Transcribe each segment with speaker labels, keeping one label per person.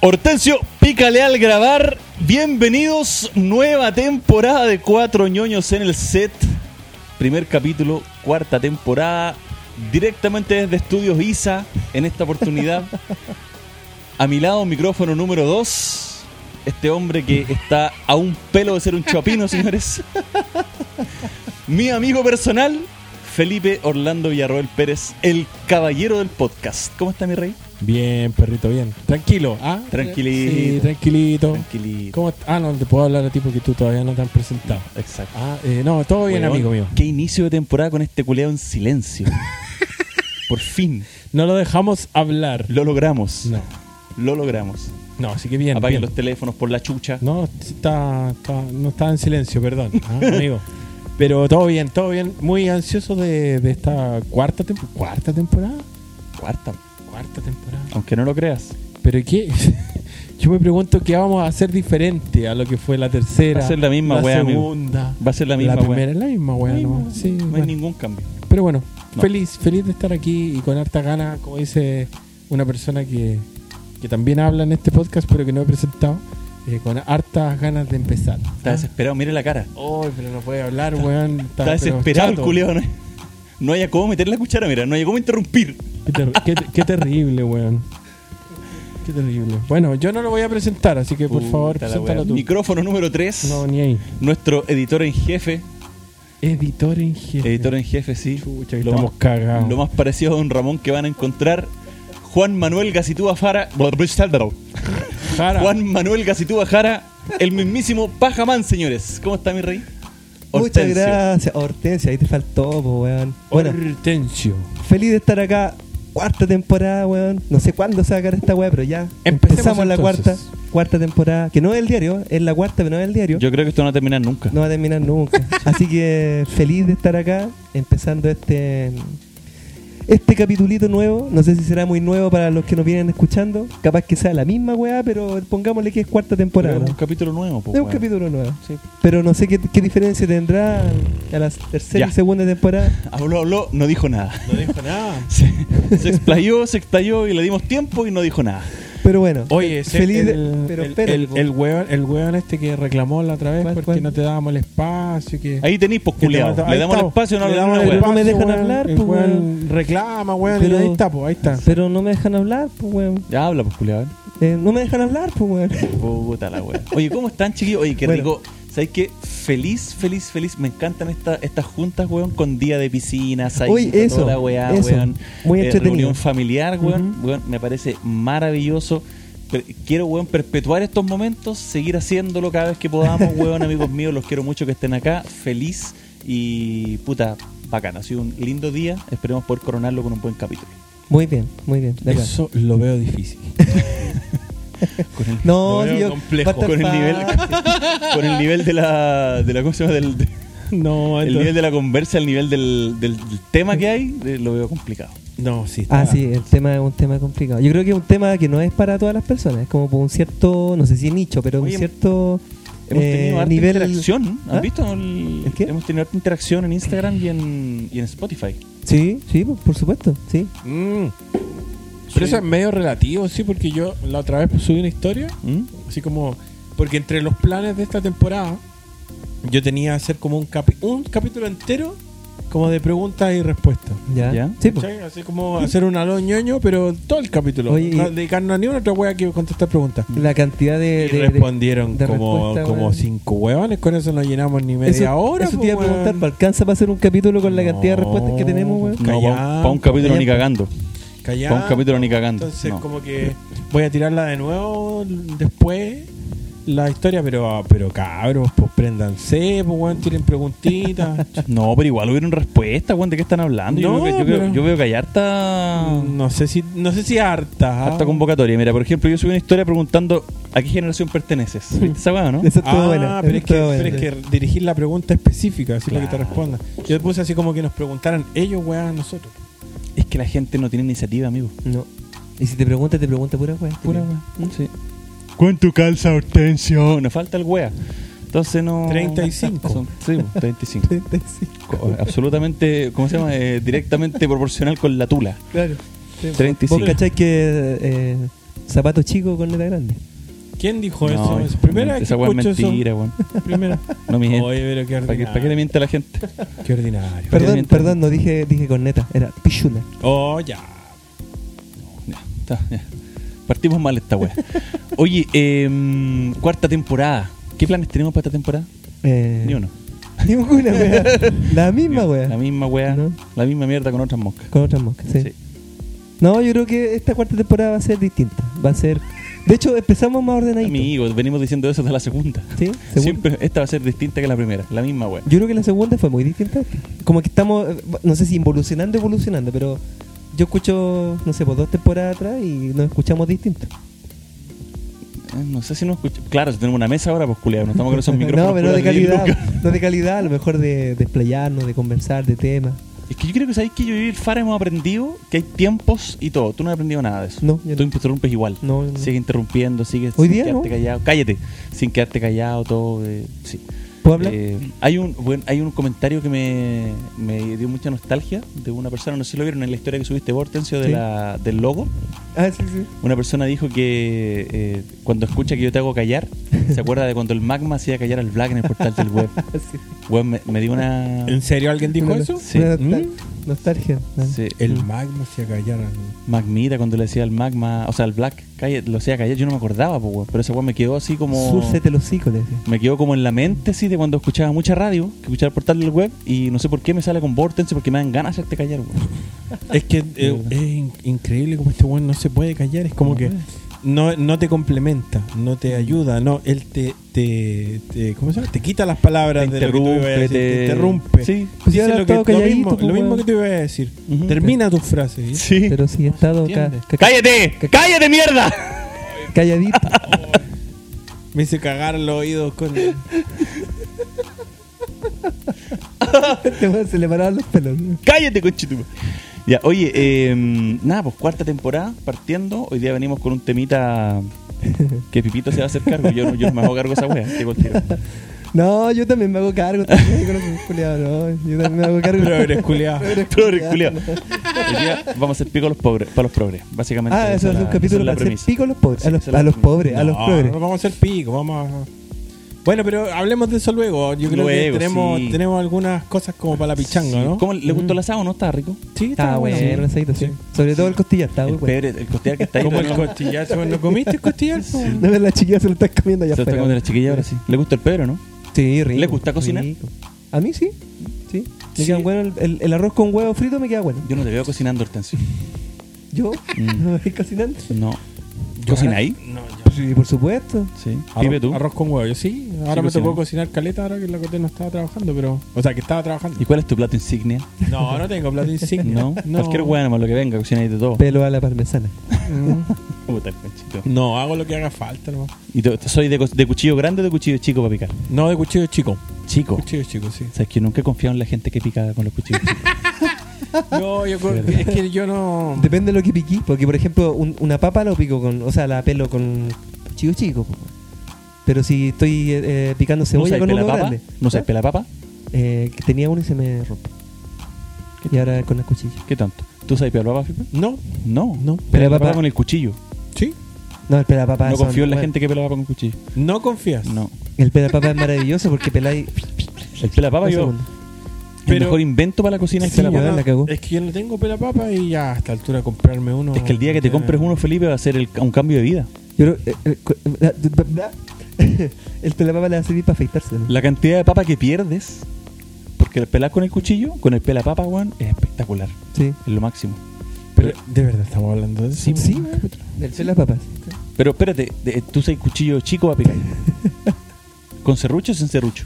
Speaker 1: Hortensio, pícale al grabar. Bienvenidos, nueva temporada de Cuatro ñoños en el set. Primer capítulo, cuarta temporada, directamente desde Estudios ISA, en esta oportunidad. A mi lado, micrófono número 2. Este hombre que está a un pelo de ser un chapino, señores. Mi amigo personal, Felipe Orlando Villarroel Pérez, el caballero del podcast. ¿Cómo está mi rey?
Speaker 2: Bien, perrito, bien. Tranquilo, ¿ah?
Speaker 1: Tranquilito.
Speaker 2: Sí, tranquilito.
Speaker 1: Tranquilito.
Speaker 2: ¿Cómo est- ah, no, te puedo hablar a ti porque tú todavía no te han presentado.
Speaker 1: Exacto.
Speaker 2: Ah, eh, no, todo bien,
Speaker 1: Weón,
Speaker 2: amigo mío.
Speaker 1: Qué inicio de temporada con este culeado en silencio. Por fin,
Speaker 2: No lo dejamos hablar.
Speaker 1: lo logramos.
Speaker 2: No,
Speaker 1: Lo logramos.
Speaker 2: no, así que bien.
Speaker 1: Apaguen
Speaker 2: bien.
Speaker 1: los teléfonos por la chucha.
Speaker 2: No, está, está- no está en silencio, perdón, ah, amigo. Pero todo bien, todo bien. Muy ansioso de, de esta cuarta, tempo- cuarta temporada.
Speaker 1: Cuarta,
Speaker 2: Cuarta temporada.
Speaker 1: aunque no lo creas.
Speaker 2: Pero ¿qué? Yo me pregunto qué vamos a hacer diferente a lo que fue la tercera.
Speaker 1: Va a ser la misma
Speaker 2: la
Speaker 1: wea, amigo.
Speaker 2: segunda.
Speaker 1: Va a ser la misma
Speaker 2: La
Speaker 1: wea.
Speaker 2: primera es la misma wea,
Speaker 1: no
Speaker 2: ¿no? Sí,
Speaker 1: no hay
Speaker 2: bueno.
Speaker 1: ningún cambio.
Speaker 2: Pero bueno,
Speaker 1: No.
Speaker 2: feliz, feliz de estar aquí y con harta gana, como dice una persona que, que también habla en este podcast, pero que no he presentado, eh, con hartas ganas de empezar.
Speaker 1: Está desesperado, mire la cara.
Speaker 2: Ay, pero no puede hablar, weón.
Speaker 1: Está, desesperado el culeado. No, hay- no haya cómo meter la cuchara, mira. No haya cómo interrumpir.
Speaker 2: Qué, ter- qué te- qué terrible, weón. Qué terrible. Bueno, yo no lo voy a presentar, así que por
Speaker 1: Puta
Speaker 2: favor,
Speaker 1: la
Speaker 2: preséntalo
Speaker 1: wea.
Speaker 2: tú.
Speaker 1: Micrófono número 3.
Speaker 2: No, ni ahí.
Speaker 1: Nuestro editor en jefe.
Speaker 2: Editor en jefe.
Speaker 1: Editor en jefe, sí.
Speaker 2: Chucha, que
Speaker 1: Lo
Speaker 2: estamos
Speaker 1: más-
Speaker 2: cagados.
Speaker 1: Lo más parecido a Don Ramón que van a encontrar. Juan Manuel Gacitúa Fara.
Speaker 2: Jara.
Speaker 1: Juan Manuel Gacitúa Jara, el mismísimo Pajamán, señores. ¿Cómo está mi rey?
Speaker 3: Muchas
Speaker 1: Hortensio.
Speaker 3: gracias, Hortensio, ahí te faltó, po, weón. Bueno,
Speaker 2: Hortensio.
Speaker 3: feliz de estar acá. Cuarta temporada, weón. No sé cuándo se va a acabar esta weá, pero ya.
Speaker 2: Empecemos
Speaker 3: Empezamos la
Speaker 2: entonces.
Speaker 3: cuarta, cuarta temporada, que no es el diario, es la cuarta, pero no es el diario.
Speaker 1: Yo creo que esto no va a terminar nunca.
Speaker 3: No va a terminar nunca. Así que feliz de estar acá, empezando este este capitulito nuevo. No sé si será muy nuevo para los que nos vienen escuchando. Capaz que sea la misma weá, pero pongámosle que es cuarta
Speaker 1: Pero
Speaker 3: temporada.
Speaker 1: es un capítulo nuevo, po,
Speaker 3: Es un
Speaker 1: pues, weón.
Speaker 3: capítulo nuevo.
Speaker 1: Sí.
Speaker 3: Pero no sé qué, qué diferencia tendrá a la tercera
Speaker 1: Ya.
Speaker 3: y segunda temporada.
Speaker 1: Habló, habló, no dijo nada.
Speaker 2: No dijo nada.
Speaker 1: Se, se explayó, se explayó y le dimos tiempo y no dijo nada.
Speaker 3: Pero bueno,
Speaker 2: Oye, ese-
Speaker 3: feliz de-
Speaker 2: el,
Speaker 3: pero
Speaker 2: el,
Speaker 3: espérate,
Speaker 2: el,
Speaker 3: po.
Speaker 2: el weón, el weón este que reclamó la otra vez
Speaker 3: ¿Cuál,
Speaker 2: porque
Speaker 3: cuál?
Speaker 2: no te dábamos el espacio. Que,
Speaker 1: Ahí tenéis, pues,
Speaker 2: que te
Speaker 1: culiao.
Speaker 2: mataba.
Speaker 1: Le
Speaker 2: Ahí
Speaker 1: damos
Speaker 2: está,
Speaker 1: el espacio, no
Speaker 2: le
Speaker 1: hablan
Speaker 2: damos
Speaker 1: una
Speaker 2: el
Speaker 1: weá.
Speaker 3: espacio, No me dejan
Speaker 2: weón.
Speaker 3: hablar,
Speaker 2: El
Speaker 3: po,
Speaker 2: pues, weón
Speaker 3: weón.
Speaker 2: Reclama, weón.
Speaker 3: Pero-
Speaker 2: y ahí está, po, ahí está.
Speaker 3: pero no me dejan hablar, pues weón.
Speaker 1: Ya habla, pues, culiao. eh.
Speaker 3: Eh, no me dejan hablar, pues weón.
Speaker 1: Puta la wea. Oye, ¿cómo están, chiquillos? Oye, qué
Speaker 3: Bueno.
Speaker 1: rico. ¿Sabes qué? Feliz, feliz, feliz. Me encantan esta- estas juntas, weón, con día de piscina, salita,
Speaker 3: Oye, eso,
Speaker 1: toda la weá,
Speaker 3: eso.
Speaker 1: weón. Eh,
Speaker 3: Muy entretenido.
Speaker 1: Reunión familiar, weón. Weón, me parece maravilloso. Per- Quiero, weón, perpetuar estos momentos, seguir haciéndolo cada vez que podamos, weón, amigos míos. Los quiero mucho que estén acá. Feliz y puta, bacana. Ha sido un lindo día. Esperemos poder coronarlo con un buen capítulo.
Speaker 3: Muy bien, muy bien. de acuerdo.
Speaker 2: Eso lo veo difícil.
Speaker 1: Con el,
Speaker 3: No,
Speaker 2: Lo veo
Speaker 3: si yo-
Speaker 2: complejo.
Speaker 3: va a estar
Speaker 1: con el
Speaker 3: fa-
Speaker 1: nivel, con el nivel de la, de la ¿cómo se llama? Del, de-
Speaker 2: no,
Speaker 1: El
Speaker 2: entonces-
Speaker 1: nivel de la conversa, el nivel del, del- del tema que hay, eh, lo veo complicado.
Speaker 2: No, sí.
Speaker 3: Ah,
Speaker 2: está-
Speaker 3: sí, el tema es un tema complicado. Yo creo que es un tema que no es para todas las personas. Es como por un cierto, no sé si nicho, pero
Speaker 1: Oye,
Speaker 3: un cierto
Speaker 1: Hemos
Speaker 3: eh,
Speaker 1: tenido harta
Speaker 3: nivel.
Speaker 1: interacción. ¿Han
Speaker 3: ¿Ah?
Speaker 1: visto? el-
Speaker 3: ¿El qué?
Speaker 1: Hemos tenido harta interacción en Instagram y en, y en Spotify.
Speaker 3: Sí, sí, pues, por- por supuesto, sí.
Speaker 2: Mm. Pero eso es medio relativo, sí, porque yo la otra vez subí una historia
Speaker 1: ¿Mm?
Speaker 2: Así como, porque entre los planes de esta temporada, yo tenía hacer como un, capi- un capítulo entero como de preguntas y respuestas.
Speaker 3: Ya.
Speaker 1: Ya.
Speaker 3: Sí, pues.
Speaker 2: ¿Cachai? Así como hacer un aló ñoño, pero todo el capítulo.
Speaker 3: Oye,
Speaker 2: no
Speaker 3: y- Mm.
Speaker 2: dedicarnos a ni una otra wea que contestar preguntas.
Speaker 3: La cantidad de.
Speaker 2: Y
Speaker 3: de- de-
Speaker 2: respondieron
Speaker 3: de
Speaker 2: como,
Speaker 3: respuesta,
Speaker 2: como
Speaker 3: weón.
Speaker 2: cinco hueones, con eso no llenamos ni media
Speaker 3: eso,
Speaker 2: hora.
Speaker 3: Eso
Speaker 2: po,
Speaker 3: te iba a
Speaker 2: weón.
Speaker 3: preguntar, ¿pa- ¿alcanza para hacer un capítulo con la cantidad de
Speaker 2: No,
Speaker 3: respuestas que tenemos, weón?
Speaker 1: No, para
Speaker 2: Callá,
Speaker 1: un, pa' un capítulo
Speaker 2: callá.
Speaker 1: ni cagando.
Speaker 2: Callá.
Speaker 1: Para un capítulo ni cagando.
Speaker 2: Entonces,
Speaker 1: No.
Speaker 2: como que voy a tirarla de nuevo después la historia, pero, pero cabros, pues préndanse, pues weón, tiren preguntitas.
Speaker 1: No, pero igual hubieron respuestas, weón, ¿de qué están hablando? yo,
Speaker 2: No,
Speaker 1: creo que- yo creo-
Speaker 2: pero-
Speaker 1: yo veo que hay harta,
Speaker 2: no sé si, no sé si harta.
Speaker 1: Ah.
Speaker 2: ¿ah?
Speaker 1: harta convocatoria. Mira, por ejemplo, yo subí una historia preguntando a qué generación perteneces. ¿Viste esa weá, no?
Speaker 3: Eso estuvo
Speaker 2: Ah,
Speaker 3: bueno.
Speaker 2: pero,
Speaker 3: eso
Speaker 2: es que,
Speaker 3: estuvo bueno.
Speaker 2: pero es que dirigir la pregunta específica, así para que te
Speaker 1: Claro.
Speaker 2: respondan. Yo puse así como que nos preguntaran ellos, weón, a nosotros.
Speaker 1: Es que la gente no tiene iniciativa, amigo.
Speaker 3: No. Y si te pregunta, te pregunta pura weá.
Speaker 1: Pura
Speaker 3: weá.
Speaker 1: weá. Sí. ¿Cuánto calza Hortensio? Nos falta el wea. Entonces no.
Speaker 2: 35.
Speaker 1: Son- sí, pues, 35. Co- Absolutamente, ¿cómo se llama? Eh, directamente proporcional con la tula.
Speaker 3: Claro.
Speaker 1: 35.
Speaker 3: Vos cacháis que eh, Zapato chico con neta grande.
Speaker 2: ¿Quién dijo
Speaker 1: No,
Speaker 2: eso? Es primera vez que
Speaker 1: esa weá es
Speaker 2: escucho eso.
Speaker 1: mentira, weón.
Speaker 2: Primera.
Speaker 1: No miente.
Speaker 2: Oye, pero
Speaker 1: ¿Para
Speaker 2: qué
Speaker 1: qué,
Speaker 2: ordinario.
Speaker 1: para qué le miente a la gente?
Speaker 2: Qué ordinario.
Speaker 3: Perdón,
Speaker 1: mientras-
Speaker 3: perdón, no dije, dije con neta, era pichula.
Speaker 2: Oh, ya.
Speaker 1: Ah. Ya, está, ya. Partimos mal esta weá. Oye, em, cuarta temporada. ¿Qué planes tenemos para esta temporada?
Speaker 3: Eh,
Speaker 1: Ni uno.
Speaker 3: Ninguna, wea. La misma, wea.
Speaker 1: La misma weá.
Speaker 3: No.
Speaker 1: La misma mierda con otras moscas.
Speaker 3: Con otras moscas, sí.
Speaker 1: Sí.
Speaker 3: No, yo creo que esta cuarta temporada va a ser distinta. Va a ser. De hecho, empezamos más ordenadito.
Speaker 1: Amigos, venimos diciendo eso desde la segunda.
Speaker 3: ¿Sí? ¿Seguro?
Speaker 1: Siempre, esta va a ser distinta que la primera. La misma weá.
Speaker 3: Yo creo que la segunda fue muy distinta. a esta. Como que estamos, eh, no sé si involucionando, evolucionando, pero yo escucho, no sé, por dos temporadas atrás y nos escuchamos distintos.
Speaker 1: Eh, No sé si nos escucha. Claro, si tenemos una mesa ahora, pues culiado, no estamos con esos micrófonos.
Speaker 3: no, pero no de
Speaker 1: culiados de
Speaker 3: calidad.
Speaker 1: 10 lucas.
Speaker 3: No de calidad, a lo mejor de de desplayarnos, de conversar, de temas.
Speaker 1: Es que yo creo que sabéis que yo y el Fara hemos aprendido que hay tiempos y todo. Tú no has aprendido nada de eso.
Speaker 3: No, yo
Speaker 1: Tú
Speaker 3: no.
Speaker 1: interrumpes igual.
Speaker 3: No, no.
Speaker 1: Sigue interrumpiendo, sigue
Speaker 3: Hoy
Speaker 1: sin
Speaker 3: día
Speaker 1: quedarte
Speaker 3: no.
Speaker 1: callado. Cállate, sin quedarte callado, todo. eh, sí.
Speaker 3: ¿Puedo hablar?
Speaker 1: Eh, hay, un, bueno, hay un comentario que me, me dio mucha nostalgia de una persona, no sé si lo vieron en la historia que subiste, Vortencio, de
Speaker 3: Sí.
Speaker 1: la, del logo.
Speaker 3: Ah, sí, sí.
Speaker 1: Una persona dijo que eh, cuando escucha que yo te hago callar, se acuerda de cuando el magma hacía callar al black en el portal del web.
Speaker 3: Sí.
Speaker 1: Weón, me, me dio una.
Speaker 2: ¿En serio alguien dijo
Speaker 3: Una-
Speaker 2: eso?
Speaker 1: Sí.
Speaker 3: una nostal-
Speaker 2: ¿Mm?
Speaker 3: Nostalgia. ¿no?
Speaker 1: Sí.
Speaker 2: El magma se acallaron.
Speaker 1: Magmita cuando le decía al magma, o sea, al black, calle, lo hacía callar, yo no me acordaba, po, weón, pero ese weón me quedó así como...
Speaker 3: Súrcete los hocico, le decía.
Speaker 1: Me quedó como en la mente, sí, de cuando escuchaba mucha radio, que escuchaba el portal del web, y no sé por qué me sale con Vortense, porque me dan ganas de hacerte callar, weón.
Speaker 2: Es que eh, es in- increíble como este weón no se puede Mm. callar. Es como que no, no te complementa, no te ayuda, no, él te, te, te- ¿cómo se llama? Te quita las palabras
Speaker 1: Te
Speaker 2: de lo que tú ibas a
Speaker 1: interrumpe,
Speaker 2: decir, te,
Speaker 1: te-
Speaker 2: interrumpe.
Speaker 1: Sí.
Speaker 3: Pues si
Speaker 2: Dice
Speaker 3: ahora
Speaker 2: lo, que-
Speaker 3: todo
Speaker 2: lo
Speaker 3: calladito,
Speaker 2: mismo,
Speaker 3: pues,
Speaker 2: lo mismo
Speaker 3: weón.
Speaker 2: que te iba a decir.
Speaker 1: Ujú.
Speaker 2: Termina ¿eh? tus frases. ¿sí?
Speaker 1: Sí.
Speaker 3: Pero sí, he estado ca-
Speaker 2: entiende.
Speaker 3: ca-
Speaker 1: ¡Cállate! ¡Cállate, mierda!
Speaker 3: calladito.
Speaker 2: Me hice cagar los oídos con
Speaker 3: Este weón se le paraban los pelos.
Speaker 1: ¡Cállate, conchituma! Ya, oye, eh, nada, pues cuarta temporada, partiendo, hoy día venimos con un temita que Pipito se va a hacer cargo, yo, no- yo no me hago cargo de esa wea, te digo el tiro.
Speaker 3: No, yo también me hago cargo. también con esos culiados, no. Yo también me hago cargo.
Speaker 2: Pero eres culiado.
Speaker 1: Progres, culiao. Hoy día vamos a hacer pico a los pobres, para los progres, básicamente. esa
Speaker 3: Ah, eso es
Speaker 1: la-
Speaker 3: un
Speaker 1: esa
Speaker 3: capítulo
Speaker 1: la
Speaker 3: para hacer
Speaker 1: premisa.
Speaker 3: pico a los pobres.
Speaker 1: Sí,
Speaker 3: a los,
Speaker 1: esa es la
Speaker 3: a los
Speaker 1: premisa.
Speaker 3: pobres, a los
Speaker 2: No,
Speaker 3: pobres.
Speaker 2: no vamos a hacer pico, vamos a... Bueno, pero hablemos de eso luego. Yo creo
Speaker 1: Luego,
Speaker 2: que tenemos,
Speaker 1: sí.
Speaker 2: tenemos algunas cosas como para la pichanga,
Speaker 1: Sí.
Speaker 2: ¿no?
Speaker 1: ¿Cómo le gustó el asado no? Está rico.
Speaker 2: Sí,
Speaker 3: Mm. Está Ah, bueno, el asadito, sí. Sobre todo el costillar, está muy
Speaker 1: El,
Speaker 3: bueno.
Speaker 1: pebre, el costillar que está ahí.
Speaker 2: Como el
Speaker 1: ¿no?
Speaker 2: costillar, ¿se- ¿no comiste el costillar? po?
Speaker 3: No ves la chiquilla, se lo estás comiendo allá
Speaker 1: Se lo está
Speaker 3: afuera.
Speaker 1: comiendo la chiquilla ahora sí. Le gusta el pebre, ¿no?
Speaker 3: Sí, rico.
Speaker 1: ¿Les gusta cocinar?
Speaker 3: rico. A mí sí. Sí.
Speaker 2: Sí.
Speaker 3: Me queda bueno el, el- el arroz con huevo frito me queda bueno.
Speaker 1: Yo no te veo cocinando, Hortensio.
Speaker 3: ¿Yo?
Speaker 1: Mm.
Speaker 3: ¿No voy cocinando?
Speaker 1: No. ¿Cocina ahí?
Speaker 2: No, yo.
Speaker 3: Sí, por supuesto.
Speaker 1: Sí. Vive
Speaker 2: Arroz,
Speaker 1: tú.
Speaker 2: arroz con huevo, yo sí. Ahora me
Speaker 1: cocina.
Speaker 2: tocó cocinar caleta ahora que la cote no estaba trabajando, pero. O sea, que estaba trabajando.
Speaker 1: ¿Y cuál es tu plato insignia?
Speaker 2: No, no tengo plato insignia.
Speaker 1: No. Cualquier hueá, más lo que venga, cocina ahí de todo.
Speaker 3: Pelo a la parmesana.
Speaker 1: Puta, el conchito.
Speaker 2: No, hago lo que haga falta, nomás.
Speaker 1: ¿Y tú- soy de, co- de cuchillo grande o de cuchillo chico para picar?
Speaker 2: No, de cuchillo chico.
Speaker 1: Chico.
Speaker 2: Cuchillo chico, sí.
Speaker 1: Sabes que yo nunca he confiado en la gente que pica con los cuchillos chicos.
Speaker 2: No, yo co- es que yo no.
Speaker 3: Depende de lo que piquís, porque por ejemplo, un- una papa lo pico con, o sea, la pelo con chico chico. po. Pero si estoy eh, eh, picando
Speaker 1: ¿No
Speaker 3: cebolla
Speaker 1: sabes
Speaker 3: con uno
Speaker 1: pelapapa?
Speaker 3: grande.
Speaker 1: ¿No sabes pelapapa?
Speaker 3: Eh, que tenía uno y se me rompe. Y ahora con la cuchilla.
Speaker 1: ¿Qué tanto? ¿Tú sabes pelapapa, Fipe?
Speaker 2: No,
Speaker 1: No.
Speaker 2: no.
Speaker 1: Pelapapa
Speaker 3: Pelapapa.
Speaker 1: con el cuchillo.
Speaker 2: Sí.
Speaker 3: No, el pelapapa
Speaker 1: No
Speaker 3: son-
Speaker 1: confío en la
Speaker 3: bueno,
Speaker 1: gente que pelapapa con cuchillo.
Speaker 2: No confías.
Speaker 1: No.
Speaker 3: El pelapapa es maravilloso porque peláis.
Speaker 1: El pelapapa
Speaker 3: dos
Speaker 1: yo...
Speaker 3: segundos.
Speaker 1: el
Speaker 2: Pero-
Speaker 1: mejor invento para la cocina es
Speaker 3: Sí,
Speaker 1: la
Speaker 2: yo
Speaker 3: weón,
Speaker 2: no-
Speaker 3: la cagó.
Speaker 2: Es que yo no tengo pela papa y ya a esta altura comprarme uno.
Speaker 1: Es que el día que te
Speaker 2: ya-
Speaker 1: compres uno, Felipe, va a ser el- un cambio de vida.
Speaker 3: Yo creo- eh, eh, cu- bla- bla- bla- El pelapapa le va a servir para afeitarse. ¿no?
Speaker 1: La cantidad de papa que pierdes, porque el pelar con el cuchillo, con el pelapapa, weón, es espectacular.
Speaker 3: Sí.
Speaker 1: Es lo máximo.
Speaker 2: Pero, de verdad estamos hablando de eso.
Speaker 1: Sí, ¿eh?
Speaker 3: Sí, el pelapapas.
Speaker 1: Pero espérate, de- eh, tú usas el cuchillo chico a picar. ¿Con serrucho o sin serrucho?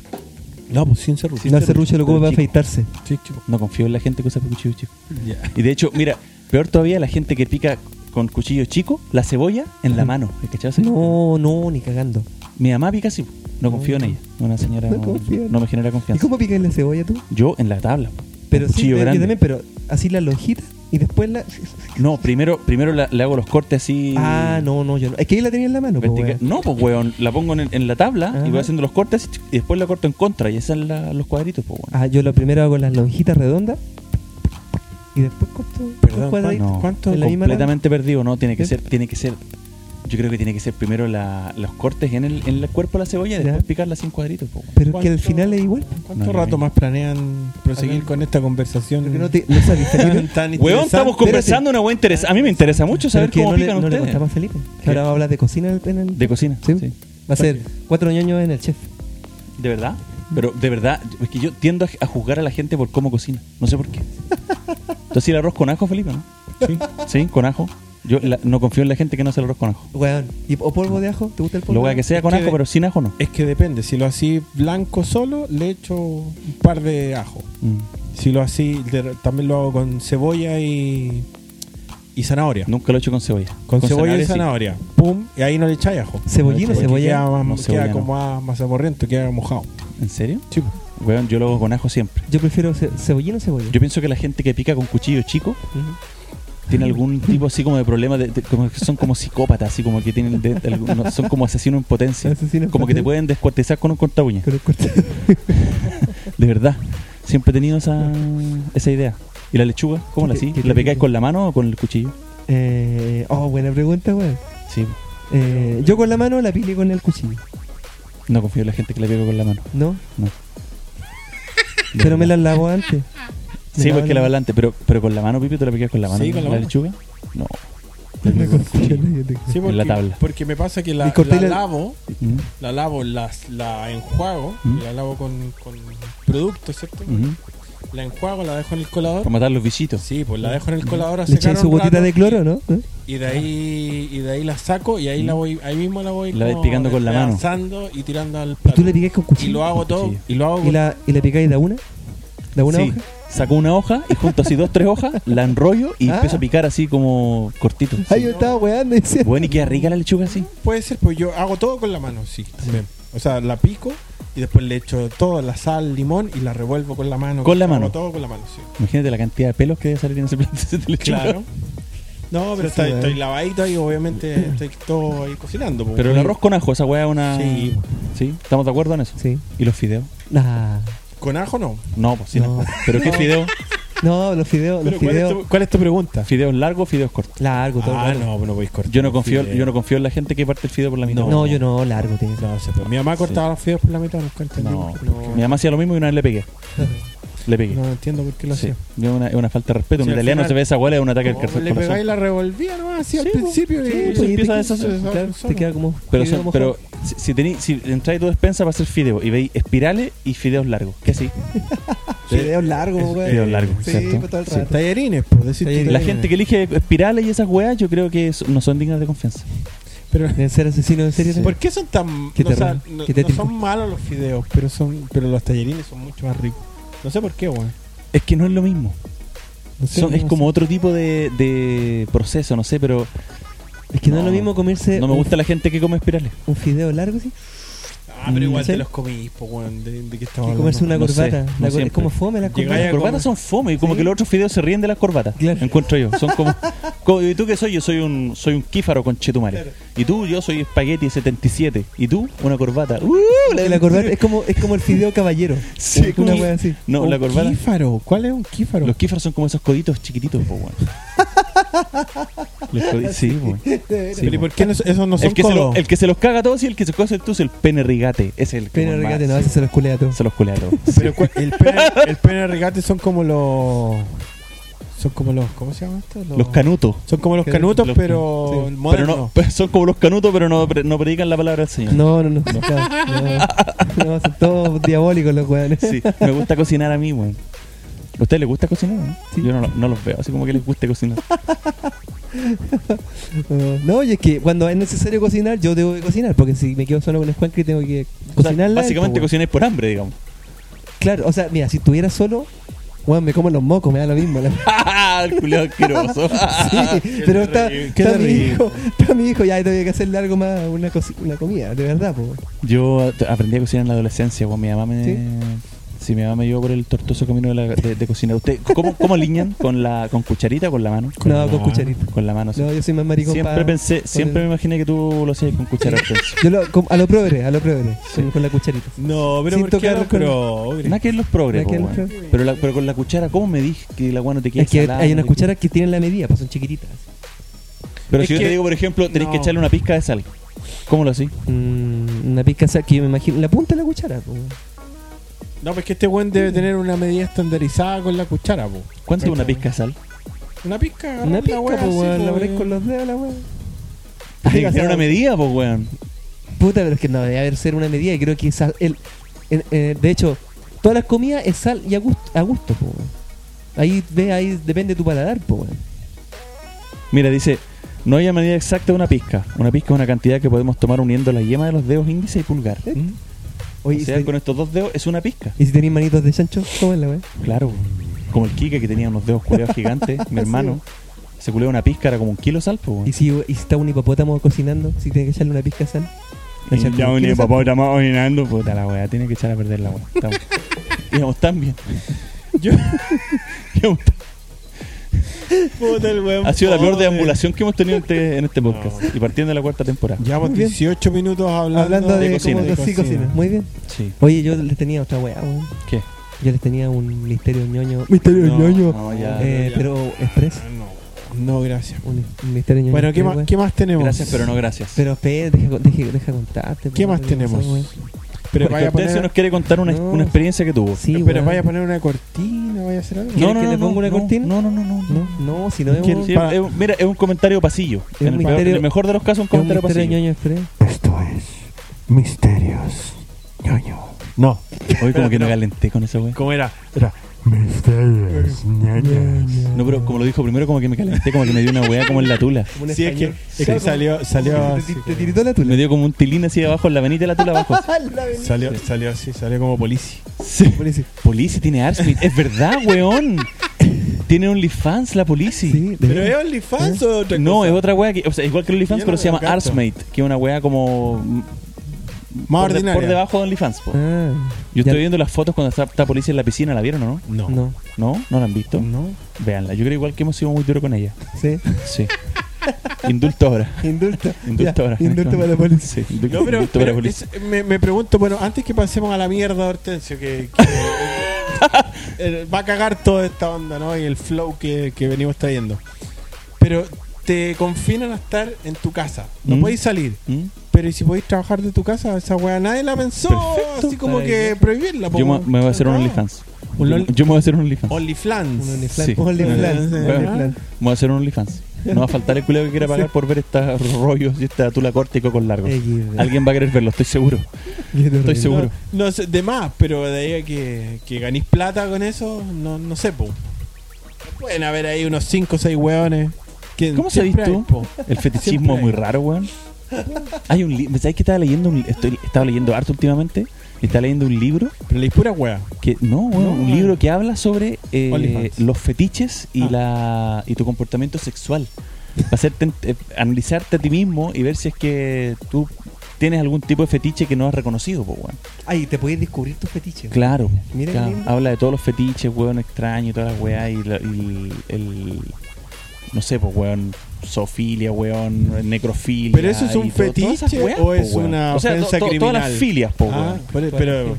Speaker 2: No, pues sin cerro.
Speaker 1: Sí,
Speaker 3: No
Speaker 1: pero-
Speaker 3: hace rucho lo ocupa
Speaker 1: pero
Speaker 3: para
Speaker 1: chico.
Speaker 3: afeitarse.
Speaker 2: Sí, chico.
Speaker 1: No confío en la gente que usa cuchillo chico.
Speaker 2: Ya.
Speaker 1: Y de hecho, mira, peor todavía la gente que pica con cuchillo chico la cebolla en la mano. ¿Cachai?
Speaker 3: No, no, ni cagando.
Speaker 1: Mi mamá pica así. No confío en ella. Una señora
Speaker 3: No
Speaker 1: no,
Speaker 3: confío.
Speaker 1: no me genera
Speaker 3: ¿Y
Speaker 1: confianza.
Speaker 3: cómo picas la cebolla tú?
Speaker 1: Yo en la tabla. con
Speaker 3: Pero sí,
Speaker 1: cuchillo
Speaker 3: yo
Speaker 1: grande.
Speaker 3: también, pero así la lojita y después la.
Speaker 1: No, primero, primero la- le hago los cortes así.
Speaker 3: Ah, no, no, yo no. Es que ahí la tenía en la mano, po,
Speaker 1: vertica-
Speaker 3: weón.
Speaker 1: No, pues weón, la pongo en, en la tabla
Speaker 3: Ajá.
Speaker 1: y voy haciendo los cortes y ch- y después la corto en contra y esos son los cuadritos, pues weón.
Speaker 3: Ah, yo lo primero hago las lonjitas redondas y después corto
Speaker 2: Perdón,
Speaker 3: un cuadradito.
Speaker 1: ¿cuánto?
Speaker 2: ¿cuánto
Speaker 3: en la misma
Speaker 1: Completamente perdido, no, tiene que ser, tiene que ser Yo creo que tiene que ser primero la- los cortes en el, en el cuerpo de la cebolla y
Speaker 3: Ya.
Speaker 1: después picarla sin cuadritos. po.
Speaker 3: Pero es que
Speaker 2: ¿Cuánto?
Speaker 3: al final es igual. pues.
Speaker 2: ¿Cuánto
Speaker 1: No, no,
Speaker 2: rato
Speaker 1: no.
Speaker 2: más planean proseguir
Speaker 3: Acá-
Speaker 2: con esta conversación?
Speaker 3: Porque no te- no sabes, Felipe.
Speaker 2: tan, tan
Speaker 1: Weón,
Speaker 2: interesante?
Speaker 1: estamos
Speaker 3: Espérate.
Speaker 1: conversando una buena interesante. A mí me interesa mucho
Speaker 3: Pero
Speaker 1: saber
Speaker 3: es que
Speaker 1: cómo
Speaker 3: no le,
Speaker 1: pican
Speaker 3: no le
Speaker 1: ustedes.
Speaker 3: contamos a Felipe. Que
Speaker 1: ¿Qué?
Speaker 3: Ahora va a hablar de cocina en el.
Speaker 1: De cocina,
Speaker 3: ¿Sí?
Speaker 1: sí.
Speaker 3: Va a ser cuatro ñoños en el chef.
Speaker 1: ¿De verdad? Pero de verdad, es que yo tiendo a, a juzgar a la gente por cómo cocina. No sé por qué. Entonces, el arroz con ajo, Felipe, ¿no?
Speaker 2: Sí.
Speaker 1: Sí, con ajo. Yo la- no confío en la gente que no hace el arroz con ajo.
Speaker 3: Weón. ¿Y, ¿O polvo de ajo? ¿Te gusta el polvo?
Speaker 1: Lo
Speaker 3: de
Speaker 1: wea
Speaker 3: ajo?
Speaker 1: que sea con
Speaker 2: Es que
Speaker 1: ajo,
Speaker 2: de-
Speaker 1: pero sin ajo no.
Speaker 2: Es que depende. Si lo así blanco solo, le echo un par de ajo.
Speaker 1: Mm.
Speaker 2: Si lo así, de- también lo hago con cebolla y, y zanahoria.
Speaker 1: Nunca lo he hecho con cebolla.
Speaker 2: Con, cebolla y
Speaker 1: sí.
Speaker 2: zanahoria. Pum, y ahí no le echáis ajo.
Speaker 3: Cebollino,
Speaker 2: Porque
Speaker 3: cebolla.
Speaker 2: Queda, más-
Speaker 1: No,
Speaker 2: queda
Speaker 1: cebolla no.
Speaker 2: como más, más aborrento, queda mojado.
Speaker 1: ¿En serio?
Speaker 2: Sí, po.
Speaker 1: Weón, yo lo hago con ajo siempre.
Speaker 3: Yo prefiero ce- cebollino o cebolla.
Speaker 1: Yo pienso que la gente que pica con cuchillo chico
Speaker 3: Ujú.
Speaker 1: tiene algún tipo así como de problema, de, de- como que son como psicópatas, así como que tienen de- de algún- no, son como asesinos en potencia.
Speaker 3: Asesino en
Speaker 1: como que te
Speaker 3: potencia.
Speaker 1: pueden descuartizar con un corta uña.
Speaker 3: Con el corte.
Speaker 1: De verdad. Siempre he tenido esa, esa idea. ¿Y la lechuga? ¿Cómo la
Speaker 3: Qué-
Speaker 1: así?
Speaker 3: qué
Speaker 1: ¿La picáis
Speaker 3: rico.
Speaker 1: con la mano o con el cuchillo?
Speaker 3: Eh, oh, buena pregunta, weón.
Speaker 1: Sí.
Speaker 3: Eh, yo con la mano la pile con el cuchillo,
Speaker 1: No confío en la gente que la pica con la mano.
Speaker 3: ¿no?
Speaker 1: No.
Speaker 3: Pero me la lavo antes. Me
Speaker 1: Sí, porque la
Speaker 3: lavo
Speaker 1: balante, pero, pero con la mano, Pipi, tú la picas con la mano.
Speaker 2: Sí, con la mano.
Speaker 1: lechuga? No.
Speaker 3: la- la cuchillo, yo te-
Speaker 2: Sí, porque,
Speaker 1: la tabla.
Speaker 2: Porque me pasa que la,
Speaker 3: Y corté
Speaker 2: la
Speaker 3: la-
Speaker 2: lavo,
Speaker 1: Mm,
Speaker 2: la lavo, las- la, enjuago,
Speaker 1: Mm.
Speaker 2: la lavo con, con producto, ¿cierto?
Speaker 1: mm.
Speaker 2: La enjuago, la dejo en el colador.
Speaker 1: Para matar los bichitos.
Speaker 2: Sí, pues la dejo en el colador a
Speaker 3: Le
Speaker 2: secar
Speaker 3: echáis su
Speaker 2: un
Speaker 3: gotita
Speaker 2: rato
Speaker 3: de cloro, ¿no? ¿Eh?
Speaker 2: y de ahí y de ahí la saco y ahí la voy ahí mismo la voy
Speaker 1: La vais picando con la mano.
Speaker 2: despedazando y tirando al
Speaker 3: Y
Speaker 2: plato.
Speaker 3: tú le picáis con
Speaker 2: Y lo
Speaker 3: cuchillo.
Speaker 2: hago
Speaker 1: Con
Speaker 2: todo
Speaker 1: cuchillo.
Speaker 2: y lo hago
Speaker 3: Y la, y la picáis de a una. De a una
Speaker 1: Sí.
Speaker 3: hoja.
Speaker 1: Saco una hoja y junto así dos, tres hojas, la enrollo y
Speaker 3: Ah.
Speaker 1: empiezo a picar así como cortito.
Speaker 3: Ay, yo estaba weando y decía.
Speaker 1: Bueno, y queda rica la lechuga así.
Speaker 2: puede ser pues yo hago todo con la mano, sí, también. O sea, la pico y después le echo todo la sal, limón y la revuelvo con la mano.
Speaker 1: Con la
Speaker 2: Hago
Speaker 1: mano.
Speaker 2: todo con la mano, sí.
Speaker 1: Imagínate la cantidad de pelos que debe salir en ese plato de lechuga.
Speaker 2: Claro. No, pero
Speaker 3: Sí, sí,
Speaker 2: estoy,
Speaker 3: bueno.
Speaker 2: estoy lavadito y obviamente estoy todo ahí cocinando. pues.
Speaker 1: eh. Pero el arroz con ajo, esa weá es una.
Speaker 2: Sí.
Speaker 1: Sí, ¿Estamos de acuerdo en eso?
Speaker 3: Sí.
Speaker 1: ¿Y los fideos?
Speaker 3: Nah.
Speaker 2: con ajo no.
Speaker 1: No, pues sí.
Speaker 3: No.
Speaker 1: no. ¿Pero qué fideos?
Speaker 3: No, los fideos, los
Speaker 2: Pero ¿cuál, es
Speaker 3: fideos.
Speaker 2: tu, cuál es tu pregunta?
Speaker 1: ¿Fideos largos o fideos cortos?
Speaker 3: Largo, todo.
Speaker 2: Ah,
Speaker 3: largo.
Speaker 2: no, no voy a cortar.
Speaker 1: Yo no confío,
Speaker 2: Fideo.
Speaker 1: yo no confío en la gente que parte el fideo por la mitad.
Speaker 3: No, yo no, largo tiene que ser.
Speaker 2: No, se puede. Mi mamá cortaba los fideos por la mitad, nunca entendí.
Speaker 1: No.
Speaker 2: por qué.
Speaker 1: Mi mamá hacía lo mismo y una vez le pegué. Le pegué.
Speaker 2: No entiendo por qué lo
Speaker 1: Sí.
Speaker 2: hacía.
Speaker 1: Es una, es una falta de respeto.
Speaker 2: Sí,
Speaker 1: un
Speaker 2: al
Speaker 1: italiano
Speaker 2: final-
Speaker 1: se ve esa hueá, es un ataque al
Speaker 2: No,
Speaker 1: cor-
Speaker 2: le
Speaker 1: corazón.
Speaker 2: pegaba y la revolvía nomás así al
Speaker 1: Sí,
Speaker 2: principio.
Speaker 1: sí,
Speaker 2: y-
Speaker 1: pues,
Speaker 2: y-
Speaker 1: empieza
Speaker 2: y-
Speaker 1: a deshacer.
Speaker 2: y-
Speaker 3: Claro,
Speaker 2: y-
Speaker 3: te queda como.
Speaker 1: Pero,
Speaker 3: fideo
Speaker 1: son-
Speaker 3: mojado.
Speaker 1: pero si, si, tení- si entráis tu despensa para hacer fideos y veis espirales y fideos largos, ¿qué sí?
Speaker 3: Fideos largos,
Speaker 2: es-
Speaker 3: weón.
Speaker 1: Fideos largos,
Speaker 3: Sí,
Speaker 1: exacto.
Speaker 3: pues, todo el
Speaker 1: Sí.
Speaker 3: rato.
Speaker 2: Tallarines, por pues, decir tú,
Speaker 3: Tallarines.
Speaker 1: La
Speaker 2: tallarines.
Speaker 1: gente que elige espirales y esas weas, yo creo que so- no son dignas de confianza.
Speaker 2: Pero,
Speaker 3: Deben ser asesinos en serie.
Speaker 2: ¿Por qué son tan.?
Speaker 3: Qué
Speaker 2: no, o sea,
Speaker 3: terrible,
Speaker 2: no-
Speaker 3: qué terrible.
Speaker 2: no son malos los fideos, pero son pero los tallarines son mucho más ricos. No sé por qué, weón.
Speaker 1: Es que no es lo mismo.
Speaker 2: No sé,
Speaker 1: Son- es
Speaker 2: no
Speaker 1: como
Speaker 2: sé.
Speaker 1: otro tipo de, de proceso, no sé, pero
Speaker 3: Es que no,
Speaker 1: No,
Speaker 3: es lo mismo comerse
Speaker 1: no me
Speaker 3: un-
Speaker 1: gusta la gente que come espirales.
Speaker 3: un fideo largo, sí.
Speaker 2: Ah, pero igual
Speaker 3: ¿Sí?
Speaker 2: te los comís, po, weón. ¿De, de qué estamos
Speaker 3: Que
Speaker 2: hablando?
Speaker 3: comerse una
Speaker 1: no sé,
Speaker 3: corbata.
Speaker 1: no
Speaker 3: La cor- es
Speaker 1: siempre.
Speaker 3: como fome la
Speaker 2: Llegáis
Speaker 3: corbata.
Speaker 1: Las
Speaker 2: a
Speaker 1: corbatas son fome y como
Speaker 3: Sí.
Speaker 1: que los otros fideos se ríen de las corbatas.
Speaker 3: Claro.
Speaker 1: Encuentro yo. Son como, co- ¿Y tú qué soy? Yo soy un soy un kífaro con chetumare.
Speaker 2: Claro.
Speaker 1: Y tú, yo soy espagueti 77. Y tú, una corbata. ¡Uh!
Speaker 3: Porque La corbata es como, es como el fideo caballero.
Speaker 1: Sí,
Speaker 3: Es una
Speaker 1: como-
Speaker 3: wea así.
Speaker 1: No,
Speaker 2: Un
Speaker 1: la corbata.
Speaker 2: Kífaro. ¿Cuál es un kífaro?
Speaker 1: Los kífaros son como esos coditos chiquititos, po, weón. Los codi- Sí, weón. Sí,
Speaker 2: Pero ¿y
Speaker 1: po.
Speaker 2: por qué no- esos no son
Speaker 1: el, que se lo-
Speaker 2: codos?
Speaker 1: el que se los caga a todos y el que se cose tú es el pene rigate. Es el que
Speaker 3: Pero
Speaker 1: más-
Speaker 3: regate, no, ese se los culea a todos.
Speaker 1: se los culea a todos.
Speaker 2: Pero cua- el pene, el pene regate son como los. Son como los. ¿Cómo se llama esto?
Speaker 1: Los canutos.
Speaker 2: Son como los
Speaker 3: que-
Speaker 2: canutos,
Speaker 1: los-
Speaker 2: pero.
Speaker 3: sí.
Speaker 1: Pero
Speaker 2: modernos.
Speaker 1: no, pero son como los canutos, pero no, pre- no predican la palabra del Señor.
Speaker 3: No, no, no. No, no, no, son todos diabólicos los weones.
Speaker 1: Sí, me gusta cocinar a mí, weón. ¿A ustedes les gusta cocinar? no? Yo no, lo- no los veo, así como que les guste cocinar.
Speaker 3: No, No, y es que cuando es necesario cocinar, yo debo de cocinar. Porque si me quedo solo con el escuancre, tengo que
Speaker 1: O sea,
Speaker 3: cocinarla.
Speaker 1: básicamente
Speaker 3: pues,
Speaker 1: cocináis por hambre, digamos.
Speaker 3: weón. Claro, o sea, mira, si estuviera solo, weón, me como los mocos, me da lo mismo. la-
Speaker 1: el culiao asqueroso.
Speaker 3: Sí, pero está,
Speaker 2: terrible,
Speaker 3: está
Speaker 2: qué
Speaker 3: mi
Speaker 2: terrible.
Speaker 3: hijo, está mi hijo, ya tengo que hacerle algo más, una, cosi- una comida, de verdad, pues. po.
Speaker 1: Yo a- aprendí a cocinar en la adolescencia, weón. Mi mamá me.
Speaker 3: ¿Sí?
Speaker 1: ¿Sí? mi mamá me llevó por el tortuoso camino de, la- de- de cocinar. ¿Usted cómo, cómo liñan? ¿Con la con cucharita o con la mano?
Speaker 3: No,
Speaker 2: la
Speaker 3: con
Speaker 2: mano.
Speaker 3: cucharita.
Speaker 1: Con la mano, sí.
Speaker 3: No, yo soy más maricón
Speaker 1: Siempre
Speaker 3: pa-
Speaker 1: pensé, siempre
Speaker 3: el-
Speaker 1: me imaginé que tú lo hacías con cuchara. Hortensio.
Speaker 3: Yo lo, com- a lo progre, a lo progre,
Speaker 1: Sí.
Speaker 3: con, con la cucharita.
Speaker 2: No, pero
Speaker 3: Sin
Speaker 2: ¿por qué
Speaker 3: tocar
Speaker 2: los
Speaker 3: con-
Speaker 2: progres?
Speaker 1: Nada que en los progres,
Speaker 3: Nada que en
Speaker 1: po,
Speaker 3: los
Speaker 1: weón.
Speaker 3: progres.
Speaker 1: pero, la- pero con la cuchara, ¿cómo me dije que la agua no te queda
Speaker 3: es que
Speaker 1: salada,
Speaker 3: hay
Speaker 1: no
Speaker 3: unas
Speaker 1: te queda-
Speaker 3: cucharas que tienen la medida, pues son chiquititas.
Speaker 1: Pero
Speaker 2: Es
Speaker 1: si yo
Speaker 2: que-
Speaker 1: te digo, por ejemplo, tenés que
Speaker 2: no.
Speaker 1: echarle una pizca de sal. ¿Cómo lo hacís?
Speaker 3: Mm, una pizca sal que yo me imagino. La punta de la cuchara. pues. po.
Speaker 2: No, pues que este weón debe tener una medida estandarizada con la cuchara, po.
Speaker 1: ¿Cuánto es una
Speaker 2: Cachai.
Speaker 1: pizca de sal?
Speaker 2: Una pizca, agarrar
Speaker 3: Una
Speaker 2: la
Speaker 3: pizca,
Speaker 2: weá
Speaker 3: po,
Speaker 2: así,
Speaker 3: weón.
Speaker 2: po,
Speaker 3: La
Speaker 2: weón.
Speaker 3: ponéis con los dedos, la weá.
Speaker 1: Tiene que
Speaker 3: o sea,
Speaker 1: tener una medida, pues, weón.
Speaker 3: Puta, pero es que no debe haber ser una medida. Y creo que sal. El, en- eh, de hecho, todas las comidas es sal y a gusto, a gusto po, weón. Ahí, ve, ahí depende tu paladar, po, weón.
Speaker 1: Mira, dice, no hay una medida exacta de una pizca. Una pizca es una cantidad que podemos tomar uniendo la yema de los dedos índice y pulgar.
Speaker 2: ¿Mm?
Speaker 3: Oye,
Speaker 1: o
Speaker 3: ¿y
Speaker 1: sea,
Speaker 3: si-
Speaker 1: con estos dos dedos es una pizca.
Speaker 3: ¿y si tenéis manitos de chancho? ¿Cómo es la weá?
Speaker 1: Claro, como el Kike que tenía unos dedos culeados gigantes, mi hermano. Se culeaba una pizca, era como un kilo de sal, pues, weón.
Speaker 3: ¿Y si, y si está un hipopótamo cocinando? ¿Si tiene que echarle una pizca de sal? Le echan
Speaker 1: Ya
Speaker 3: como
Speaker 1: un
Speaker 3: kilo de sal.
Speaker 1: hipopótamo orinando, puta la weá, tiene que echar a perder la weá. Estamos- Íbamos tan bien.
Speaker 2: Yo.
Speaker 1: Íbamos tan-
Speaker 2: Puta el weón.
Speaker 1: Ha sido la peor
Speaker 2: pobre.
Speaker 1: deambulación que hemos tenido en este, en este podcast. Y partiendo de la cuarta temporada.
Speaker 2: Llevamos
Speaker 3: Muy bien.
Speaker 2: 18 minutos hablando,
Speaker 3: Hablando de,
Speaker 1: de cocina,
Speaker 3: como
Speaker 1: de
Speaker 3: sí, cocina. Muy bien.
Speaker 1: Sí.
Speaker 3: Oye, yo les tenía otra weá, weón.
Speaker 1: ¿Qué?
Speaker 3: Yo les tenía un misterio ñoño. Misterio
Speaker 2: No, ñoño. no, ya,
Speaker 3: eh,
Speaker 2: ya.
Speaker 3: Pero express.
Speaker 2: No, gracias.
Speaker 3: Un, un misterio ñoño.
Speaker 2: Bueno, ¿qué
Speaker 3: express,
Speaker 2: más,
Speaker 3: weón.
Speaker 2: ¿qué más tenemos?
Speaker 1: Gracias, pero no gracias.
Speaker 3: Pero espera, deja, deja, deja contarte.
Speaker 2: ¿Qué
Speaker 3: po,
Speaker 2: más
Speaker 3: weón,
Speaker 2: tenemos?
Speaker 3: weón.
Speaker 2: Pero
Speaker 1: Porque
Speaker 2: vaya a
Speaker 1: usted
Speaker 2: poner,
Speaker 1: se nos quiere contar una,
Speaker 3: No.
Speaker 1: una experiencia que tuvo.
Speaker 3: Sí,
Speaker 2: pero
Speaker 3: weón.
Speaker 2: vaya a poner una cortina, vaya a hacer algo.
Speaker 3: ¿Quieres que le ponga una
Speaker 1: no,
Speaker 3: cortina?
Speaker 1: No, no, no, no. no.
Speaker 3: No, si no es
Speaker 1: Sí,
Speaker 3: un,
Speaker 1: es-
Speaker 2: Para-
Speaker 1: es un- mira, es un comentario pasillo.
Speaker 3: un
Speaker 1: en, el peor-
Speaker 3: misterio-
Speaker 1: en el mejor de los casos, un
Speaker 3: es un
Speaker 1: comentario
Speaker 3: misterio
Speaker 1: pasillo.
Speaker 3: ñoño express.
Speaker 2: Esto es Misterios ñoño. No,
Speaker 1: Hoy como que me calenté con esa wey.
Speaker 2: ¿cómo era? Era Misterios ñoños.
Speaker 1: No, pero como lo dijo primero, como que me calenté, como que me dio una weá como en la tula.
Speaker 3: Como un
Speaker 2: Sí, es que,
Speaker 3: español.
Speaker 2: es que salió, salió
Speaker 3: Te-
Speaker 2: así.
Speaker 3: Ah, te- Te tiritó la
Speaker 1: Me
Speaker 3: tula.
Speaker 1: dio como un tilín así abajo en la venita de la tula abajo.
Speaker 2: Salió, salió así, salió como policía.
Speaker 1: Sí.
Speaker 3: Buenísimo.
Speaker 1: Police tiene Arsmith. Es verdad, weón. tiene OnlyFans la Police.
Speaker 3: Sí, de
Speaker 2: ¿Pero es
Speaker 3: verdad.
Speaker 2: OnlyFans o otra
Speaker 1: No,
Speaker 2: cosa?
Speaker 1: es otra weá que. O sea, igual que OnlyFans,
Speaker 2: Yo no
Speaker 1: pero se
Speaker 2: veo
Speaker 1: llama
Speaker 2: gato.
Speaker 1: Arsmate, que es una weá como. mm,
Speaker 2: Más
Speaker 1: por, de-
Speaker 2: ordinaria.
Speaker 1: por debajo de OnlyFans. po.
Speaker 3: Ah,
Speaker 1: Yo
Speaker 3: ya-
Speaker 1: estoy viendo las fotos cuando está, está Police en la piscina, ¿la vieron o no?
Speaker 2: No. Mm.
Speaker 3: No,
Speaker 1: ¿No? ¿No la han visto?
Speaker 2: No.
Speaker 1: Veanla. Yo creo igual que hemos sido muy duros con ella.
Speaker 3: sí.
Speaker 1: Sí. indulto ahora.
Speaker 3: Indulto.
Speaker 1: Indulto
Speaker 3: Ya,
Speaker 1: ahora.
Speaker 3: Indulto para la policía.
Speaker 1: Sí, indulto,
Speaker 2: No, pero,
Speaker 1: indulto
Speaker 2: pero
Speaker 1: para Police.
Speaker 2: es- me, me pregunto, bueno, antes que pasemos a la mierda, Hortensio, que, que- eh, va a cagar toda esta onda, ¿no? Y el flow que, que venimos trayendo. Pero te confinan a estar en tu casa, no
Speaker 1: Mm.
Speaker 2: podéis salir.
Speaker 1: ¿Mm?
Speaker 2: Pero ¿y si podéis trabajar de tu casa, esa weá nadie la pensó,
Speaker 1: Perfecto.
Speaker 2: así como que
Speaker 3: Maravilloso.
Speaker 2: prohibirla. po,
Speaker 1: Yo me,
Speaker 2: weón.
Speaker 1: me voy a hacer un
Speaker 2: Ah,
Speaker 1: OnlyFans.
Speaker 2: Un
Speaker 1: Yo,
Speaker 2: lol-
Speaker 1: yo me voy a hacer un OnlyFans.
Speaker 2: OnlyFans.
Speaker 3: Un OnlyFans.
Speaker 1: Sí.
Speaker 3: Un OnlyFans. un
Speaker 2: Bueno.
Speaker 3: OnlyFans.
Speaker 1: Me voy a hacer un OnlyFans. No va a faltar el culeo que quiera pagar por ver estos rollos y esta tula corta y cocos largos.
Speaker 3: XD.
Speaker 1: Alguien va a querer verlo, estoy seguro.
Speaker 3: Qué terrible.
Speaker 1: seguro.
Speaker 2: No, no sé, de más, pero de ahí a que, que ganís plata con eso, no, no sé, po. Pueden haber ahí unos 5 o 6 hueones. que
Speaker 1: ¿Cómo sabís
Speaker 2: siempre hay,
Speaker 1: tú?
Speaker 2: po.
Speaker 1: El
Speaker 2: Siempre
Speaker 1: fetichismo es
Speaker 2: hay.
Speaker 1: muy raro, weón. Hay un libro. ¿Sabes que estaba leyendo? Un, estoy, estaba leyendo harto últimamente. Y estaba leyendo un libro
Speaker 2: Pero leís pura hueá.
Speaker 1: que. No, weón,
Speaker 2: No,
Speaker 1: un
Speaker 2: weón.
Speaker 1: libro que habla sobre eh,
Speaker 2: OnlyFans.
Speaker 1: los fetiches y
Speaker 2: Ah.
Speaker 1: la y tu comportamiento sexual. Para hacerte, eh, analizarte a ti mismo y ver si es que tú tienes algún tipo de fetiche que no has reconocido, pues, weón.
Speaker 3: Ay, te podéis descubrir tus fetiches.
Speaker 1: Claro,
Speaker 3: Mira qué
Speaker 1: claro.
Speaker 3: lindo.
Speaker 1: habla de todos los fetiches, weón, extraño y todas las weas y, la- y el, el- no sé, pues weón, zoofilia, weón, necrofilia.
Speaker 2: ¿Pero eso es un
Speaker 1: y todo- todas esas
Speaker 2: fetiche
Speaker 1: weas,
Speaker 2: o
Speaker 1: po,
Speaker 2: es
Speaker 1: weón.
Speaker 2: una
Speaker 1: O sea,
Speaker 2: ofensa
Speaker 1: to- to- Todas las
Speaker 2: criminal?
Speaker 1: filias, po,
Speaker 2: Ah,
Speaker 1: weón.
Speaker 2: pero, pero-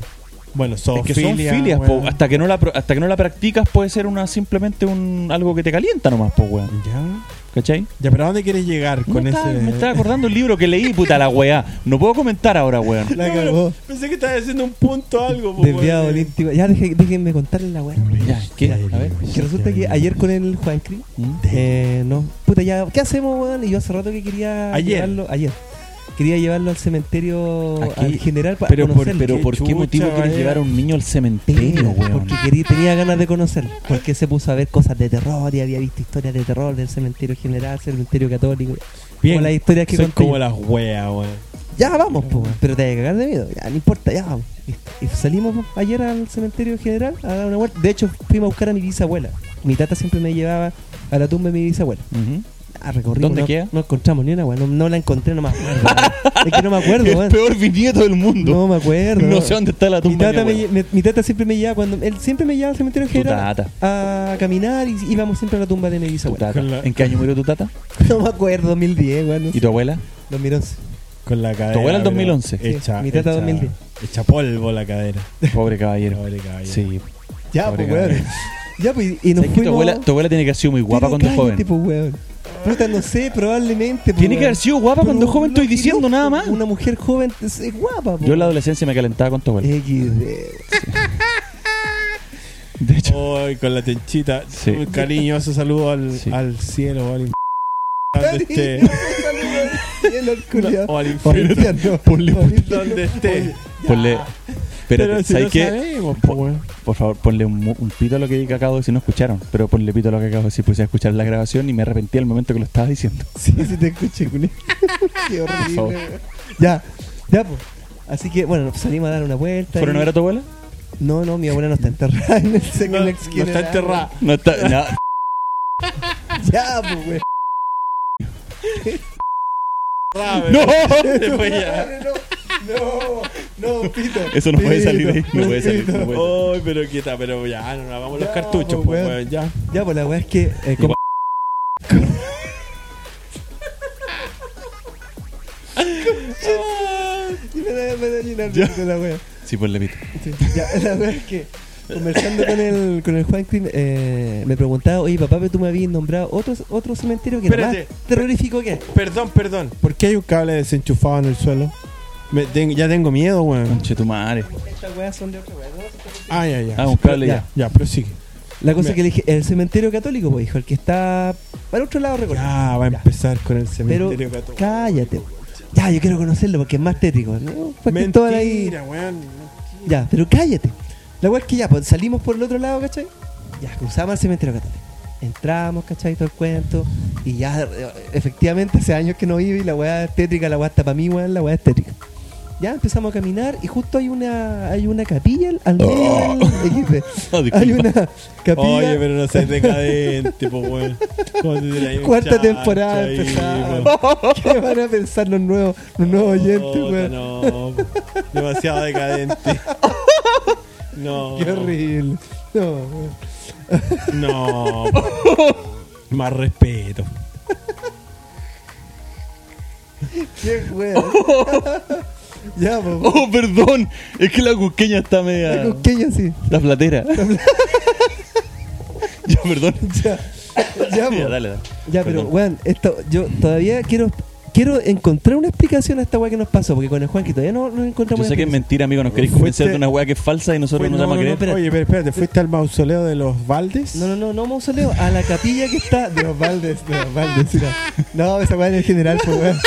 Speaker 2: bueno,
Speaker 1: Es que son filias, po.
Speaker 2: weón.
Speaker 1: hasta que no la pro- hasta que no la practicas puede ser una simplemente un algo que te calienta nomás, po, weón.
Speaker 2: Ya.
Speaker 1: ¿Cachai?
Speaker 2: Ya, pero ¿a dónde quieres llegar con
Speaker 1: me,
Speaker 2: ese?
Speaker 1: estaba, me estaba acordando el libro que leí, puta la weá. No puedo comentar ahora, weón.
Speaker 2: No,
Speaker 3: La
Speaker 2: pero
Speaker 3: cagó.
Speaker 2: Pensé que estabas haciendo un punto o algo, po,
Speaker 3: Desviado
Speaker 2: weón.
Speaker 3: olímpico. Ya deje- déjenme contarles la weá.
Speaker 1: Ya, ¿qué? A ver.
Speaker 3: Que resulta que ayer con el Juan
Speaker 1: ¿Mm?
Speaker 3: eh, no. Puta, ya, ¿qué hacemos, weón? Y yo hace rato que quería
Speaker 2: Ayer.
Speaker 3: llevarlo. Ayer. Quería llevarlo al cementerio
Speaker 1: Aquí.
Speaker 3: al general para
Speaker 1: Pero por,
Speaker 3: conocerlo.
Speaker 1: pero
Speaker 2: Qué
Speaker 1: ¿por qué
Speaker 2: chucha,
Speaker 1: motivo quieres
Speaker 2: vaya.
Speaker 1: llevar a un niño al cementerio,
Speaker 3: Pero,
Speaker 1: weón?
Speaker 3: porque quería, tenía ganas de conocerlo. Porque se puso a ver cosas de terror y había visto historias de terror del cementerio general, cementerio católico.
Speaker 2: Bien.
Speaker 3: Como las historias que
Speaker 2: Son
Speaker 3: conté
Speaker 2: como
Speaker 3: yo.
Speaker 2: las weas, weón.
Speaker 3: Ya vamos, po, weón. pero te vas a cagar de miedo. Ya, no importa, ya vamos. Listo. Y salimos po, ayer al cementerio general a dar una vuelta. De hecho, fuimos a buscar a mi bisabuela. Mi tata siempre me llevaba a la tumba de mi bisabuela.
Speaker 1: Ujú.
Speaker 3: Ah, recorrimos.
Speaker 1: ¿Dónde
Speaker 3: no,
Speaker 1: queda?
Speaker 3: No encontramos ni una, weón. No, no la encontré, no me acuerdo. weón. es que no me acuerdo,
Speaker 1: el
Speaker 3: weón.
Speaker 1: peor viñeto del mundo.
Speaker 3: No me acuerdo.
Speaker 1: No sé dónde está la
Speaker 3: Mi
Speaker 1: tumba. de
Speaker 3: tata,
Speaker 1: mi
Speaker 3: me,
Speaker 1: abuelo.
Speaker 3: me- mi tata siempre me llevaba cuando él siempre me llevaba al cementerio
Speaker 1: Tu
Speaker 3: general
Speaker 1: tata.
Speaker 3: a caminar y íbamos siempre a la tumba de mi
Speaker 1: Tu
Speaker 3: bisabuela.
Speaker 1: tata.
Speaker 2: Con la-
Speaker 1: ¿En qué año murió tu tata?
Speaker 3: No me acuerdo, 2010, weón. no
Speaker 1: ¿Y
Speaker 3: sé.
Speaker 1: tu abuela?
Speaker 3: 2011.
Speaker 2: Con la cadera.
Speaker 1: abuela el
Speaker 2: pero
Speaker 1: 2011.
Speaker 2: Hecha,
Speaker 3: Sí, mi tata
Speaker 2: hecha-
Speaker 3: 2010.
Speaker 2: Hecha polvo la cadera.
Speaker 1: Pobre caballero.
Speaker 2: Pobre caballero.
Speaker 1: Sí.
Speaker 3: Ya,
Speaker 1: Pobre
Speaker 3: pues, weón.
Speaker 1: caballero.
Speaker 3: Ya, pues,
Speaker 1: ¿Sabes que
Speaker 3: y nos
Speaker 1: tu
Speaker 3: fuimos.
Speaker 1: abuela, tu abuela tiene que haber sido muy guapa
Speaker 3: Pero
Speaker 1: cuando joven.
Speaker 3: cállate, pues, weón. Puta, no sé, probablemente. po,
Speaker 1: Tiene que
Speaker 3: weón.
Speaker 1: haber sido guapa cuando
Speaker 3: Pero
Speaker 1: joven,
Speaker 3: no
Speaker 1: estoy diciendo
Speaker 3: creo,
Speaker 1: nada
Speaker 3: po,
Speaker 1: más.
Speaker 3: Una mujer joven es, es guapa, po.
Speaker 1: Yo en la adolescencia me calentaba con tu abuela.
Speaker 3: XD.
Speaker 1: De hecho,
Speaker 2: Ay, con la tenchita.
Speaker 1: Sí.
Speaker 2: Un cariñoso saludo al,
Speaker 1: Sí.
Speaker 2: al cielo, al in- donde esté.
Speaker 3: Este...
Speaker 2: O al infierno,
Speaker 3: Olimpia, no.
Speaker 2: donde esté.
Speaker 1: ponle. Espérate,
Speaker 2: Pero si
Speaker 1: ¿sabes
Speaker 2: lo
Speaker 1: qué?
Speaker 2: sabemos,
Speaker 1: pues,
Speaker 2: po, weón.
Speaker 1: Por favor, ponle un, mu- un pito a lo que acabo de decir. No escucharon, pero ponle pito a lo que acabo de decir. Puse a escuchar la grabación y me arrepentí al momento que lo estaba diciendo.
Speaker 3: Sí, sí te escuché, culé. Qué horrible.
Speaker 1: favor.
Speaker 3: weón. Ya, ya, pues. Así que, bueno, nos salimos a dar una vuelta.
Speaker 1: ¿Pero
Speaker 3: y-
Speaker 1: no era tu abuela?
Speaker 3: No, no, mi abuela no está enterrada en el
Speaker 2: No,
Speaker 3: Second
Speaker 2: no
Speaker 3: Ex
Speaker 2: está
Speaker 3: Funeral.
Speaker 2: enterrada.
Speaker 1: No está. no.
Speaker 3: Ya, pues, güey.
Speaker 2: Después ya.
Speaker 3: No, no, no, pito.
Speaker 1: Eso no puede salir de ahí, no puede salir,
Speaker 3: pito.
Speaker 1: no puede.
Speaker 2: Ay, pero quieta, pero ya, no, no, vamos los
Speaker 3: Ya,
Speaker 2: cartuchos,
Speaker 3: po,
Speaker 2: po,
Speaker 3: weón.
Speaker 2: weón, ya.
Speaker 3: Ya, pues la weá es que. eh, com- Y me da- me da llenar de
Speaker 1: Ya.
Speaker 3: con la wea.
Speaker 1: Sí, ponle pito.
Speaker 3: Sí, ya, la wea es que. Conversando con el, con el Juan Crim, eh, me preguntaba, oye papá, pero tú me habías nombrado otro, otro cementerio que era más
Speaker 2: Espérate.
Speaker 3: terrorífico que este".
Speaker 2: Perdón, perdón. ¿Por qué hay un cable desenchufado en el suelo? Me ten- ya tengo miedo, weón.
Speaker 1: Conche tu madre.
Speaker 3: Estas weas son de otra wea, ¿no?
Speaker 2: Ah, ya, ya.
Speaker 1: Ah, un cable ya.
Speaker 2: Ya, prosigue.
Speaker 3: La cosa
Speaker 2: Mira.
Speaker 3: que le dije, el cementerio católico, pues, hijo, el que está para otro lado recuerdo.
Speaker 2: Ya, va a empezar con el
Speaker 3: Pero
Speaker 2: cementerio gato.
Speaker 3: cállate. Ya, yo quiero conocerlo porque es más tétrico, ¿no? Fue que todo era ahí.
Speaker 2: Mentira, weón.
Speaker 3: Ya, pero cállate. La weá es que ya, pues, salimos por el otro lado, ¿cachai? Ya, cruzamos el cementerio católico. Entramos, ¿cachai? Todo el cuento. Y ya, eh, efectivamente, hace años que no iba y la weá es tétrica, la weá está para mí, weón, la weá es tétrica. Ya empezamos a caminar y justo hay una hay una capilla al- al medio
Speaker 1: Oh.
Speaker 3: del-
Speaker 1: No, disculpa.
Speaker 3: hay una capilla.
Speaker 2: Oye, pero no seas decadente, po, weón. ¿Cómo te dirá ahí un
Speaker 3: Cuarta
Speaker 2: chacho
Speaker 3: temporada
Speaker 2: ahí, weón?
Speaker 3: empezamos. ¿Qué van a pensar los nuevos, los nuevos oyentes,
Speaker 2: Puta,
Speaker 3: weón?
Speaker 2: No, demasiado decadente. No.
Speaker 3: Qué horrible. No, weón.
Speaker 2: No. Más respeto.
Speaker 3: Qué weón. ya, pues. weón.
Speaker 1: Oh, perdón. Es que la cusqueña está
Speaker 3: Ya,
Speaker 1: media.
Speaker 3: con Kenya sí.
Speaker 1: La platera. ya, perdón.
Speaker 3: Ya. Ya,
Speaker 1: Ya,
Speaker 3: po.
Speaker 1: dale, dale.
Speaker 3: Ya, pero,
Speaker 1: Perdón.
Speaker 3: weón, esto, yo todavía quiero. Quiero encontrar una explicación a esta weá que nos pasó, porque con el Juan que todavía no, no
Speaker 1: Yo
Speaker 3: encontramos
Speaker 1: sé que es
Speaker 3: una explicación.
Speaker 1: mentira, amigo. Nos queréis
Speaker 2: Fuiste-
Speaker 1: convencer de una weá que es falsa y nosotros no
Speaker 2: Fue-
Speaker 1: nos vamos a creer.
Speaker 3: espérate.
Speaker 2: Oye, pero espérate, ¿fuiste al mausoleo de los Valdes?
Speaker 3: No, no, no, no mausoleo, a la capilla que está de los Valdes, de los Valdes, mira. No, esa weá en el general, pues weón.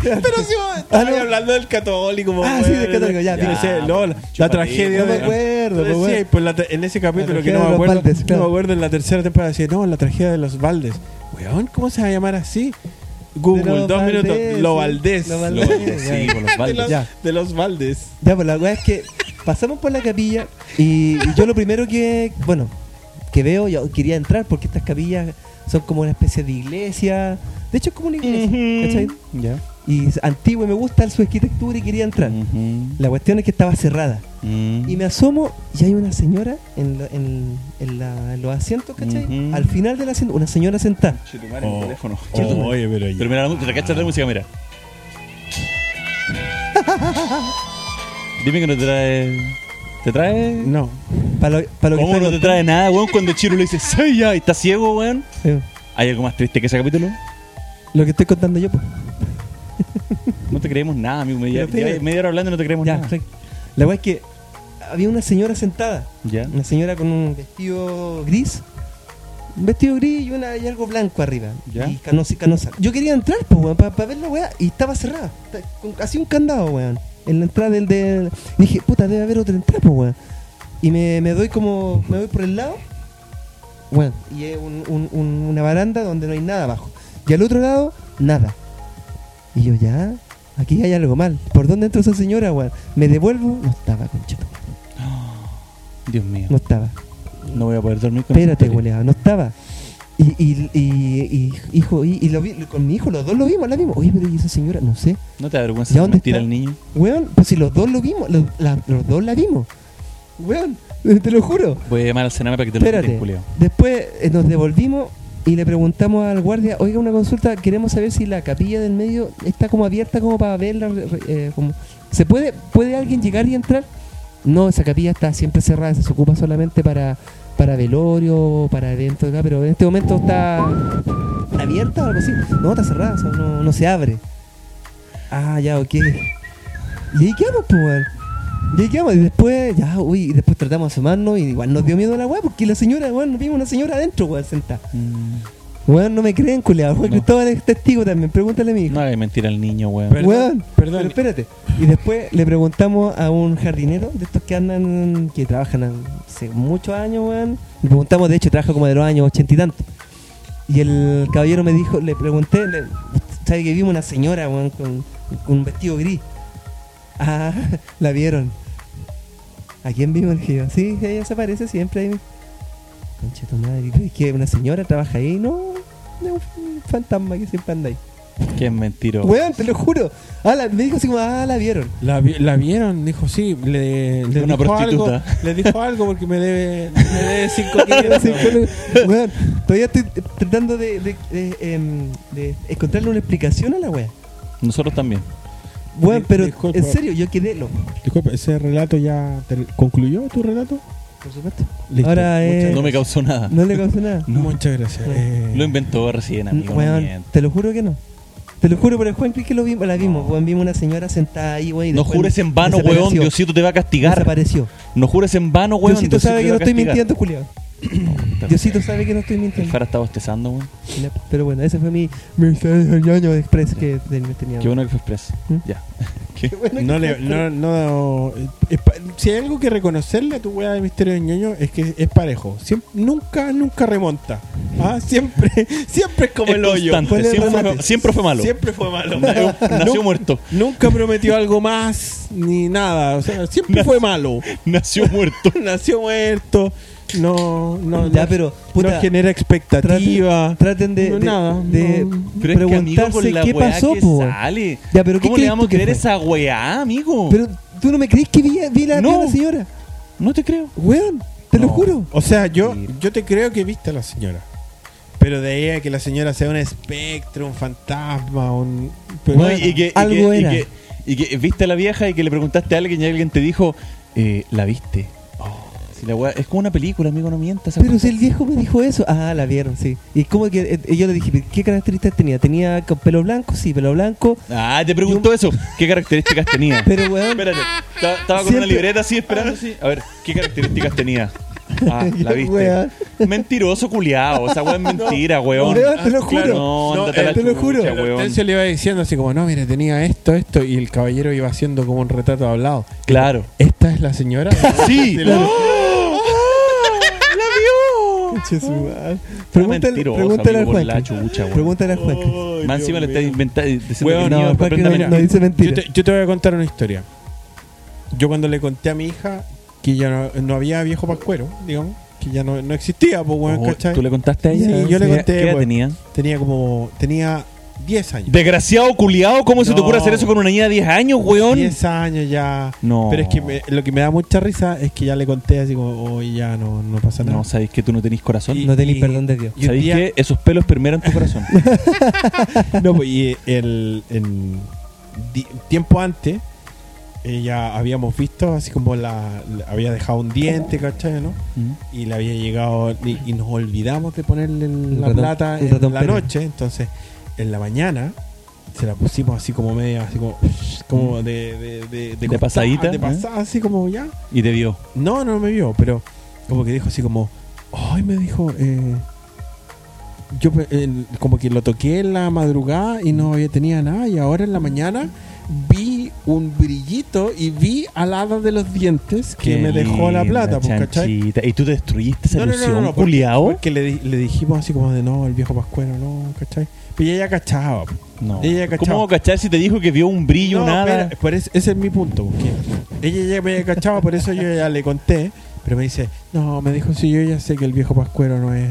Speaker 2: Pero si vos estabas hablando del católico, po,
Speaker 3: Ah,
Speaker 2: weón.
Speaker 3: sí, del católico, ya,
Speaker 2: Yo
Speaker 3: mira.
Speaker 2: sé,
Speaker 1: Ya, pues,
Speaker 2: no, la, la
Speaker 1: chúpate,
Speaker 2: tragedia
Speaker 3: No me
Speaker 2: de-
Speaker 3: acuerdo, pues,
Speaker 2: Sí,
Speaker 3: weón.
Speaker 2: pues, la te- en ese
Speaker 3: La
Speaker 2: capítulo que no
Speaker 3: tragedia de
Speaker 2: me
Speaker 3: los
Speaker 2: acuerdo,
Speaker 3: Valdes,
Speaker 2: no
Speaker 3: claro.
Speaker 2: me acuerdo en la tercera temporada decía, no, la tragedia de los Valdes. Weón, ¿cómo se va a llamar así?
Speaker 3: De
Speaker 2: Google,
Speaker 3: los
Speaker 2: dos
Speaker 3: Valdés,
Speaker 2: minutos.
Speaker 3: sí.
Speaker 2: Lo Valdés.
Speaker 3: Lo
Speaker 1: Lo-
Speaker 3: Valdés,
Speaker 1: sí,
Speaker 3: ya.
Speaker 1: por los
Speaker 2: de,
Speaker 1: baldes.
Speaker 2: los,
Speaker 3: Ya.
Speaker 2: de los Valdés.
Speaker 3: Ya, pues la weá es que pasamos por la capilla y, y yo lo primero que, bueno, que veo, yo quería entrar porque estas capillas son como una especie de iglesia. De hecho, es como una iglesia, ¿cachai?
Speaker 1: Ya.
Speaker 3: Y es antigua y me gusta su arquitectura y quería entrar.
Speaker 1: Mm.
Speaker 3: La cuestión es que estaba cerrada. Y me asomo y hay una señora en, lo- en- en la- en los asientos, ¿cachai?
Speaker 1: Ujú.
Speaker 3: Al final del asiento, una señora sentada.
Speaker 1: el teléfono.
Speaker 2: Oh, oye, pero ya.
Speaker 1: Pero mira, la mu- te cachas la música, mira. Dime que no te trae. ¿Te trae?
Speaker 2: No.
Speaker 3: Para lo, para lo que
Speaker 1: ¿Cómo
Speaker 3: está
Speaker 1: no te trae nada, weón? Cuando Chiro le dice, ¡Soy ya! y ¿Estás ciego, weón?
Speaker 3: contando-
Speaker 1: ¿Hay algo más triste que ese capítulo?
Speaker 3: Sí, Eh, Lo que estoy contando yo, pues.
Speaker 1: No te creemos nada, amigo. Media,
Speaker 3: Pero, pero-
Speaker 1: ya media hora hablando y no te creemos
Speaker 3: Ya,
Speaker 1: nada.
Speaker 3: perfecto. La weá es que había una señora sentada.
Speaker 1: Ya.
Speaker 3: Una señora con un vestido gris. Un vestido gris y, una, y algo blanco arriba.
Speaker 1: Ya.
Speaker 3: Y canosa y canosa. Yo quería entrar, pues, weón, para ver la weá. Y estaba cerrada. Ta- Con casi un candado, weón. En la entrada del. del... Y dije, puta, debe haber otra entrada, pues, weón. Y me, me doy como. Me voy por el lado. Weón. Y es un- un- un- una baranda donde no hay nada abajo. Y al otro lado, nada. Y yo, ya. Aquí hay algo mal. ¿Por dónde entró esa señora, weón? Me devuelvo. No estaba, conchito.
Speaker 1: Dios mío.
Speaker 3: No estaba.
Speaker 1: No voy a poder dormir con
Speaker 3: Espérate,
Speaker 1: esta historia.
Speaker 3: goleado, no estaba. Y, y, y, y- hijo, y, y lo vi, con mi hijo, los dos lo vimos, la vimos. Oye, pero ¿y esa señora? No sé.
Speaker 1: ¿No te da vergüenza
Speaker 3: ¿Ya
Speaker 1: hacer
Speaker 3: dónde
Speaker 1: mentir
Speaker 3: está?
Speaker 1: al niño?
Speaker 3: Weón, pues si los dos lo vimos, los, la- los dos la vimos. Weón, te lo juro.
Speaker 1: Voy a llamar al Sename para que te lo
Speaker 3: Espérate.
Speaker 1: quiten, culiao.
Speaker 3: Después eh, nos devolvimos y le preguntamos al guardia, oiga, una consulta, queremos saber si la capilla del medio está como abierta como para verla. re- re- eh, como... ¿Se puede, puede alguien llegar y entrar? No, esa capilla está siempre cerrada, se ocupa solamente para, para velorio, para eventos, acá, pero en este momento está, está abierta o algo así? No, está cerrada, o sea, no, no se abre. Ah, ya, ok. Y ahí quedamos, pues, weón. Y ahí quedamos, y después, ya, uy, y después tratamos de asomarnos y igual nos dio miedo la weá, porque la señora, weón, vimos una señora adentro, weón, sentada. Mm. Weón, no me creen, culiado. Juan
Speaker 1: No.
Speaker 3: Cristóbal es testigo también, pregúntale a mi hijo.
Speaker 1: No hagas mentir al niño, weón.
Speaker 2: Pero- Perdón,
Speaker 3: Weón,
Speaker 2: perdón.
Speaker 3: pero espérate. Y después le preguntamos a un jardinero de estos que andan, que trabajan hace muchos años, weón. Le preguntamos, de hecho, trabaja como de los años ochenta y tanto. Y el caballero me dijo, le pregunté, le, ¿sabe que vimos una señora, weón, con, con un vestido gris? Ah, la vieron. ¿A quién vimos? Le dije yo, sí, ella se aparece siempre ahí. Concha tu madre, ¿crees que una señora trabaja ahí? No, es un fantasma que siempre anda ahí.
Speaker 1: Qué mentiroso.
Speaker 3: Weón, te lo juro. Ah, la- me dijo así como, ah, la vieron.
Speaker 2: La, vi- la vieron, dijo sí, le, le
Speaker 1: Una
Speaker 2: dijo
Speaker 1: prostituta.
Speaker 2: algo, le dijo algo porque me debe, me debe cinco kilos.
Speaker 3: Así que, weón, todavía estoy tratando de, de, de, em, de encontrarle una explicación a la wea.
Speaker 1: Nosotros también.
Speaker 3: Weón,
Speaker 2: Di-
Speaker 3: pero
Speaker 2: disculpa.
Speaker 3: en serio, yo quedé loco.
Speaker 2: Disculpa, ese relato ya te- concluyó tu relato.
Speaker 3: Por supuesto.
Speaker 2: Listo.
Speaker 3: Ahora eh,
Speaker 1: No me causó nada.
Speaker 3: No le causó nada.
Speaker 2: Muchas gracias. eh,
Speaker 1: Lo inventó recién, amigo. no
Speaker 3: Weón,
Speaker 1: mientas.
Speaker 3: te lo juro que no. Te lo juro, pero el Juan Cris que lo vimos, la vimos, weón, vimos una señora sentada ahí, weón. y
Speaker 1: No
Speaker 3: después
Speaker 1: jures en vano,
Speaker 3: desapareció.
Speaker 1: weón. Diosito te va a castigar.
Speaker 3: Desapareció.
Speaker 1: No jures en vano, weón.
Speaker 3: Diosito sabe
Speaker 1: te
Speaker 3: que
Speaker 1: va
Speaker 3: no
Speaker 1: a
Speaker 3: estoy
Speaker 1: castigar.
Speaker 3: mintiendo, culiado.
Speaker 1: Puta,
Speaker 3: Diosito sabe que no estoy
Speaker 1: El
Speaker 3: mintiendo.
Speaker 1: Fara está bostezando, weón.
Speaker 3: Ya, Pero bueno, ese fue mi mensaje ñoño de express que ten- tenía.
Speaker 1: Qué bueno que fue express.
Speaker 3: ¿Mm?
Speaker 1: Ya.
Speaker 2: No le, no, no, eh, es pa- si hay algo que reconocerle a tu weá de misterio de ñoño es que es parejo. Siem- nunca, nunca remonta. Ah, siempre, siempre es como
Speaker 1: Es
Speaker 2: el hoyo.
Speaker 1: constante,
Speaker 3: Fue el
Speaker 1: Siempre fue,
Speaker 3: remate.
Speaker 1: siempre fue malo.
Speaker 2: Siempre fue malo.
Speaker 1: Nació, nació
Speaker 2: Nun-
Speaker 1: muerto.
Speaker 2: Nunca prometió algo más ni nada. O sea, siempre fue malo.
Speaker 1: Nació muerto.
Speaker 2: Nació muerto. No, no,
Speaker 3: Ya,
Speaker 2: no-
Speaker 3: pero,
Speaker 2: no
Speaker 3: puta,
Speaker 2: genera expectativa.
Speaker 3: Traten de,
Speaker 2: No,
Speaker 3: de-
Speaker 2: nada,
Speaker 3: de
Speaker 2: no.
Speaker 1: Pero es que, amigo,
Speaker 3: preguntarse
Speaker 1: con la
Speaker 3: qué
Speaker 1: weá
Speaker 3: pasó,
Speaker 1: que
Speaker 3: po.
Speaker 1: sale.
Speaker 3: Ya, pero ¿qué
Speaker 1: ¿Cómo le
Speaker 3: crees
Speaker 1: vamos
Speaker 3: tú
Speaker 1: a
Speaker 3: que
Speaker 1: creer
Speaker 3: fue?
Speaker 1: esa weá, amigo?
Speaker 3: Pero tú no me crees que vi, vi la, vi
Speaker 1: No.
Speaker 3: a la señora.
Speaker 1: no te creo.
Speaker 3: Weón, te lo
Speaker 1: No.
Speaker 3: juro.
Speaker 2: O sea, yo,
Speaker 1: Mira.
Speaker 2: yo te creo que viste a la señora. Pero de ahí a que la señora sea un espectro, un fantasma, un. pero
Speaker 1: No, y-
Speaker 2: bueno.
Speaker 1: y, que, y
Speaker 3: algo
Speaker 1: que- y
Speaker 3: era.
Speaker 1: que- y que viste a la vieja y que le preguntaste a alguien y alguien te dijo, eh, ¿la viste? Oh, si la weá- es como una película, amigo, no mientas.
Speaker 3: Pero si el viejo me dijo eso. Ah, la vieron, sí. Y como que eh, y yo le dije, ¿pero ¿qué características tenía? ¿Tenía co- pelo blanco? Sí, pelo blanco.
Speaker 1: Ah, te preguntó eso. ¿Qué características tenía?
Speaker 3: Pero weón,
Speaker 1: Espérate, ta- estaba con una
Speaker 3: Siempre-
Speaker 1: libreta así esperando así. A ver, ¿qué características tenía? Ah, la viste.
Speaker 3: Weón.
Speaker 1: Mentiroso culiao, esa weá es mentira, weón.
Speaker 3: weón, te lo
Speaker 2: Ah,
Speaker 3: juro.
Speaker 2: claro.
Speaker 1: No,
Speaker 2: No,
Speaker 1: ándate a
Speaker 2: eh,
Speaker 1: la
Speaker 3: te lo
Speaker 1: chucha,
Speaker 3: juro.
Speaker 2: El
Speaker 1: weón.
Speaker 2: Hortensio le iba diciendo así como, no, mire, tenía esto, esto, y el caballero iba haciendo como un retrato hablado.
Speaker 1: Claro.
Speaker 2: ¿Esta es la señora?
Speaker 1: Sí.
Speaker 2: Te lo- ¡Oh!
Speaker 1: ¡Oh! ¡La
Speaker 3: Che, su madre. Pregúntale,
Speaker 1: mentiroso,
Speaker 3: pregúntale al
Speaker 1: amigo, por la
Speaker 3: Juan.
Speaker 1: chucha, weón. Oh,
Speaker 3: Pregúntale al Juan. Cris.
Speaker 1: Más encima le está inventando diciendo
Speaker 2: Weón,
Speaker 1: que
Speaker 2: no,
Speaker 1: niño,
Speaker 3: Juan Cris
Speaker 1: aprenda
Speaker 3: no-
Speaker 1: a
Speaker 3: no
Speaker 1: mirar.
Speaker 3: dice
Speaker 2: yo,
Speaker 3: mentira.
Speaker 2: te, yo te voy a contar una historia. Yo cuando le conté a mi hija que ya no, no había viejo pascuero, digamos, que ya no, no existía, pues, weón,
Speaker 1: Oh,
Speaker 2: ¿cachai?
Speaker 1: ¿Tú le contaste a ella?
Speaker 2: Sí, yo le
Speaker 1: ¿Qué-
Speaker 2: conté,
Speaker 1: ¿Qué edad
Speaker 2: weón.
Speaker 1: tenía?
Speaker 2: Tenía como, tenía 10 años.
Speaker 1: Desgraciado culiao, ¿cómo se te
Speaker 2: No.
Speaker 1: ocurre hacer eso con una niña de 10 años, weón?
Speaker 2: 10 años ya.
Speaker 1: No.
Speaker 2: Pero es que me- lo que me da mucha risa es que ya le conté así como, oye, ya no, no pasa nada.
Speaker 1: No, sabéis que tú no tenés corazón.
Speaker 2: Y-
Speaker 3: No tenéis
Speaker 2: y-
Speaker 3: perdón de Dios.
Speaker 2: y un
Speaker 1: ¿Sabéis
Speaker 2: día-
Speaker 1: qué? Esos pelos permean tu corazón.
Speaker 2: No, pues, y el, en di- tiempo antes eh, ya habíamos visto así como la, la- había dejado un diente, ¿cachai? ¿no?
Speaker 1: Mm.
Speaker 2: Y le había llegado y, y nos olvidamos de ponerle el-
Speaker 3: El
Speaker 2: la
Speaker 3: ratón-
Speaker 2: plata
Speaker 3: el
Speaker 2: en
Speaker 3: ratón
Speaker 2: la
Speaker 3: Pérez.
Speaker 2: noche, entonces en la mañana se la pusimos así como media, así como, como de, de, de, de costado,
Speaker 1: pasadita,
Speaker 2: de
Speaker 1: ¿eh?
Speaker 2: pasada, así como ya.
Speaker 1: Y te vio.
Speaker 2: No, no me vio, pero como que dijo así como, ay, me dijo, eh, yo pe- el- como que lo toqué en la madrugada y no había tenía nada y ahora en la mañana vi un brillito y vi al hada de los dientes que
Speaker 1: Qué
Speaker 2: me dejó la
Speaker 1: linda
Speaker 2: plata, pues, ¿cachai?
Speaker 1: chanchita. Y tú destruiste esa ilusión,
Speaker 2: porque-
Speaker 1: culiao.
Speaker 2: Porque, le, di- le dijimos así como de no, el viejo pascuero, no, ¿cachai? Pero ella ya cachaba. pues. po.
Speaker 1: No.
Speaker 2: Ella cachaba.
Speaker 1: ¿Cómo va a cachar si te dijo que vio un brillo,
Speaker 2: No,
Speaker 1: nada?
Speaker 2: espera, por eso- ese es mi punto. Porque ella ya me había cachado, por eso yo ya le conté. Pero me dice, no, me dijo, sí, yo ya sé que el viejo pascuero no es,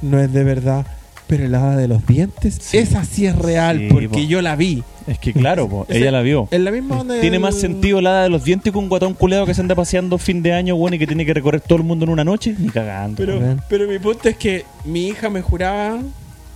Speaker 2: no es de verdad. Pero el hada de los dientes,
Speaker 1: Sí.
Speaker 2: esa sí es real,
Speaker 1: Sí,
Speaker 2: porque
Speaker 1: po.
Speaker 2: yo la vi.
Speaker 1: Es que claro, po,
Speaker 2: Ese-
Speaker 1: ella la vio.
Speaker 2: En la misma onda
Speaker 1: Tiene
Speaker 2: del-
Speaker 1: más sentido la hada de los dientes que un guatón culeado que se anda paseando fin de año, bueno, y que tiene que recorrer todo el mundo en una noche. Ni cagando.
Speaker 2: Pero,
Speaker 3: Bueno.
Speaker 2: pero mi punto es que mi hija me juraba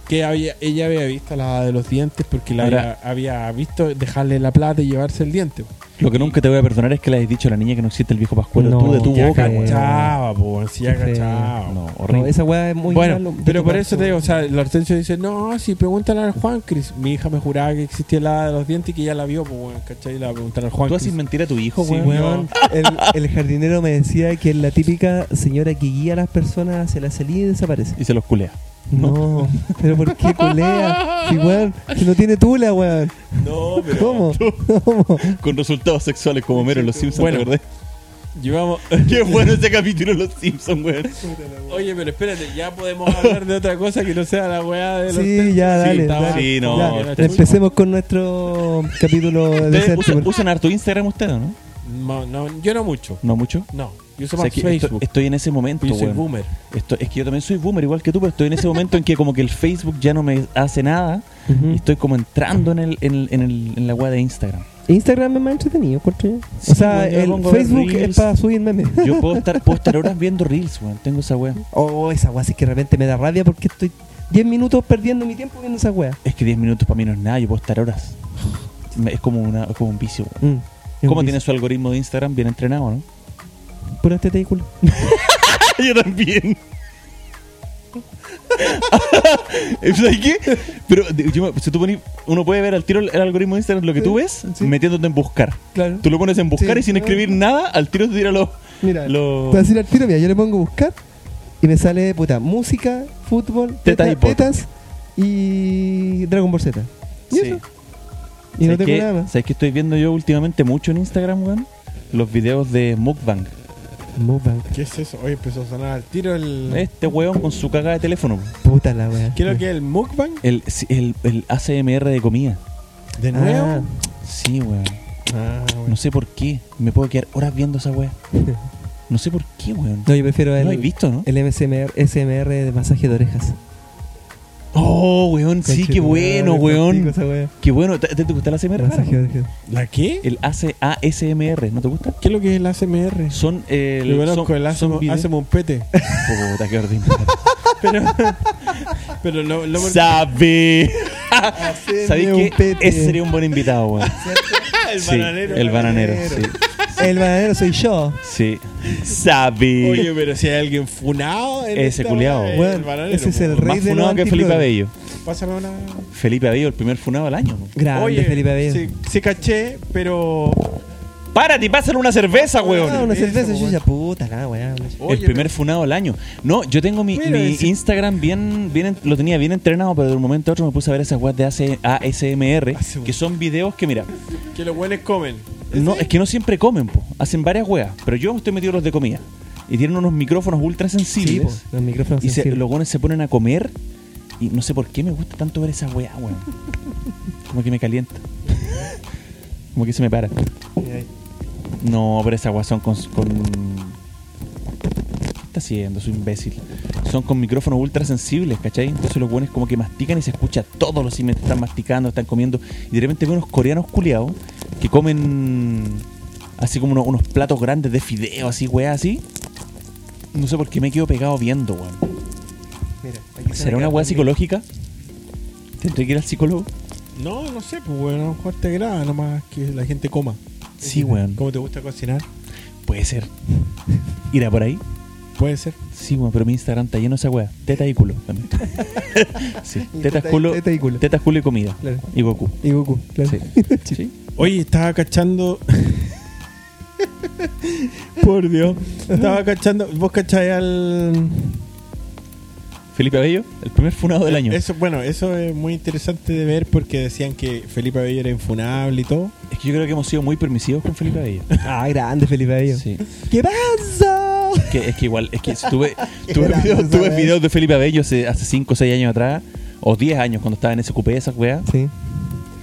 Speaker 2: que había, ella había visto la hada de los dientes porque la
Speaker 1: Ahora-
Speaker 2: había, había visto dejarle la plata y llevarse el diente.
Speaker 1: Lo que nunca te voy a perdonar es que le hayas dicho a la niña que no existe el viejo Pascuero.
Speaker 3: No,
Speaker 1: tú de tu
Speaker 3: ya
Speaker 1: boca,
Speaker 3: cagué.
Speaker 1: weón.
Speaker 2: Cachaba, po, si ya
Speaker 3: Sí.
Speaker 2: cachaba.
Speaker 1: No,
Speaker 3: No,
Speaker 1: horrible.
Speaker 3: esa weá es muy
Speaker 2: Bueno,
Speaker 3: malo de
Speaker 2: pero
Speaker 3: tu
Speaker 2: por
Speaker 3: parte,
Speaker 2: eso te digo, o
Speaker 3: weón.
Speaker 2: sea, la Hortensio dice, no, si pregúntale al Juan Cris. Mi hija me juraba que existía la de los dientes y que ya la vio, pues, weón, ¿cachai? La preguntar al Juan
Speaker 1: Tú haces
Speaker 2: Cris.
Speaker 1: mentir a tu hijo,
Speaker 2: Sí,
Speaker 1: weón.
Speaker 3: Weón, el, el jardinero me decía que es la típica señora que guía a las personas hacia la salida y desaparece.
Speaker 1: Y se los culea.
Speaker 3: No, pero ¿por qué culea? Si, weón, si no tiene tula, weón.
Speaker 2: No, pero...
Speaker 3: ¿Cómo? ¿Cómo?
Speaker 1: Con resultados sexuales como Mero en Los Simpsons,
Speaker 2: Bueno.
Speaker 1: ¿te acordás?
Speaker 2: Llevamos...
Speaker 1: Qué bueno ese capítulo en Los Simpsons, weón.
Speaker 2: Oye, pero espérate, ya podemos hablar de otra cosa que no sea la weá de los
Speaker 3: Sí, ya,
Speaker 1: Sí,
Speaker 3: dale.
Speaker 1: está
Speaker 3: dale.
Speaker 1: Sí, no,
Speaker 3: Ya,
Speaker 1: chucha.
Speaker 3: empecemos con nuestro capítulo
Speaker 1: Ustedes
Speaker 3: decente.
Speaker 1: usan,
Speaker 3: por-
Speaker 1: usan harto Instagram ustedes, ¿no?
Speaker 2: No, no, yo no mucho.
Speaker 1: No mucho.
Speaker 2: No, yo
Speaker 1: O
Speaker 2: uso
Speaker 1: sea,
Speaker 2: más
Speaker 1: que esto-
Speaker 2: Facebook.
Speaker 1: estoy, en ese momento,
Speaker 2: yo soy
Speaker 1: weón.
Speaker 2: boomer.
Speaker 1: Esto- es que yo también soy boomer, igual que tú, pero estoy en ese momento en que como que el Facebook ya no me hace nada
Speaker 3: Ujú.
Speaker 1: y estoy como entrando en, el, en, el- en el- en la web de Instagram.
Speaker 3: Instagram es más entretenido, encuentro yo.
Speaker 1: Sí,
Speaker 3: o sea,
Speaker 1: weón, yo
Speaker 3: el
Speaker 1: pongo
Speaker 3: Facebook
Speaker 1: reels.
Speaker 3: es para subir memes.
Speaker 1: Yo puedo estar, puedo estar horas viendo Reels, weón. Tengo esa web.
Speaker 3: Oh, esa weá sí que de repente me da rabia porque estoy 10 minutos perdiendo mi tiempo viendo esa weá.
Speaker 1: Es que 10 minutos para mí no es nada, yo puedo estar horas. Me- Es como, una, es como un vicio, weón.
Speaker 3: Mm. Es
Speaker 1: ¿Cómo
Speaker 3: un
Speaker 1: tiene su algoritmo de Instagram bien entrenado, no?
Speaker 3: vicio. Pura teta y culo. Ah,
Speaker 1: Yo también. ¿Sabes qué? Pero de- yo me- si tú pones, uno puede ver al tiro el, el algoritmo de Instagram, lo que tú ves,
Speaker 3: Sí.
Speaker 1: metiéndote en buscar.
Speaker 3: Claro.
Speaker 1: Tú lo pones en buscar
Speaker 3: Sí.
Speaker 1: y sin escribir nada, al tiro te tira los.
Speaker 3: Mira,
Speaker 1: lo-
Speaker 3: te voy a decir al tiro, mira, yo le pongo buscar y me sale, puta, música, fútbol,
Speaker 1: Tetas
Speaker 3: teta-
Speaker 1: y poto.
Speaker 3: tetas y Dragon Ball Z. Y
Speaker 1: Sí.
Speaker 3: eso. Y no
Speaker 1: ¿Sabes
Speaker 3: tengo
Speaker 1: qué?
Speaker 3: nada más.
Speaker 1: ¿Sabes qué estoy viendo yo últimamente mucho en Instagram, weón? Los videos de Mukbang.
Speaker 3: Mukbang.
Speaker 2: ¿Qué es eso? Oye, empezó a sonar al tiro
Speaker 3: Mm.
Speaker 2: el...
Speaker 1: Este weón con su caga de teléfono.
Speaker 3: Puta la weá.
Speaker 2: Creo que el mukbang,
Speaker 1: El, el, el ACMR de comida.
Speaker 2: de
Speaker 3: Ah,
Speaker 2: nuevo.
Speaker 1: Sí, weón.
Speaker 2: Ah,
Speaker 1: No sé por qué. Me puedo quedar horas viendo esa weá. No sé por qué, weón.
Speaker 3: no, yo prefiero el,
Speaker 1: No he visto, ¿no?
Speaker 3: el MSMR, SMR de masaje de orejas.
Speaker 1: Oh, weón, sí, qué
Speaker 3: Conchetumare,
Speaker 1: bueno,
Speaker 3: contigo
Speaker 1: weón.
Speaker 3: esa weá.
Speaker 1: Qué bueno. ¿Te, te gusta el ASMR?
Speaker 3: Masaje de orejas.
Speaker 2: ¿La qué?
Speaker 1: El ACASMR, ¿no te gusta?
Speaker 2: ¿Qué es lo que es el ASMR?
Speaker 1: Son el
Speaker 2: Yo conozco
Speaker 1: son-
Speaker 2: el
Speaker 1: son videos-
Speaker 2: ASMR un pete.
Speaker 1: Puta, qué ordinario.
Speaker 2: Pero, pero no, no
Speaker 1: Sabe. ¿Sabéis
Speaker 3: un
Speaker 1: qué?
Speaker 3: pete.
Speaker 1: Ese sería un buen invitado, weón.
Speaker 2: el
Speaker 1: Sí, El bananero, sí.
Speaker 3: El bananero soy yo.
Speaker 1: Sí. Sabe.
Speaker 2: Oye, pero si hay alguien funado. en
Speaker 1: Ese
Speaker 2: esta
Speaker 1: culiao.
Speaker 2: weá,
Speaker 3: Bueno,
Speaker 2: el bananero,
Speaker 3: ese es
Speaker 2: po.
Speaker 3: el rey
Speaker 1: Más
Speaker 3: de
Speaker 1: funado
Speaker 3: los
Speaker 1: que Felipe Abello.
Speaker 3: antiprogres.
Speaker 2: Pásame una.
Speaker 1: Felipe Abello, el primer funado del año. weón.
Speaker 3: Grande Felipe Abello.
Speaker 2: Sí, sí caché, pero.
Speaker 1: Párate y pásale una cerveza,
Speaker 3: Ah,
Speaker 1: weón.
Speaker 3: una cerveza,
Speaker 2: Eso,
Speaker 3: yo ya puta la weá.
Speaker 1: el
Speaker 2: Oye,
Speaker 1: primer funado del año. No, yo tengo mi,
Speaker 2: Mira,
Speaker 1: mi
Speaker 2: ese-
Speaker 1: Instagram bien, bien, en- lo tenía bien entrenado, pero de un momento a otro me puse a ver esas webs de AC ASMR,
Speaker 2: Ah, sí, bueno.
Speaker 1: que son videos que, mira,
Speaker 2: pero Que los buenos comen.
Speaker 1: no, es que no siempre comen, po. hacen varias weas, pero yo estoy metido en los de comida. Y tienen unos micrófonos ultra
Speaker 3: Sí, po,
Speaker 1: sensibles.
Speaker 3: los micrófonos
Speaker 1: y se-
Speaker 3: sensibles.
Speaker 1: los weones se ponen a comer. Y no sé por qué me gusta tanto ver esa wea, weón. Como que me calienta. Como que se me para. No, pero esa weá son con, con- ¿Qué está haciendo? Soy imbécil. Son con micrófonos ultra sensibles, ¿cachai? Entonces los buenos como que mastican y se escucha todo lo que están masticando, están comiendo. Y de repente veo unos coreanos culiados que comen así como unos, unos platos grandes de fideo, así, weá, así. No sé por qué me quedo pegado viendo, weón.
Speaker 3: Mira, aquí se
Speaker 1: Pues ¿Será
Speaker 3: me
Speaker 1: una
Speaker 3: queda
Speaker 1: weá
Speaker 3: también.
Speaker 1: psicológica? ¿Tendré que ir al psicólogo?
Speaker 2: No, no sé, pues bueno, a lo mejor te graba nomás que la gente coma.
Speaker 1: Sí, weón.
Speaker 2: ¿Cómo te gusta cocinar?
Speaker 1: Puede ser. ¿Irá por ahí?
Speaker 2: Puede ser.
Speaker 1: Sí, bueno, pero mi Instagram está lleno de esa weá. Teta y culo también. sí,
Speaker 3: Y
Speaker 1: tetas,
Speaker 3: teta y-
Speaker 1: culo,
Speaker 3: teta y culo.
Speaker 1: tetas, culo y comida.
Speaker 3: Claro.
Speaker 1: Y Goku.
Speaker 3: Y Goku, claro.
Speaker 1: Sí.
Speaker 3: Sí.
Speaker 2: Oye, estaba cachando. Por Dios. Estaba cachando. Vos cacháis al.
Speaker 1: Felipe Abello, el primer funado del año. Es,
Speaker 2: Eh, Eso, bueno, eso es muy interesante de ver porque decían que Felipe Abello era infunable y todo.
Speaker 1: que yo creo que hemos sido muy permisivos con Felipe Abello.
Speaker 3: Ah, grande Felipe Abello.
Speaker 1: Sí.
Speaker 3: ¿Qué pasa?
Speaker 1: Que, es que igual, es que si tuve, tuve,
Speaker 3: Era
Speaker 1: videos,
Speaker 3: esa
Speaker 1: tuve
Speaker 3: weá.
Speaker 1: videos de Felipe Abello hace 5 o 6 años atrás, o 10 años cuando estaba en ese cupé, esas weas.
Speaker 3: Sí.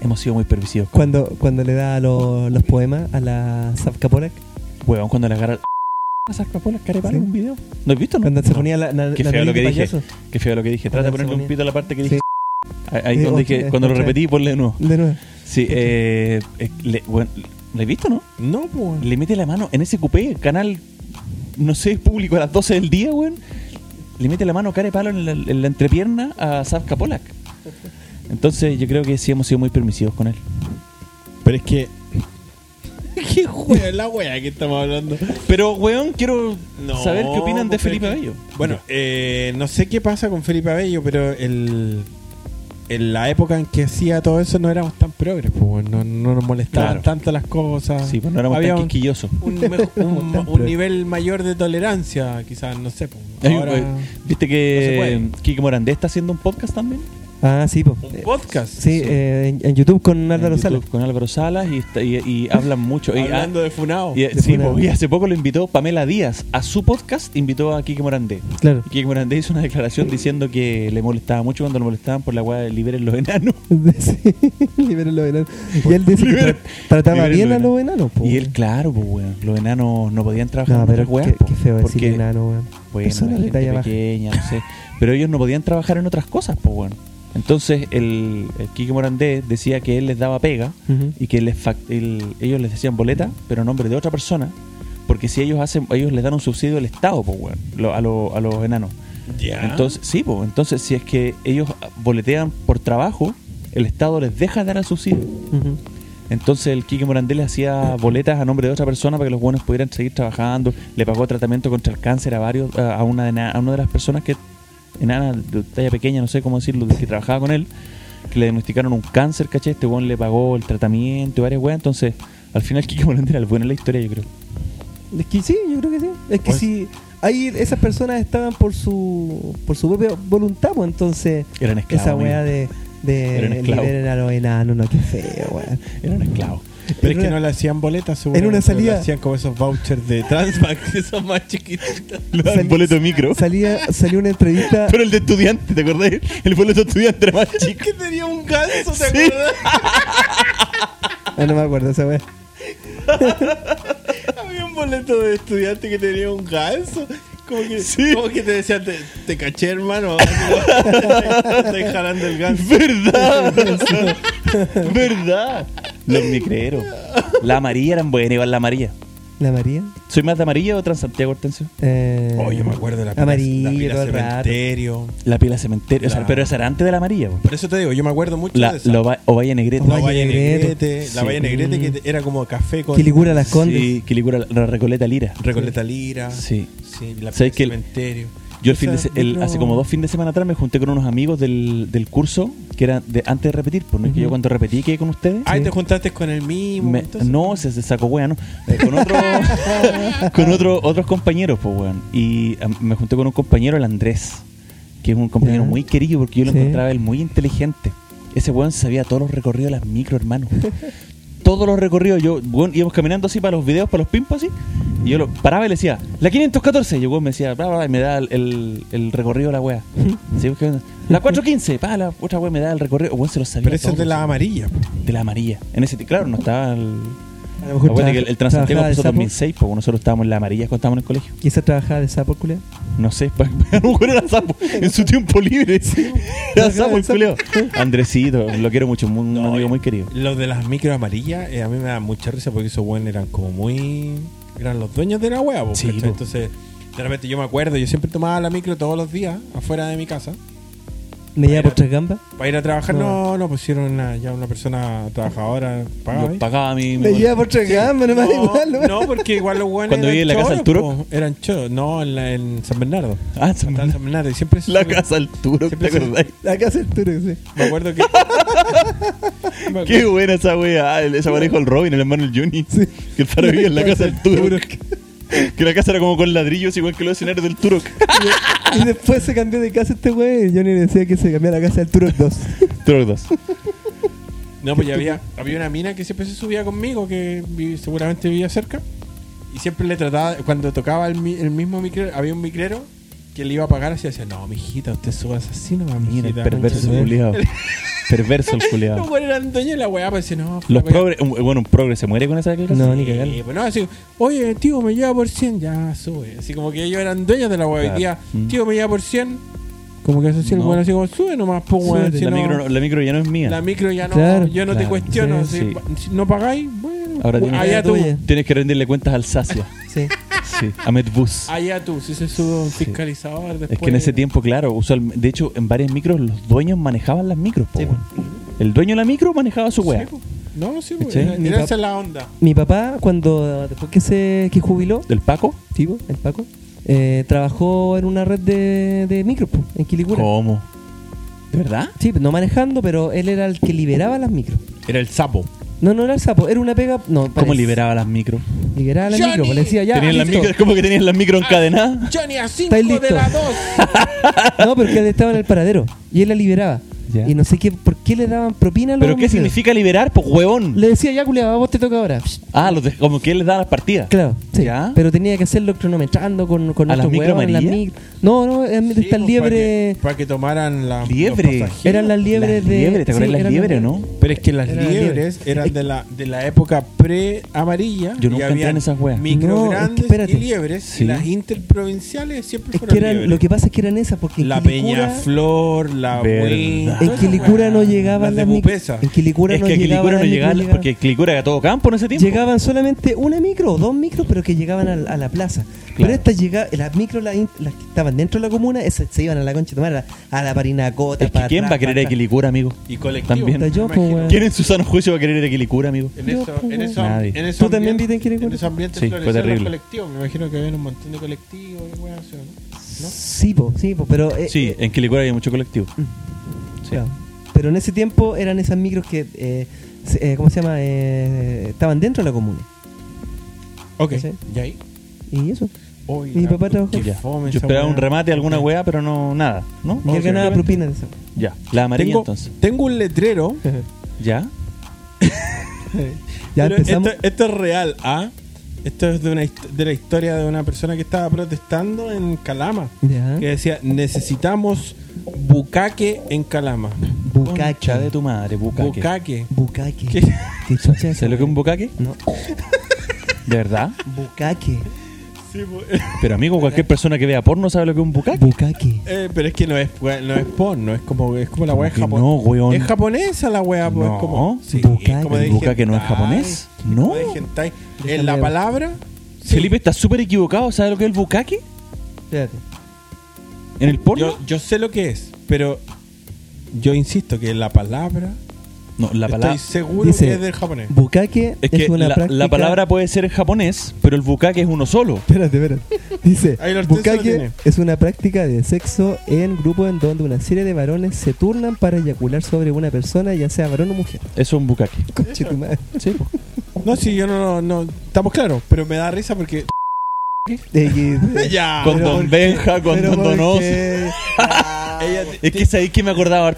Speaker 1: Hemos sido muy permisivos. con-
Speaker 3: Cuando, cuando le da lo- los poemas a la Zavka Polak.
Speaker 1: Weón, cuando le agarra esas capolas carepales
Speaker 3: Sí.
Speaker 1: un video. ¿No has visto? No?
Speaker 3: Cuando se
Speaker 1: No.
Speaker 3: ponía la, na-
Speaker 1: Ah. Qué
Speaker 3: la
Speaker 1: feo
Speaker 3: nariz
Speaker 1: lo que
Speaker 3: de
Speaker 1: dije.
Speaker 3: payaso.
Speaker 1: Qué feo lo que dije. Trata de
Speaker 3: Cuando se
Speaker 1: ponerle un
Speaker 3: ponía-
Speaker 1: pito a la parte que
Speaker 3: Sí.
Speaker 1: dije. Ahí, ahí
Speaker 3: Sí,
Speaker 1: donde
Speaker 3: ok,
Speaker 1: dije- cuando lo
Speaker 3: escucha.
Speaker 1: repetí, ponle de nuevo.
Speaker 3: De nuevo.
Speaker 1: Sí, eh, eh, le, bueno, ¿la he visto, no?
Speaker 2: No, pues.
Speaker 1: Le mete la mano en ese cupé, canal, no sé, público a las 12 del día, weón. Le mete la mano cara de palo en la, en la entrepierna a Savka Polak. Entonces yo creo que sí hemos sido muy permisivos con él.
Speaker 2: Pero es que. ¿Qué juega la wea que estamos hablando?
Speaker 1: Pero, weón, quiero
Speaker 2: No,
Speaker 1: saber qué opinan de
Speaker 2: porque-
Speaker 1: Felipe Bello.
Speaker 2: Bueno, eh, no sé qué pasa con Felipe Abello, pero el, en la época en que hacía todo eso no éramos tan progres, pues, weón. no, no nos molestaban
Speaker 1: Claro.
Speaker 2: tanto las cosas.
Speaker 1: sí, pues no éramos
Speaker 2: Había
Speaker 1: tan
Speaker 2: un-
Speaker 1: quisquillosos.
Speaker 2: un, mejo- un-
Speaker 3: Tan
Speaker 2: un
Speaker 3: progres.
Speaker 2: nivel mayor de tolerancia, quizás, no sé. pues.
Speaker 1: Hay un-
Speaker 2: Ahora-
Speaker 1: eh, ¿Viste
Speaker 2: no se
Speaker 1: que
Speaker 2: puede.
Speaker 1: Kike Morandé está haciendo un podcast también?
Speaker 3: Ah, sí, po.
Speaker 2: un
Speaker 3: Eh,
Speaker 2: podcast.
Speaker 3: Sí, eh, en, en YouTube con Álvaro
Speaker 1: En YouTube
Speaker 3: Sala.
Speaker 1: Con Álvaro Salas y, está- y- y hablan mucho. Y, ah,
Speaker 2: Hablando de Funao.
Speaker 1: y, eh,
Speaker 3: De
Speaker 1: sí,
Speaker 3: fuera.
Speaker 1: po, y hace poco lo invitó Pamela Díaz a su podcast, invitó a Kike Morandé.
Speaker 3: Claro.
Speaker 1: Y Kike Morandé hizo una declaración diciendo que le molestaba mucho cuando lo molestaban por la weá de liberen los enanos.
Speaker 3: Sí, libérenlo, enano. Y él dice que
Speaker 1: Liberen-
Speaker 3: tra- trataba
Speaker 1: liberen
Speaker 3: bien
Speaker 1: los
Speaker 3: a los enanos, po.
Speaker 1: Y él, claro, pues, weón, los enanos no podían trabajar
Speaker 3: No,
Speaker 1: en
Speaker 3: pero
Speaker 1: otras weas,
Speaker 3: qué,
Speaker 1: po,
Speaker 3: qué feo decir
Speaker 1: porque,
Speaker 3: enano, weón.
Speaker 1: bueno,
Speaker 3: Persona
Speaker 1: la
Speaker 3: de
Speaker 1: gente
Speaker 3: talla baja.
Speaker 1: pequeña, no sé. Pero ellos no podían trabajar en otras cosas, pues, weón. Entonces, el, el Kike Morandé decía que él les daba pega
Speaker 3: Ujú.
Speaker 1: y que les fac- el- ellos les decían boleta, pero en nombre de otra persona, porque si ellos hacen, ellos les dan un subsidio del Estado, pues, weón, lo- a, lo- a los enanos.
Speaker 2: Ya.
Speaker 1: Entonces, sí, pues, entonces si es que ellos boletean por trabajo, el Estado les deja dar el subsidio.
Speaker 3: Ujú.
Speaker 1: Entonces el Quique Morandé le hacía boletas a nombre de otra persona para que los buenos pudieran seguir trabajando. Le pagó tratamiento contra el cáncer a varios, a a una de, na- a una de las personas que, enana, de talla pequeña, no sé cómo decirlo, que trabajaba con él, que le diagnosticaron un cáncer, caché, este buen le pagó el tratamiento y varias weas. Entonces, al final Quique Morandé era el bueno en la historia, yo creo.
Speaker 3: Es que sí, yo creo que sí. Es que
Speaker 2: Pues-
Speaker 3: sí, ahí esas personas estaban por su por su propia voluntad, pues entonces
Speaker 1: Eran esclavos.
Speaker 3: esa weá
Speaker 1: amigo.
Speaker 3: de, de
Speaker 1: Era un esclavo.
Speaker 3: liberen a los enanos, no, qué feo, weón.
Speaker 1: Eran esclavos.
Speaker 2: Pero es
Speaker 3: en
Speaker 2: que
Speaker 3: una-
Speaker 2: no le hacían boletas, seguro.
Speaker 3: una salida-
Speaker 2: Le hacían como esos vouchers de Transmax, que son más chiquititos.
Speaker 1: Le daban
Speaker 3: Salí-
Speaker 1: boleto de micro.
Speaker 3: Salía, salió una entrevista.
Speaker 1: Pero el de estudiante, ¿te acordás? El boleto de estudiante era más chico.
Speaker 2: que tenía un ganso,
Speaker 1: ¿te Sí. acuerdas?
Speaker 3: Ah, no me acuerdo esa weá.
Speaker 2: Había un boleto de estudiante que tenía un ganso. Como que,
Speaker 1: Sí.
Speaker 2: como que te decían, te, te caché, hermano. Estoy jalando el ganso.
Speaker 1: ¿Verdad? ¿Verdad? Los micreros. La amarilla eran buenas, igual la amarilla.
Speaker 3: La María.
Speaker 1: ¿Soy más de amarilla o Transantiago, Hortensio?
Speaker 3: Eh,
Speaker 1: Oh,
Speaker 3: Amarillo, todo el rato.
Speaker 2: cementerio.
Speaker 1: La pila cementerio. O sea,
Speaker 2: La-
Speaker 1: pero esa era antes de la amarilla, po.
Speaker 2: Por eso te digo, yo me acuerdo mucho
Speaker 1: La
Speaker 2: de esa.
Speaker 1: lo va- Ovalle Negrete.
Speaker 2: la
Speaker 3: Ovalle
Speaker 2: Valle
Speaker 3: Negrete.
Speaker 2: Negrete. La
Speaker 1: Sí.
Speaker 2: Valle Negrete que te- era como café con...
Speaker 3: Quilicura las Condes.
Speaker 1: Sí, Quilicura, la Recoleta Lira.
Speaker 2: Recoleta Lira.
Speaker 1: Sí.
Speaker 2: Sí, la
Speaker 1: ¿Sabes que el-
Speaker 2: cementerio.
Speaker 1: Yo el fin de
Speaker 3: Esa-
Speaker 1: se- el-
Speaker 3: yo-
Speaker 1: hace como dos fines de semana atrás me junté con unos amigos del, del curso que eran de, antes de repetir, por no es que yo
Speaker 3: Ujú.
Speaker 1: cuando repetí quedé con ustedes.
Speaker 2: Ahí te juntaste con el mismo.
Speaker 1: Me-
Speaker 2: entonces-
Speaker 1: no, se, se sacó wea, ¿no? Eh, con otro, con otro, otros compañeros, pues, weón. Y am, me junté con un compañero, el Andrés, que es un compañero
Speaker 3: Ya.
Speaker 1: muy querido porque yo lo
Speaker 3: Sí.
Speaker 1: encontraba él muy inteligente. Ese weón sabía todos los recorridos de las micro, hermano. todos los recorridos. Yo, weón, íbamos caminando así para los videos, para los pimpos así. Y yo lo paraba y le decía, la 514. Y yo, weón, me decía, bla, bla, bla, y me da el, el- el recorrido de la wea. Sí, porque- la 415, pa, la otra wea me da el recorrido. Weón, se lo sabía.
Speaker 2: Pero eso es
Speaker 1: todo,
Speaker 2: de la
Speaker 1: sí.
Speaker 2: amarilla. po.
Speaker 1: De la amarilla. En ese, claro, no estaba el.
Speaker 3: A lo mejor
Speaker 1: Acuérdate
Speaker 3: trabaja-
Speaker 1: que el, el Transantiago
Speaker 3: trabajaba de
Speaker 1: empezó en
Speaker 3: sapo.
Speaker 1: 2006, porque pues, nosotros estábamos en la amarilla cuando estábamos en el colegio.
Speaker 3: Quizás trabajaba de sapo, culé.
Speaker 1: No sé, pa- a lo mejor era sapo en su tiempo libre. Era sapo el culiao. Andresito, lo quiero mucho, un un amigo muy querido.
Speaker 2: Los de las micro amarillas, eh, a mí me da mucha risa porque esos buenos eran como muy. Eran los dueños de la hueá, po,
Speaker 1: Sí,
Speaker 2: ¿cachai?
Speaker 1: po.
Speaker 2: Entonces, de repente yo me acuerdo, yo siempre tomaba la micro todos los días afuera de mi casa.
Speaker 3: Me lleva por
Speaker 2: Era-
Speaker 3: tres gambas.
Speaker 2: Para ir a trabajar,
Speaker 3: No.
Speaker 1: Ah.
Speaker 2: no, no, pusieron una- ya una persona trabajadora pagada.
Speaker 1: Yo pagaba mi. mi
Speaker 3: Me lleva por tres gambas, no me da igual,
Speaker 2: No,
Speaker 3: weón.
Speaker 2: no, porque igual los buenos.
Speaker 1: Cuando
Speaker 2: eran
Speaker 1: viví en la casa del
Speaker 2: choros,
Speaker 1: Turo.
Speaker 2: po, Eran choros, no, en, la- en San Bernardo.
Speaker 1: Ah, se me-
Speaker 2: Estaba en San Bernardo y siempre. se-
Speaker 1: la casa al turo, ¿te
Speaker 2: Siempre se-
Speaker 1: acordás?
Speaker 3: Acá se el turo, sí.
Speaker 2: Me acuerdo que. me
Speaker 1: Qué buena esa wea. Ah, el- esa pareja el Robin, el hermano el Johnny.
Speaker 3: Sí.
Speaker 1: Que el faro vivía en la casa del turo. Que la casa era como con ladrillos, igual que los escenarios del turo.
Speaker 3: Y después se cambió de casa este wey. Y Johnny decía que se cambió a la casa del Turok 2.
Speaker 1: Turo 2.
Speaker 2: No, pues ya había, había una mina que siempre se subía conmigo, que vi- seguramente vivía cerca. Y siempre le trataba, cuando tocaba el, mi- el mismo micrero, había un micrero que le iba a pagar así, decía, no, mijita, usted suba así nomás,
Speaker 1: Mira, el
Speaker 2: mijita.
Speaker 1: perverso
Speaker 2: concha de
Speaker 1: culiado. Perverso el
Speaker 2: su- Los
Speaker 1: culiado.
Speaker 2: güeyes eran dueños de la weá, pues decía, no,
Speaker 1: Los
Speaker 2: flaco, ya".
Speaker 1: progres. un- Bueno, un progre se muere con esa declaración.
Speaker 3: No, ni
Speaker 2: Eh,
Speaker 3: cagar.
Speaker 2: pues no, así, oye, tío, me lleva por 100, ya sube. Así como que ellos eran dueños de la weá.
Speaker 1: Claro.
Speaker 2: Y día,
Speaker 1: Mm.
Speaker 2: tío, me lleva por 100. Como que eso sí, el
Speaker 1: No.
Speaker 2: weón así como, sube nomás, pues weón.
Speaker 3: Súbete,
Speaker 2: si
Speaker 1: la,
Speaker 2: no-
Speaker 1: micro, la micro ya no es mía.
Speaker 2: La micro ya no,
Speaker 3: Claro.
Speaker 2: yo no
Speaker 1: Claro,
Speaker 2: te cuestiono.
Speaker 1: sí,
Speaker 2: si, si no pagáis, bueno,
Speaker 1: Ahora tienes,
Speaker 2: allá
Speaker 3: que-
Speaker 2: tú.
Speaker 3: tuya.
Speaker 1: tienes que rendirle cuentas al Sacia.
Speaker 3: Sí.
Speaker 1: Sí, a Medbus.
Speaker 2: Allá tú, si se sube un fiscalizador después.
Speaker 1: Es que en ese tiempo, claro, usual- de hecho, en varias micros los dueños manejaban las micros. po,
Speaker 3: Sí,
Speaker 1: weón. El dueño de la micro manejaba su
Speaker 2: Sí,
Speaker 1: weá.
Speaker 2: po. No, sí, pues,
Speaker 1: ¿Cachai?
Speaker 2: era-
Speaker 3: Mi
Speaker 2: era
Speaker 3: pap-
Speaker 2: esa la onda.
Speaker 3: Mi papá, cuando después que se que jubiló,
Speaker 1: ¿Del Paco?
Speaker 3: tipo, el Paco, eh, trabajó en una red de, de micros, po, en Quilicura.
Speaker 1: ¿Cómo? ¿De verdad?
Speaker 3: Sí, no manejando, pero él era el que liberaba las micros.
Speaker 1: Era el sapo.
Speaker 3: No, no era el sapo, era una pega. No,
Speaker 1: ¿Cómo
Speaker 3: parece-
Speaker 1: liberaba las micros?
Speaker 3: Liberaba las
Speaker 2: Johnny.
Speaker 3: micros, po, le decía Pues. ya.
Speaker 1: ¿Tenían las
Speaker 3: listo.
Speaker 1: micro, ¿Cómo que tenían las micro encadenadas?
Speaker 2: Johnny a 5
Speaker 3: ¿Estáis listos?
Speaker 2: de la 2.
Speaker 3: No, porque él estaba en el paradero y él la liberaba.
Speaker 1: Ya.
Speaker 3: Y no sé qué, por qué le daban propina a los
Speaker 1: ¿Pero qué
Speaker 3: micros.
Speaker 1: significa liberar? Pues huevón.
Speaker 3: Le decía ya, culiado, a vos te toca ahora. Psh,
Speaker 1: Ah, los de- como que él les da las partidas.
Speaker 3: Claro, sí.
Speaker 1: ¿Ya?
Speaker 3: Pero tenía que hacerlo cronometrando con, con
Speaker 1: ¿A las pues, micro
Speaker 3: nuestros huevones, las
Speaker 1: amarillas?
Speaker 3: micro- No, no, es de estas
Speaker 2: pues, Para
Speaker 3: liebres.
Speaker 2: que, pa' que tomaran la. los
Speaker 1: Liebre.
Speaker 2: pasajeros.
Speaker 3: Eran las liebres
Speaker 1: Las
Speaker 3: de.
Speaker 1: liebres, ¿te acuerdas
Speaker 3: sí,
Speaker 1: las
Speaker 3: eran
Speaker 1: liebres, no?
Speaker 2: Pero es que las
Speaker 3: Eran las
Speaker 2: liebres
Speaker 3: liebres.
Speaker 2: eran de la, de la época pre-amarilla.
Speaker 1: Yo nunca entré
Speaker 2: y habían
Speaker 1: en esas weas.
Speaker 2: Micro
Speaker 3: No, es que
Speaker 2: grandes
Speaker 3: espérate.
Speaker 2: y liebres.
Speaker 1: Sí.
Speaker 2: Y las interprovinciales siempre
Speaker 3: Es
Speaker 2: fueron
Speaker 3: que eran,
Speaker 2: liebres.
Speaker 3: lo que pasa es que eran esas, porque. en
Speaker 2: la
Speaker 3: Quilicura-
Speaker 2: Peñaflor, la
Speaker 1: Verdad.
Speaker 2: Buin,
Speaker 1: En
Speaker 2: todas
Speaker 3: En
Speaker 2: esas
Speaker 3: Quilicura
Speaker 2: weas.
Speaker 3: no llegaban
Speaker 2: Las de
Speaker 3: las micro.
Speaker 2: Pupesa.
Speaker 3: En Quilicura
Speaker 1: es
Speaker 3: no
Speaker 1: que Quilicura no
Speaker 3: llegaban. las micro,
Speaker 1: llegaba,
Speaker 3: llegaban-
Speaker 1: porque pues. Quilicura era todo campo en ese tiempo.
Speaker 3: Llegaban solamente una micro o dos micros, pero que llegaban a, la- a la plaza. Pero estas llegaban, las micros, las, in- las que estaban dentro de la comuna, esas se iban a la concha de tomar a la parinacota.
Speaker 1: Es que ¿quién va a querer a Quilicura, amigo?
Speaker 2: Y colectivo.
Speaker 1: También.
Speaker 3: Puta, yo, pues,
Speaker 2: me imagino.
Speaker 3: po, weón.
Speaker 1: ¿Quién en su sano juicio va a querer a Quilicura, amigo?
Speaker 2: En eso, en eso,
Speaker 1: Nadie.
Speaker 2: en eso
Speaker 3: ¿Tú también
Speaker 2: ambiente-
Speaker 3: viste en Quilicura?
Speaker 2: En ese ambiente
Speaker 1: Sí, fue
Speaker 2: florecieron los
Speaker 1: terrible.
Speaker 2: colectivos. Me imagino que había un montón de colectivos y weas, ¿sí o ¿no? ¿No?
Speaker 3: Sí, po, sí, po, pero. eh,
Speaker 1: Sí,
Speaker 3: eh,
Speaker 1: en Quilicura había mucho colectivo. sí.
Speaker 3: claro. Pero en ese tiempo eran esas micros que. eh, se- eh, ¿Cómo se llama? Eh, estaban dentro de la comuna.
Speaker 2: Ok.
Speaker 3: Sí.
Speaker 2: ¿Y ahí?
Speaker 3: Y eso.
Speaker 2: Oye,
Speaker 3: Mi
Speaker 2: la-
Speaker 3: papá trabajó.
Speaker 2: qué
Speaker 1: Ya.
Speaker 2: fome
Speaker 1: Yo
Speaker 2: esa
Speaker 1: esperaba un
Speaker 2: wea.
Speaker 1: remate, alguna weá, pero no, nada. ¿No?
Speaker 3: Y él ganaba propina de eso.
Speaker 1: Ya. La amarilla
Speaker 2: Tengo,
Speaker 1: entonces.
Speaker 2: tengo un letrero.
Speaker 1: Ya.
Speaker 3: ya
Speaker 2: Pero
Speaker 3: empezamos.
Speaker 2: Esto, esto es real, ¿ah? Esto es de, una, hist- de la historia de una persona que estaba protestando en Calama.
Speaker 3: ya.
Speaker 2: Que decía, necesitamos bucaque en Calama.
Speaker 3: Bucaque.
Speaker 1: Concha de tu madre, bucaque.
Speaker 2: Bucaque.
Speaker 3: Bucaque.
Speaker 2: ¿Qué?
Speaker 3: ¿Qué chucha es eso,
Speaker 1: ¿Sabes lo que es un
Speaker 3: güey?
Speaker 1: bucaque?
Speaker 3: No.
Speaker 1: ¿De verdad?
Speaker 3: Bucaque.
Speaker 2: Sí, po-
Speaker 1: Pero amigo, cualquier persona que vea porno sabe lo que es un bucaque.
Speaker 3: Bucaque.
Speaker 2: eh, pero es que no es, we- no es porno, es como, es como la wea
Speaker 1: que
Speaker 2: japonesa.
Speaker 1: no, weón?
Speaker 2: Es japonesa la wea, pues. es como,
Speaker 1: No.
Speaker 3: Bucaque.
Speaker 2: como de
Speaker 1: ¿El bucaque no es
Speaker 2: hentai,
Speaker 1: japonés?
Speaker 2: como
Speaker 1: No.
Speaker 2: de hentai.
Speaker 3: Déjame
Speaker 2: En la
Speaker 3: ver.
Speaker 2: palabra,
Speaker 1: Felipe está súper equivocado. ¿Sabes lo que es el bucaque?
Speaker 3: Espérate.
Speaker 1: ¿En el porno?
Speaker 2: yo, yo sé lo que es, pero yo insisto que la palabra,
Speaker 1: no, la palabra.
Speaker 2: estoy seguro
Speaker 3: Dice-
Speaker 2: que es del japonés.
Speaker 3: Bucaque
Speaker 1: Es
Speaker 3: es,
Speaker 1: que
Speaker 3: una
Speaker 1: la, la
Speaker 3: práctica.
Speaker 1: palabra puede ser en japonés, pero el bucaque es uno solo.
Speaker 3: Espérate, espérate. Dice,
Speaker 2: Ahí lo- eso lo
Speaker 3: bucaque
Speaker 2: tiene.
Speaker 3: es una práctica de sexo en grupo en donde una serie de varones se turnan para eyacular sobre una persona, ya sea varón o mujer.
Speaker 1: Eso es un bucaque.
Speaker 3: Conche tu madre.
Speaker 1: Sí, po.
Speaker 2: No, sí, yo no, no, no, estamos claros, pero me da risa porque...
Speaker 3: Eh, que-
Speaker 2: ya.
Speaker 1: con
Speaker 3: pero
Speaker 1: Don
Speaker 3: ¿por qué?
Speaker 1: Benja, con
Speaker 3: Pero
Speaker 1: Don Donoso.
Speaker 3: porque-
Speaker 2: Ella
Speaker 1: Es que sabéis que me acordaba.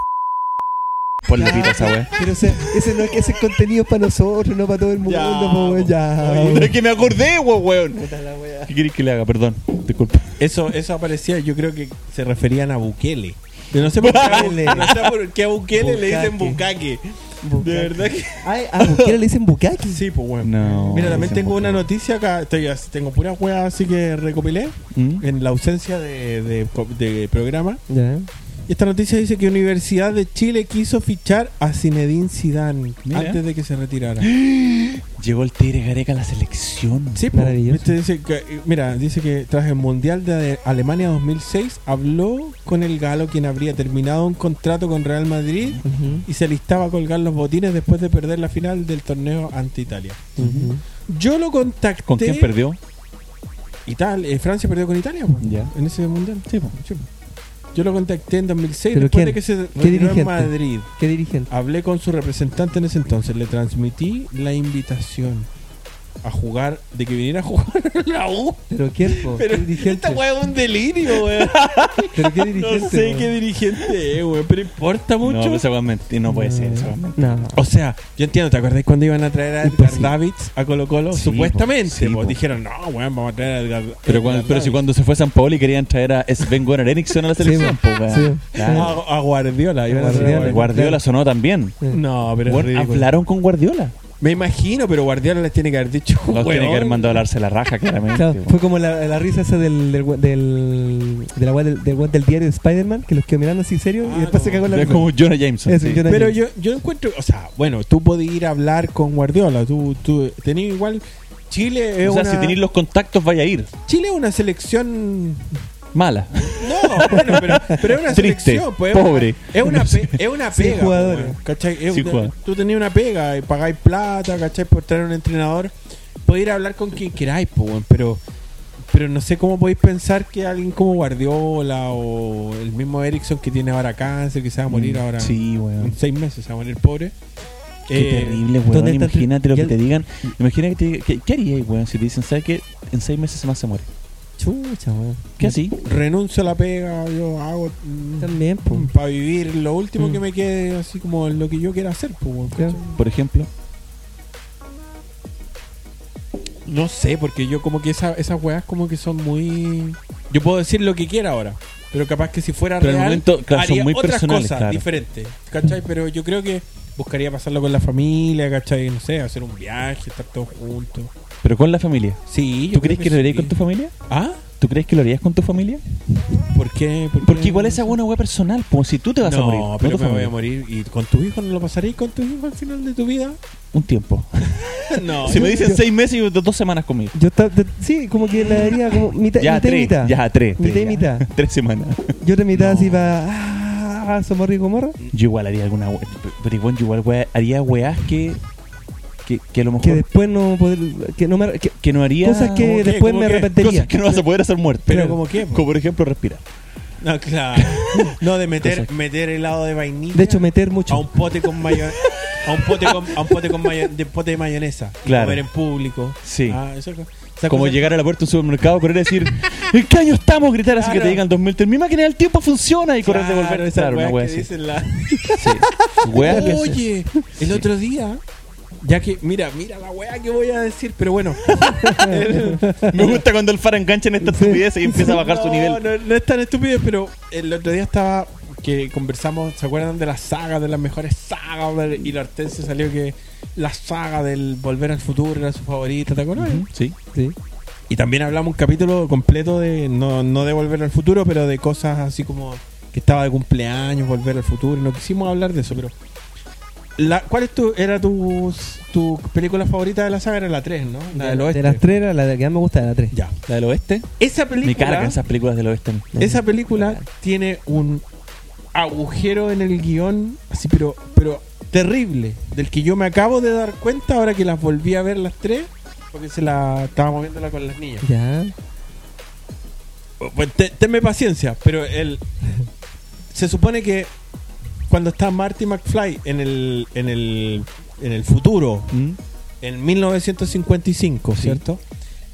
Speaker 1: Por la
Speaker 3: Ya.
Speaker 1: pita esa weá.
Speaker 3: Pero o sea, ese no es que ese contenido es para nosotros, no para todo el mundo,
Speaker 2: Ya,
Speaker 3: po, weón, ya.
Speaker 1: Pero es que me acordé, weón, weón.
Speaker 3: Ah, Puta la wea.
Speaker 1: ¿Qué queréis que le haga? Perdón, disculpa.
Speaker 2: Eso, eso aparecía, yo creo que se referían a Bukele. Yo no sé por qué, a Bu-
Speaker 3: Bukele.
Speaker 2: no sé por qué a Bukele le dicen
Speaker 3: Bucaque.
Speaker 2: bucaque.
Speaker 3: Bucaque.
Speaker 2: De verdad que.
Speaker 3: Ay, a Bukele le dicen bucaque.
Speaker 2: Sí, pues bueno.
Speaker 1: No.
Speaker 2: Mira, también tengo una
Speaker 1: nota.
Speaker 2: noticia acá. Estoy, tengo puras weas así que recopilé
Speaker 1: ¿Mm?
Speaker 2: en la ausencia de, de, de programa.
Speaker 3: Ya.
Speaker 2: Y esta noticia dice que Universidad de Chile quiso fichar a Zinedine Zidane
Speaker 1: Mira.
Speaker 2: antes de que se retirara.
Speaker 1: Llegó el Tigre Gareca a la selección.
Speaker 2: Sí, pues,
Speaker 3: Maravilloso.
Speaker 2: viste, dice que, eh, mira, dice que tras el Mundial de Alemania 2006 habló con el galo quien habría terminado un contrato con Real Madrid
Speaker 3: Ujú,
Speaker 2: y se listaba a colgar los botines después de perder la final del torneo ante Italia.
Speaker 3: ujú.
Speaker 2: Yo lo contacté.
Speaker 1: ¿Con quién perdió?
Speaker 2: Italia, eh, Francia perdió con Italia pues,
Speaker 1: Ya.
Speaker 2: en ese Mundial.
Speaker 1: Sí, po.
Speaker 2: Sí, pues. Yo lo contacté en 2006
Speaker 3: ¿Pero
Speaker 2: después
Speaker 3: quién?
Speaker 2: de que se
Speaker 3: ¿Qué
Speaker 2: retiró
Speaker 3: dirigente?
Speaker 2: en Madrid.
Speaker 3: ¿Qué dirigente?
Speaker 2: Hablé con su representante en ese entonces, le transmití la invitación a jugar, de que viniera a jugar a la U.
Speaker 3: ¿Pero quién, po?
Speaker 2: Pero
Speaker 3: ¿Qué dirigente?
Speaker 2: esta weá es un delirio, weón.
Speaker 3: ¿Pero qué dirigente?
Speaker 2: no sé
Speaker 3: po?
Speaker 2: qué dirigente es, weón, pero importa
Speaker 1: No,
Speaker 2: mucho.
Speaker 1: pero esa weá es mentira. No puede ser, esa weá es mentira.
Speaker 3: No.
Speaker 2: o sea, yo entiendo, ¿te acordás cuando iban a traer a Edgar
Speaker 3: Imposible.
Speaker 2: Davids a Colo Colo?
Speaker 1: pues Sí,
Speaker 2: Supuestamente,
Speaker 1: po, sí,
Speaker 2: po.
Speaker 1: po.
Speaker 2: dijeron, no, weón, vamos a traer a Edgar
Speaker 1: Pero,
Speaker 2: Edgar
Speaker 1: cuando, pero si
Speaker 2: Davids".
Speaker 1: cuando se fue a San Paolo y querían traer a Sven Goran Eriksson a la selección,
Speaker 3: Sí,
Speaker 1: po, weá.
Speaker 3: sí.
Speaker 1: Claro.
Speaker 2: A, a Guardiola, iban a traer a
Speaker 3: Guardiola.
Speaker 1: Guardiola sonó también.
Speaker 2: No, pero es
Speaker 1: Bueno,
Speaker 2: ridículo.
Speaker 1: hablaron con Guardiola.
Speaker 2: Me imagino, pero Guardiola les tiene que haber dicho,
Speaker 1: Los tiene que haber
Speaker 2: "Weón,
Speaker 1: mandado a hablarse la raja, claramente.
Speaker 3: Claro,
Speaker 1: po.
Speaker 3: fue como la, la risa esa del, del, del, de la weá del, del, weá del diario de Spider-Man, que los quedó mirando así serio
Speaker 2: Ah,
Speaker 3: y después se
Speaker 2: como-
Speaker 3: cagó en la
Speaker 1: Es
Speaker 3: risa.
Speaker 1: como Jonah Jameson.
Speaker 3: Eso,
Speaker 1: sí.
Speaker 3: Jonah
Speaker 2: Pero
Speaker 3: Jameson.
Speaker 2: yo, yo encuentro, o sea, bueno, tú podés ir a hablar con Guardiola, tú, tú tenés igual Chile es
Speaker 1: o sea,
Speaker 2: una
Speaker 1: si tenéis los contactos, vaya a ir.
Speaker 2: Chile es una selección
Speaker 1: Mala.
Speaker 2: No, bueno, pero, pero es una
Speaker 1: Triste,
Speaker 2: selección, pues, es una-
Speaker 1: pobre.
Speaker 2: Es una, pe- es una
Speaker 3: Sin
Speaker 2: pega. pues,
Speaker 3: jugadores.
Speaker 2: weón, ¿cachai? Es
Speaker 1: Sin
Speaker 2: una-
Speaker 1: jugadores.
Speaker 2: tú tenías una pega y pagáis plata, ¿cachai? Por traer un entrenador. Podéis ir a hablar con quien queráis, pues, weón, pero, pero no sé cómo podéis pensar que alguien como Guardiola o el mismo Ericsson que tiene ahora cáncer, que se va a morir ahora
Speaker 1: Mm,
Speaker 2: Eh,
Speaker 1: Sí,
Speaker 2: en
Speaker 1: weón.
Speaker 2: seis meses, se va a morir pobre.
Speaker 1: Qué
Speaker 2: Eh,
Speaker 1: terrible, weón.
Speaker 3: ¿dónde está el-
Speaker 1: Imagínate lo
Speaker 3: y
Speaker 1: que
Speaker 3: el-
Speaker 1: te digan. Imagina que te digan. ¿Qué, qué harías, weón, si te dicen, ¿sabes qué? En seis meses más se muere.
Speaker 3: Chucha, weón.
Speaker 1: ¿Qué así?
Speaker 2: renuncio a la pega, yo hago
Speaker 3: También, po.
Speaker 2: para vivir lo último
Speaker 3: Mm.
Speaker 2: que me quede, así como lo que yo quiera hacer, pues, weón,
Speaker 3: Claro.
Speaker 2: ¿cachai?
Speaker 1: Por ejemplo.
Speaker 2: No sé, porque yo como que esa- esas weas como que son muy... Yo puedo decir lo que quiera ahora, pero capaz que si fuera
Speaker 1: Pero en el
Speaker 2: real,
Speaker 1: momento, claro, son
Speaker 2: haría
Speaker 1: muy
Speaker 2: otras
Speaker 1: personales,
Speaker 2: cosas
Speaker 1: claro.
Speaker 2: diferentes, ¿cachai? Pero yo creo que buscaría pasarlo con la familia, ¿cachai? No sé, hacer un viaje, estar todos juntos.
Speaker 1: Pero con la familia.
Speaker 2: Sí, yo
Speaker 1: ¿Tú crees que lo harías con tu familia?
Speaker 2: ¿Ah?
Speaker 1: ¿Tú crees que lo harías con tu familia?
Speaker 2: ¿Por qué? ¿Por qué?
Speaker 1: Porque igual esa es una weá personal, como si tú te vas
Speaker 2: no,
Speaker 1: a morir. no
Speaker 2: pero
Speaker 1: tu
Speaker 2: me voy
Speaker 1: familia.
Speaker 2: a morir. ¿Y con tus hijos no lo pasaréis con tus hijos al final de tu vida?
Speaker 1: Un tiempo.
Speaker 2: no.
Speaker 1: Si me
Speaker 3: yo-
Speaker 1: dicen
Speaker 3: yo-
Speaker 1: seis meses y dos semanas conmigo.
Speaker 3: Yo estaba, sí, como que la daría como mitad,
Speaker 1: Ya
Speaker 3: mitad y
Speaker 1: tres.
Speaker 3: mitad.
Speaker 1: Ya tres.
Speaker 3: Mitad y
Speaker 1: tres, ya.
Speaker 3: mitad.
Speaker 1: Tres semanas.
Speaker 3: Yo otra mitad
Speaker 2: No.
Speaker 3: así para. Ah, somos ricos morros.
Speaker 1: Yo igual haría alguna we- Pero igual, yo igual wea- haría weás que, que. que a lo mejor.
Speaker 3: Que después no poder. Que no me. que-
Speaker 1: que no haría.
Speaker 3: cosas que
Speaker 2: ¿Cómo qué?
Speaker 3: después
Speaker 2: ¿Cómo
Speaker 3: me
Speaker 2: qué?
Speaker 3: arrepentiría.
Speaker 1: cosas que no vas a poder hacer muerto.
Speaker 2: Pero como qué, po?
Speaker 1: Como por ejemplo respirar.
Speaker 2: No, claro. No, de meter,
Speaker 1: Cosas.
Speaker 2: meter helado de vainilla.
Speaker 3: De hecho, meter
Speaker 2: a
Speaker 3: mucho.
Speaker 2: un pote con mayonesa. A un pote con, a un pote con mayo- de pote de mayonesa. Y
Speaker 1: Claro.
Speaker 2: Comer en público.
Speaker 1: Sí.
Speaker 2: Ah, eso, esa
Speaker 1: Como
Speaker 2: cosa-
Speaker 1: llegar a la puerta de un supermercado, correr y decir, ¿en qué año estamos? Gritar así que
Speaker 2: Claro.
Speaker 1: te digan 2003. Mi máquina del tiempo funciona y correr de
Speaker 2: Claro,
Speaker 1: volver.
Speaker 2: esas
Speaker 1: Claro, una
Speaker 2: weas
Speaker 1: wea
Speaker 2: que
Speaker 1: así.
Speaker 2: dicen la-
Speaker 1: Sí. Weas que-
Speaker 2: Oye, el otro día. Ya que, mira, mira la wea que voy a decir, pero bueno.
Speaker 1: Me gusta cuando el Far engancha en esta estupidez y empieza a bajar su
Speaker 2: No,
Speaker 1: nivel.
Speaker 2: No, no es tan estúpido, pero el otro día estaba que conversamos, ¿se acuerdan de las sagas, de las mejores sagas? De- Y la Hortensia salió que la saga del Volver al Futuro era su favorita, ¿te acuerdas?
Speaker 1: Sí.
Speaker 3: Sí.
Speaker 2: Y también hablamos un capítulo completo de, no, no de Volver al Futuro, pero de cosas así como que estaba de cumpleaños, Volver al Futuro, y no quisimos hablar de eso, pero... La, ¿Cuál es tu, era tu, tu película favorita de la saga? Era la 3, ¿no? La del oeste.
Speaker 3: De las tres era la de- que más me gusta, de la tres.
Speaker 2: Ya.
Speaker 1: La del oeste.
Speaker 2: Esa película...
Speaker 1: Me cargan esas películas del oeste.
Speaker 2: Esa película tiene un agujero en el guión, así, pero, pero terrible, del que yo me acabo de dar cuenta ahora que las volví a ver las tres, porque se la estábamos viéndola con las niñas.
Speaker 3: Ya.
Speaker 2: Pues te- tenme paciencia, pero el se supone que cuando está Marty McFly en el, en el, en el futuro,
Speaker 1: ¿Mm?
Speaker 2: en 1955,
Speaker 3: Sí.
Speaker 2: ¿cierto?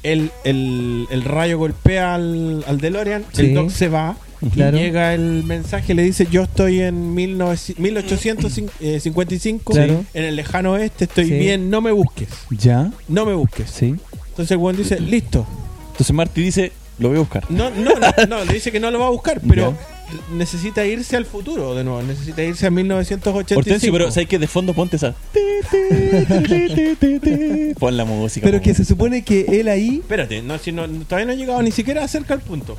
Speaker 2: El, el- el rayo golpea al, al DeLorean, el
Speaker 3: Sí.
Speaker 2: Doc se va,
Speaker 3: Claro.
Speaker 2: y llega el mensaje, le dice, yo estoy en 1900 eh, 1855,
Speaker 3: Claro.
Speaker 2: en el lejano oeste, estoy
Speaker 3: Sí.
Speaker 2: bien, no me busques,
Speaker 1: Ya.
Speaker 2: no me busques.
Speaker 1: Sí.
Speaker 2: Entonces el weón dice, listo.
Speaker 1: Entonces Marty dice, lo voy a buscar.
Speaker 2: No, no, no, no, le dice que no lo va a buscar, pero necesita irse al futuro de nuevo, necesita irse a 1985.
Speaker 1: Hortensio, pero ¿sabes qué? De fondo ponte esa. Ti, ti, ti, ti, ti. Pon la música.
Speaker 3: Pero
Speaker 1: po,
Speaker 3: que
Speaker 1: weón.
Speaker 3: se supone que él ahí.
Speaker 2: Espérate, no, si no, todavía no he llegado ni siquiera cerca al punto.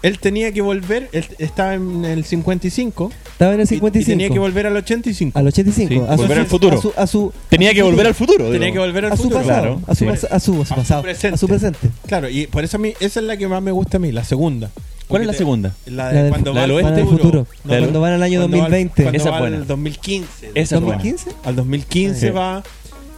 Speaker 2: Él tenía que volver, él estaba en el 55,
Speaker 3: Estaba en
Speaker 2: y- Y,
Speaker 3: el 55.
Speaker 2: tenía que volver al 85.
Speaker 3: al 85.
Speaker 1: Sí,
Speaker 3: a su,
Speaker 1: volver al futuro.
Speaker 3: A su, a su,
Speaker 1: Tenía que volver al futuro.
Speaker 2: tenía
Speaker 1: digo.
Speaker 2: que volver al
Speaker 3: a su
Speaker 2: futuro.
Speaker 3: pasado.
Speaker 1: claro.
Speaker 3: A
Speaker 1: Sí.
Speaker 3: su, pas- a su, a su
Speaker 2: A su
Speaker 3: pasado.
Speaker 2: presente.
Speaker 3: A su presente.
Speaker 2: Claro, y por eso a mí, esa es la que más me gusta a mí, la segunda.
Speaker 1: ¿Cuál
Speaker 2: Porque
Speaker 1: es la
Speaker 2: te-
Speaker 1: segunda?
Speaker 2: La de
Speaker 3: La del-
Speaker 2: cuando
Speaker 1: la
Speaker 2: va
Speaker 1: del
Speaker 2: al
Speaker 1: oeste.
Speaker 3: Van al
Speaker 2: futuro.
Speaker 3: futuro.
Speaker 2: No,
Speaker 1: Claro.
Speaker 3: Cuando van al año
Speaker 2: cuando va al-
Speaker 3: 2020.
Speaker 2: cuando
Speaker 1: Esa
Speaker 2: va
Speaker 1: es buena.
Speaker 2: al 2015.
Speaker 1: Esa es buena.
Speaker 3: 2015.
Speaker 2: Al 2015
Speaker 1: Sí.
Speaker 2: va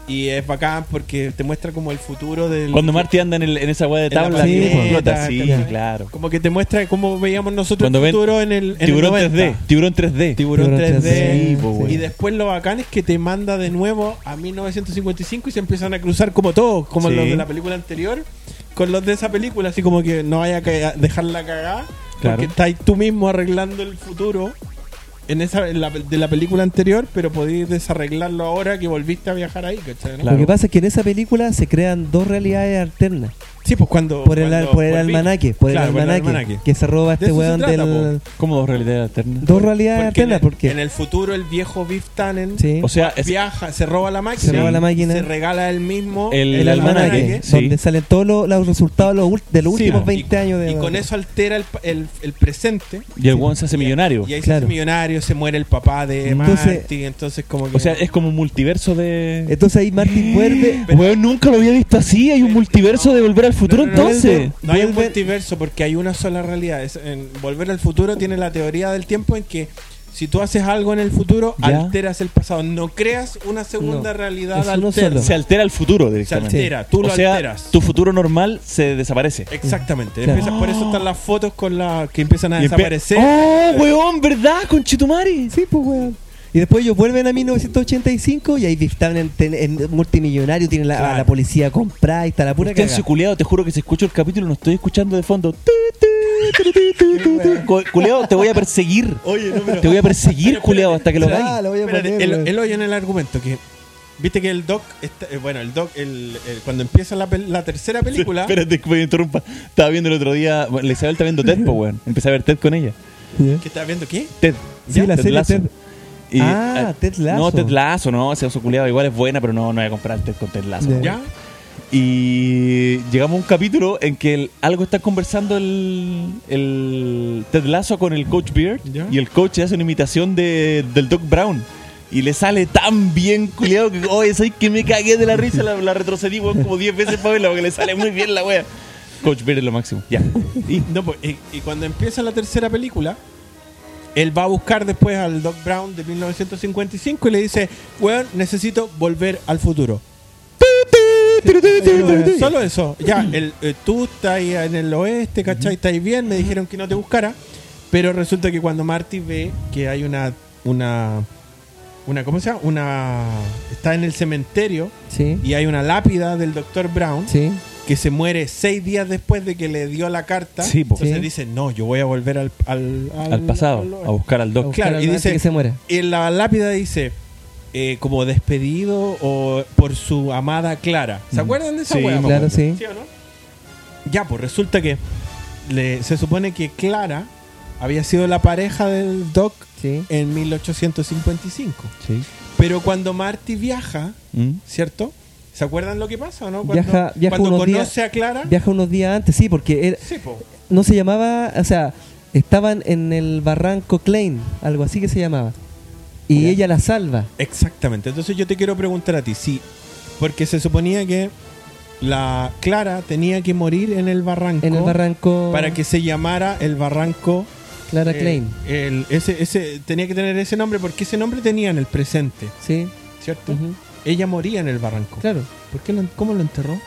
Speaker 2: y es bacán porque te muestra como el futuro del...
Speaker 1: Cuando Marty anda en, el- en esa weá de
Speaker 2: En la
Speaker 1: tabla, que
Speaker 3: patineta,
Speaker 1: explota. Sí,
Speaker 2: ¿cachai?
Speaker 1: claro.
Speaker 2: Como que te muestra cómo veíamos nosotros
Speaker 1: Cuando
Speaker 2: el
Speaker 1: ven
Speaker 2: futuro en el... en el
Speaker 1: Tiburón
Speaker 2: 90.
Speaker 1: 3D. Tiburón 3D.
Speaker 2: Tiburón,
Speaker 3: Tiburón
Speaker 2: 3D.
Speaker 3: 3D,
Speaker 1: sí, po,
Speaker 2: Y
Speaker 1: güey.
Speaker 2: después lo bacán es que te manda de nuevo a 1955 y se empiezan a cruzar como todos, como
Speaker 1: Sí.
Speaker 2: los de la película anterior, con los de esa película, así como que no vaya a caga- dejarla cagada,
Speaker 1: Claro.
Speaker 2: porque estás tú mismo arreglando el futuro en esa en la, de la película anterior, pero podéis desarreglarlo ahora que volviste a viajar ahí, ¿cachai? no?
Speaker 1: Claro.
Speaker 3: Lo que pasa es que en esa película se crean dos realidades alternas.
Speaker 2: Sí, pues cuando...
Speaker 3: Por el,
Speaker 2: cuando
Speaker 3: por el
Speaker 2: volví-
Speaker 3: almanaque. Por
Speaker 2: Claro,
Speaker 3: el almanaque. Que se roba este
Speaker 2: eso se
Speaker 3: weón
Speaker 2: trata,
Speaker 3: del.
Speaker 1: ¿Cómo dos realidades alternas?
Speaker 3: Dos realidades
Speaker 2: Porque en,
Speaker 3: alternas.
Speaker 2: el,
Speaker 3: Porque.
Speaker 2: en el futuro el viejo Biff Tannen
Speaker 3: sí.
Speaker 1: O sea, es-
Speaker 2: viaja, se roba la máquina,
Speaker 3: Se roba la máquina.
Speaker 2: se regala él mismo
Speaker 1: El-
Speaker 3: el almanaque,
Speaker 1: sí.
Speaker 3: donde salen todos los, los resultados los ul- de los
Speaker 1: Sí,
Speaker 3: últimos
Speaker 1: po.
Speaker 3: 20 años de
Speaker 2: y con eso altera el, pa- el- el presente.
Speaker 1: y el weón se hace millonario.
Speaker 2: Y ahí se
Speaker 3: Claro.
Speaker 2: hace millonario, se muere el papá de
Speaker 3: Entonces-
Speaker 2: Marty. Entonces, como que.
Speaker 1: O sea, es como un multiverso de.
Speaker 3: Entonces ahí Martin vuelve.
Speaker 1: Weón, nunca lo había visto así. Hay un multiverso de volver al al futuro
Speaker 2: No, no, no,
Speaker 1: entonces.
Speaker 2: No hay un
Speaker 3: Vuelve-
Speaker 2: multiverso porque hay una sola realidad. Es- en Volver al futuro tiene la teoría del tiempo en que si tú haces algo en el futuro,
Speaker 3: Ya.
Speaker 2: alteras el pasado. No creas una segunda
Speaker 3: No,
Speaker 2: realidad
Speaker 3: es uno
Speaker 2: alterna.
Speaker 3: solo.
Speaker 1: Se altera el futuro
Speaker 2: Se
Speaker 1: directamente.
Speaker 2: altera, tú lo
Speaker 1: o sea,
Speaker 2: alteras.
Speaker 1: tu futuro normal se desaparece.
Speaker 2: Exactamente.
Speaker 3: Claro.
Speaker 2: Empiezas- por eso están las fotos con la que empiezan a
Speaker 1: Y empe-
Speaker 2: desaparecer.
Speaker 1: ¡Oh, weón! ¿Verdad? Con Chitumari.
Speaker 3: Sí, pues, weón. Y después ellos vuelven a 1985 y ahí están en, ten- en multimillonario, tienen la,
Speaker 2: Claro.
Speaker 3: a la policía comprada y está la pura
Speaker 1: Usted
Speaker 3: cagada.
Speaker 1: su culeado, te juro que si escucho el capítulo no estoy escuchando de fondo. Tu, tu, tu, tu, tu, tu, tu. Co- Culeado, te voy a perseguir.
Speaker 2: Oye, no, Oh, pero-
Speaker 1: Te voy a perseguir, culeado, hasta que lo
Speaker 3: Ah,
Speaker 1: hagáis.
Speaker 3: lo voy a
Speaker 2: Espérate,
Speaker 3: poner,
Speaker 2: él,
Speaker 3: weón.
Speaker 2: él oye en el argumento que. Viste que el doc. está- eh, bueno, el doc. el- el- cuando empieza la, pel- la tercera película.
Speaker 1: Espérate, que me interrumpa. Estaba viendo el otro día. bueno, La Isabel está viendo Ted, po, weón. Empecé a ver Ted con ella.
Speaker 2: ¿Qué estás viendo? ¿Qué?
Speaker 3: Eh.
Speaker 1: Ted.
Speaker 3: Sí, la serie
Speaker 1: Lasso.
Speaker 3: Ted.
Speaker 1: Y,
Speaker 3: Ah,
Speaker 1: eh,
Speaker 3: Ted Lasso.
Speaker 1: No, Ted Lazo, no. Ese oso culeado igual es buena, pero no, no voy a comprar Ted con Ted Lazo.
Speaker 3: Ya.
Speaker 2: ¿Ya?
Speaker 1: Y llegamos a un capítulo en que el- algo está conversando el, el Ted Lasso con el Coach Beard.
Speaker 2: Ya.
Speaker 1: Y el coach hace una imitación de, del Doc Brown. Y le sale tan bien culiado que, oye, soy que me cagué de la risa. La, la retrocedí weón, como 10 veces para verla porque le sale muy bien la wea. Coach Beard es lo máximo. Ya.
Speaker 2: Y, no, pues, y, y cuando empieza la tercera película, él va a buscar después al Doc Brown de 1955 y le dice, weón, necesito volver al futuro. Solo eso. Ya, el, eh, tú estás ahí en el oeste, ¿cachai? Estás bien, me dijeron que no te buscara. Pero resulta que cuando Marty ve que hay una... una una, ¿cómo se llama? Una. Está en el cementerio
Speaker 3: Sí,
Speaker 2: y hay una lápida del Dr. Brown
Speaker 3: sí.
Speaker 2: que se muere seis días después de que le dio la carta.
Speaker 1: Sí, po.
Speaker 2: Entonces
Speaker 3: Sí.
Speaker 2: dice, no, yo voy a volver al, al,
Speaker 1: Al pasado,
Speaker 2: al-
Speaker 1: a buscar al
Speaker 3: A
Speaker 1: Doc.
Speaker 3: buscar
Speaker 2: Claro,
Speaker 3: al
Speaker 2: y
Speaker 3: Marty
Speaker 2: dice-
Speaker 3: que se muera.
Speaker 2: Y en la lápida dice, eh, como despedido o por su amada Clara. ¿Se
Speaker 1: Mm.
Speaker 2: acuerdan de esa
Speaker 1: Sí,
Speaker 2: hueá?
Speaker 1: me
Speaker 3: Claro, sí.
Speaker 2: ¿Sí o no? Ya, pues resulta que le- se supone que Clara había sido la pareja del Doc
Speaker 3: Sí.
Speaker 2: en 1855.
Speaker 1: Sí.
Speaker 2: Pero cuando Marty viaja,
Speaker 1: ¿Mm?
Speaker 2: ¿cierto? ¿Se acuerdan lo que pasa o no? Cuando,
Speaker 3: Viaja, viaja
Speaker 2: cuando
Speaker 3: unos días-
Speaker 2: conoce a Clara.
Speaker 3: Viaja unos días antes, sí, porque era-
Speaker 2: Sí, po.
Speaker 3: no se llamaba, o sea, estaban en el barranco Klein, algo así que se llamaba. Y ella la salva.
Speaker 2: Exactamente. Entonces yo te quiero preguntar a ti, sí, porque se suponía que la Clara tenía que morir en el barranco,
Speaker 3: En el barranco
Speaker 2: para que se llamara el barranco
Speaker 3: Clara
Speaker 2: eh,
Speaker 3: Klein.
Speaker 2: el- ese, ese tenía que tener ese nombre porque ese nombre tenía en el presente,
Speaker 3: Sí,
Speaker 2: ¿cierto?
Speaker 3: ujú,
Speaker 2: Ella moría en el barranco.
Speaker 3: claro.
Speaker 2: ¿Por qué lo- cómo lo enterró?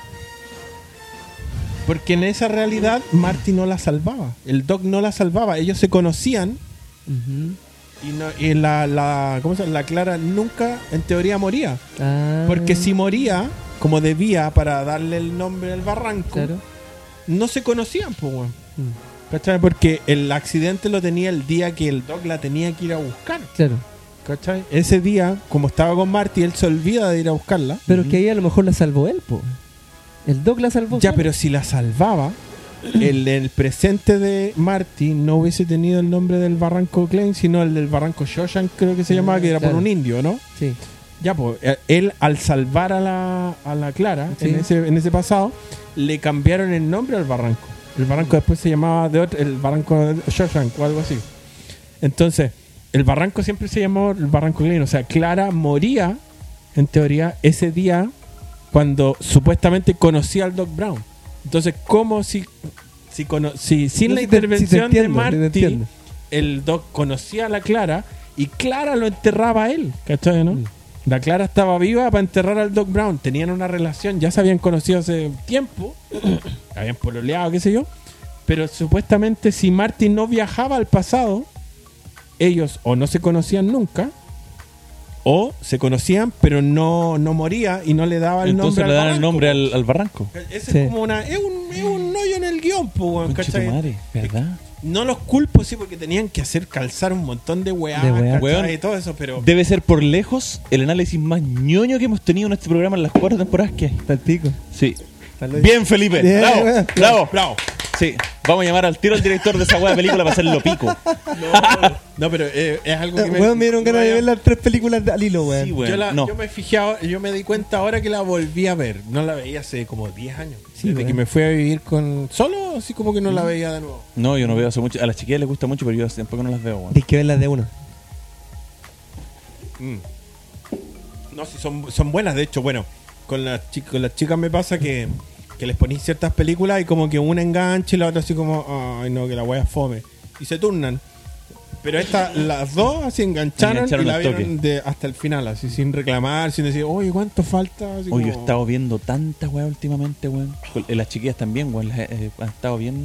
Speaker 2: Porque en esa realidad Marty no la salvaba, el Doc no la salvaba, ellos se conocían
Speaker 3: Ujú.
Speaker 2: y, no- y la, la- ¿cómo se llama? la Clara nunca en teoría moría.
Speaker 3: Ah,
Speaker 2: Porque si moría, como debía para darle el nombre al barranco,
Speaker 3: Claro.
Speaker 2: no se conocían, pues, weón.
Speaker 3: Mm,
Speaker 2: ¿Cachai? Porque el accidente lo tenía el día que el Doc la tenía que ir a buscar.
Speaker 3: Claro.
Speaker 2: ¿Cachai? Ese día, como estaba con Marty, él se olvida de ir a buscarla.
Speaker 3: Pero que ahí a lo mejor la salvó él, po. El Doc la salvó.
Speaker 2: Ya,
Speaker 3: solo.
Speaker 2: pero si la salvaba, el, el presente de Marty no hubiese tenido el nombre del barranco Klein, sino el del barranco Shoshan, creo que se
Speaker 3: Ah,
Speaker 2: llamaba, que era
Speaker 3: claro.
Speaker 2: por un indio, ¿no?
Speaker 3: Sí.
Speaker 2: Ya, pues, eh, él al salvar a la, a la Clara
Speaker 3: Sí.
Speaker 2: en, ese, en ese pasado, le cambiaron el nombre al barranco. El barranco después se llamaba de otro- el barranco de Shawshank o algo así. Entonces, el barranco siempre se llamó el barranco Glen. O sea, Clara moría, en teoría, ese día cuando supuestamente conocía al Doc Brown. Entonces, ¿cómo si, si, cono- si sin
Speaker 3: No,
Speaker 2: la
Speaker 3: sí te- sí te
Speaker 2: intervención
Speaker 3: entiendo, sí te
Speaker 2: de Marty,
Speaker 3: entiendo.
Speaker 2: el Doc conocía a la Clara y Clara lo enterraba a él? ¿Cachai,
Speaker 3: Mm.
Speaker 2: no? La Clara estaba viva para enterrar al Doc Brown. Tenían una relación, ya se habían conocido hace tiempo. habían pololeado, qué sé yo. Pero supuestamente si Marty no viajaba al pasado, ellos o no se conocían nunca, o se conocían, pero no, no moría y no le daba el
Speaker 1: Entonces
Speaker 2: nombre.
Speaker 1: le
Speaker 2: al
Speaker 1: dan el
Speaker 2: barranco.
Speaker 1: nombre al, al barranco.
Speaker 2: Ese
Speaker 3: Sí.
Speaker 2: es como una. Es un, es un hoyo en el guión, po, weón,
Speaker 1: Con
Speaker 2: ¿cachai?
Speaker 1: Chitumari, ¿verdad?
Speaker 2: No los culpo, sí, porque tenían que hacer calzar un montón de weá,
Speaker 3: De weá.
Speaker 2: ¿cachai?
Speaker 1: Weón.
Speaker 2: y todo eso, pero.
Speaker 1: Debe ser por lejos el análisis más ñoño que hemos tenido en este programa en las cuatro temporadas que hay.
Speaker 3: Está el pico.
Speaker 1: Sí.
Speaker 3: Está el-
Speaker 1: Bien, Felipe.
Speaker 3: Bien,
Speaker 1: bravo,
Speaker 3: weón.
Speaker 1: bravo,
Speaker 2: Bravo.
Speaker 1: Sí. Vamos a llamar al tiro al director de esa hueá de película para hacerlo pico.
Speaker 2: No, pero eh, es algo que
Speaker 3: Eh, Weón, me dieron ganas de
Speaker 2: vaya-
Speaker 3: ver las tres películas de- al hilo, weón.
Speaker 1: Sí, weón.
Speaker 2: yo, la-
Speaker 1: no.
Speaker 2: yo me fijé, ahora- yo me di cuenta ahora que la volví a ver. No la veía hace como 10 años.
Speaker 3: Sí,
Speaker 2: desde
Speaker 1: pues.
Speaker 3: weón.
Speaker 2: que me fui a vivir con. Solo, así como que no la veía de nuevo.
Speaker 1: No, yo no veo hace mucho. A las chiquillas les gusta mucho, pero yo hace tiempo que no las veo, weón.
Speaker 3: Tienes que verlas de uno.
Speaker 2: Mm. No, sí, son, son buenas. De hecho, bueno, con las chicas, con las chicas me pasa que que les ponéis ciertas películas y como que una engancha y la otra así como, ay no, que la wea fome. Y se turnan. Pero estas, las dos así engancharon,
Speaker 1: Engancharon
Speaker 2: y la
Speaker 1: al
Speaker 2: vieron de- hasta el final, así sin reclamar, sin decir, oye, ¿cuánto falta? Así
Speaker 1: Hoy yo he
Speaker 2: como-
Speaker 1: estado viendo tantas weas últimamente, weón. Con- eh, Las chiquillas también, weón. Las, eh, han estado bien.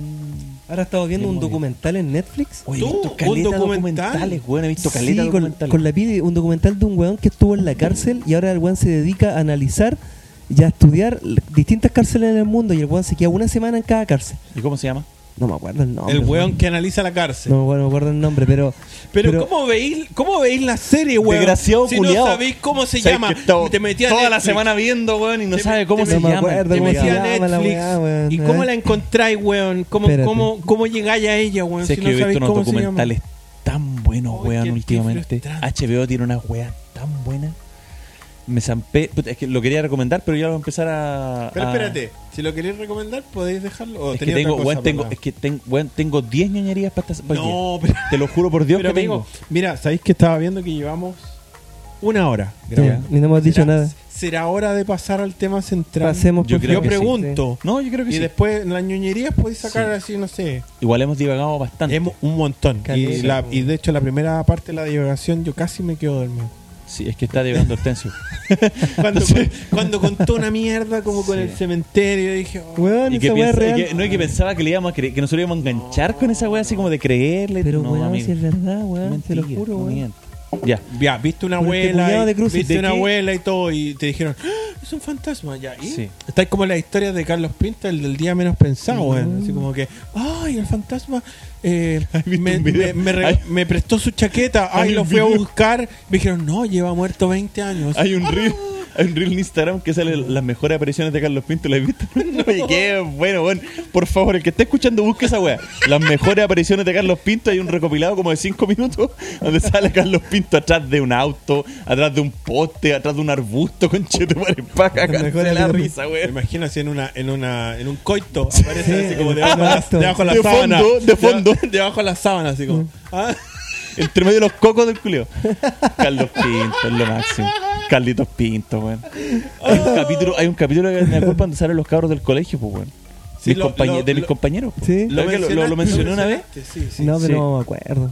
Speaker 3: Ahora he estado viendo
Speaker 1: Bien
Speaker 3: un
Speaker 1: movido.
Speaker 3: documental en Netflix.
Speaker 1: Oye, he
Speaker 2: ¿Tú?
Speaker 1: visto
Speaker 2: ¿Un
Speaker 1: caleta
Speaker 2: documental?
Speaker 1: documentales, weón. He visto caleta
Speaker 3: Sí, con,
Speaker 1: documentales.
Speaker 3: con la pide un documental de un weón que estuvo en la cárcel y ahora el weón se dedica a analizar y a estudiar l- distintas cárceles en el mundo y el weón se queda una semana en cada cárcel.
Speaker 1: ¿Y cómo se llama?
Speaker 3: No me acuerdo el nombre.
Speaker 2: el weón
Speaker 3: weón.
Speaker 2: que analiza la cárcel.
Speaker 3: No, me acuerdo- no me acuerdo el nombre, pero...
Speaker 2: Pero, ¿cómo, veis, ¿cómo veis la serie, weón?
Speaker 1: Desgraciado
Speaker 2: si
Speaker 1: culiao.
Speaker 2: no sabéis cómo se
Speaker 1: ¿Sabes
Speaker 2: llama,
Speaker 1: que he estado
Speaker 2: te metías
Speaker 1: toda la semana viendo, weón, y no
Speaker 2: Te-
Speaker 1: sabe cómo
Speaker 2: te-
Speaker 1: se
Speaker 3: no me
Speaker 1: llama.
Speaker 3: acuerdo
Speaker 2: Te
Speaker 3: cómo
Speaker 2: metí
Speaker 3: se
Speaker 2: a
Speaker 3: llama la
Speaker 2: Netflix.
Speaker 3: weá, weón,
Speaker 2: ¿Y
Speaker 3: ¿eh?
Speaker 2: cómo la encontráis, weón? ¿Cómo,
Speaker 3: Espérate.
Speaker 2: cómo, cómo llegáis a ella, weón?
Speaker 1: Sé
Speaker 2: si
Speaker 1: que
Speaker 2: no
Speaker 1: he visto
Speaker 2: sabéis
Speaker 1: unos
Speaker 2: cómo se llama?
Speaker 1: documentales tan buenos,
Speaker 2: Oy, qué-
Speaker 1: weón,
Speaker 2: qué
Speaker 1: últimamente.
Speaker 2: frustrante.
Speaker 1: HBO tiene unas weas tan buenas. Me zampé. Puta, es que lo quería recomendar, pero ya voy a empezar a.
Speaker 2: Pero
Speaker 1: a-
Speaker 2: espérate, si lo queréis recomendar, podéis dejarlo. ¿O
Speaker 1: Ah. Es que
Speaker 2: tenía
Speaker 1: tengo,
Speaker 2: otra cosa
Speaker 1: weón, tengo,
Speaker 2: para
Speaker 1: es que tengo, weón, tengo 10 ñoñerías para esta.
Speaker 2: hablar?
Speaker 1: para hoy día.
Speaker 2: No, pero,
Speaker 1: Te lo juro por Dios
Speaker 2: pero
Speaker 1: que
Speaker 2: amigo,
Speaker 1: tengo.
Speaker 2: mira, sabéis que estaba viendo que llevamos una hora
Speaker 3: Ya,
Speaker 2: grabando.
Speaker 3: ni no hemos dicho
Speaker 2: ¿Será-
Speaker 3: nada.
Speaker 2: ¿Será hora de pasar al tema central?
Speaker 3: Pasemos
Speaker 1: Yo
Speaker 3: por
Speaker 1: creo
Speaker 2: Yo
Speaker 3: favor.
Speaker 1: que sí.
Speaker 2: pregunto.
Speaker 1: No, yo creo que
Speaker 2: Y
Speaker 1: sí.
Speaker 2: después en las ñoñerías podéis sacar así, no sé,
Speaker 1: Igual hemos divagado bastante.
Speaker 2: Hemos un montón. Y,
Speaker 3: Caleta,
Speaker 2: la-
Speaker 3: po.
Speaker 2: y de hecho, la primera parte de la divagación, yo casi me quedo dormido.
Speaker 1: Sí, es que está divagando Hortensio.
Speaker 2: Cuando,
Speaker 1: Sí.
Speaker 2: cuando contó una mierda como con
Speaker 1: Sí.
Speaker 2: el cementerio, dije, oh,
Speaker 3: Weón,
Speaker 1: Y que
Speaker 3: esa weá es
Speaker 1: piensa-
Speaker 3: real.
Speaker 1: y que- no, y que pensaba que, le íbamos a cre- que nosotros íbamos a enganchar con esa wea así como de creerle.
Speaker 3: Pero
Speaker 1: no,
Speaker 3: weón,
Speaker 1: amigo.
Speaker 3: si es verdad, weón,
Speaker 1: Mentira,
Speaker 3: te lo juro,
Speaker 1: no
Speaker 3: weón.
Speaker 1: mientas. Ya.
Speaker 2: ya, viste una
Speaker 3: Pero este
Speaker 2: abuela,
Speaker 3: culiao
Speaker 2: y-
Speaker 3: de Crucis,
Speaker 2: viste
Speaker 3: ¿de
Speaker 2: una
Speaker 3: qué?
Speaker 2: abuela y todo, y te dijeron, "Ah, es un fantasma, ya. ¿y?
Speaker 1: Sí.
Speaker 2: Estáis como en las historias de Carlos Pinta, el del día menos pensado, weón. Así como que, ay, el fantasma eh, me,
Speaker 1: un video?
Speaker 2: me- me re-
Speaker 1: Hay-
Speaker 2: me prestó su chaqueta,
Speaker 1: Hay
Speaker 2: ay,
Speaker 1: un
Speaker 2: lo fui a
Speaker 1: video.
Speaker 2: buscar. Me dijeron, no, lleva muerto 20 años.
Speaker 1: Hay un reel, hay un reel en Instagram que sale las mejores apariciones de Carlos Pinto, ¿la has visto? Oye, qué bueno, bueno. Por favor, el que esté escuchando, busque esa wea. Las mejores apariciones de Carlos Pinto, hay un recopilado como de 5 minutos donde sale Carlos Pinto atrás de un auto, atrás de un poste, atrás de un arbusto, con chete para paja,
Speaker 3: Las mejores
Speaker 1: de la
Speaker 3: apariciones.
Speaker 1: risa,
Speaker 2: Me
Speaker 1: wea.
Speaker 2: imagino así en una, en una, en un coito, aparece así como
Speaker 3: en
Speaker 2: debajo,
Speaker 3: un
Speaker 2: de la-
Speaker 3: acto.
Speaker 2: debajo de la
Speaker 1: De
Speaker 2: sábana.
Speaker 1: fondo, de fondo.
Speaker 2: Deba- Debajo de la sábana, así como. Ah,
Speaker 1: Entre medio de los cocos del culio. Carlos Pinto, es lo máximo. Carlitos Pinto, weón. Hay un capítulo, hay un capítulo que me acuerdo cuando salen los cabros del colegio, pues, weón.
Speaker 2: Sí,
Speaker 1: Mis
Speaker 2: lo-
Speaker 1: compañe-
Speaker 2: lo-
Speaker 1: de mis
Speaker 2: lo-
Speaker 1: compañeros. pues.
Speaker 3: Sí.
Speaker 1: ¿Sabes que Lo, lo- lo mencioné una vez.
Speaker 2: mencionaste, Sí, sí.
Speaker 3: No,
Speaker 1: sí.
Speaker 3: pero no me acuerdo.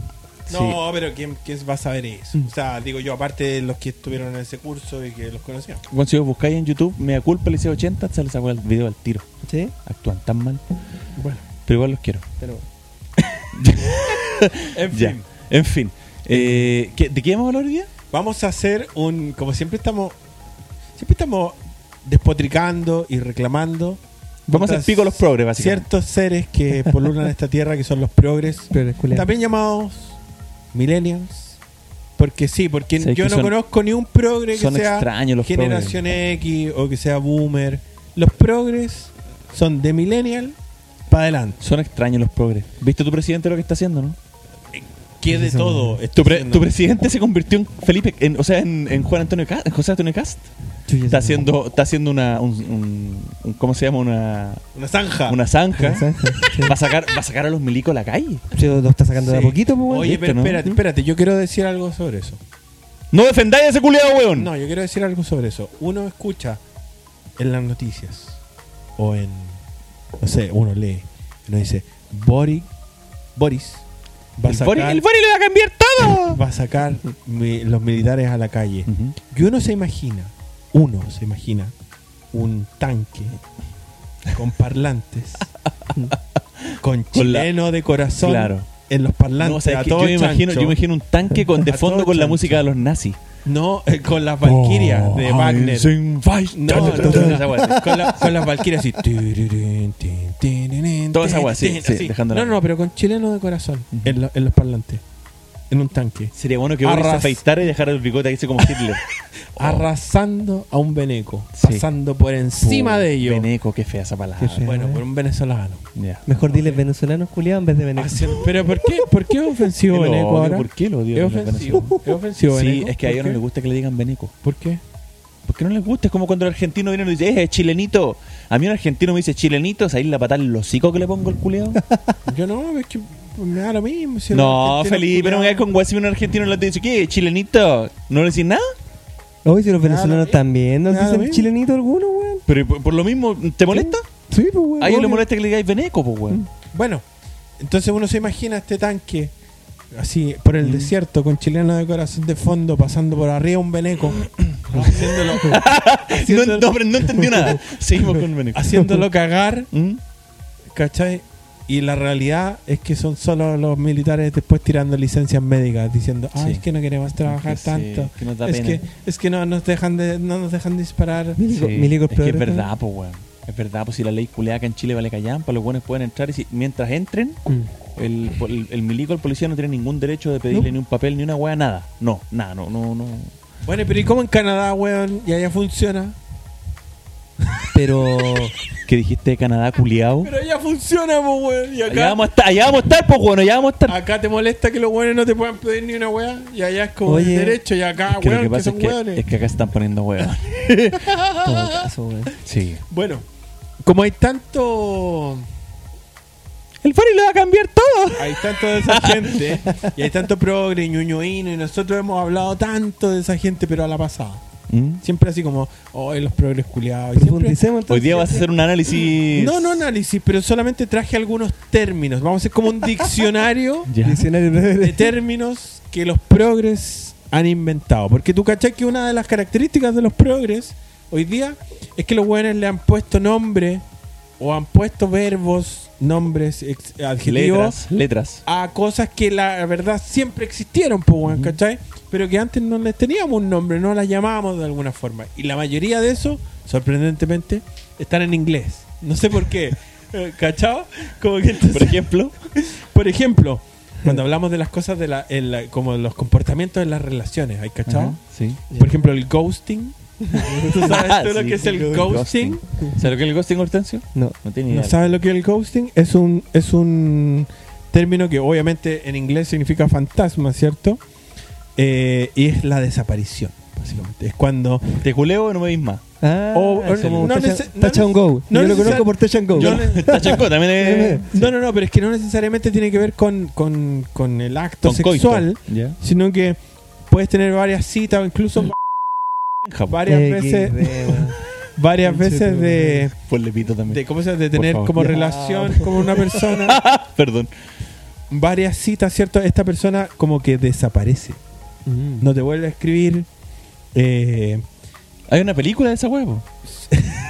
Speaker 2: No, pero ¿quién, quién va a saber eso? O sea, digo yo, aparte de los que estuvieron en ese curso y que los conocían.
Speaker 1: Bueno, si os buscáis en YouTube, Mea Culpa, Liceo 80, sale esa weá el video al tiro.
Speaker 3: ¿Sí?
Speaker 1: Actúan tan mal.
Speaker 3: Bueno,
Speaker 1: Pero igual los quiero.
Speaker 3: pero...
Speaker 2: En
Speaker 1: ya.
Speaker 2: fin.
Speaker 1: En fin. Eh, ¿qué- ¿De qué vamos a hablar hoy día?
Speaker 2: Vamos a hacer un. Como siempre estamos. Siempre estamos despotricando y reclamando.
Speaker 1: Vamos a hacer
Speaker 2: contra
Speaker 1: pico a los progres, básicamente.
Speaker 2: Ciertos seres que polulan esta tierra, que son los progres.
Speaker 3: Pero es culiao.
Speaker 2: También llamados millennials. Porque sí, porque
Speaker 1: Sabes
Speaker 2: yo
Speaker 1: que
Speaker 2: no
Speaker 1: son-
Speaker 2: conozco ni un progre que
Speaker 1: son
Speaker 2: sea
Speaker 1: extraños los
Speaker 2: generación X o que sea boomer. Los progres son de millennial para adelante.
Speaker 1: Son extraños los progres. ¿Viste tu presidente lo que está haciendo, no?
Speaker 2: Que de todo. está
Speaker 1: Tu, pre-
Speaker 2: haciendo.
Speaker 1: tu presidente se convirtió en Felipe, en- o sea, en, en Juan Antonio Cast, en José Antonio Cast.
Speaker 3: Chuya,
Speaker 1: Está
Speaker 3: esa weá.
Speaker 1: haciendo, está haciendo una, un, un- un- ¿cómo se llama? Una,
Speaker 2: Una zanja.
Speaker 1: una zanja.
Speaker 3: Una zanja, sí.
Speaker 1: Va a sacar, va a sacar a los milicos a la calle.
Speaker 3: Sí, Lo está sacando de a
Speaker 2: Sí.
Speaker 3: poquito, pues, weón.
Speaker 2: Oye,
Speaker 1: ¿Viste,
Speaker 2: pero
Speaker 1: no?
Speaker 2: espérate, espérate. Yo quiero decir algo sobre eso.
Speaker 1: No defendáis a ese culiado, weón.
Speaker 2: No, yo quiero decir algo sobre eso. Uno escucha en las noticias o en. No sé, uno lee. Uno dice: Boris. Boris. Va a
Speaker 1: el, Bori,
Speaker 2: sacar,
Speaker 1: el Bori le va a cambiar todo.
Speaker 2: va a sacar mi- los militares a la calle.
Speaker 1: Ujú.
Speaker 2: Y uno se imagina, uno se imagina un tanque con parlantes, con
Speaker 1: Con la-
Speaker 2: chileno de corazón
Speaker 1: Claro.
Speaker 2: en los parlantes.
Speaker 1: No, o sea, es
Speaker 2: a
Speaker 1: que yo
Speaker 2: todo
Speaker 1: me imagino,
Speaker 2: chancho.
Speaker 1: yo me imagino un tanque con de
Speaker 2: A
Speaker 1: fondo
Speaker 2: todo
Speaker 1: con la
Speaker 2: chancho.
Speaker 1: música de los nazis.
Speaker 2: No, eh, con las valquirias
Speaker 1: Oh,
Speaker 2: de Wagner. No, no, no, no, esa wea, sí. con, la- con las valquirias así. Tururún, tin, tin, tin, tin,
Speaker 1: Toda esa wea, sí,
Speaker 2: tin,
Speaker 1: sí,
Speaker 2: así.
Speaker 1: dejándola.
Speaker 2: No, no, pero con chileno de corazón
Speaker 1: Ujú.
Speaker 2: en, lo- en los parlantes, en un tanque,
Speaker 1: Sería bueno que Boris se
Speaker 2: Arras.
Speaker 1: afeitara y dejara el bigote así como Hitler.
Speaker 2: arrasando a un veneco,
Speaker 1: Oh. Sí.
Speaker 2: pasando por encima
Speaker 1: Puh,
Speaker 2: de ellos.
Speaker 1: Veneco, qué fea esa palabra.
Speaker 3: Qué fea.
Speaker 2: Bueno, por un venezolano.
Speaker 1: Ya.
Speaker 3: Mejor dile venezolanos culiados en vez de venezolanos.
Speaker 2: Hacia- Pero ¿por qué, por qué es ofensivo
Speaker 1: Yo lo
Speaker 2: Beneco
Speaker 1: odio,
Speaker 2: ahora?
Speaker 1: ¿Por qué lo odio?
Speaker 2: Es
Speaker 1: de los
Speaker 2: ofensivo.
Speaker 1: venezolanos?
Speaker 2: Es ofensivo
Speaker 1: Sí,
Speaker 2: Beneco.
Speaker 1: es que a ellos no
Speaker 2: ¿Por
Speaker 1: les
Speaker 2: qué?
Speaker 1: gusta que le digan veneco.
Speaker 2: ¿Por qué?
Speaker 1: Porque no les gusta, es como cuando el argentino viene y nos dice, eh, chilenito. A mí un argentino me dice chilenito, es ahí la patada en el hocico que le pongo el culeado.
Speaker 2: Yo no, es que me da lo mismo. si
Speaker 1: no,
Speaker 2: el argentino
Speaker 1: Felipe, no me
Speaker 2: culiao-
Speaker 1: hagas con guay si un argentino le dice, ¿qué? Chilenito. ¿No le decís nada?
Speaker 3: Oye, si los
Speaker 1: Ah,
Speaker 2: Nada,
Speaker 3: venezolanos
Speaker 2: eh.
Speaker 3: también nos
Speaker 2: Nada,
Speaker 3: dicen
Speaker 2: eh.
Speaker 3: chilenito alguno, weón.
Speaker 1: Pero por, por lo mismo, ¿te molesta?
Speaker 2: Sí, pues, weón.
Speaker 1: A ellos
Speaker 2: obvio.
Speaker 1: les molesta que le digáis Beneco, pues, weón.
Speaker 2: Bueno, entonces uno se imagina este tanque así por el desierto con chileno de corazón de fondo pasando por arriba un beneco haciéndolo,
Speaker 1: No, no, pero no entendió nada.
Speaker 2: pues,
Speaker 1: Seguimos con Beneco.
Speaker 2: haciéndolo cagar,
Speaker 1: ¿Mm?
Speaker 2: ¿cachai? Y la realidad es que son solo los militares después tirando licencias médicas diciendo, ay,
Speaker 1: Sí.
Speaker 2: es que no queremos trabajar
Speaker 1: sí,
Speaker 2: tanto.
Speaker 1: que nos da
Speaker 2: es
Speaker 1: pena".
Speaker 2: que es que no nos dejan de no nos dejan disparar.
Speaker 1: Sí,
Speaker 3: Milico, Milico
Speaker 1: es que es
Speaker 3: progre-
Speaker 1: verdad, pues, weón. Es verdad, pues si la ley culea acá en Chile vale callan, para los buenos pueden entrar y si, mientras entren,
Speaker 2: Mm.
Speaker 1: el, el, el milico, el policía no tiene ningún derecho de pedirle
Speaker 3: No.
Speaker 1: ni un papel, ni una weá, nada. No, nada, no, no, no.
Speaker 2: Bueno, pero ¿y cómo en Canadá, weón? Y allá funciona.
Speaker 3: Pero
Speaker 1: ¿Qué dijiste de Canadá culeado?
Speaker 2: Pero allá funciona, pues, weón. Y
Speaker 1: Allá
Speaker 2: acá,
Speaker 1: vamos a estar, allá vamos a estar, pues, bueno, allá vamos a estar.
Speaker 2: acá te molesta que los weones no te puedan pedir ni una weá. Y allá es como
Speaker 3: Oye,
Speaker 2: el derecho. Y acá,
Speaker 1: Es que lo
Speaker 2: weón,
Speaker 1: que
Speaker 2: que,
Speaker 1: pasa
Speaker 2: son
Speaker 1: es, que,
Speaker 2: weones.
Speaker 1: es que acá se están poniendo weón.
Speaker 3: en todo caso, weón.
Speaker 1: Sí.
Speaker 2: Bueno, como hay tanto.
Speaker 1: El Fari le va a cambiar todo.
Speaker 2: Hay tanto de esa gente. y hay tanto progre y ñuñoíno. Y nosotros hemos hablado tanto de esa gente, pero a la pasada.
Speaker 1: ¿Mm?
Speaker 2: Siempre así como, hoy los progres culiados. y siempre-
Speaker 3: Profundicemos entonces.
Speaker 1: Hoy día vas a hacer un análisis.
Speaker 2: No, no análisis, pero solamente traje algunos términos. Vamos a hacer como un diccionario.
Speaker 1: Ya.
Speaker 3: Diccionario
Speaker 2: de
Speaker 3: breve.
Speaker 2: términos que los progres han inventado. Porque tú cachás que una de las características de los progres hoy día es que los buenos le han puesto nombre o han puesto verbos, nombres, ex-
Speaker 1: Letras,
Speaker 2: adjetivos
Speaker 1: letras.
Speaker 2: a cosas que la verdad siempre existieron, pues, weón, ¿cachai? Pero que antes no les teníamos un nombre, no las llamábamos de alguna forma. Y la mayoría de eso, sorprendentemente, están en inglés. No sé por qué. Eh, ¿Cachao? Como que entonces-
Speaker 1: Por ejemplo,
Speaker 2: por ejemplo, cuando hablamos de las cosas de la, en la- como los comportamientos en las relaciones, ¿hay cachado?
Speaker 1: Ajá, sí.
Speaker 2: Por ejemplo, el ghosting. ¿Tú sabes tú lo
Speaker 1: Ah, Sí.
Speaker 2: que es el ghosting?
Speaker 1: ¿Sabes lo que es el ghosting, Hortensio?
Speaker 3: No.
Speaker 1: No tiene idea.
Speaker 2: ¿No sabes lo que es el ghosting? Es un es un término que obviamente en inglés significa fantasma, ¿cierto? Eh, y es la desaparición, básicamente. Es cuando
Speaker 1: Te culeo o no me veis más.
Speaker 3: Ah,
Speaker 2: O-
Speaker 3: es como
Speaker 2: no
Speaker 3: touch,
Speaker 2: nece-
Speaker 3: and-
Speaker 2: no
Speaker 3: touch and
Speaker 2: nece-
Speaker 3: Go.
Speaker 2: no
Speaker 3: yo lo
Speaker 2: necesar-
Speaker 3: conozco por Touch and Go.
Speaker 2: Yo
Speaker 3: No.
Speaker 2: ne-
Speaker 1: Está chaco, también es.
Speaker 2: No, no, no, pero es que no necesariamente tiene que ver con, con, con el acto
Speaker 1: Con coito.
Speaker 2: sexual,
Speaker 1: Ya.
Speaker 2: sino que puedes tener varias citas o incluso varias
Speaker 3: Eh,
Speaker 2: veces
Speaker 3: qué idea, weón.
Speaker 2: varias
Speaker 3: Conche tu
Speaker 2: veces de,
Speaker 1: Ponle pito también.
Speaker 2: de cómo se llama? de
Speaker 1: Por
Speaker 2: tener
Speaker 1: favor.
Speaker 2: como
Speaker 3: Ya,
Speaker 2: relación
Speaker 3: por
Speaker 2: con una persona
Speaker 1: Perdón.
Speaker 2: varias citas cierto esta persona como que desaparece
Speaker 3: Mm.
Speaker 2: no te vuelve a escribir eh,
Speaker 1: Hay una película de esa huevo.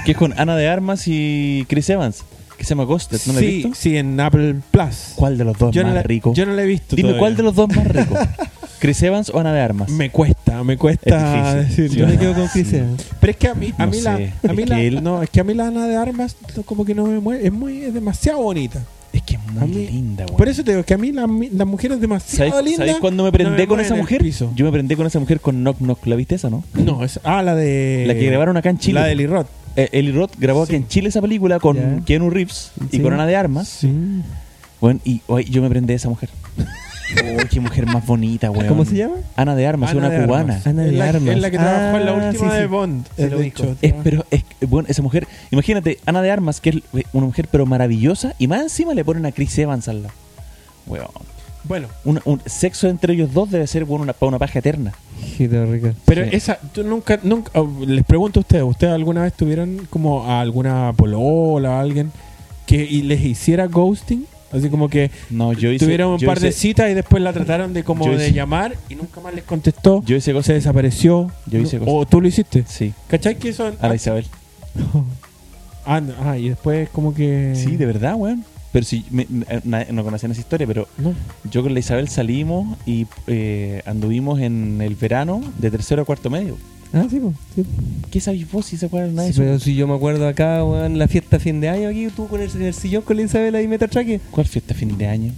Speaker 1: que es con Ana de Armas y Chris Evans. Que se llama Ghosted. ¿No la has
Speaker 2: sí
Speaker 1: visto?
Speaker 2: sí en Apple Plus
Speaker 1: ¿Cuál de los dos
Speaker 2: yo
Speaker 1: es
Speaker 2: no
Speaker 1: más
Speaker 2: la,
Speaker 1: rico?
Speaker 2: yo no la he visto
Speaker 1: Dime
Speaker 2: todavía.
Speaker 1: cuál de los dos es más rico. Chris Evans o Ana de Armas.
Speaker 2: me cuesta me cuesta
Speaker 1: Es difícil,
Speaker 2: decirlo
Speaker 3: Yo
Speaker 1: sí,
Speaker 3: me quedo con Chris
Speaker 1: Sí.
Speaker 3: Evans.
Speaker 2: pero es que a mí a
Speaker 1: No
Speaker 2: mí la
Speaker 1: sé,
Speaker 2: a mí
Speaker 1: es
Speaker 2: la-
Speaker 1: que él-
Speaker 2: no es que a mí la Ana de Armas como que no me mueve es muy es demasiado bonita
Speaker 1: Es que es
Speaker 2: A
Speaker 1: muy
Speaker 2: mí-
Speaker 1: linda, weón.
Speaker 2: por eso te digo que a mí la, la mujer es demasiado
Speaker 1: ¿Sabes,
Speaker 2: linda
Speaker 1: ¿sabes cuándo me
Speaker 2: no
Speaker 1: prendé con
Speaker 2: mueve
Speaker 1: esa
Speaker 2: en el
Speaker 1: mujer?
Speaker 2: piso.
Speaker 1: Yo me prendé con esa mujer con Knock Knock. ¿La viste esa, no?
Speaker 2: no es ah la de
Speaker 1: la que grabaron acá en Chile.
Speaker 2: la de Lirot
Speaker 1: Eh, Eli Roth grabó
Speaker 2: Sí.
Speaker 1: aquí en Chile esa película con
Speaker 3: Ya.
Speaker 1: Keanu Reeves y
Speaker 3: Sí.
Speaker 1: con Ana de Armas.
Speaker 2: Sí.
Speaker 1: Weón, y hoy yo me prendé de esa mujer. Oh, qué mujer más bonita, weón.
Speaker 3: ¿Cómo se llama?
Speaker 1: Ana de Armas,
Speaker 2: Ana
Speaker 1: una
Speaker 2: de
Speaker 1: cubana.
Speaker 2: Armas.
Speaker 3: Ana de
Speaker 2: Es la-
Speaker 3: Armas.
Speaker 2: Es la que trabajó en la
Speaker 3: Ah,
Speaker 2: última
Speaker 3: sí,
Speaker 2: de
Speaker 3: sí.
Speaker 2: Bond.
Speaker 3: Sí,
Speaker 2: de
Speaker 3: lo ubico.
Speaker 2: hecho.
Speaker 1: Es, pero es bueno, esa mujer, imagínate, Ana de Armas, que es eh, una mujer pero maravillosa, y más encima le ponen a Chris Evans al lado. Weón.
Speaker 2: Bueno,
Speaker 1: Una- un sexo entre ellos dos debe ser bueno, una, para una paja eterna.
Speaker 3: Qué rico.
Speaker 2: pero
Speaker 1: Sí.
Speaker 2: esa, tú nunca, nunca, oh, les pregunto a ustedes, ¿ustedes alguna vez tuvieron como a alguna polola, a alguien que y les hiciera ghosting? Así como que
Speaker 1: No, yo hice.
Speaker 2: tuvieron un
Speaker 1: yo
Speaker 2: par de
Speaker 1: hice-
Speaker 2: citas y después la trataron de como
Speaker 1: yo
Speaker 2: de
Speaker 1: hice-
Speaker 2: llamar y nunca más les contestó,
Speaker 1: Yo hice
Speaker 2: se
Speaker 1: cosas.
Speaker 2: desapareció.
Speaker 1: Yo hice
Speaker 2: No,
Speaker 1: cosas.
Speaker 2: O tú lo hiciste.
Speaker 1: Sí,
Speaker 2: ¿Cachai que eso?
Speaker 1: a la Isabel.
Speaker 2: Ah, no, ah, y después como que...
Speaker 1: Sí, de verdad, weón. Pero si me- eh, na- no conocían esa historia, pero
Speaker 2: No.
Speaker 1: yo con la Isabel salimos y eh, anduvimos en el verano de tercero a cuarto medio.
Speaker 3: Ah, sí, po, sí.
Speaker 1: ¿Qué sabéis vos si se acuerdan nadie?
Speaker 3: Sí, pero si yo me acuerdo acá, weón, la fiesta fin de año aquí, tú con el, en el sillón con la Isabel ahí Metatraque.
Speaker 1: ¿Cuál fiesta de fin de año?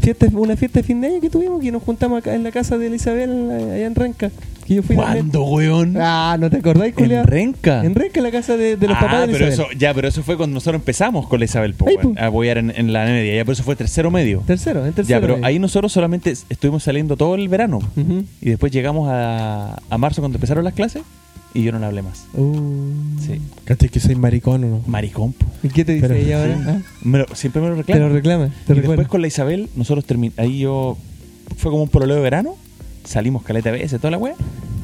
Speaker 3: Fiesta, una fiesta de fin de año que tuvimos, que nos juntamos acá en la casa de la Isabel, eh, allá en Renca. Que yo fui también.
Speaker 1: ¿Cuándo, weón?
Speaker 3: Ah, ¿no te acordáis, Julia?
Speaker 1: en Renca.
Speaker 3: En Renca, la casa de, de los
Speaker 1: ah,
Speaker 3: papás de la
Speaker 1: pero
Speaker 3: Isabel.
Speaker 1: eso, ya, pero eso fue cuando nosotros empezamos con la Isabel po,
Speaker 3: Ahí,
Speaker 1: weón,
Speaker 3: po.
Speaker 1: a apoyar en, en la media, ya, pero eso fue tercero medio.
Speaker 3: Tercero, en tercero.
Speaker 1: ya, pero
Speaker 3: eh.
Speaker 1: ahí nosotros solamente es- estuvimos saliendo todo el verano
Speaker 3: Ujú.
Speaker 1: y después llegamos a, a marzo cuando empezaron las clases y yo no le hablé más.
Speaker 3: Uh.
Speaker 1: Sí.
Speaker 2: ¿Cachai que soy maricón o no?
Speaker 1: Maricón, po.
Speaker 3: ¿Y qué te dice
Speaker 2: Pero-
Speaker 3: ella ahora? Ah,
Speaker 1: Me lo- siempre me lo
Speaker 3: Te
Speaker 1: reclama.
Speaker 3: lo reclama,
Speaker 1: Y
Speaker 3: te lo
Speaker 1: después
Speaker 3: recuerda.
Speaker 1: con la Isabel, nosotros terminamos. Ahí yo. Fue como un pololeo de verano. Salimos caleta de veces, toda la wea.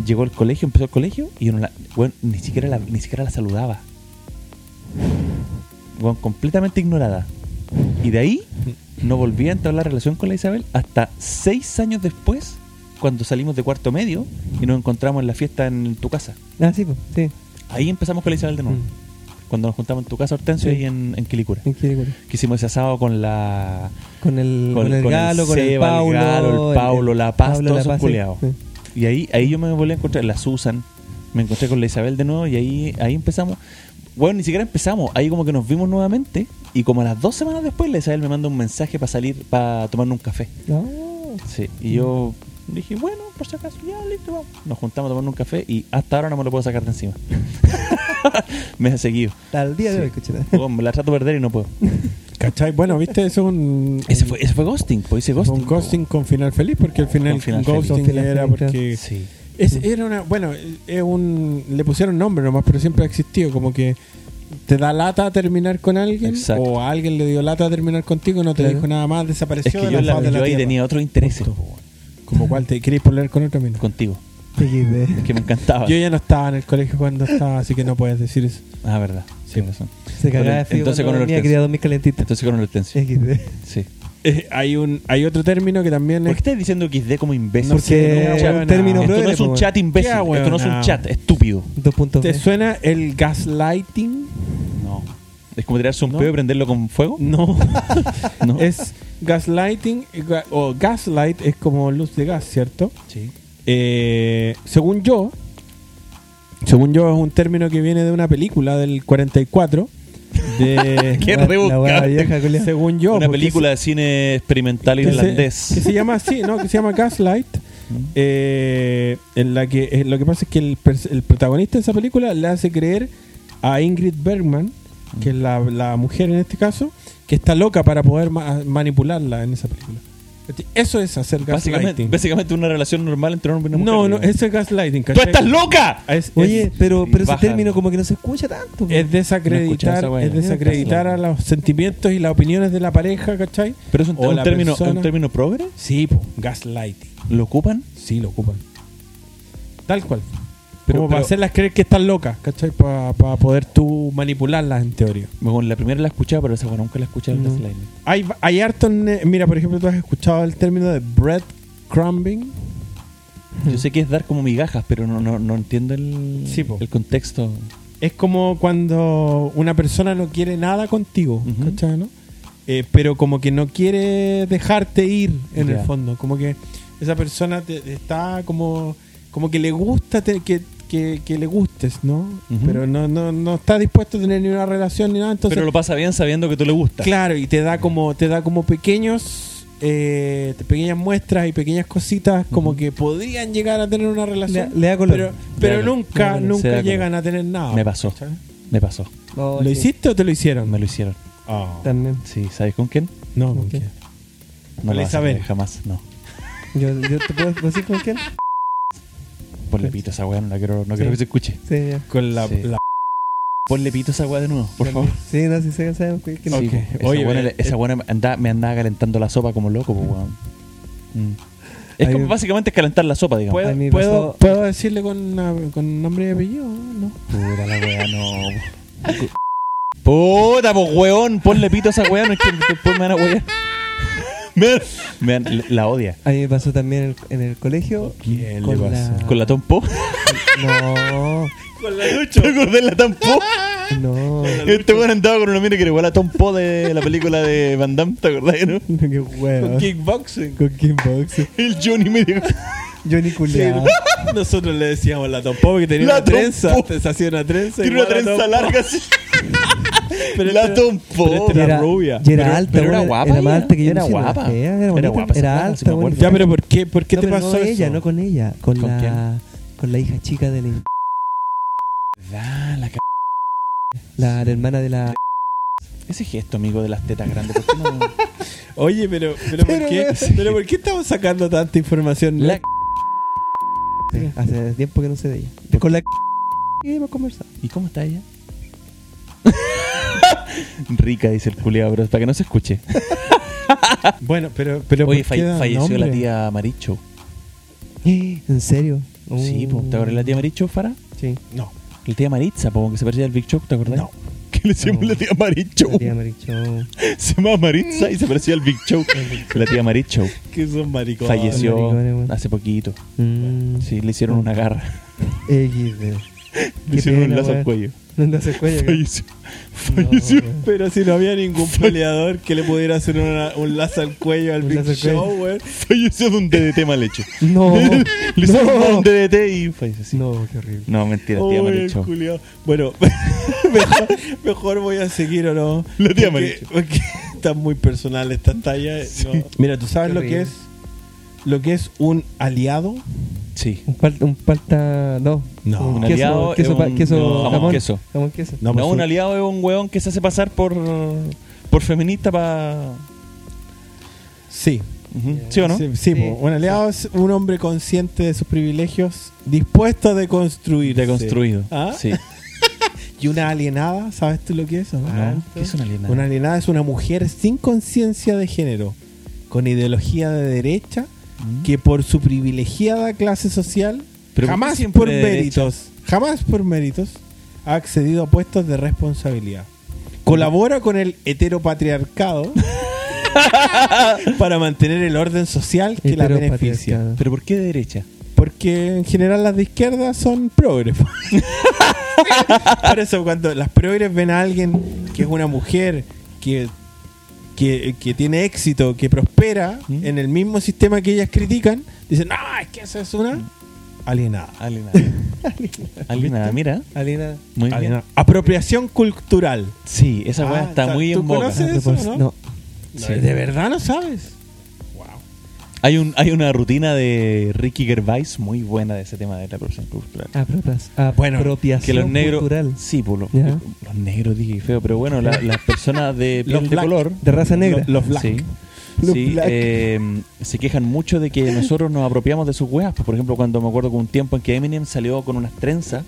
Speaker 1: Llegó el colegio, empezó el colegio. Y yo no la. Bueno, ni siquiera la, ni siquiera la saludaba. weón, completamente ignorada. Y de ahí no volví a entrar en la relación con la Isabel hasta seis años después, cuando salimos de cuarto medio y nos encontramos en la fiesta en tu casa.
Speaker 3: Ah, sí, pues, sí.
Speaker 1: Ahí empezamos con la Isabel de nuevo.
Speaker 3: Mm.
Speaker 1: Cuando nos juntamos en tu casa, Hortensio,
Speaker 3: Sí.
Speaker 1: y en, en Quilicura.
Speaker 3: ¿En qué- cuál?
Speaker 1: Que hicimos ese asado con la.
Speaker 3: Con el, con, el
Speaker 1: con el
Speaker 3: Galo, con el
Speaker 1: Seba, el
Speaker 3: Paulo.
Speaker 1: Galo, el Paulo, la Paz, todos esos
Speaker 3: sí.
Speaker 1: culiados.
Speaker 3: Sí.
Speaker 1: Y ahí, ahí yo me volví a encontrar, la Susan, me encontré con la Isabel de nuevo y ahí, ahí empezamos. Bueno, ni siquiera empezamos, ahí como que nos vimos nuevamente y como a las dos semanas después la Isabel me manda un mensaje para salir, para tomarnos un café.
Speaker 3: No.
Speaker 1: Sí, y yo dije, bueno, por si acaso, ya listo, vamos. Nos juntamos a tomarnos un café y hasta ahora no me lo puedo sacar de encima. me ha seguido.
Speaker 3: Hasta el día de
Speaker 1: Sí.
Speaker 3: hoy, cochina.
Speaker 1: Bueno, me la trato de perder y no puedo.
Speaker 2: ¿Cachai? Bueno, viste, eso es un.
Speaker 1: Ese fue, ese fue ghosting, pues ese ghosting.
Speaker 2: un ghosting con final feliz, porque al final,
Speaker 1: Con final
Speaker 2: ghosting
Speaker 3: feliz. Con final
Speaker 2: era
Speaker 3: feliz,
Speaker 2: porque.
Speaker 1: Sí.
Speaker 2: Es- era una, bueno, es un, le pusieron nombre nomás, pero siempre ha existido. Como que te da lata terminar con alguien,
Speaker 1: Exacto.
Speaker 2: o a alguien le dio lata terminar contigo, no te
Speaker 3: Claro.
Speaker 2: dijo nada más,
Speaker 1: Es
Speaker 2: desapareció
Speaker 1: que
Speaker 2: de
Speaker 1: yo,
Speaker 2: la
Speaker 1: la-
Speaker 2: faz de la
Speaker 1: yo ahí
Speaker 2: tierra.
Speaker 1: tenía otros intereses
Speaker 2: Punto.
Speaker 1: po, weón,
Speaker 2: Como cuál te queréis poner con otro mina.
Speaker 1: contigo,
Speaker 3: XD.
Speaker 1: que me encantaba.
Speaker 2: Yo ya no estaba en el colegio cuando estaba, así que no puedes decir eso.
Speaker 1: Ah, verdad.
Speaker 2: Sí.
Speaker 1: Tienes razón.
Speaker 3: Se cagaba de
Speaker 1: Pero,
Speaker 3: frío.
Speaker 1: entonces
Speaker 3: cuando
Speaker 1: con el
Speaker 3: dormía,
Speaker 1: Hortensio.
Speaker 3: quería dormir calentito.
Speaker 1: Entonces con el Hortensio.
Speaker 3: XD.
Speaker 1: Sí.
Speaker 2: Eh, hay un hay otro término que también
Speaker 1: ¿Por qué
Speaker 2: es
Speaker 1: estás diciendo XD como imbécil?
Speaker 2: No
Speaker 1: Porque
Speaker 2: sé,
Speaker 3: Porque
Speaker 2: no,
Speaker 3: es
Speaker 2: weón,
Speaker 3: un término
Speaker 2: no.
Speaker 1: esto no
Speaker 3: progre,
Speaker 1: es un
Speaker 3: po,
Speaker 1: chat imbécil.
Speaker 2: Qué
Speaker 1: Esto no es un
Speaker 2: huevonao.
Speaker 1: chat estúpido.
Speaker 3: weón.
Speaker 2: ¿Te
Speaker 3: 2.B.
Speaker 2: suena el gaslighting?
Speaker 1: No. ¿Es como tirarse un
Speaker 2: No.
Speaker 1: pedo y prenderlo con fuego?
Speaker 2: No.
Speaker 1: No.
Speaker 2: es gaslighting ga- o gaslight es como luz de gas, ¿cierto?
Speaker 1: Sí.
Speaker 2: Eh, según yo, según yo es un término que viene de una película del 44 de
Speaker 1: Qué
Speaker 3: La- La
Speaker 1: rebuscado.
Speaker 3: hueá vieja, culiao.
Speaker 2: según yo
Speaker 1: Una
Speaker 2: porque
Speaker 1: película de cine experimental
Speaker 2: se- que se-
Speaker 1: irlandés.
Speaker 2: que se llama así, ¿no? Que se llama Gaslight. eh, en la que eh, lo que pasa es que el, pers- el protagonista de esa película le hace creer a Ingrid Bergman, que es la, la mujer en este caso, que está loca para poder ma- manipularla en esa película. Eso es hacer
Speaker 1: básicamente,
Speaker 2: gaslighting.
Speaker 1: básicamente una relación normal entre un hombre y una mujer.
Speaker 2: No, no,
Speaker 1: digamos.
Speaker 2: eso es gaslighting.
Speaker 1: ¡Tú
Speaker 2: ¿cachai?
Speaker 1: estás loca!
Speaker 2: Es-
Speaker 3: Oye,
Speaker 2: es-
Speaker 3: pero, pero ese
Speaker 1: baja.
Speaker 3: término como que no se escucha tanto. pues. po.
Speaker 2: es
Speaker 1: No he escuchado
Speaker 2: desacreditar,
Speaker 1: esa wea.
Speaker 2: es desacreditar a los sentimientos y las opiniones de la pareja, ¿cachai?
Speaker 1: Pero es un,
Speaker 2: O
Speaker 1: un
Speaker 2: la
Speaker 1: término, es un
Speaker 2: persona.
Speaker 1: término progre.
Speaker 2: Sí, po, gaslighting.
Speaker 1: ¿Lo ocupan?
Speaker 2: Sí, lo ocupan. Tal cual.
Speaker 1: Pero-
Speaker 2: Como para
Speaker 1: pero-
Speaker 2: hacerlas creer que están locas, ¿cachai? Para poder tú manipularlas en teoría.
Speaker 1: Bueno, la primera la escuchaba, pero esa bueno, nunca la escuché.
Speaker 2: No.
Speaker 1: escuchado
Speaker 2: Hay, hay harto. ne- Mira, por ejemplo, tú has escuchado el término de breadcrumbing.
Speaker 1: Yo sé que es dar como migajas, pero no, no, no entiendo el,
Speaker 2: Hmm. Sí, po.
Speaker 1: el contexto.
Speaker 2: Es como cuando una persona no quiere nada contigo,
Speaker 1: Ujú.
Speaker 2: ¿cachai? no? Eh, pero como que no quiere dejarte ir en
Speaker 1: Ya.
Speaker 2: el fondo. Como que esa persona te, te está como. Como que le gusta te- que, que- que le gustes, ¿no?
Speaker 1: Ujú.
Speaker 2: Pero no, no, no está dispuesto a tener ni una relación ni nada. Entonces,
Speaker 1: pero lo pasa bien sabiendo que tú le gusta.
Speaker 2: Claro, y te da como, te da como pequeños, eh, te- pequeñas muestras y pequeñas cositas como
Speaker 1: Ujú.
Speaker 2: que podrían llegar a tener una relación.
Speaker 3: Le- le da color.
Speaker 2: Pero,
Speaker 3: Le
Speaker 2: pero
Speaker 1: da color. Le
Speaker 2: nunca,
Speaker 1: da color. Se da
Speaker 2: nunca
Speaker 1: color.
Speaker 2: llegan a tener nada.
Speaker 1: Me pasó.
Speaker 2: ¿cachai?
Speaker 1: Me pasó.
Speaker 3: Oh,
Speaker 2: ¿Lo
Speaker 3: sí,
Speaker 2: hiciste o te lo hicieron?
Speaker 1: Me lo hicieron.
Speaker 2: Oh.
Speaker 3: También.
Speaker 1: Sí, ¿sabes con quién?
Speaker 2: No, ¿con
Speaker 3: Ok.
Speaker 2: quién?
Speaker 1: No
Speaker 2: Con
Speaker 1: lo vas a
Speaker 2: Isabel.
Speaker 1: hacer jamás, no.
Speaker 3: Yo, yo te puedo decir con quién.
Speaker 1: Ponle pito a esa weá, no, la quiero, no
Speaker 3: Sí.
Speaker 1: quiero que se escuche.
Speaker 3: Sí, ya.
Speaker 2: Con la,
Speaker 1: Sí.
Speaker 2: la-
Speaker 1: Ponle pito a esa weá de nuevo, por favor.
Speaker 3: Sí, no, sí, sé- sabemos que, que no.
Speaker 2: Ok.
Speaker 1: Sí, po. Esa
Speaker 2: Oye,
Speaker 1: weá,
Speaker 2: eh,
Speaker 1: esa
Speaker 2: eh.
Speaker 1: weá me andaba- me andaba calentando la sopa como loco, po, weón. Mm. Es
Speaker 3: Ahí-
Speaker 1: como básicamente es calentar la sopa, digamos.
Speaker 3: A
Speaker 2: ¿Puedo,
Speaker 3: mí me
Speaker 2: puedo,
Speaker 3: pasó-
Speaker 2: puedo decirle con, ah, con nombre y apellido? No.
Speaker 1: Puta la weá, no. Puta, pues weón, ponle pito a esa weá, no es que después me van a wear. Me van- me van- la odia.
Speaker 3: A mí me pasó también en el, en el colegio.
Speaker 2: ¿Quién
Speaker 3: Con
Speaker 2: le
Speaker 3: la-
Speaker 2: pasó?
Speaker 1: Con la tompo.
Speaker 3: No,
Speaker 2: Con la
Speaker 1: ¿Te acordás de la tompo?
Speaker 3: no.
Speaker 1: Este weón andaba con una mina que era igual a Tom Po de la película de Van Damme, ¿te acordás, no?
Speaker 3: Qué huevo.
Speaker 2: Kickboxing.
Speaker 3: Con kickboxing.
Speaker 1: El Johnny me dijo.
Speaker 3: Johnny Culeado.
Speaker 2: Nosotros le decíamos la tompó porque tenía
Speaker 1: La
Speaker 2: una trenza.
Speaker 1: Tompo.
Speaker 2: Se hacía una trenza.
Speaker 1: Tiene una
Speaker 2: igual a
Speaker 1: trenza
Speaker 2: Tompo.
Speaker 1: larga así.
Speaker 2: Pero
Speaker 1: la
Speaker 2: este-
Speaker 1: Tom Po.
Speaker 2: pero este era rubia.
Speaker 3: Y era
Speaker 1: Pero-
Speaker 3: alta,
Speaker 1: pero era
Speaker 3: bueno,
Speaker 1: guapa
Speaker 3: Era
Speaker 1: ella.
Speaker 3: más alta que yo.
Speaker 1: Era
Speaker 3: no sé, no
Speaker 1: guapa.
Speaker 3: era fea,
Speaker 1: Era
Speaker 3: Era, bonita,
Speaker 1: guapa esa
Speaker 3: Era
Speaker 1: flaca, sí
Speaker 3: alta,
Speaker 1: me acuerdo.
Speaker 3: bonita.
Speaker 2: Ya, pero ¿por qué, por qué
Speaker 3: No,
Speaker 2: te
Speaker 3: pero
Speaker 2: pasó
Speaker 3: no
Speaker 2: eso?
Speaker 3: ella, no con ella. Con,
Speaker 1: ¿Con
Speaker 3: la.
Speaker 1: quién?
Speaker 3: Con la hija chica de la,
Speaker 1: Da, la ca-
Speaker 3: la, la hermana de la.
Speaker 1: Ese gesto, amigo, de las tetas grandes. ¿por qué no?
Speaker 2: Oye, pero, pero,
Speaker 3: Pero,
Speaker 2: ¿por qué,
Speaker 3: weón.
Speaker 2: pero ¿por qué estamos sacando tanta información?
Speaker 1: La-
Speaker 3: Sí, Hace tiempo que no sé de ella. Con la. Y hemos conversado.
Speaker 1: ¿Y cómo está ella? Rica, dice el culiado, pero es para que no se escuche.
Speaker 2: Bueno, pero, pero
Speaker 1: Oye,
Speaker 2: ¿por
Speaker 1: fa-
Speaker 2: qué da
Speaker 1: falleció
Speaker 2: nombre?
Speaker 1: la tía Maricho.
Speaker 3: ¿En serio? Uh,
Speaker 1: Sí, po. ¿te acordás de la tía Maricho, Farah?
Speaker 3: Sí.
Speaker 2: No,
Speaker 1: La tía Maritza, po, que se parecía al Big Shock, ¿te acordás?
Speaker 2: no.
Speaker 1: que le hicimos
Speaker 3: No.
Speaker 1: la tía Marit Show.
Speaker 3: La tía Marichó.
Speaker 1: Se llamaba Maritza y se parecía al Big Show. la tía Marit Show
Speaker 2: Que son maricones.
Speaker 1: falleció
Speaker 3: maricones, weón.
Speaker 1: hace poquito.
Speaker 3: Mm,
Speaker 1: Sí, le hicieron una garra.
Speaker 3: XD.
Speaker 1: Le
Speaker 3: Qué
Speaker 1: hicieron
Speaker 3: pena,
Speaker 1: un lazo al
Speaker 3: weón.
Speaker 1: cuello.
Speaker 3: Un lazo al cuello. que-
Speaker 1: Falleció. Falleció.
Speaker 3: weón.
Speaker 2: Pero si no había ningún peleador que le pudiera hacer una- un lazo al cuello al
Speaker 3: Un
Speaker 2: Big
Speaker 3: lazo al cuello.
Speaker 2: Show, weey.
Speaker 1: Falleció de un DDT mal hecho.
Speaker 3: No.
Speaker 1: Le hicieron
Speaker 3: no.
Speaker 1: un DDT y falleció. sí.
Speaker 3: No, qué horrible.
Speaker 1: No, mentira, tía
Speaker 2: Uy,
Speaker 1: Marit Show.
Speaker 2: culiao. Bueno, mejor, mejor voy a seguir o no.
Speaker 1: La tía
Speaker 2: Porque-
Speaker 1: Maricho.
Speaker 2: Porque están muy personal estas tallas. no. Mira, ¿tú sabes
Speaker 3: Qué
Speaker 2: lo que
Speaker 3: horrible.
Speaker 2: es? Lo que es un aliado.
Speaker 1: Sí.
Speaker 3: Un, pal- un palta. No.
Speaker 2: No.
Speaker 3: Un
Speaker 2: Un
Speaker 3: queso,
Speaker 1: aliado
Speaker 3: queso,
Speaker 1: es
Speaker 3: pa-
Speaker 1: un-
Speaker 3: queso
Speaker 1: no.
Speaker 3: jamón.
Speaker 1: Jamón queso.
Speaker 3: Jamón queso.
Speaker 1: No,
Speaker 2: pues,
Speaker 1: un aliado es un weón que se hace pasar por, por feminista para.
Speaker 2: Sí.
Speaker 1: ¿Sí o no?
Speaker 2: Sí, sí,
Speaker 3: Sí.
Speaker 2: po. un aliado es un hombre consciente de sus privilegios, dispuesto a deconstruir.
Speaker 1: Deconstruido.
Speaker 2: ¿Ah?
Speaker 1: Sí.
Speaker 2: Y una alienada, ¿sabes tú lo que es? o no?
Speaker 1: No, Ah, ¿qué es un alienado?
Speaker 2: Una alienada es una mujer sin conciencia de género, con ideología de derecha,
Speaker 1: Mm.
Speaker 2: que por su privilegiada clase social,
Speaker 1: Pero ¿por qué
Speaker 2: jamás
Speaker 1: siempre
Speaker 2: por
Speaker 1: de derecha?
Speaker 2: méritos, jamás por méritos, ha accedido a puestos de responsabilidad. Colabora con el heteropatriarcado para mantener el orden social que la beneficia.
Speaker 3: Heteropatriarcado.
Speaker 1: ¿Pero por qué de derecha?
Speaker 2: Porque en general las de izquierda son progres. Por eso cuando las progres ven a alguien que es una mujer que, que, que tiene éxito, que prospera
Speaker 1: ¿Mm?
Speaker 2: en el mismo sistema que ellas critican, dicen, no, es que esa es una
Speaker 1: ¿Mm?
Speaker 2: alienada.
Speaker 1: Alienada. alienada, mira.
Speaker 3: Alina.
Speaker 1: Muy bien.
Speaker 2: Alienada. Apropiación cultural.
Speaker 1: Sí, esa weá
Speaker 2: Ah,
Speaker 1: está
Speaker 2: o sea,
Speaker 1: muy
Speaker 2: ¿tú
Speaker 1: en boga.
Speaker 2: conoces? eso,
Speaker 3: Propos-
Speaker 2: no?
Speaker 3: Ah, no.
Speaker 1: Sí.
Speaker 2: ¿De verdad no sabes?
Speaker 1: Hay, un, hay una rutina de Ricky Gervais muy buena de ese tema de la corrupción cultural.
Speaker 3: ah, Apropias- apropiación
Speaker 2: Bueno,
Speaker 1: que los negros.
Speaker 3: cultural.
Speaker 1: Sí, pues, los,
Speaker 3: Ya.
Speaker 1: los negros dije feo, pero bueno, la- las personas de piel
Speaker 2: Los
Speaker 1: de
Speaker 2: black.
Speaker 1: color.
Speaker 3: De raza negra.
Speaker 2: Lo- Los black.
Speaker 1: Sí.
Speaker 2: Los
Speaker 1: sí,
Speaker 2: black.
Speaker 1: eh, se quejan mucho de que nosotros nos apropiamos de sus weas. Pues, Por ejemplo, cuando me acuerdo que un tiempo en que Eminem salió con unas trenzas,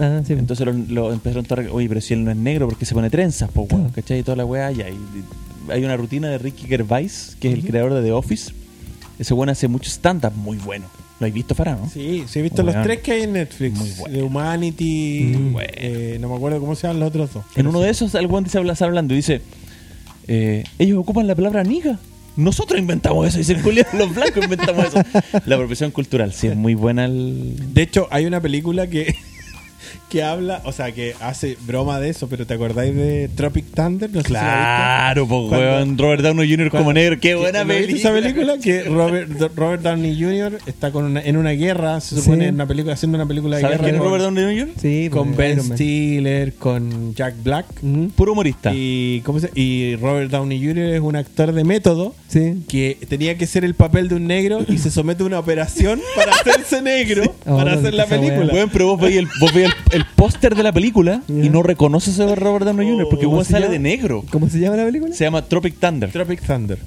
Speaker 3: Ah, sí.
Speaker 1: entonces lo, lo empezaron a estar, oye, pero si él no es negro, ¿por qué se pone trenzas? Pues bueno,
Speaker 2: Ah.
Speaker 3: Claro.
Speaker 1: ¿cachai? Y toda la wea. Y hay, hay una rutina de Ricky Gervais, que es el creador de The Office. Ese bueno hace mucho stand-up muy bueno. Lo has visto, Farah, ¿no?
Speaker 2: Sí, sí, he visto
Speaker 1: Muy
Speaker 2: los
Speaker 1: bueno.
Speaker 2: tres que hay en Netflix.
Speaker 1: Muy bueno.
Speaker 2: De Humanity,
Speaker 3: Mm.
Speaker 2: eh, no me acuerdo cómo se llaman los otros dos.
Speaker 1: En uno de esos, el guante se habla, está hablando y dice: eh, Ellos ocupan la palabra niga. Nosotros inventamos eso. Dice el Julián, los blancos inventamos eso. La profesión cultural, sí, es muy buena. El...
Speaker 2: De hecho, hay una película que, que habla, o sea, que hace broma de eso, pero ¿te acordáis de Tropic Thunder? No sé si la
Speaker 1: Claro, pues,
Speaker 2: Cuando-
Speaker 1: weón. Robert Downey Jr. como
Speaker 2: cuando-
Speaker 1: negro. Qué
Speaker 2: viste.
Speaker 1: buena
Speaker 2: ¿No viste
Speaker 1: película.
Speaker 2: Esa película que Robert, Robert Downey Jr. está con una- en una guerra, se
Speaker 3: Sí.
Speaker 2: supone, en una película, haciendo una película de
Speaker 1: ¿Sabes
Speaker 2: guerra
Speaker 1: quién es
Speaker 2: con,
Speaker 1: Robert Downey Jr.?
Speaker 3: Sí,
Speaker 2: con
Speaker 3: pues,
Speaker 2: Ben
Speaker 3: Iron Man.
Speaker 2: Stiller, con Jack Black.
Speaker 3: Mm,
Speaker 1: Puro humorista.
Speaker 2: Y, ¿cómo se- y Robert Downey Jr. es un actor de método
Speaker 3: Sí.
Speaker 2: que tenía que ser el papel de un negro y se somete a una operación para hacerse negro, para
Speaker 3: Ahora
Speaker 2: hacer la
Speaker 3: esa weá.
Speaker 2: película.
Speaker 1: Weón, pero vos veis el, vos veis el, el póster de la película
Speaker 3: Ya.
Speaker 1: y no reconoces a Robert Downey Jr. porque
Speaker 3: ¿Cómo
Speaker 1: weón
Speaker 3: se
Speaker 1: sale
Speaker 3: llama?
Speaker 1: de negro.
Speaker 3: ¿Cómo se llama la película?
Speaker 1: Se llama Tropic Thunder.
Speaker 2: Oh, Tropic Thunder.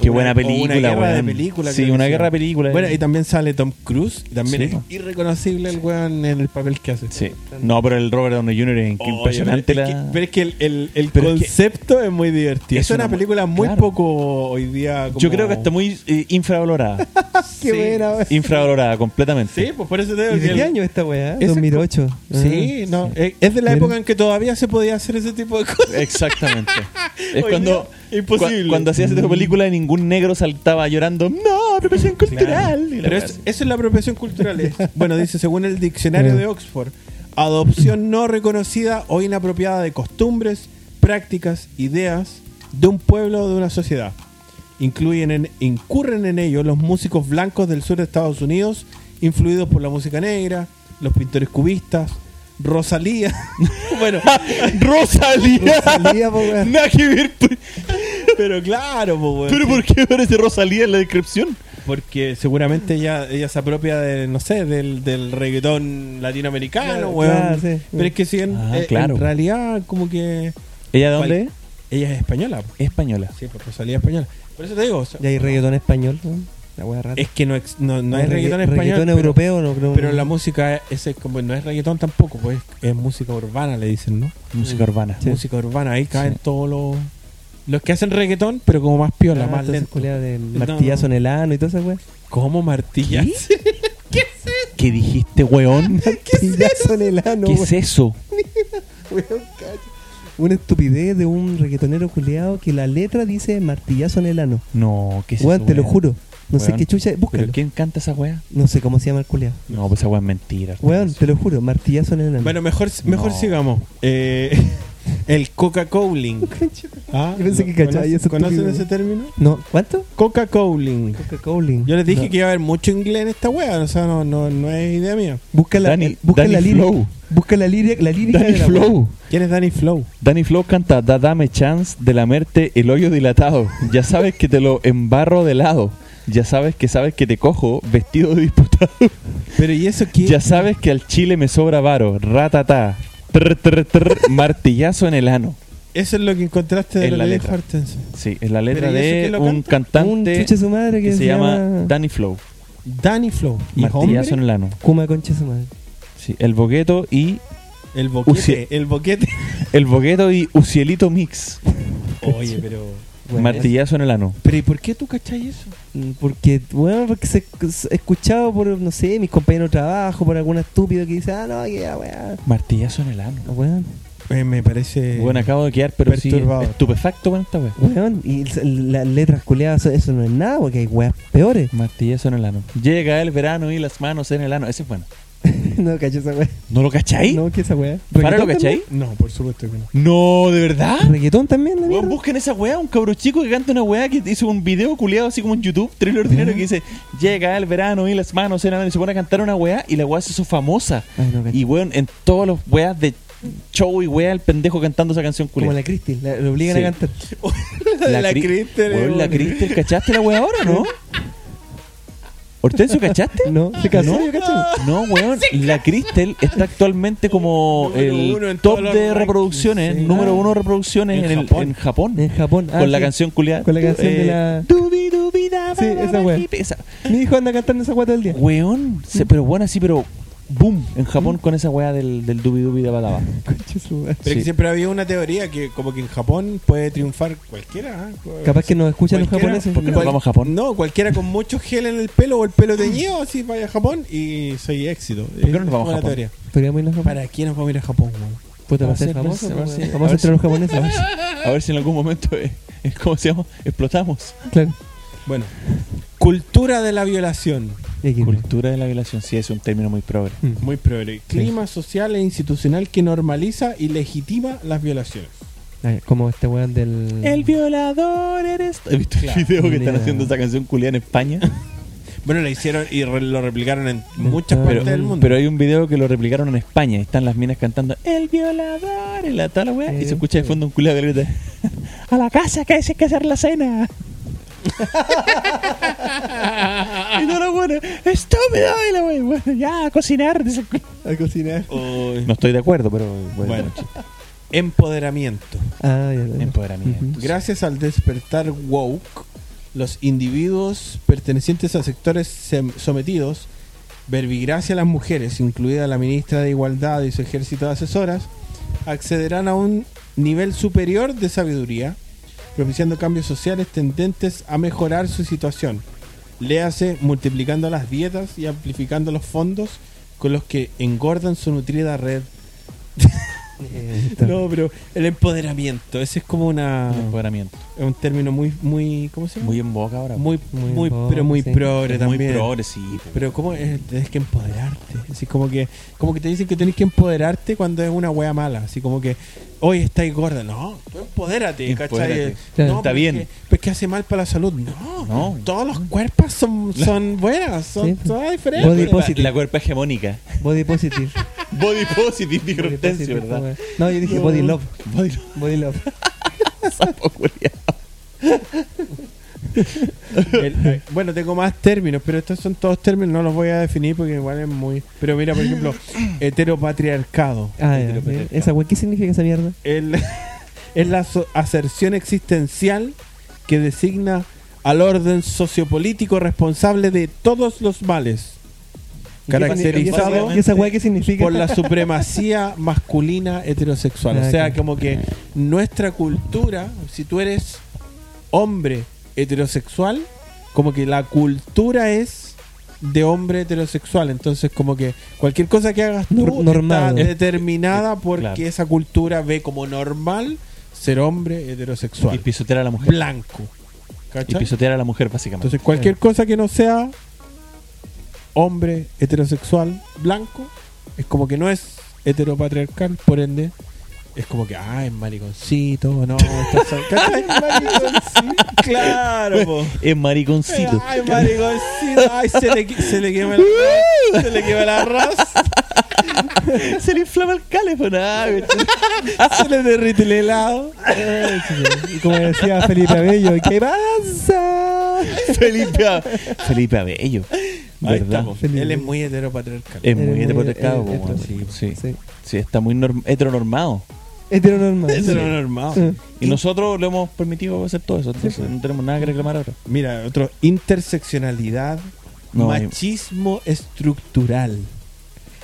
Speaker 1: Qué buena
Speaker 2: Una- o una
Speaker 1: película,
Speaker 2: guerra de
Speaker 1: weón.
Speaker 2: película,
Speaker 1: Sí,
Speaker 2: creo
Speaker 1: una
Speaker 2: que se
Speaker 1: guerra de
Speaker 2: llama.
Speaker 1: película.
Speaker 2: Bueno, y también sale Tom Cruise. y También
Speaker 1: Sí,
Speaker 2: es
Speaker 1: po.
Speaker 2: irreconocible el weón en el papel que hace.
Speaker 1: Sí. No, pero el Robert Downey Jr. es
Speaker 2: Oye,
Speaker 1: impresionante
Speaker 2: pero
Speaker 1: la.
Speaker 2: es que- pero es que el, el- el
Speaker 1: Pero es que-
Speaker 2: concepto es muy divertido.
Speaker 1: Es
Speaker 2: Es una,
Speaker 1: una mu-
Speaker 2: película muy
Speaker 1: claro.
Speaker 2: poco hoy día. como-
Speaker 1: Yo creo que está muy eh, infravalorada.
Speaker 2: Qué buena, weón.
Speaker 1: infravalorada completamente.
Speaker 2: Sí, pues por eso te digo que
Speaker 3: ¿Y de
Speaker 2: el-
Speaker 3: qué año esta weá?
Speaker 2: Ese-
Speaker 3: 2008. Ah,
Speaker 2: Sí, no. eh, Es de la
Speaker 3: Mira.
Speaker 2: época en que todavía se podía hacer ese tipo de cosas.
Speaker 1: Eh, Exactamente. Es
Speaker 2: Hoy
Speaker 1: cuando.
Speaker 2: día, imposible.
Speaker 1: cua- cuando hacías esta película, ningún negro saltaba llorando. ¡No, profesión cultural! Y la
Speaker 2: Pero
Speaker 1: wea
Speaker 2: es-
Speaker 1: así.
Speaker 2: eso es la apropiación cultural. es- bueno, dice, según el diccionario
Speaker 1: Eh.
Speaker 3: Claro.
Speaker 2: de Oxford, adopción no reconocida o inapropiada de costumbres, prácticas, ideas de un pueblo o de una sociedad. Incluyen en- incurren en ello los músicos blancos del sur de Estados Unidos, influidos por la música negra, los pintores cubistas, Rosalía. bueno,
Speaker 1: Rosalía.
Speaker 3: Rosalía, po, weón.
Speaker 1: Nada que ver, p-
Speaker 2: pero claro, po, weón.
Speaker 1: Pero ¿por qué aparece Rosalía en la descripción?
Speaker 2: Porque seguramente ella, ella se apropia de, no sé, del, del reggaetón latinoamericano,
Speaker 3: Claro,
Speaker 2: weón.
Speaker 3: claro, sí.
Speaker 2: Pero es que si en,
Speaker 1: Ah,
Speaker 2: eh, en
Speaker 1: claro.
Speaker 2: realidad como que
Speaker 1: ¿Ella de
Speaker 2: dónde
Speaker 1: dónde?
Speaker 2: es? ella es española. po.
Speaker 1: Española.
Speaker 2: Sí, por Rosalía es española. Por eso te digo, o sea,
Speaker 3: Y hay reggaetón español. ¿no? La weá rara.
Speaker 2: es que no, ex- no, no es
Speaker 3: regga-
Speaker 2: reggaetón español.
Speaker 3: Reggaetón
Speaker 2: pero-
Speaker 3: europeo, no creo.
Speaker 2: Pero, la música ese es como, no es reggaetón tampoco, pues es música urbana, le dicen, ¿no?
Speaker 1: Música
Speaker 3: Mm.
Speaker 1: urbana.
Speaker 2: Música urbana, ahí caen
Speaker 1: Sí.
Speaker 2: todos los... Los que hacen reggaetón, pero como más piola,
Speaker 3: la
Speaker 2: más lento.
Speaker 3: Ah, de
Speaker 2: No,
Speaker 3: martillazo
Speaker 2: no.
Speaker 3: en el ano y toda esa weá.
Speaker 2: Como martilla.
Speaker 1: ¿Qué dijiste, weón?
Speaker 3: Martillazo en el ano,
Speaker 1: ¿Qué es eso?
Speaker 3: weón, cacho. una estupidez de un reggaetonero culeado que la letra dice martillazo en el ano.
Speaker 1: No, ¿qué es
Speaker 3: Weón,
Speaker 1: eso,
Speaker 3: te lo
Speaker 1: weón?
Speaker 3: juro. No sé
Speaker 1: Weón,
Speaker 3: qué chucha, búscalo.
Speaker 1: ¿Pero quién canta esa weá?
Speaker 3: No sé cómo se llama el culeado.
Speaker 1: No, pues esa weá es mentira.
Speaker 3: Weón, te lo juro, martillazo en el ano.
Speaker 2: Bueno, mejor, mejor
Speaker 1: No.
Speaker 2: sigamos. Eh, el Coca-Coling. Ah,
Speaker 3: Yo pensé que
Speaker 2: ¿lo
Speaker 3: cachaba, yo
Speaker 2: conoce-
Speaker 3: soy
Speaker 2: ¿Conocen
Speaker 3: estúpido.
Speaker 2: ese término?
Speaker 3: No, ¿cuánto?
Speaker 2: Coca-Coling.
Speaker 3: Coca-Cola.
Speaker 2: Yo les dije
Speaker 3: No.
Speaker 2: que iba a haber mucho inglés en esta wea, o sea, no, no, no es idea mía.
Speaker 3: Busca la, eh,
Speaker 1: Danny-
Speaker 3: busca
Speaker 1: Danny
Speaker 3: la lírica.
Speaker 1: Flow.
Speaker 3: Busca la lírica. La lírica
Speaker 1: Danny
Speaker 3: de la
Speaker 1: Flow.
Speaker 2: ¿Quién es Danny Flow?
Speaker 1: Danny Flow canta Da dame chance de lamerte el hoyo dilatado. Ya sabes que te lo embarro de lado. Ya sabes que sabes que te cojo vestido de diputado.
Speaker 2: Pero ¿y eso qué?
Speaker 1: Ya sabes que al chile me sobra varo. Ratatá. Tr, tr, tr, martillazo en el ano.
Speaker 2: Eso es lo que encontraste de
Speaker 1: En
Speaker 2: lo
Speaker 1: la
Speaker 2: que
Speaker 1: letra.
Speaker 2: dijo Hortense.
Speaker 1: Sí, es la letra
Speaker 2: ¿Pero y eso
Speaker 1: de
Speaker 2: quién lo
Speaker 1: un
Speaker 2: canta?
Speaker 1: cantante
Speaker 3: Un chuche su madre
Speaker 1: que se, llama Danny Flow.
Speaker 2: Danny Flow. ¿Y
Speaker 1: Martillazo en
Speaker 2: hombre?
Speaker 1: el ano.
Speaker 3: Kuma concha su madre.
Speaker 1: Sí, el bogueto y
Speaker 2: El boquete.
Speaker 1: Uzi-
Speaker 2: El boquete.
Speaker 1: el bogueto y Ucielito Mix.
Speaker 2: Oye, pero...
Speaker 3: Bueno,
Speaker 1: Martillazo en el ano.
Speaker 2: Pero ¿y por qué tú cachai eso?
Speaker 3: Mm, Porque, bueno, porque se, se- escuchado por, no sé, mis compañeros de trabajo, por algún estúpido que dice, ah, no, que la weá.
Speaker 1: Martillazo en el ano.
Speaker 3: La weá.
Speaker 2: Eh, me parece...
Speaker 1: Bueno, acabo de quedar, pero sí,
Speaker 2: Perturbado.
Speaker 1: estupefacto con esta wea.
Speaker 3: Weón, y s- las letras culeadas, eso, eso no es nada, porque hay weas peores.
Speaker 1: Martillazo en el ano. Llega el verano y las manos en el ano. Ese es bueno.
Speaker 3: no, cacho esa wea.
Speaker 1: ¿No lo cacháis?
Speaker 3: No, que esa wea.
Speaker 1: ¿Para lo
Speaker 3: ¿Reggaetón
Speaker 1: cacháis?
Speaker 2: No, por supuesto que no.
Speaker 1: No, ¿de verdad?
Speaker 3: también? ¿Reggaetón también, la
Speaker 1: Weón,
Speaker 3: mierda?
Speaker 1: busquen esa weá, un cabro chico que canta una weá que hizo un video culiado así como en YouTube, trailer ordinario, que dice Llega el verano y las manos en el ano", y se pone a cantar una weá y la weá se hizo famosa.
Speaker 3: Ay, no, cacho.
Speaker 1: Y weón, en todos los weas de show y weá, el pendejo cantando esa canción
Speaker 3: Como
Speaker 1: culiada.
Speaker 3: la Cristi, la, lo obligan
Speaker 1: Sí.
Speaker 3: a cantar.
Speaker 2: La, la Crystal,
Speaker 1: Weón, la
Speaker 2: weón.
Speaker 1: Cristel, ¿cachaste la weá ahora, no? Hortensio, ¿cachaste?
Speaker 3: No, se casó,
Speaker 1: ¿No?
Speaker 3: yo cacho.
Speaker 1: No, weón, la Crystal está actualmente como
Speaker 2: Número
Speaker 1: el
Speaker 2: uno en
Speaker 1: top
Speaker 2: todos los
Speaker 1: de
Speaker 2: rankings,
Speaker 1: reproducciones,
Speaker 2: sí.
Speaker 1: número
Speaker 3: Ah.
Speaker 1: uno de reproducciones en,
Speaker 2: En
Speaker 1: el-
Speaker 2: Japón.
Speaker 1: en Japón.
Speaker 3: En Japón. ah,
Speaker 1: con la
Speaker 3: sí.
Speaker 1: canción culiada.
Speaker 3: Con la canción de la-
Speaker 1: Dubi, dubi, da,
Speaker 3: Sí,
Speaker 1: ba, ba,
Speaker 3: esa
Speaker 1: ba,
Speaker 3: weá.
Speaker 1: hippie, esa
Speaker 3: Mi hijo anda cantando esa wea todo el día.
Speaker 1: Weón, se- pero bueno, así, pero boom, en
Speaker 3: Mm.
Speaker 1: Japón con esa weá del, del dubi, dubi, da, ba, da, ba.
Speaker 3: Concha su madre.
Speaker 2: Pero
Speaker 1: Sí.
Speaker 2: que siempre había una teoría que como que en Japón puede triunfar cualquiera. ¿eh?
Speaker 3: Capaz que nos escuchan los
Speaker 2: Cualquiera,
Speaker 3: japoneses.
Speaker 1: ¿por qué no?
Speaker 3: Cual-
Speaker 1: vamos a Japón?
Speaker 2: No, cualquiera con mucho gel en el pelo o el pelo teñido, así vaya a Japón y soy éxito.
Speaker 1: qué no nos vamos a
Speaker 2: Buena
Speaker 1: Japón?
Speaker 2: teoría.
Speaker 3: Podríamos irnos a Japón.
Speaker 2: ¿Para quién nos vamos a ir a Japón? weón?
Speaker 3: Puta,
Speaker 1: a
Speaker 3: para ser
Speaker 1: ver,
Speaker 3: famoso.
Speaker 1: a ver,
Speaker 3: weón.
Speaker 1: a ver,
Speaker 3: Famoso
Speaker 1: a ver.
Speaker 3: entre los japoneses.
Speaker 1: A ver si en algún momento, eh, eh, ¿cómo se llama? Explotamos.
Speaker 3: Claro.
Speaker 2: Bueno, cultura de la violación.
Speaker 3: Y aquí,
Speaker 1: Cultura de la violación, sí, es un término muy progre.
Speaker 2: Muy progre. Clima social e institucional que normaliza y legitima las violaciones.
Speaker 3: Ay, Como este weón del.
Speaker 1: El violador eres. ¿Has visto
Speaker 2: Claro.
Speaker 1: el video que están
Speaker 3: Mira.
Speaker 1: haciendo esa canción culiada en España?
Speaker 2: Bueno, lo hicieron y re- lo replicaron en muchas
Speaker 3: Ah,
Speaker 1: Pero,
Speaker 2: partes del mundo.
Speaker 1: pero hay un video que lo replicaron en España. y Están las minas cantando El violador en la toda la wea", Y se escucha de fondo un culo que le grita A la casa que hay que hacer la cena. y no lo bueno, estúpido. Y la wea, bueno, ya a cocinar. dice el culo.
Speaker 3: A cocinar.
Speaker 2: Uy.
Speaker 1: No estoy de acuerdo, pero bueno.
Speaker 2: Bueno. empoderamiento.
Speaker 3: Ah, ya, ya.
Speaker 1: Empoderamiento.
Speaker 2: Gracias al despertar woke, los individuos pertenecientes a sectores sem- sometidos, verbigracia a las mujeres, incluida la ministra de Igualdad y su ejército de asesoras, accederán a un nivel superior de sabiduría, propiciando cambios sociales tendentes a mejorar su situación. Léase multiplicando las dietas y amplificando los fondos con los que engordan su nutrida red.
Speaker 3: Eh, está.
Speaker 2: No, pero el empoderamiento, ese es como una...
Speaker 1: Empoderamiento.
Speaker 2: Es un término muy, muy, ¿cómo se llama?
Speaker 1: Ah. Muy en boca ahora.
Speaker 2: muy,
Speaker 3: Muy
Speaker 2: muy,
Speaker 3: progre,
Speaker 2: pero muy
Speaker 3: sí.
Speaker 2: progre
Speaker 1: Es muy
Speaker 2: también.
Speaker 1: progre, sí, po.
Speaker 2: Pero cómo es, tenés que empoderarte, así como que, como que te dicen que tenés que empoderarte cuando es una wea mala, así como que hoy estáis gorda, no, tú empodérate,
Speaker 1: Empodérate.
Speaker 2: ¿cachai?
Speaker 3: Claro.
Speaker 2: No,
Speaker 1: Está
Speaker 2: pero
Speaker 1: bien.
Speaker 2: es que- pero es que hace mal para la salud, no,
Speaker 1: No.
Speaker 2: todos los cuerpos son, son buenas, son
Speaker 3: Sí.
Speaker 2: todas diferentes.
Speaker 3: Body
Speaker 1: La,
Speaker 3: positive.
Speaker 1: la cuerpa hegemónica.
Speaker 3: Body positive.
Speaker 1: Body positive, dijo
Speaker 3: Body
Speaker 1: Hortensio,
Speaker 3: positive,
Speaker 1: ¿verdad?
Speaker 3: weón. No, yo dije body love.
Speaker 1: Body positive.
Speaker 3: Body love.
Speaker 1: Sapo culiao.
Speaker 2: El- eh, bueno, tengo más términos, pero estos son todos términos, no los voy a definir porque igual es muy... Pero mira, por ejemplo, heteropatriarcado.
Speaker 3: Ah, ya, ya. Esa wea, ¿qué significa esa mierda?
Speaker 2: El- es la so- aserción existencial que designa al orden sociopolítico responsable de todos los males,
Speaker 3: ¿Y qué-
Speaker 2: Caracterizado
Speaker 3: ¿Y esa wea qué significa?
Speaker 2: por la supremacía masculina heterosexual.
Speaker 3: Ah,
Speaker 2: O sea,
Speaker 3: claro.
Speaker 2: como que nuestra cultura, si tú eres hombre heterosexual, como que la cultura es de hombre heterosexual. Entonces, como que cualquier cosa que hagas tú
Speaker 3: Nor-
Speaker 2: está
Speaker 3: normado.
Speaker 2: determinada porque
Speaker 1: Eh, claro.
Speaker 2: esa cultura ve como normal ser hombre
Speaker 1: Y
Speaker 2: heterosexual.
Speaker 1: pisotear a la mujer.
Speaker 2: Blanco.
Speaker 1: Y
Speaker 2: ¿Cachai?
Speaker 1: pisotear a la mujer, básicamente.
Speaker 2: Entonces, cualquier cosa que no sea hombre heterosexual blanco es como que no es heteropatriarcal, por ende. Es como que, ah, es mariconcito, no, estás- ¿cachai? Mariconcito, claro, po.
Speaker 1: es mariconcito.
Speaker 2: Ay, mariconcito. Ay, se le, qui- se le quema el Se le quema el arroz.
Speaker 1: Se le inflama el calefón. ah,
Speaker 2: Se le derrite el helado.
Speaker 3: Ay, chico. Y como decía Felipe Abello, ¿qué pasa?
Speaker 1: Felipe, A- Felipe Abello.
Speaker 2: Ahí
Speaker 1: ¿Verdad?
Speaker 2: estamos.
Speaker 3: Feliz.
Speaker 2: Él es muy heteropatriarcal.
Speaker 1: Es muy este
Speaker 3: Eres
Speaker 1: heteropatriarcado,
Speaker 3: hetero-
Speaker 1: po,
Speaker 3: Eh, sí,
Speaker 1: weón. Sí,
Speaker 3: sí.
Speaker 1: sí, está muy norm- heteronormado.
Speaker 3: Heteronormal.
Speaker 1: Este
Speaker 2: Heteronormado.
Speaker 3: Sí.
Speaker 1: Y nosotros le hemos permitido hacer todo eso, entonces no tenemos nada que reclamar ahora.
Speaker 2: Mira, otro, interseccionalidad,
Speaker 1: No, hay-
Speaker 2: machismo estructural,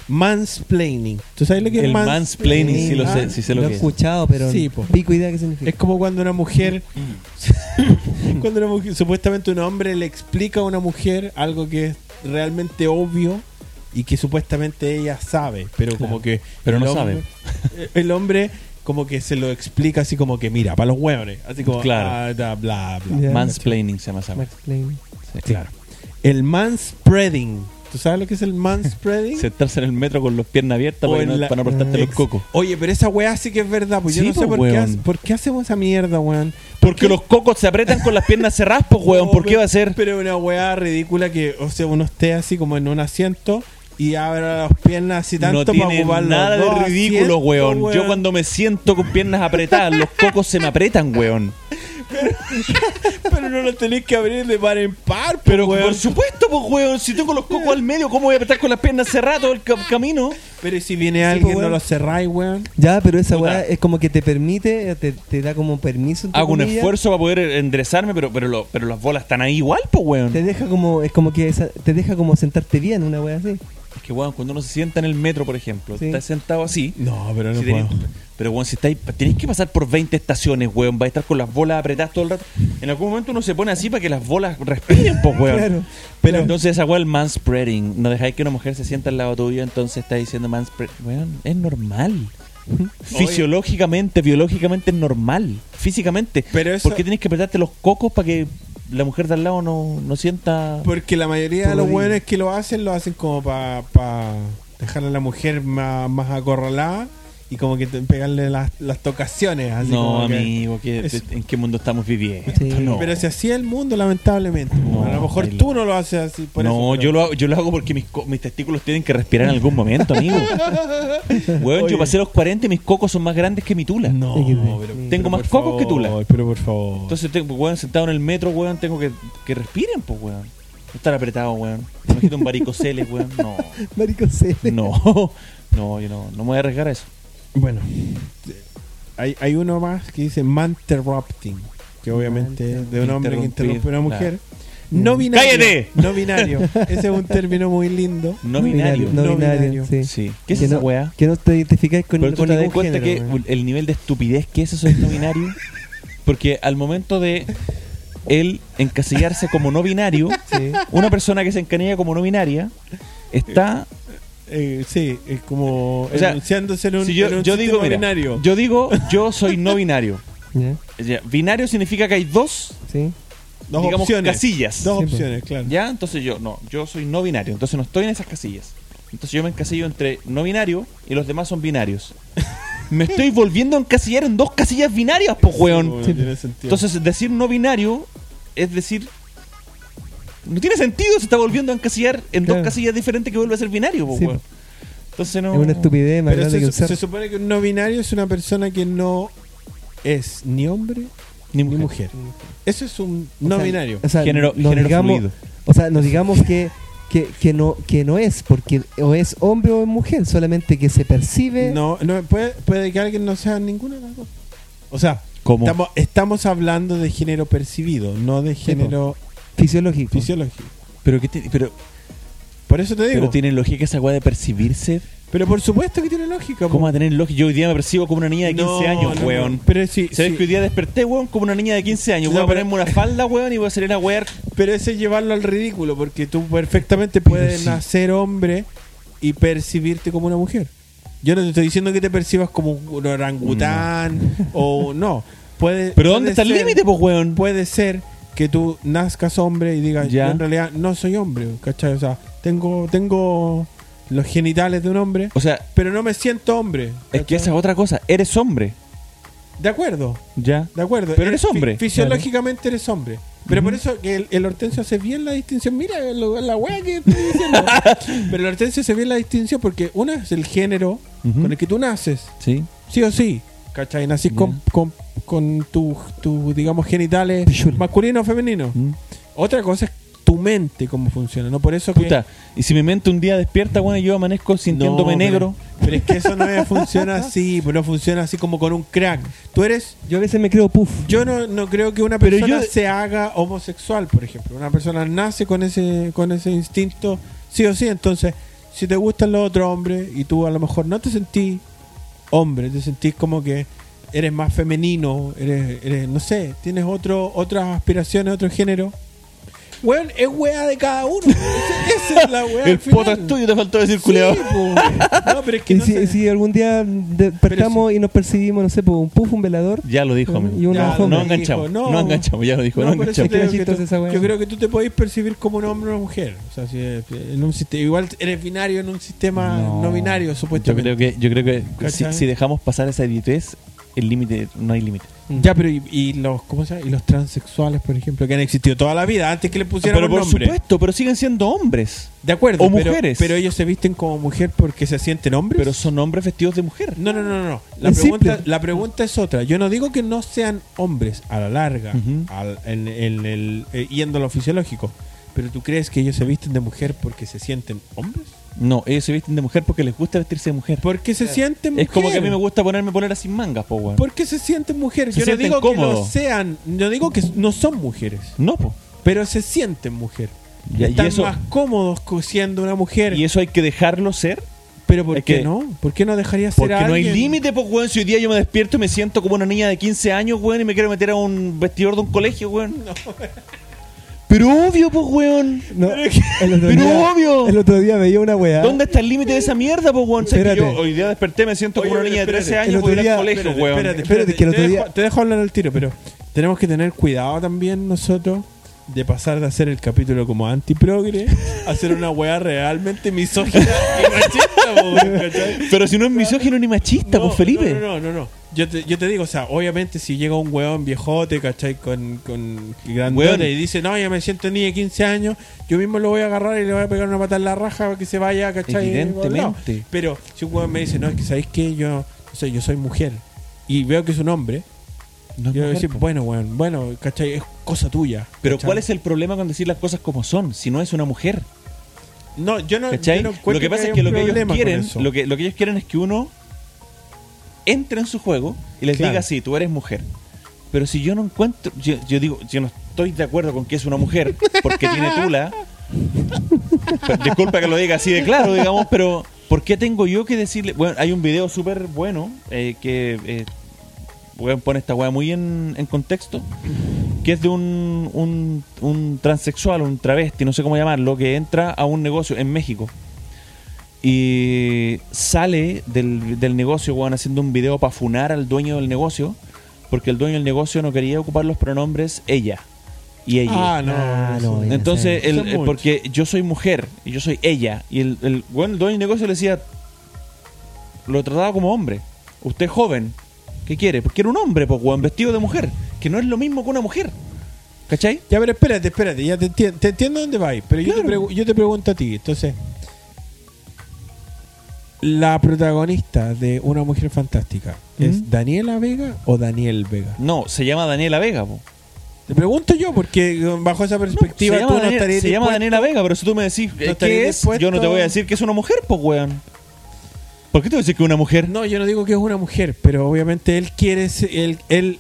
Speaker 2: mansplaining. ¿Tú sabes lo que es
Speaker 1: El mansplaining, sí lo sé,
Speaker 2: Ah,
Speaker 1: sí sé lo
Speaker 3: he
Speaker 1: que es.
Speaker 3: escuchado, pero
Speaker 2: Sí, po.
Speaker 3: pico idea qué significa.
Speaker 2: Es como cuando una mujer,
Speaker 1: Mm.
Speaker 2: cuando una mujer, supuestamente un hombre le explica a una mujer algo que es realmente obvio y que supuestamente ella sabe, pero como que
Speaker 1: pero
Speaker 2: el
Speaker 1: no
Speaker 2: hombre- eh, El hombre como que se lo explica así como que mira, para los hueones, así como
Speaker 1: Claro.
Speaker 2: ah, da, bla bla.
Speaker 3: Ya.
Speaker 1: Mansplaining se llama esa
Speaker 3: Max
Speaker 1: weá.
Speaker 3: Klein.
Speaker 1: Sí.
Speaker 2: Claro. El manspreading. ¿Tú sabes lo que es el manspreading?
Speaker 1: Sentarse en el metro con los piernas abiertas
Speaker 2: O
Speaker 1: para, que
Speaker 2: en
Speaker 1: no,
Speaker 2: la-
Speaker 1: para no aplastarte los
Speaker 2: Ex-
Speaker 1: cocos.
Speaker 2: Oye, pero esa weá sí que es verdad, pues yo
Speaker 1: Sí,
Speaker 2: no sé
Speaker 1: pues,
Speaker 2: por qué,
Speaker 1: weón.
Speaker 2: hace- por qué hacemos esa mierda, weón.
Speaker 1: Porque los cocos se apretan con las piernas cerradas, pues, weón.
Speaker 2: No,
Speaker 1: ¿Por qué
Speaker 2: pero-
Speaker 1: va a ser?
Speaker 2: Pero una weá ridícula que, o sea, uno esté así como en un asiento y abra las piernas así tanto
Speaker 1: No
Speaker 2: para
Speaker 1: tiene
Speaker 2: ocupar los
Speaker 1: nada de
Speaker 2: dos
Speaker 1: ridículo,
Speaker 2: asientos,
Speaker 1: weón. Yo cuando me siento con piernas apretadas, los cocos se me apretan, weón.
Speaker 2: Pero no lo tenéis que abrir de par en par,
Speaker 1: Pero
Speaker 2: pero weón.
Speaker 1: por supuesto, pues, weón. Si tengo los cocos al medio, ¿cómo voy a apretar con las piernas cerradas todo el ca- camino?
Speaker 2: Pero si viene
Speaker 1: pues,
Speaker 2: alguien,
Speaker 3: weón.
Speaker 2: no lo cerráis, weón.
Speaker 3: Ya, pero esa
Speaker 1: Puta.
Speaker 3: weá es como que te permite, te, te da como permiso. entre
Speaker 1: Hago un
Speaker 3: comillas.
Speaker 1: esfuerzo para poder enderezarme, pero, pero, lo- pero las bolas están ahí igual, pues, weón.
Speaker 3: Te deja como, es como que esa- te deja como sentarte bien, una weá así.
Speaker 1: Es que, weón, cuando uno se sienta en el metro, por ejemplo,
Speaker 3: Sí.
Speaker 1: está sentado así.
Speaker 2: No, pero no
Speaker 1: si
Speaker 2: puedo.
Speaker 1: tenés- pero, weón, si estáis, tenéis que pasar por 20 estaciones, weón, vais a estar con las bolas apretadas todo el rato. En algún momento uno se pone así para que las bolas respiren, pues, weón.
Speaker 3: Claro.
Speaker 1: Pero
Speaker 2: Claro.
Speaker 1: entonces esa weá, el manspreading, no dejáis que una mujer se sienta al lado tuyo, entonces está diciendo manspreading. Weón, es normal. Fisiológicamente, biológicamente es normal. Físicamente.
Speaker 2: Pero eso-
Speaker 1: ¿Por qué tenés que apretarte los cocos para que la mujer de al lado no, no sienta.
Speaker 2: Porque la mayoría de
Speaker 3: Todo
Speaker 2: los
Speaker 3: bien.
Speaker 2: weones que lo hacen, lo hacen como para dejar a la mujer más, más acorralada y como que te- pegarle las, las tocaciones. Así
Speaker 1: no,
Speaker 2: como que-
Speaker 1: amigo, ¿qué-
Speaker 2: es-
Speaker 1: ¿en qué mundo estamos viviendo?
Speaker 3: Sí.
Speaker 1: No.
Speaker 2: Pero se hacía el mundo, lamentablemente.
Speaker 1: No,
Speaker 2: a lo mejor
Speaker 1: Taylor.
Speaker 2: tú no lo haces así. Por
Speaker 1: no,
Speaker 2: eso, pero-
Speaker 1: yo, lo hago, yo lo hago porque mis, co- mis testículos tienen que respirar en algún momento, amigo. Weón,
Speaker 2: Oye.
Speaker 1: yo pasé los 40 y mis cocos son más grandes que mi tula.
Speaker 2: No,
Speaker 3: Sí, que-
Speaker 2: pero-
Speaker 3: sí.
Speaker 1: Tengo
Speaker 2: pero
Speaker 1: más
Speaker 2: por
Speaker 1: cocos que tula.
Speaker 2: favor, Pero por favor.
Speaker 1: Entonces, tengo, weón, sentado en el metro, weón, tengo que que respiren, pues, weón. No estar apretado, weón. Imagínate un varicocele, weón. No,
Speaker 3: Marico C.
Speaker 1: no, no, yo no, no me voy a arriesgar a eso.
Speaker 2: bueno, hay, hay uno más que dice manterrupting. Que obviamente es de un hombre que
Speaker 1: Interrumpir,
Speaker 2: interrumpe a una mujer.
Speaker 1: claro.
Speaker 2: No binario.
Speaker 1: ¡Cállate!
Speaker 2: No binario. Ese es un término muy lindo.
Speaker 1: No binario.
Speaker 3: No,
Speaker 2: No
Speaker 3: binario,
Speaker 2: binario.
Speaker 3: sí.
Speaker 1: Sí. ¿Qué es
Speaker 3: que
Speaker 1: esa
Speaker 3: no,
Speaker 1: weá?
Speaker 3: Que no te identificas con,
Speaker 1: Pero tú
Speaker 3: con
Speaker 1: te das
Speaker 3: ningún
Speaker 1: cuenta que
Speaker 3: género, weón.
Speaker 1: el nivel de estupidez que es eso es no binario. Porque al momento de él encasillarse como no binario,
Speaker 3: Sí.
Speaker 1: una persona que se encanilla como no binaria está.
Speaker 2: Eh, sí, es como
Speaker 1: O sea,
Speaker 2: enunciándose en un,
Speaker 1: si yo,
Speaker 2: en un
Speaker 1: yo digo,
Speaker 2: sistema
Speaker 1: mira,
Speaker 2: binario.
Speaker 1: yo digo, yo soy no binario.
Speaker 3: Ya,
Speaker 1: Ya, Binario significa que hay dos,
Speaker 3: sí.
Speaker 2: dos
Speaker 1: digamos,
Speaker 2: opciones.
Speaker 1: casillas.
Speaker 2: Dos
Speaker 3: Sí, pues.
Speaker 2: opciones, claro.
Speaker 1: ¿Ya? Entonces yo, no, yo soy no binario, entonces no estoy en esas casillas. Entonces yo me encasillo entre no binario y los demás son binarios. me estoy volviendo a encasillar en dos casillas binarias, po,
Speaker 2: Sí,
Speaker 1: weón.
Speaker 2: bueno,
Speaker 3: Sí.
Speaker 2: tiene sentido.
Speaker 1: Entonces, decir no binario es decir. No tiene sentido, se está volviendo a encasillar en
Speaker 3: Claro.
Speaker 1: dos casillas diferentes que vuelve a ser binario, po,
Speaker 3: Sí,
Speaker 1: weón. Entonces no.
Speaker 3: Es una estupidez más
Speaker 2: Pero
Speaker 3: grande
Speaker 2: se,
Speaker 3: que un
Speaker 2: se
Speaker 3: cerdo.
Speaker 2: supone que un no binario es una persona que no es ni hombre
Speaker 1: Ni
Speaker 2: ni
Speaker 1: mujer.
Speaker 2: mujer. Eso es un no
Speaker 3: O sea,
Speaker 2: binario.
Speaker 3: O sea,
Speaker 1: Género-
Speaker 3: no
Speaker 1: género
Speaker 3: digamos,
Speaker 1: fluido.
Speaker 3: O sea, no digamos que, que, que no, que no es, porque o es hombre o es mujer, solamente que se percibe.
Speaker 2: No, no puede, puede que alguien no sea ninguna de las dos. O sea,
Speaker 1: ¿Cómo?
Speaker 2: estamos, estamos hablando de género percibido, no de género
Speaker 3: Fisiológico.
Speaker 2: fisiológico.
Speaker 1: Pero, que ti- pero,
Speaker 2: Por eso te digo.
Speaker 1: pero
Speaker 2: Pero,
Speaker 1: tiene lógica esa weá de percibirse.
Speaker 2: por supuesto que tiene lógica.
Speaker 1: ¿Cómo
Speaker 2: po.
Speaker 1: va a tener lógica? Yo hoy día me percibo como una niña de 15
Speaker 2: No,
Speaker 1: años,
Speaker 2: no, no.
Speaker 1: weón.
Speaker 2: Pero sí,
Speaker 1: ¿Sabes
Speaker 2: sí.
Speaker 1: que hoy día desperté, weón, como una niña de 15 años?
Speaker 2: No,
Speaker 1: Voy a
Speaker 2: pero-
Speaker 1: ponerme una falda, weón, y voy a salir a wear
Speaker 2: Pero ese es llevarlo al ridículo, porque tú perfectamente puedes
Speaker 1: sí.
Speaker 2: nacer hombre y percibirte como una mujer. Yo no te estoy diciendo que te percibas como un orangután o no. Puede,
Speaker 1: Pero ¿dónde
Speaker 2: puede
Speaker 1: está el
Speaker 2: ser-
Speaker 1: límite, pues, weón?
Speaker 2: Puede ser que tú nazcas hombre y digas,
Speaker 1: Ya.
Speaker 2: yo en realidad no soy hombre, ¿cachai? O sea, tengo, tengo los genitales de un hombre,
Speaker 1: O sea,
Speaker 2: pero no me siento hombre.
Speaker 1: es que
Speaker 2: ¿cachai?
Speaker 1: esa es otra cosa. Eres hombre.
Speaker 2: De acuerdo,
Speaker 1: Ya.
Speaker 2: de acuerdo.
Speaker 1: Pero eres
Speaker 2: fi-
Speaker 1: hombre.
Speaker 2: Fisiológicamente eres hombre. Pero por eso que el, el Hortensio hace bien la distinción. Mira lo- la wea que estoy diciendo. Pero el Hortensio hace bien la distinción porque una es el género
Speaker 1: Ujú.
Speaker 2: con el que tú naces,
Speaker 1: Sí.
Speaker 2: sí o sí. ¿Cachai? Nacís con, con, con tus, tus, digamos, genitales
Speaker 3: Pichula.
Speaker 2: masculinos o femeninos.
Speaker 1: Mm.
Speaker 2: Otra cosa es tu mente, cómo funciona. No por eso que.
Speaker 1: Puta, y si mi mente un día despierta, bueno, yo amanezco sintiéndome
Speaker 2: No,
Speaker 1: negro.
Speaker 2: Pero, pero es que eso no es- funciona así, pero no funciona así como con un crack. Tú eres.
Speaker 3: Yo a veces me creo puff.
Speaker 2: Yo no, no creo que una
Speaker 1: Pero
Speaker 2: persona
Speaker 1: yo-
Speaker 2: se haga homosexual, por ejemplo. Una persona nace con ese, con ese instinto, sí o sí. Entonces, si te gustan los otros hombres y tú a lo mejor no te sentís hombre, te sentís como que eres más femenino, eres, eres no sé, tienes otro, otras aspiraciones, otro género. Weón, es weá de cada uno. Esa esa es la weá. al
Speaker 1: el poto
Speaker 2: final.
Speaker 1: es tuyo, te faltó decir,
Speaker 2: Sí,
Speaker 1: culeado.
Speaker 2: po. No, pero es que
Speaker 3: Y
Speaker 2: no
Speaker 3: si,
Speaker 2: sé.
Speaker 3: si algún día despertamos y nos percibimos, no sé, por un puff, un velador.
Speaker 1: Ya lo
Speaker 2: Mm,
Speaker 1: dijo, amigo.
Speaker 3: Y una
Speaker 2: Ya,
Speaker 1: No,
Speaker 3: alfombra.
Speaker 2: lo dijo,
Speaker 1: enganchamos, no.
Speaker 2: no.
Speaker 1: enganchamos, ya lo dijo, no,
Speaker 2: por eso
Speaker 1: enganchamos.
Speaker 2: creo que
Speaker 3: Chistosa
Speaker 2: tú-
Speaker 3: esa weá.
Speaker 2: yo creo que tú te podés percibir como un hombre o una mujer. O sea, si es- en un sistema, igual eres binario en un sistema no, binario,
Speaker 1: Yo creo
Speaker 2: supuestamente.
Speaker 1: que, yo creo que si,
Speaker 2: ¿Cachai?
Speaker 1: si dejamos pasar esa idiotez, el límite, no hay límite.
Speaker 2: Ya, pero y, y los ¿cómo se llama? Y los transexuales, por ejemplo, que han existido toda la vida antes que le pusieran
Speaker 1: Pero
Speaker 2: un
Speaker 1: por
Speaker 2: nombre.
Speaker 1: supuesto, pero siguen siendo hombres.
Speaker 2: De acuerdo,
Speaker 1: O
Speaker 2: pero,
Speaker 1: mujeres.
Speaker 2: pero ellos se visten como mujer porque se sienten hombres.
Speaker 1: Pero son hombres vestidos de mujer.
Speaker 2: no, no, no, no, no. La
Speaker 3: Es
Speaker 2: pregunta,
Speaker 3: simple.
Speaker 2: la pregunta es otra. Yo no digo que no sean hombres a la larga,
Speaker 1: Ujú.
Speaker 2: al- en, en el, eh, yendo a lo fisiológico. Pero tú crees que ellos se visten de mujer porque se sienten hombres?
Speaker 1: No, ellos se visten de mujer porque les gusta vestirse de mujer.
Speaker 2: Porque se sienten
Speaker 1: Es
Speaker 2: mujeres.
Speaker 1: como que a mí me gusta ponerme poleras sin mangas, po, weón.
Speaker 2: Porque se sienten mujeres.
Speaker 1: Se
Speaker 2: Yo
Speaker 1: sienten
Speaker 2: no digo que
Speaker 1: cómodos.
Speaker 2: no sean, no digo que no son mujeres,
Speaker 1: No, po.
Speaker 2: pero se sienten mujer.
Speaker 1: Ya, y
Speaker 2: Están
Speaker 1: eso-
Speaker 2: más cómodos co- siendo una mujer.
Speaker 1: Y eso hay que dejarlo ser.
Speaker 2: pero ¿por
Speaker 1: es
Speaker 2: qué
Speaker 1: que-
Speaker 2: no? ¿Por qué no dejaría ser
Speaker 1: Porque
Speaker 2: a
Speaker 1: no hay
Speaker 2: alguien?
Speaker 1: límite, pues, weón. Si hoy día yo me despierto y me siento como una niña de 15 años, weón, y me quiero meter a un vestidor de un colegio, weón. Pero obvio, pues, weón.
Speaker 3: No, el otro
Speaker 1: Pero
Speaker 3: día,
Speaker 1: obvio.
Speaker 3: El otro día veía una weá.
Speaker 1: ¿Dónde está el límite de esa mierda, pues, weón? Sé que
Speaker 3: Espérate.
Speaker 1: yo hoy día desperté, me siento como
Speaker 2: Oye,
Speaker 1: una niña de
Speaker 2: espérate.
Speaker 1: 13
Speaker 3: El
Speaker 1: años,
Speaker 3: otro
Speaker 1: voy a ir al
Speaker 3: día-
Speaker 1: colegio,
Speaker 2: Espérate,
Speaker 1: weón.
Speaker 2: espérate,
Speaker 3: Espérate, que el
Speaker 2: te
Speaker 3: otro
Speaker 2: dejo-
Speaker 3: día-
Speaker 2: te dejo hablar al tiro, pero tenemos que tener cuidado también nosotros de pasar de hacer el capítulo como antiprogre a hacer una weá realmente misógina y machista, po, ¿cachai?
Speaker 1: Pero si no es misógino ni machista,
Speaker 2: No,
Speaker 1: pues, Felipe.
Speaker 2: No, no, no, no. Yo te, yo te digo, o sea, obviamente si llega un weón viejote, ¿cachai? Con, con grandote
Speaker 1: Weón.
Speaker 2: y dice, no, yo me siento niña de 15 años, yo mismo lo voy a agarrar y le voy a pegar una patada en la raja para que se vaya, ¿cachai?
Speaker 1: Evidentemente.
Speaker 2: Al lado. Pero si un weón me dice, no, es que ¿sabéis qué? Yo, no sé, yo soy mujer y veo que es un hombre,
Speaker 1: No es Ah,
Speaker 2: yo voy a
Speaker 1: mujer,
Speaker 2: decir,
Speaker 1: po.
Speaker 2: bueno, weón, bueno, ¿cachai? Es cosa tuya.
Speaker 1: Pero
Speaker 2: ¿cachai?
Speaker 1: ¿cuál es el problema con decir las cosas como son? Si no es una mujer.
Speaker 2: No, yo no,
Speaker 1: ¿Cachai?
Speaker 2: yo no
Speaker 1: lo
Speaker 2: encuentro
Speaker 1: que pasa
Speaker 2: haya
Speaker 1: es que
Speaker 2: un
Speaker 1: lo que ellos
Speaker 2: problema con
Speaker 1: quieren,
Speaker 2: eso.
Speaker 1: lo que, lo que ellos quieren es que uno entre en su juego y les
Speaker 2: Claro.
Speaker 1: diga sí, tú eres mujer. Pero si yo no encuentro, yo, yo digo, yo no estoy de acuerdo con que es una mujer porque tiene tula. Pero Disculpa que lo diga así de claro, digamos, pero ¿por qué tengo yo que decirle? Bueno, hay un video súper bueno eh, que eh, weón, pone esta weá muy en, en contexto que es de un, un, un transexual, un travesti, no sé cómo llamarlo, que entra a un negocio en México y sale del, del negocio, weón, haciendo un video para funar al dueño del negocio, porque el dueño del negocio no quería ocupar los pronombres ella y ella.
Speaker 2: Ah, no.
Speaker 3: Ah,
Speaker 2: eso-
Speaker 3: no, ya
Speaker 1: Entonces,
Speaker 2: sé.
Speaker 1: el-
Speaker 2: Son
Speaker 1: el-
Speaker 2: muchos.
Speaker 1: porque yo soy mujer, y yo soy ella, y el, el, weón, el dueño del negocio le decía, lo trataba como hombre, usted es joven, ¿qué quiere? Porque era un hombre, pues, weón, vestido de mujer, que no es lo mismo que una mujer, ¿cachai?
Speaker 2: Ya, pero espérate, espérate, ya te, entien- te entiendo dónde vais, pero yo, te pregu- yo te pregunto a ti, entonces, ¿la protagonista de Una Mujer Fantástica
Speaker 1: ¿Mm?
Speaker 2: es Daniela Vega o Daniel Vega?
Speaker 1: No, se llama Daniela Vega, po.
Speaker 2: Te pregunto yo, porque eh, bajo esa perspectiva
Speaker 1: se llama,
Speaker 2: tú no
Speaker 1: Daniel-
Speaker 2: estarías
Speaker 1: se llama
Speaker 2: dispuesto-
Speaker 1: Daniela Vega, pero si tú me decís eh, qué
Speaker 2: estarías
Speaker 1: es, yo no te
Speaker 2: dispuesto-
Speaker 1: voy a decir que es una mujer, pues, weón. ¿Por qué te voy a decir que es una mujer?
Speaker 2: No, yo no digo que es una mujer, pero obviamente él quiere ser- él él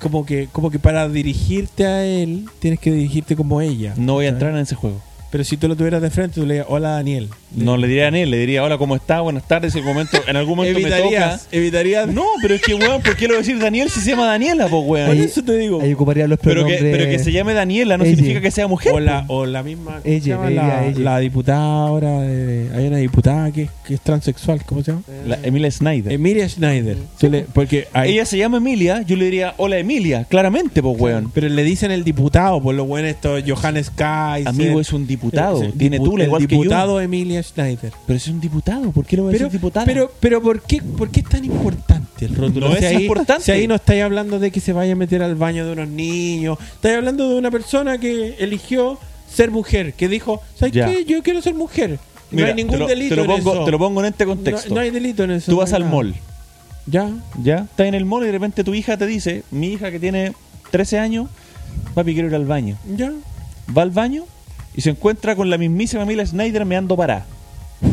Speaker 2: como que como que para dirigirte a él tienes que dirigirte como ella.
Speaker 1: No voy a
Speaker 2: ¿cachai?
Speaker 1: entrar en ese juego.
Speaker 2: Pero si tú lo tuvieras de frente, tú le dirías, hola Daniel.
Speaker 1: No le diría a él, le diría, hola, ¿cómo estás? Buenas tardes. En, momento, en algún momento me toca.
Speaker 2: Evitarías, evitarías.
Speaker 1: No, pero es que, weón, ¿por qué le voy a decir Daniel si se llama Daniela, po, weón?
Speaker 2: Por eso te digo.
Speaker 3: Ahí ocuparía los
Speaker 1: Pero que,
Speaker 3: pronombres.
Speaker 1: pero que se llame Daniela no
Speaker 3: Ella.
Speaker 1: significa que sea mujer.
Speaker 2: O la, o la misma. ¿cómo
Speaker 3: Ella,
Speaker 2: se llama?
Speaker 3: le diría
Speaker 2: la,
Speaker 3: ella.
Speaker 2: la diputada ahora. de- hay una diputada que, es- que es transexual, ¿cómo se llama?
Speaker 1: La Emilia Snyder.
Speaker 2: Emilia Schneider. Tú le- porque hay-
Speaker 1: Em, Ella se llama Emilia, yo le diría, hola Emilia, claramente, po, weón.
Speaker 2: Pero le dicen el diputado, por lo bueno esto, Johannes Kaiser.
Speaker 1: Amigo, es un diputado,
Speaker 2: Es el
Speaker 1: tiene
Speaker 2: dipu-
Speaker 1: tula
Speaker 2: el
Speaker 1: igual que yo.
Speaker 2: diputado Emilia Schneider.
Speaker 1: Pero es un diputado, ¿por qué lo voy a
Speaker 2: Pero,
Speaker 1: decir diputado?
Speaker 2: pero, pero ¿por, qué, ¿por qué es tan importante el rótulo?
Speaker 1: No es importante.
Speaker 2: Si ahí no estáis hablando de que se vaya a meter al baño de unos niños, estáis hablando de una persona que eligió ser mujer, que dijo, ¿sabes
Speaker 1: Ya.
Speaker 2: qué? Yo quiero ser mujer.
Speaker 1: Mira,
Speaker 2: no hay ningún
Speaker 1: te lo,
Speaker 2: delito
Speaker 1: te lo
Speaker 2: en
Speaker 1: pongo,
Speaker 2: eso.
Speaker 1: te lo pongo en este contexto.
Speaker 2: no, no hay delito en eso.
Speaker 1: Tú
Speaker 2: no
Speaker 1: vas
Speaker 2: hay
Speaker 1: al
Speaker 2: nada.
Speaker 1: mall,
Speaker 2: Ya.
Speaker 1: ¿ya? Estás en el mall y de repente tu hija te dice, mi hija que tiene 13 años, papi, quiero ir al baño.
Speaker 2: Ya.
Speaker 1: Va al baño y se encuentra con la mismísima Emilia Snyder meando para.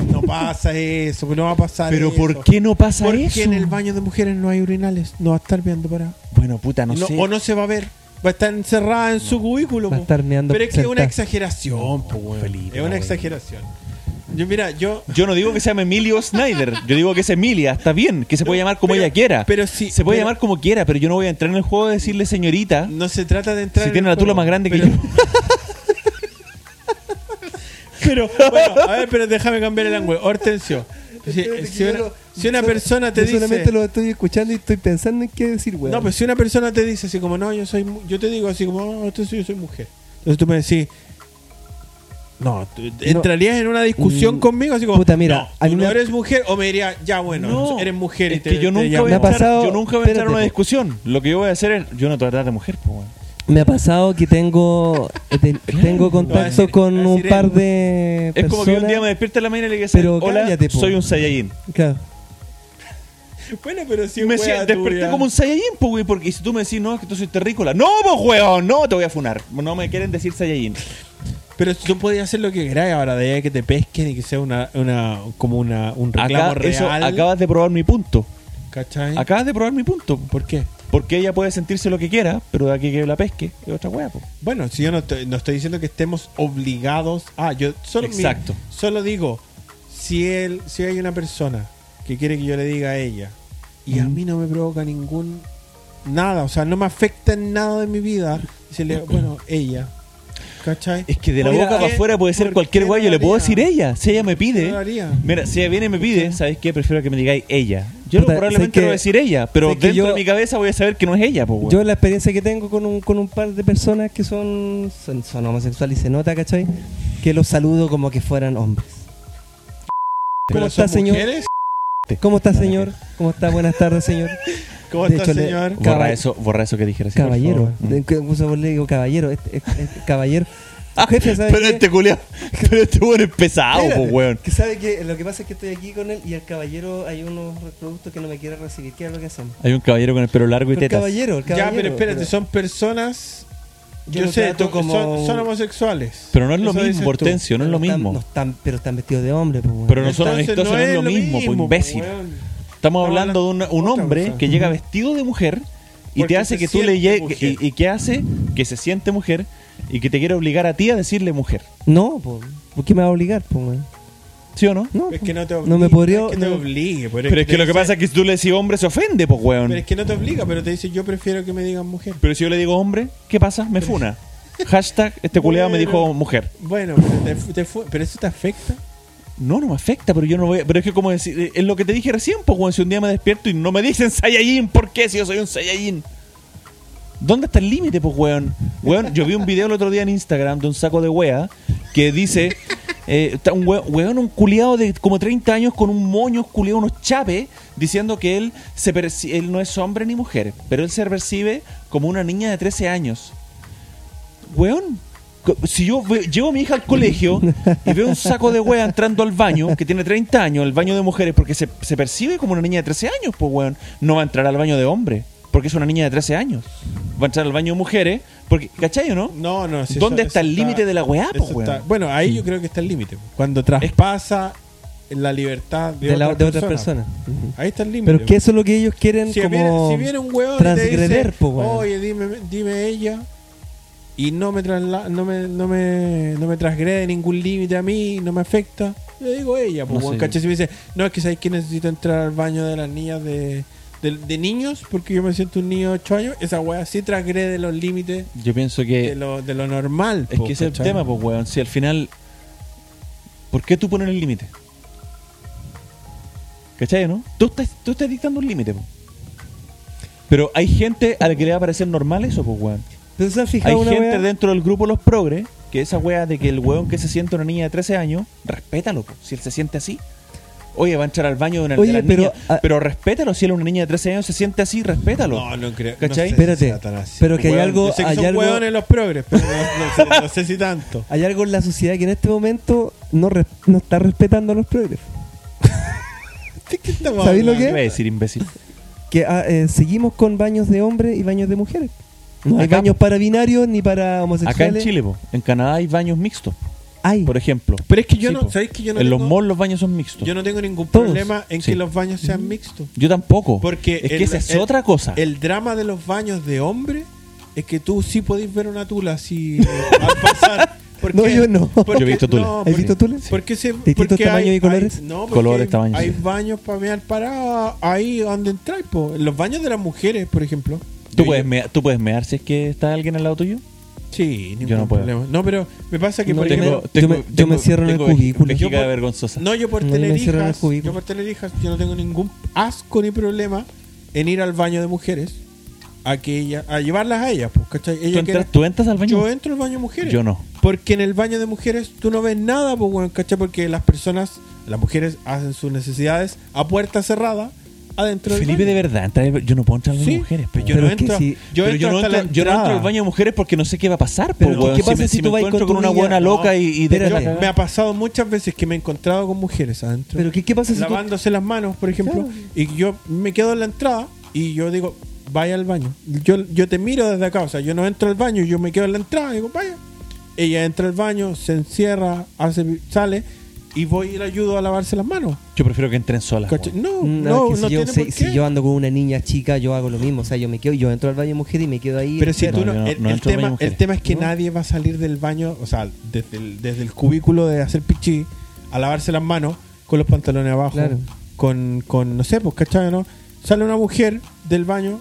Speaker 2: No pasa eso, pues no va a pasar
Speaker 1: Pero
Speaker 2: eso.
Speaker 1: ¿por qué no pasa
Speaker 2: Porque
Speaker 1: eso?
Speaker 2: en el baño de mujeres no hay urinales, no va a estar viendo para.
Speaker 1: Bueno, puta, no,
Speaker 2: No-
Speaker 1: sé.
Speaker 2: O no se va a ver. Va a estar encerrada en su cubículo.
Speaker 3: Va a
Speaker 2: po.
Speaker 3: estar meando
Speaker 2: Pero es que es una
Speaker 3: sentada.
Speaker 2: exageración, po, weón. es una exageración. Yo, mira, yo.
Speaker 1: Yo no digo que se llame Emilio Snyder, yo digo que es Emilia, está bien, que se puede llamar como
Speaker 2: pero-
Speaker 1: ella quiera.
Speaker 2: pero sí,
Speaker 1: se puede
Speaker 2: pero-
Speaker 1: llamar como quiera, pero yo no voy a entrar en el juego de decirle señorita.
Speaker 2: No se trata de entrar.
Speaker 1: Si
Speaker 2: en
Speaker 1: tiene
Speaker 2: el
Speaker 1: la tula
Speaker 2: juego,
Speaker 1: más grande que
Speaker 2: pero-
Speaker 1: yo.
Speaker 2: Pero, bueno, a ver, pero déjame cambiar el ángulo. Hortensio. Si, si una, si una persona te
Speaker 3: Yo solamente
Speaker 2: dice.
Speaker 3: lo estoy escuchando y estoy pensando en qué decir, weón.
Speaker 2: No, pero si una persona te dice así como, no, yo soy. mu- Yo te digo así como, no, Hortensio, yo soy mujer. Entonces tú me decís. No, tú- entrarías en una discusión
Speaker 3: Mm,
Speaker 2: conmigo así como.
Speaker 3: puta, mira,
Speaker 2: no,
Speaker 3: a
Speaker 2: tú
Speaker 3: mí
Speaker 2: no
Speaker 3: me-
Speaker 2: eres mujer o me diría, ya bueno, eres mujer y
Speaker 1: es
Speaker 2: te.
Speaker 1: que yo
Speaker 2: te
Speaker 1: nunca,
Speaker 2: llamo.
Speaker 1: voy a
Speaker 3: Me ha
Speaker 1: entrar,
Speaker 3: pasado-
Speaker 1: yo nunca voy a entrar en una
Speaker 3: espérate, po.
Speaker 1: discusión. Lo que yo voy a hacer es. Yo no te voy a tratar de mujer, pues, weón.
Speaker 3: Me ha pasado que tengo he ten- tengo
Speaker 2: Va a
Speaker 3: contacto
Speaker 2: decir- va
Speaker 3: con
Speaker 2: a
Speaker 3: un
Speaker 2: decir
Speaker 3: par
Speaker 2: él.
Speaker 3: de
Speaker 1: Es como que un día me
Speaker 3: personas-
Speaker 1: despierta en la mañana y le digo, "Sal,
Speaker 3: Pero
Speaker 1: hola,
Speaker 3: cállate, po".
Speaker 1: soy un Saiyajin.
Speaker 3: Claro.
Speaker 2: Bueno, pero si
Speaker 1: Y me decía, desperté como un Saiyajin, pues, güey, porque si tú me decís, no, es que tú soy terrícola. No, pues, weón, no, te voy a funar. No me quieren decir Saiyajin.
Speaker 2: Pero tú podías hacer lo que queráis ahora, de ahí a que te pesquen y que sea una, una como una, un reclamo
Speaker 1: Acá, eso,
Speaker 2: real.
Speaker 1: acabas de probar mi punto.
Speaker 2: ¿Cachai?
Speaker 1: Acabas de probar mi punto.
Speaker 2: ¿Por qué?
Speaker 1: Porque ella puede sentirse lo que quiera, pero de aquí que la pesque es otra weá. po.
Speaker 2: Bueno, si yo no estoy, no estoy diciendo que estemos obligados a. Yo solo, mi-
Speaker 1: Exacto.
Speaker 2: solo digo, si él, si hay una persona que quiere que yo le diga a ella y a
Speaker 1: Mm.
Speaker 2: mí no me provoca ningún nada, o sea, no me afecta en nada de mi vida, decirle, bueno, ella. ¿Cachai?
Speaker 1: Es que de la
Speaker 2: Mira,
Speaker 1: boca para
Speaker 2: ¿qué-
Speaker 1: afuera puede ser
Speaker 2: por
Speaker 1: cualquier
Speaker 2: qué
Speaker 1: weá.
Speaker 2: no
Speaker 1: Yo le puedo
Speaker 2: haría?
Speaker 1: decir ella. Si ella me
Speaker 2: No
Speaker 1: pide.
Speaker 2: lo haría.
Speaker 1: Mira, si ella viene y me pide, ¿sabes qué? Prefiero que me digáis ella. Yo
Speaker 3: Puta,
Speaker 1: probablemente
Speaker 3: sé que-
Speaker 1: no voy a decir ella, pero
Speaker 3: sé que
Speaker 1: dentro
Speaker 3: yo-
Speaker 1: de mi cabeza voy a saber que no es ella, po, weón.
Speaker 3: Yo la experiencia que tengo con un, con un par de personas que son, son, son homosexuales y se nota, ¿cachai? Que los saludo como que fueran hombres.
Speaker 2: Pero
Speaker 3: ¿Cómo
Speaker 2: son
Speaker 3: está, señor?
Speaker 2: mujeres.
Speaker 3: ¿Cómo está, señor? ¿Cómo está? Buenas tardes, señor.
Speaker 2: ¿Cómo
Speaker 3: De
Speaker 2: está,
Speaker 3: hecho, le-
Speaker 2: señor?
Speaker 1: Borra
Speaker 3: Caball-
Speaker 1: eso, borra eso que dije recién.
Speaker 3: Caballero.
Speaker 1: por favor.
Speaker 3: De- que- incluso vos le digo caballero. este- este- este- caballero. Ah, Jefe, ¿sabes
Speaker 1: Pero
Speaker 3: qué?
Speaker 1: este culiao, pero este weón es pesado, po,
Speaker 3: Espérate,
Speaker 1: weón.
Speaker 3: Que sabe que lo que pasa es que estoy aquí con él y el caballero hay unos productos que no me quiere recibir. ¿Qué es lo que hacemos?
Speaker 1: Hay un caballero con el pelo largo y
Speaker 3: Pero el
Speaker 1: tetas.
Speaker 3: caballero, el caballero.
Speaker 2: ya, pero espérate, son personas.
Speaker 3: Yo
Speaker 2: Yo,
Speaker 3: lo
Speaker 2: sé,
Speaker 3: trato
Speaker 2: tú-
Speaker 3: como-
Speaker 2: son, son homosexuales.
Speaker 1: Pero no es lo
Speaker 2: Eso dices
Speaker 1: mismo,
Speaker 2: tú.
Speaker 1: Hortensio, no es lo
Speaker 3: Pero están-
Speaker 1: mismo.
Speaker 3: no están- pero están vestidos de hombre, pues, weón.
Speaker 1: Pero nosotros entonces no es lo mismo, po, imbécil.
Speaker 2: weón.
Speaker 1: Estamos
Speaker 2: Estamos
Speaker 1: hablando de una- un
Speaker 2: otra
Speaker 1: hombre
Speaker 2: cosa.
Speaker 1: que llega vestido de mujer y
Speaker 2: Porque
Speaker 1: te hace
Speaker 2: se
Speaker 1: que tú le
Speaker 2: siente
Speaker 1: llegues.
Speaker 2: mujer.
Speaker 1: Y, y que hace que se siente mujer y que te quiere obligar a ti a decirle mujer.
Speaker 3: No, po. ¿por qué me va a obligar? po, weón?
Speaker 1: ¿Sí o no?
Speaker 3: No,
Speaker 2: Es
Speaker 3: po.
Speaker 2: que no te obliga.
Speaker 3: me podría.
Speaker 2: no es que te
Speaker 3: no-
Speaker 2: obligue, pero,
Speaker 1: Pero es que
Speaker 2: te
Speaker 1: lo que
Speaker 2: dice-
Speaker 1: pasa es que si tú le decís hombre se ofende, pues weón.
Speaker 2: Pero es que no te obliga, pero te dice, yo prefiero que me digan mujer.
Speaker 1: Pero si yo le digo hombre, ¿qué pasa? Me funa. Hashtag, este culeado me dijo
Speaker 2: Bueno.
Speaker 1: mujer.
Speaker 2: Bueno, pero, te fu- te fu- pero eso te afecta.
Speaker 1: No, no me afecta, pero yo no voy a... Pero es que como decir, eh, es lo que te dije recién, pues weón, si un día me despierto y no me dicen Saiyajin, ¿por qué si yo soy un Saiyajin? ¿Dónde está el límite, pues weón? Weón, yo vi un video el otro día en Instagram de un saco de wea que dice... eh, está un weón, weón, un culiado de como 30 años con un moño culiado, unos chapes, diciendo que él, se perci- él no es hombre ni mujer, pero él se percibe como una niña de 13 años. Weón, co- si yo ve- llevo a mi hija al colegio y veo un saco de wea entrando al baño, que tiene 30 años, el baño de mujeres, porque se, se percibe como una niña de 13 años, pues weón, no va a entrar al baño de hombre, porque es una niña de 13 años. Va a entrar al baño de mujeres, porque, ¿cachai o no?
Speaker 2: No, no. si
Speaker 1: ¿Dónde
Speaker 2: eso-
Speaker 1: está
Speaker 2: eso
Speaker 1: el límite de la weá,
Speaker 2: eso
Speaker 1: pues weón?
Speaker 2: está- Bueno, ahí yo creo que está el límite. pues. Cuando traspasa la libertad de,
Speaker 3: de, la,
Speaker 2: otra,
Speaker 3: de otra
Speaker 2: persona.
Speaker 3: persona. Ujú.
Speaker 2: Ahí está el límite.
Speaker 3: Pero que eso es lo que ellos quieren
Speaker 2: si viene,
Speaker 3: como
Speaker 2: si viene un weón y te
Speaker 3: transgreder,
Speaker 2: dice,
Speaker 3: po, weón.
Speaker 2: Oye, dime, dime ella. y no me, trasla- no me, no me, no me transgrede ningún límite a mí, no me afecta, le digo a ella. Pues,
Speaker 1: No sé.
Speaker 2: weón, ¿cachai? Si me dice, no, es que sabéis que necesito entrar al baño de las niñas de, de, de niños porque yo me siento un niño de 8 años, esa weá sí transgrede los límites
Speaker 1: Yo pienso
Speaker 2: de
Speaker 1: que
Speaker 2: lo, de lo normal.
Speaker 1: Eh, es
Speaker 2: po,
Speaker 1: que ese es el
Speaker 2: ¿cachai?
Speaker 1: tema, pues, weón. Si al final, ¿por qué tú pones el límite? ¿Cachai, no? Tú estás, tú estás dictando un límite, pues. Pero hay gente a la que le va a parecer normal eso, pues, weón.
Speaker 3: Pero se han
Speaker 1: Hay
Speaker 3: fijado una
Speaker 1: gente
Speaker 3: wea?
Speaker 1: dentro del grupo Los Progres que esa wea de que el weón que se siente una niña de 13 años, respétalo, po, si él se siente así. Oye, va a entrar al baño de una
Speaker 3: Oye,
Speaker 1: de las
Speaker 3: pero,
Speaker 1: niñas,
Speaker 3: ah,
Speaker 1: pero respétalo, si él es una niña de 13 años se siente así, respétalo.
Speaker 2: No, no creo. no
Speaker 1: ¿Cachai?
Speaker 2: sé si
Speaker 3: Espérate,
Speaker 2: sea tan así.
Speaker 3: pero que hay
Speaker 2: Weón,
Speaker 3: algo-
Speaker 2: yo sé que
Speaker 3: hay
Speaker 2: son
Speaker 3: algo-
Speaker 2: weones los progres, pero no, no sé, no sé si tanto.
Speaker 3: Hay algo en la sociedad que en este momento no, res- no está respetando a los progres.
Speaker 2: ¿De qué estamos
Speaker 3: ¿Sabéis lo
Speaker 2: hablando?
Speaker 1: ¿Qué iba a decir, imbécil?
Speaker 3: Que ah, eh, seguimos con baños de hombres y baños de mujeres. No hay
Speaker 1: Acá-
Speaker 3: baños para binarios ni para
Speaker 1: Acá
Speaker 3: homosexuales.
Speaker 1: en Chile, po, en Canadá hay baños mixtos,
Speaker 3: Hay.
Speaker 1: por ejemplo.
Speaker 2: Pero es que yo
Speaker 1: Sí,
Speaker 2: no,
Speaker 1: po.
Speaker 2: ¿sabéis que yo no
Speaker 1: en los
Speaker 2: tengo-
Speaker 1: malls los baños son mixtos.
Speaker 2: Yo no tengo ningún
Speaker 3: Todos.
Speaker 2: problema en
Speaker 1: Sí.
Speaker 2: que los baños sean mixtos.
Speaker 1: Yo tampoco.
Speaker 2: Porque
Speaker 1: es que
Speaker 2: el-
Speaker 1: esa es
Speaker 2: el-
Speaker 1: otra cosa.
Speaker 2: El drama de los baños de hombre es que tú sí podéis ver una tula así eh, al pasar. ¿Por
Speaker 3: No,
Speaker 2: qué?
Speaker 3: yo no.
Speaker 2: Porque-
Speaker 1: Yo he visto tula.
Speaker 2: no,
Speaker 1: ¿Has
Speaker 2: porque-
Speaker 3: visto tula?
Speaker 2: Porque se,
Speaker 3: ¿Distintos
Speaker 2: porque
Speaker 3: tamaños y colores?
Speaker 2: no, porque
Speaker 1: Colores,
Speaker 2: hay,
Speaker 1: tamaños,
Speaker 2: hay
Speaker 1: sí.
Speaker 2: baños para mear parado ahí donde entráis. po. En los baños de las mujeres, por ejemplo.
Speaker 1: ¿Tú,
Speaker 2: Yo-
Speaker 1: puedes
Speaker 2: yo-
Speaker 1: mea- ¿Tú puedes mear si es que está alguien al lado tuyo?
Speaker 2: Sí, ningún
Speaker 1: Yo no puedo.
Speaker 2: problema. No, pero me pasa que,
Speaker 3: No
Speaker 2: por
Speaker 3: tengo-
Speaker 2: ejemplo,
Speaker 3: yo me- yo me encierro en el
Speaker 1: tengo veji-
Speaker 3: cubículo.
Speaker 1: vejiga
Speaker 2: Yo por-
Speaker 1: vergonzosa.
Speaker 2: No, yo por
Speaker 3: No, yo me
Speaker 2: tener
Speaker 3: encierro en el
Speaker 2: hijas,
Speaker 3: cubículo.
Speaker 2: yo por tener hijas, yo no tengo ningún asco ni problema en ir al baño de mujeres a que ella, a llevarlas a ellas, pues, ¿cachai? Ella
Speaker 1: ¿Tú,
Speaker 2: quiere-
Speaker 1: entras, ¿Tú entras al baño?
Speaker 2: yo entro al baño de mujeres.
Speaker 1: Yo no.
Speaker 2: Porque en el baño de mujeres tú no ves nada, pues, weón, ¿cachai? Porque las personas, las mujeres hacen sus necesidades a puerta cerrada adentro del
Speaker 1: Felipe, de
Speaker 2: baño.
Speaker 1: verdad, entra- yo no puedo entrar al baño
Speaker 2: Sí,
Speaker 1: de mujeres. pues. Pero
Speaker 2: pero yo
Speaker 1: yo,
Speaker 3: Pero
Speaker 2: no
Speaker 3: es que
Speaker 2: entro.
Speaker 3: si-
Speaker 2: yo,
Speaker 1: pero yo
Speaker 2: entro
Speaker 1: no
Speaker 2: hasta la
Speaker 1: entro, yo no entro al
Speaker 2: entrada.
Speaker 1: baño de mujeres porque no sé qué va a pasar.
Speaker 3: Pero,
Speaker 1: po, weón.
Speaker 3: ¿qué pasa
Speaker 1: me,
Speaker 3: si tú
Speaker 1: me
Speaker 3: vas con
Speaker 1: encuentro
Speaker 3: tu
Speaker 1: con una
Speaker 3: niña?
Speaker 1: buena
Speaker 3: No,
Speaker 1: loca y, y
Speaker 3: espérate.
Speaker 1: de-
Speaker 2: Yo- me ha pasado muchas veces que me he encontrado con mujeres adentro.
Speaker 3: Pero ¿qué, qué pasa si tú-
Speaker 2: lavándose las manos, por ejemplo,
Speaker 3: Claro.
Speaker 2: y yo me quedo en la entrada y yo digo, vaya al baño. Yo, yo te miro desde acá, o sea, yo no entro al baño, yo me quedo en la entrada y digo, vaya. Ella entra al baño, se encierra, hace, sale y voy y la ayudo a lavarse las manos.
Speaker 1: Yo prefiero que entren solas.
Speaker 2: ¿Cachai?
Speaker 1: weón.
Speaker 2: No,
Speaker 3: Mm,
Speaker 2: no,
Speaker 3: es que
Speaker 2: no
Speaker 3: si, yo,
Speaker 2: tiene
Speaker 3: si-
Speaker 2: por
Speaker 3: si
Speaker 2: qué.
Speaker 3: yo ando con una niña chica, yo hago lo mismo. O sea, yo me quedo, yo entro al baño de mujer y me quedo ahí.
Speaker 2: Pero si
Speaker 1: No,
Speaker 3: espera.
Speaker 2: tú no-
Speaker 1: yo no-
Speaker 2: el,
Speaker 1: no
Speaker 2: el
Speaker 1: entro al baño
Speaker 2: tema,
Speaker 1: de mujeres.
Speaker 2: el tema es que nadie va a salir del baño, o sea, desde el, desde el cubículo de hacer pichí a lavarse las manos con los pantalones abajo,
Speaker 3: Claro.
Speaker 2: con, con, no sé, pues, ¿cachai? ¿no? Sale una mujer del baño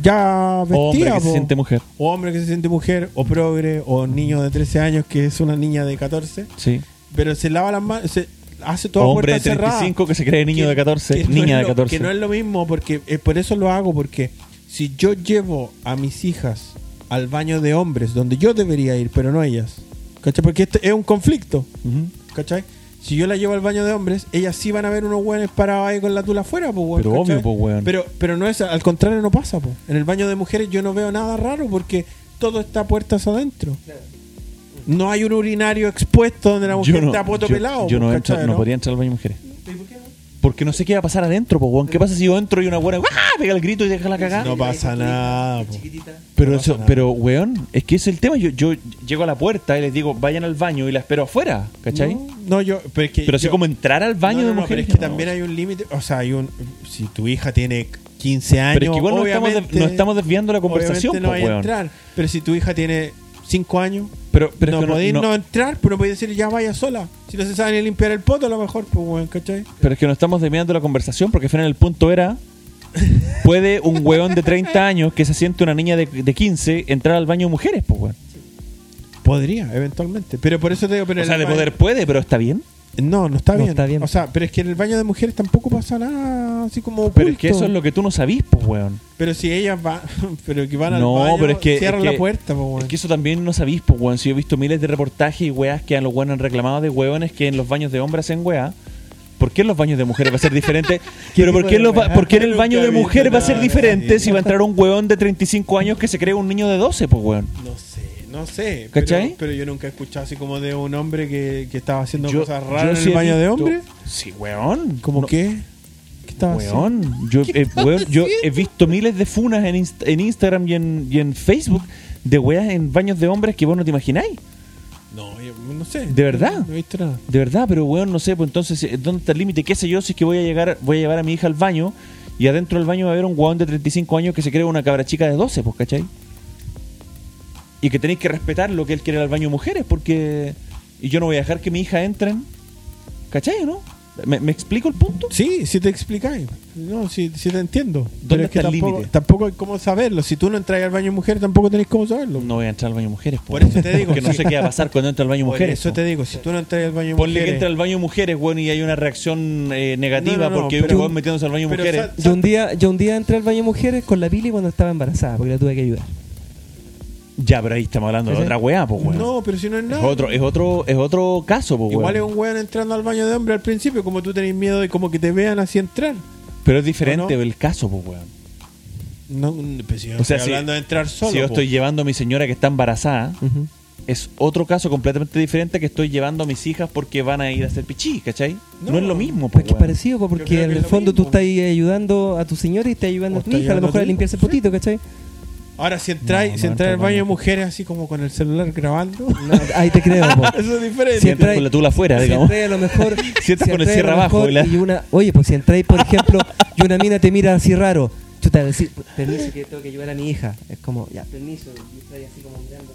Speaker 2: ya vestida.
Speaker 1: Hombre que se
Speaker 2: po.
Speaker 1: siente mujer.
Speaker 2: O hombre que se siente mujer, o progre, o niño de 13 años que es una niña de 14,
Speaker 1: Sí.
Speaker 2: pero se lava las manos, se hace todo
Speaker 1: Hombre de
Speaker 2: puerta cerrada
Speaker 1: 35 que se cree niño de 14,
Speaker 2: no es
Speaker 1: niña de
Speaker 2: lo-
Speaker 1: 14.
Speaker 2: que no es lo mismo, porque eh, por eso lo hago, porque si yo llevo a mis hijas al baño de hombres, donde yo debería ir, pero no ellas, ¿cachai? Porque este es un conflicto,
Speaker 1: Ujú.
Speaker 2: ¿cachai? Si yo la llevo al baño de hombres, ellas sí van a ver unos hueones parados ahí con la tula afuera, pues, weón,
Speaker 1: Pero
Speaker 2: ¿cachai?
Speaker 1: obvio, pues, weón.
Speaker 2: Pero, pero no es, al contrario no pasa, pues. En el baño de mujeres yo no veo nada raro porque todo está puertas adentro. No hay un urinario expuesto donde la mujer
Speaker 1: Yo no,
Speaker 2: está poto
Speaker 1: yo-
Speaker 2: pelado.
Speaker 1: yo no,
Speaker 2: pues,
Speaker 1: entro-
Speaker 2: ¿cachai,
Speaker 1: no
Speaker 2: no?
Speaker 1: podría entrar al baño de mujeres. Porque no sé qué va a pasar adentro, po, weón. ¿Qué pasa si yo entro y una buena ¡Ah! pega el grito y deja la cagada?
Speaker 2: No pasa nada, po.
Speaker 1: pero
Speaker 2: no pasa
Speaker 1: eso,
Speaker 2: nada.
Speaker 1: pero weón, es que ese es el tema. Yo, yo llego a la puerta y les digo, vayan al baño y la espero afuera, ¿cachai?
Speaker 2: No, no, yo, pero es que
Speaker 1: Pero así
Speaker 2: yo-
Speaker 1: como entrar al baño
Speaker 2: No, no,
Speaker 1: de
Speaker 2: no,
Speaker 1: mujeres.
Speaker 2: pero es que
Speaker 1: no.
Speaker 2: también hay un límite, o sea, hay un si tu hija tiene 15 años,
Speaker 1: Pero es que igual nos estamos,
Speaker 2: obviamente-
Speaker 1: nos estamos desviando la
Speaker 2: obviamente
Speaker 1: conversación,
Speaker 2: no
Speaker 1: po,
Speaker 2: vaya a
Speaker 1: weón.
Speaker 2: entrar, pero si tu hija tiene 5 años,
Speaker 1: Pero, pero
Speaker 2: no
Speaker 1: es que no-
Speaker 2: podéis no,
Speaker 1: no-
Speaker 2: entrar, pero podéis decir ya vaya sola, si no se sabe ni limpiar el poto a lo mejor, pues weón, ¿cachai?
Speaker 1: Pero es que no estamos desviando la conversación porque al final el punto era: ¿puede un weón de 30 años que se siente una niña de, de 15 entrar al baño de mujeres, po, weón?
Speaker 2: Podría eventualmente, pero por eso te digo, pero
Speaker 1: O
Speaker 2: en
Speaker 1: sea,
Speaker 2: el
Speaker 1: de
Speaker 2: baño-
Speaker 1: poder puede, pero está bien.
Speaker 2: No, no está,
Speaker 3: No
Speaker 2: bien.
Speaker 3: está bien.
Speaker 2: O sea, pero es que en el baño de mujeres tampoco pasa nada así como
Speaker 1: Pero es que
Speaker 2: oculto.
Speaker 1: eso es lo que tú no sabís, pues, weón.
Speaker 2: Pero si ellas van, pero que van
Speaker 1: No,
Speaker 2: al baño,
Speaker 1: pero es que.
Speaker 2: cierran
Speaker 1: es que-
Speaker 2: la puerta, pues, weón.
Speaker 1: Es que eso también no sabís, pues, weón. Si yo he visto miles de reportajes y weas que a los weones han reclamado de weones que en los baños de hombres hacen wea. ¿Por qué en los baños de mujeres va a ser diferente? Pero ¿por
Speaker 3: tipo
Speaker 1: qué, en
Speaker 3: de
Speaker 1: los ba-
Speaker 3: wea?
Speaker 1: por qué en el
Speaker 2: Nunca
Speaker 1: baño
Speaker 2: he
Speaker 1: de
Speaker 2: visto
Speaker 1: mujeres va a
Speaker 2: nada
Speaker 1: ser
Speaker 2: de
Speaker 1: diferente
Speaker 2: nadie.
Speaker 1: si va a entrar un weón de 35 años que se cree un niño de 12, pues, weón?
Speaker 2: No sé, no sé.
Speaker 1: ¿Cachai?
Speaker 2: Pero, pero yo nunca he escuchado así como de un hombre que, que estaba haciendo cosas
Speaker 1: yo
Speaker 2: raras en
Speaker 1: sí
Speaker 2: el
Speaker 1: he
Speaker 2: baño de
Speaker 1: visto-
Speaker 2: hombre.
Speaker 1: Sí, weón.
Speaker 2: ¿Cómo
Speaker 1: No,
Speaker 2: qué? ¿Qué estaba haciendo?
Speaker 1: Weón, yo, eh, weón, yo he visto miles de funas en, Inst- en Instagram y en, y en Facebook de weas en baños de hombres que vos no te imagináis.
Speaker 2: No, yo no sé.
Speaker 1: ¿De verdad?
Speaker 2: No he visto nada.
Speaker 1: De verdad, pero weón, no sé, pues entonces, eh, ¿dónde está el límite? ¿Qué sé yo si es que voy a llegar, voy a llevar a mi hija al baño y adentro del baño va a haber un weón de 35 años que se cree una cabra chica de 12, pues, ¿cachai? y que tenéis que respetar lo que él quiere ir al baño de mujeres, porque y yo no voy a dejar que mi hija entren. ¿Cachai, no? ¿Me, me explico el punto?
Speaker 2: Sí, si te explicáis. No, si, si te entiendo.
Speaker 1: ¿Dónde
Speaker 2: Pero es que
Speaker 1: está el
Speaker 2: tampoco,
Speaker 1: límite?
Speaker 2: tampoco hay cómo saberlo. Si tú no entras al baño de mujeres, tampoco tenés cómo saberlo.
Speaker 1: No voy a entrar al baño de mujeres.
Speaker 2: Por eso te digo,
Speaker 1: Que no
Speaker 2: sí.
Speaker 1: sé qué va a pasar cuando entre al baño de
Speaker 2: Por
Speaker 1: mujeres.
Speaker 2: eso
Speaker 1: po.
Speaker 2: te digo, si tú no entras al baño de
Speaker 1: Ponle
Speaker 2: mujeres.
Speaker 1: que entra al baño de mujeres, weón, y hay una reacción eh, negativa
Speaker 2: No, no, no,
Speaker 1: porque hay un
Speaker 2: pero-
Speaker 1: weón metiéndose al baño de
Speaker 2: pero
Speaker 1: mujeres.
Speaker 2: sa-
Speaker 3: Yo un día, yo un día entré al baño de mujeres con la Pili cuando estaba embarazada, porque la tuve que ayudar.
Speaker 1: Ya, pero ahí estamos hablando de
Speaker 3: ¿Cachai?
Speaker 1: otra weá, pues weón.
Speaker 2: No, pero si no es
Speaker 1: es
Speaker 2: nada.
Speaker 1: otro, es otro, es otro caso, pues
Speaker 2: Igual es
Speaker 1: weón.
Speaker 2: un weón entrando al baño de hombre al principio, como tú tenés miedo de como que te vean así entrar.
Speaker 1: Pero es diferente
Speaker 2: ¿O no?
Speaker 1: el caso, pues weón.
Speaker 2: No, pues si yo
Speaker 1: O sea,
Speaker 2: estoy
Speaker 1: si-
Speaker 2: hablando de entrar solo.
Speaker 1: si yo
Speaker 2: po.
Speaker 1: estoy llevando a mi señora que está embarazada,
Speaker 3: Ujú.
Speaker 1: es otro caso completamente diferente que estoy llevando a mis hijas porque van a ir a hacer pichí, ¿cachai? No,
Speaker 2: No,
Speaker 1: es lo mismo,
Speaker 3: Pues
Speaker 1: pues.
Speaker 3: que es parecido, po,
Speaker 2: Yo creo
Speaker 3: porque
Speaker 2: que
Speaker 3: en
Speaker 2: es
Speaker 3: el
Speaker 2: lo
Speaker 3: fondo tú
Speaker 2: mismo.
Speaker 3: estás ayudando a tu señora y estás ayudando
Speaker 2: O
Speaker 3: a tu
Speaker 2: estás
Speaker 3: hija, a
Speaker 2: ayudando
Speaker 3: lo
Speaker 2: a
Speaker 3: mejor a
Speaker 2: ti.
Speaker 3: limpiarse el potito, ¿cachai?
Speaker 2: Ahora, si entráis
Speaker 1: No,
Speaker 2: si
Speaker 1: no entra
Speaker 2: entráis al baño de
Speaker 1: baño.
Speaker 2: mujeres así como con el celular grabando.
Speaker 3: No, ahí te creo, po.
Speaker 2: Eso es diferente.
Speaker 3: Si
Speaker 1: Siempre
Speaker 3: entráis-
Speaker 1: con la tula afuera,
Speaker 3: si
Speaker 1: digamos.
Speaker 3: entráis a lo mejor.
Speaker 1: Si entras con el
Speaker 3: entráis a lo
Speaker 1: cierre abajo,
Speaker 3: mejor
Speaker 1: y la-
Speaker 3: y una- oye, pues si entráis, por ejemplo, y una mina te mira así raro, yo te decir, permiso que tengo que ayudar a mi hija. Es como, ya, permiso, y estás así como mirando.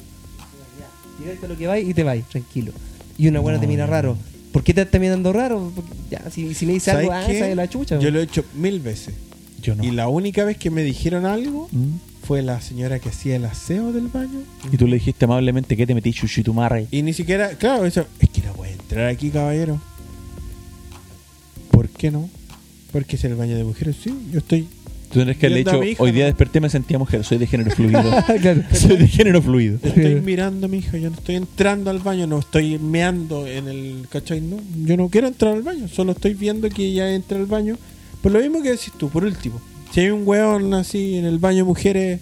Speaker 3: ya, Directo a lo que vais y te vais, tranquilo. Y una buena te mira raro. ¿Por qué te está mirando raro? Porque, ya, si, si me dice
Speaker 2: ¿Sabes
Speaker 3: algo, ah,
Speaker 2: qué?
Speaker 3: esa es la chucha.
Speaker 2: Yo lo he hecho mil veces.
Speaker 1: Yo no.
Speaker 2: Y la única vez que me dijeron algo
Speaker 1: ¿Mm?
Speaker 2: fue la señora que hacía el aseo del baño.
Speaker 1: Y tú le dijiste amablemente que te metí chuchitumarre.
Speaker 2: Y ni siquiera, claro, eso, es que no puede entrar aquí, caballero. ¿Por qué no? Porque es el baño de mujeres, sí, yo estoy.
Speaker 1: Tú tendrías que haberle
Speaker 2: Viendo a
Speaker 1: dicho,
Speaker 2: mi hija,
Speaker 1: hoy día
Speaker 2: ¿no?
Speaker 1: desperté me sentía mujer, soy de género fluido.
Speaker 3: claro.
Speaker 1: soy de género fluido.
Speaker 2: Estoy mirando a mi hija, yo no estoy entrando al baño, no estoy meando en el. ¿Cachai? No, yo no quiero entrar al baño, solo estoy viendo que ella entra al baño. Por lo mismo que decís tú, por último. Si hay un weón así en el baño de mujeres,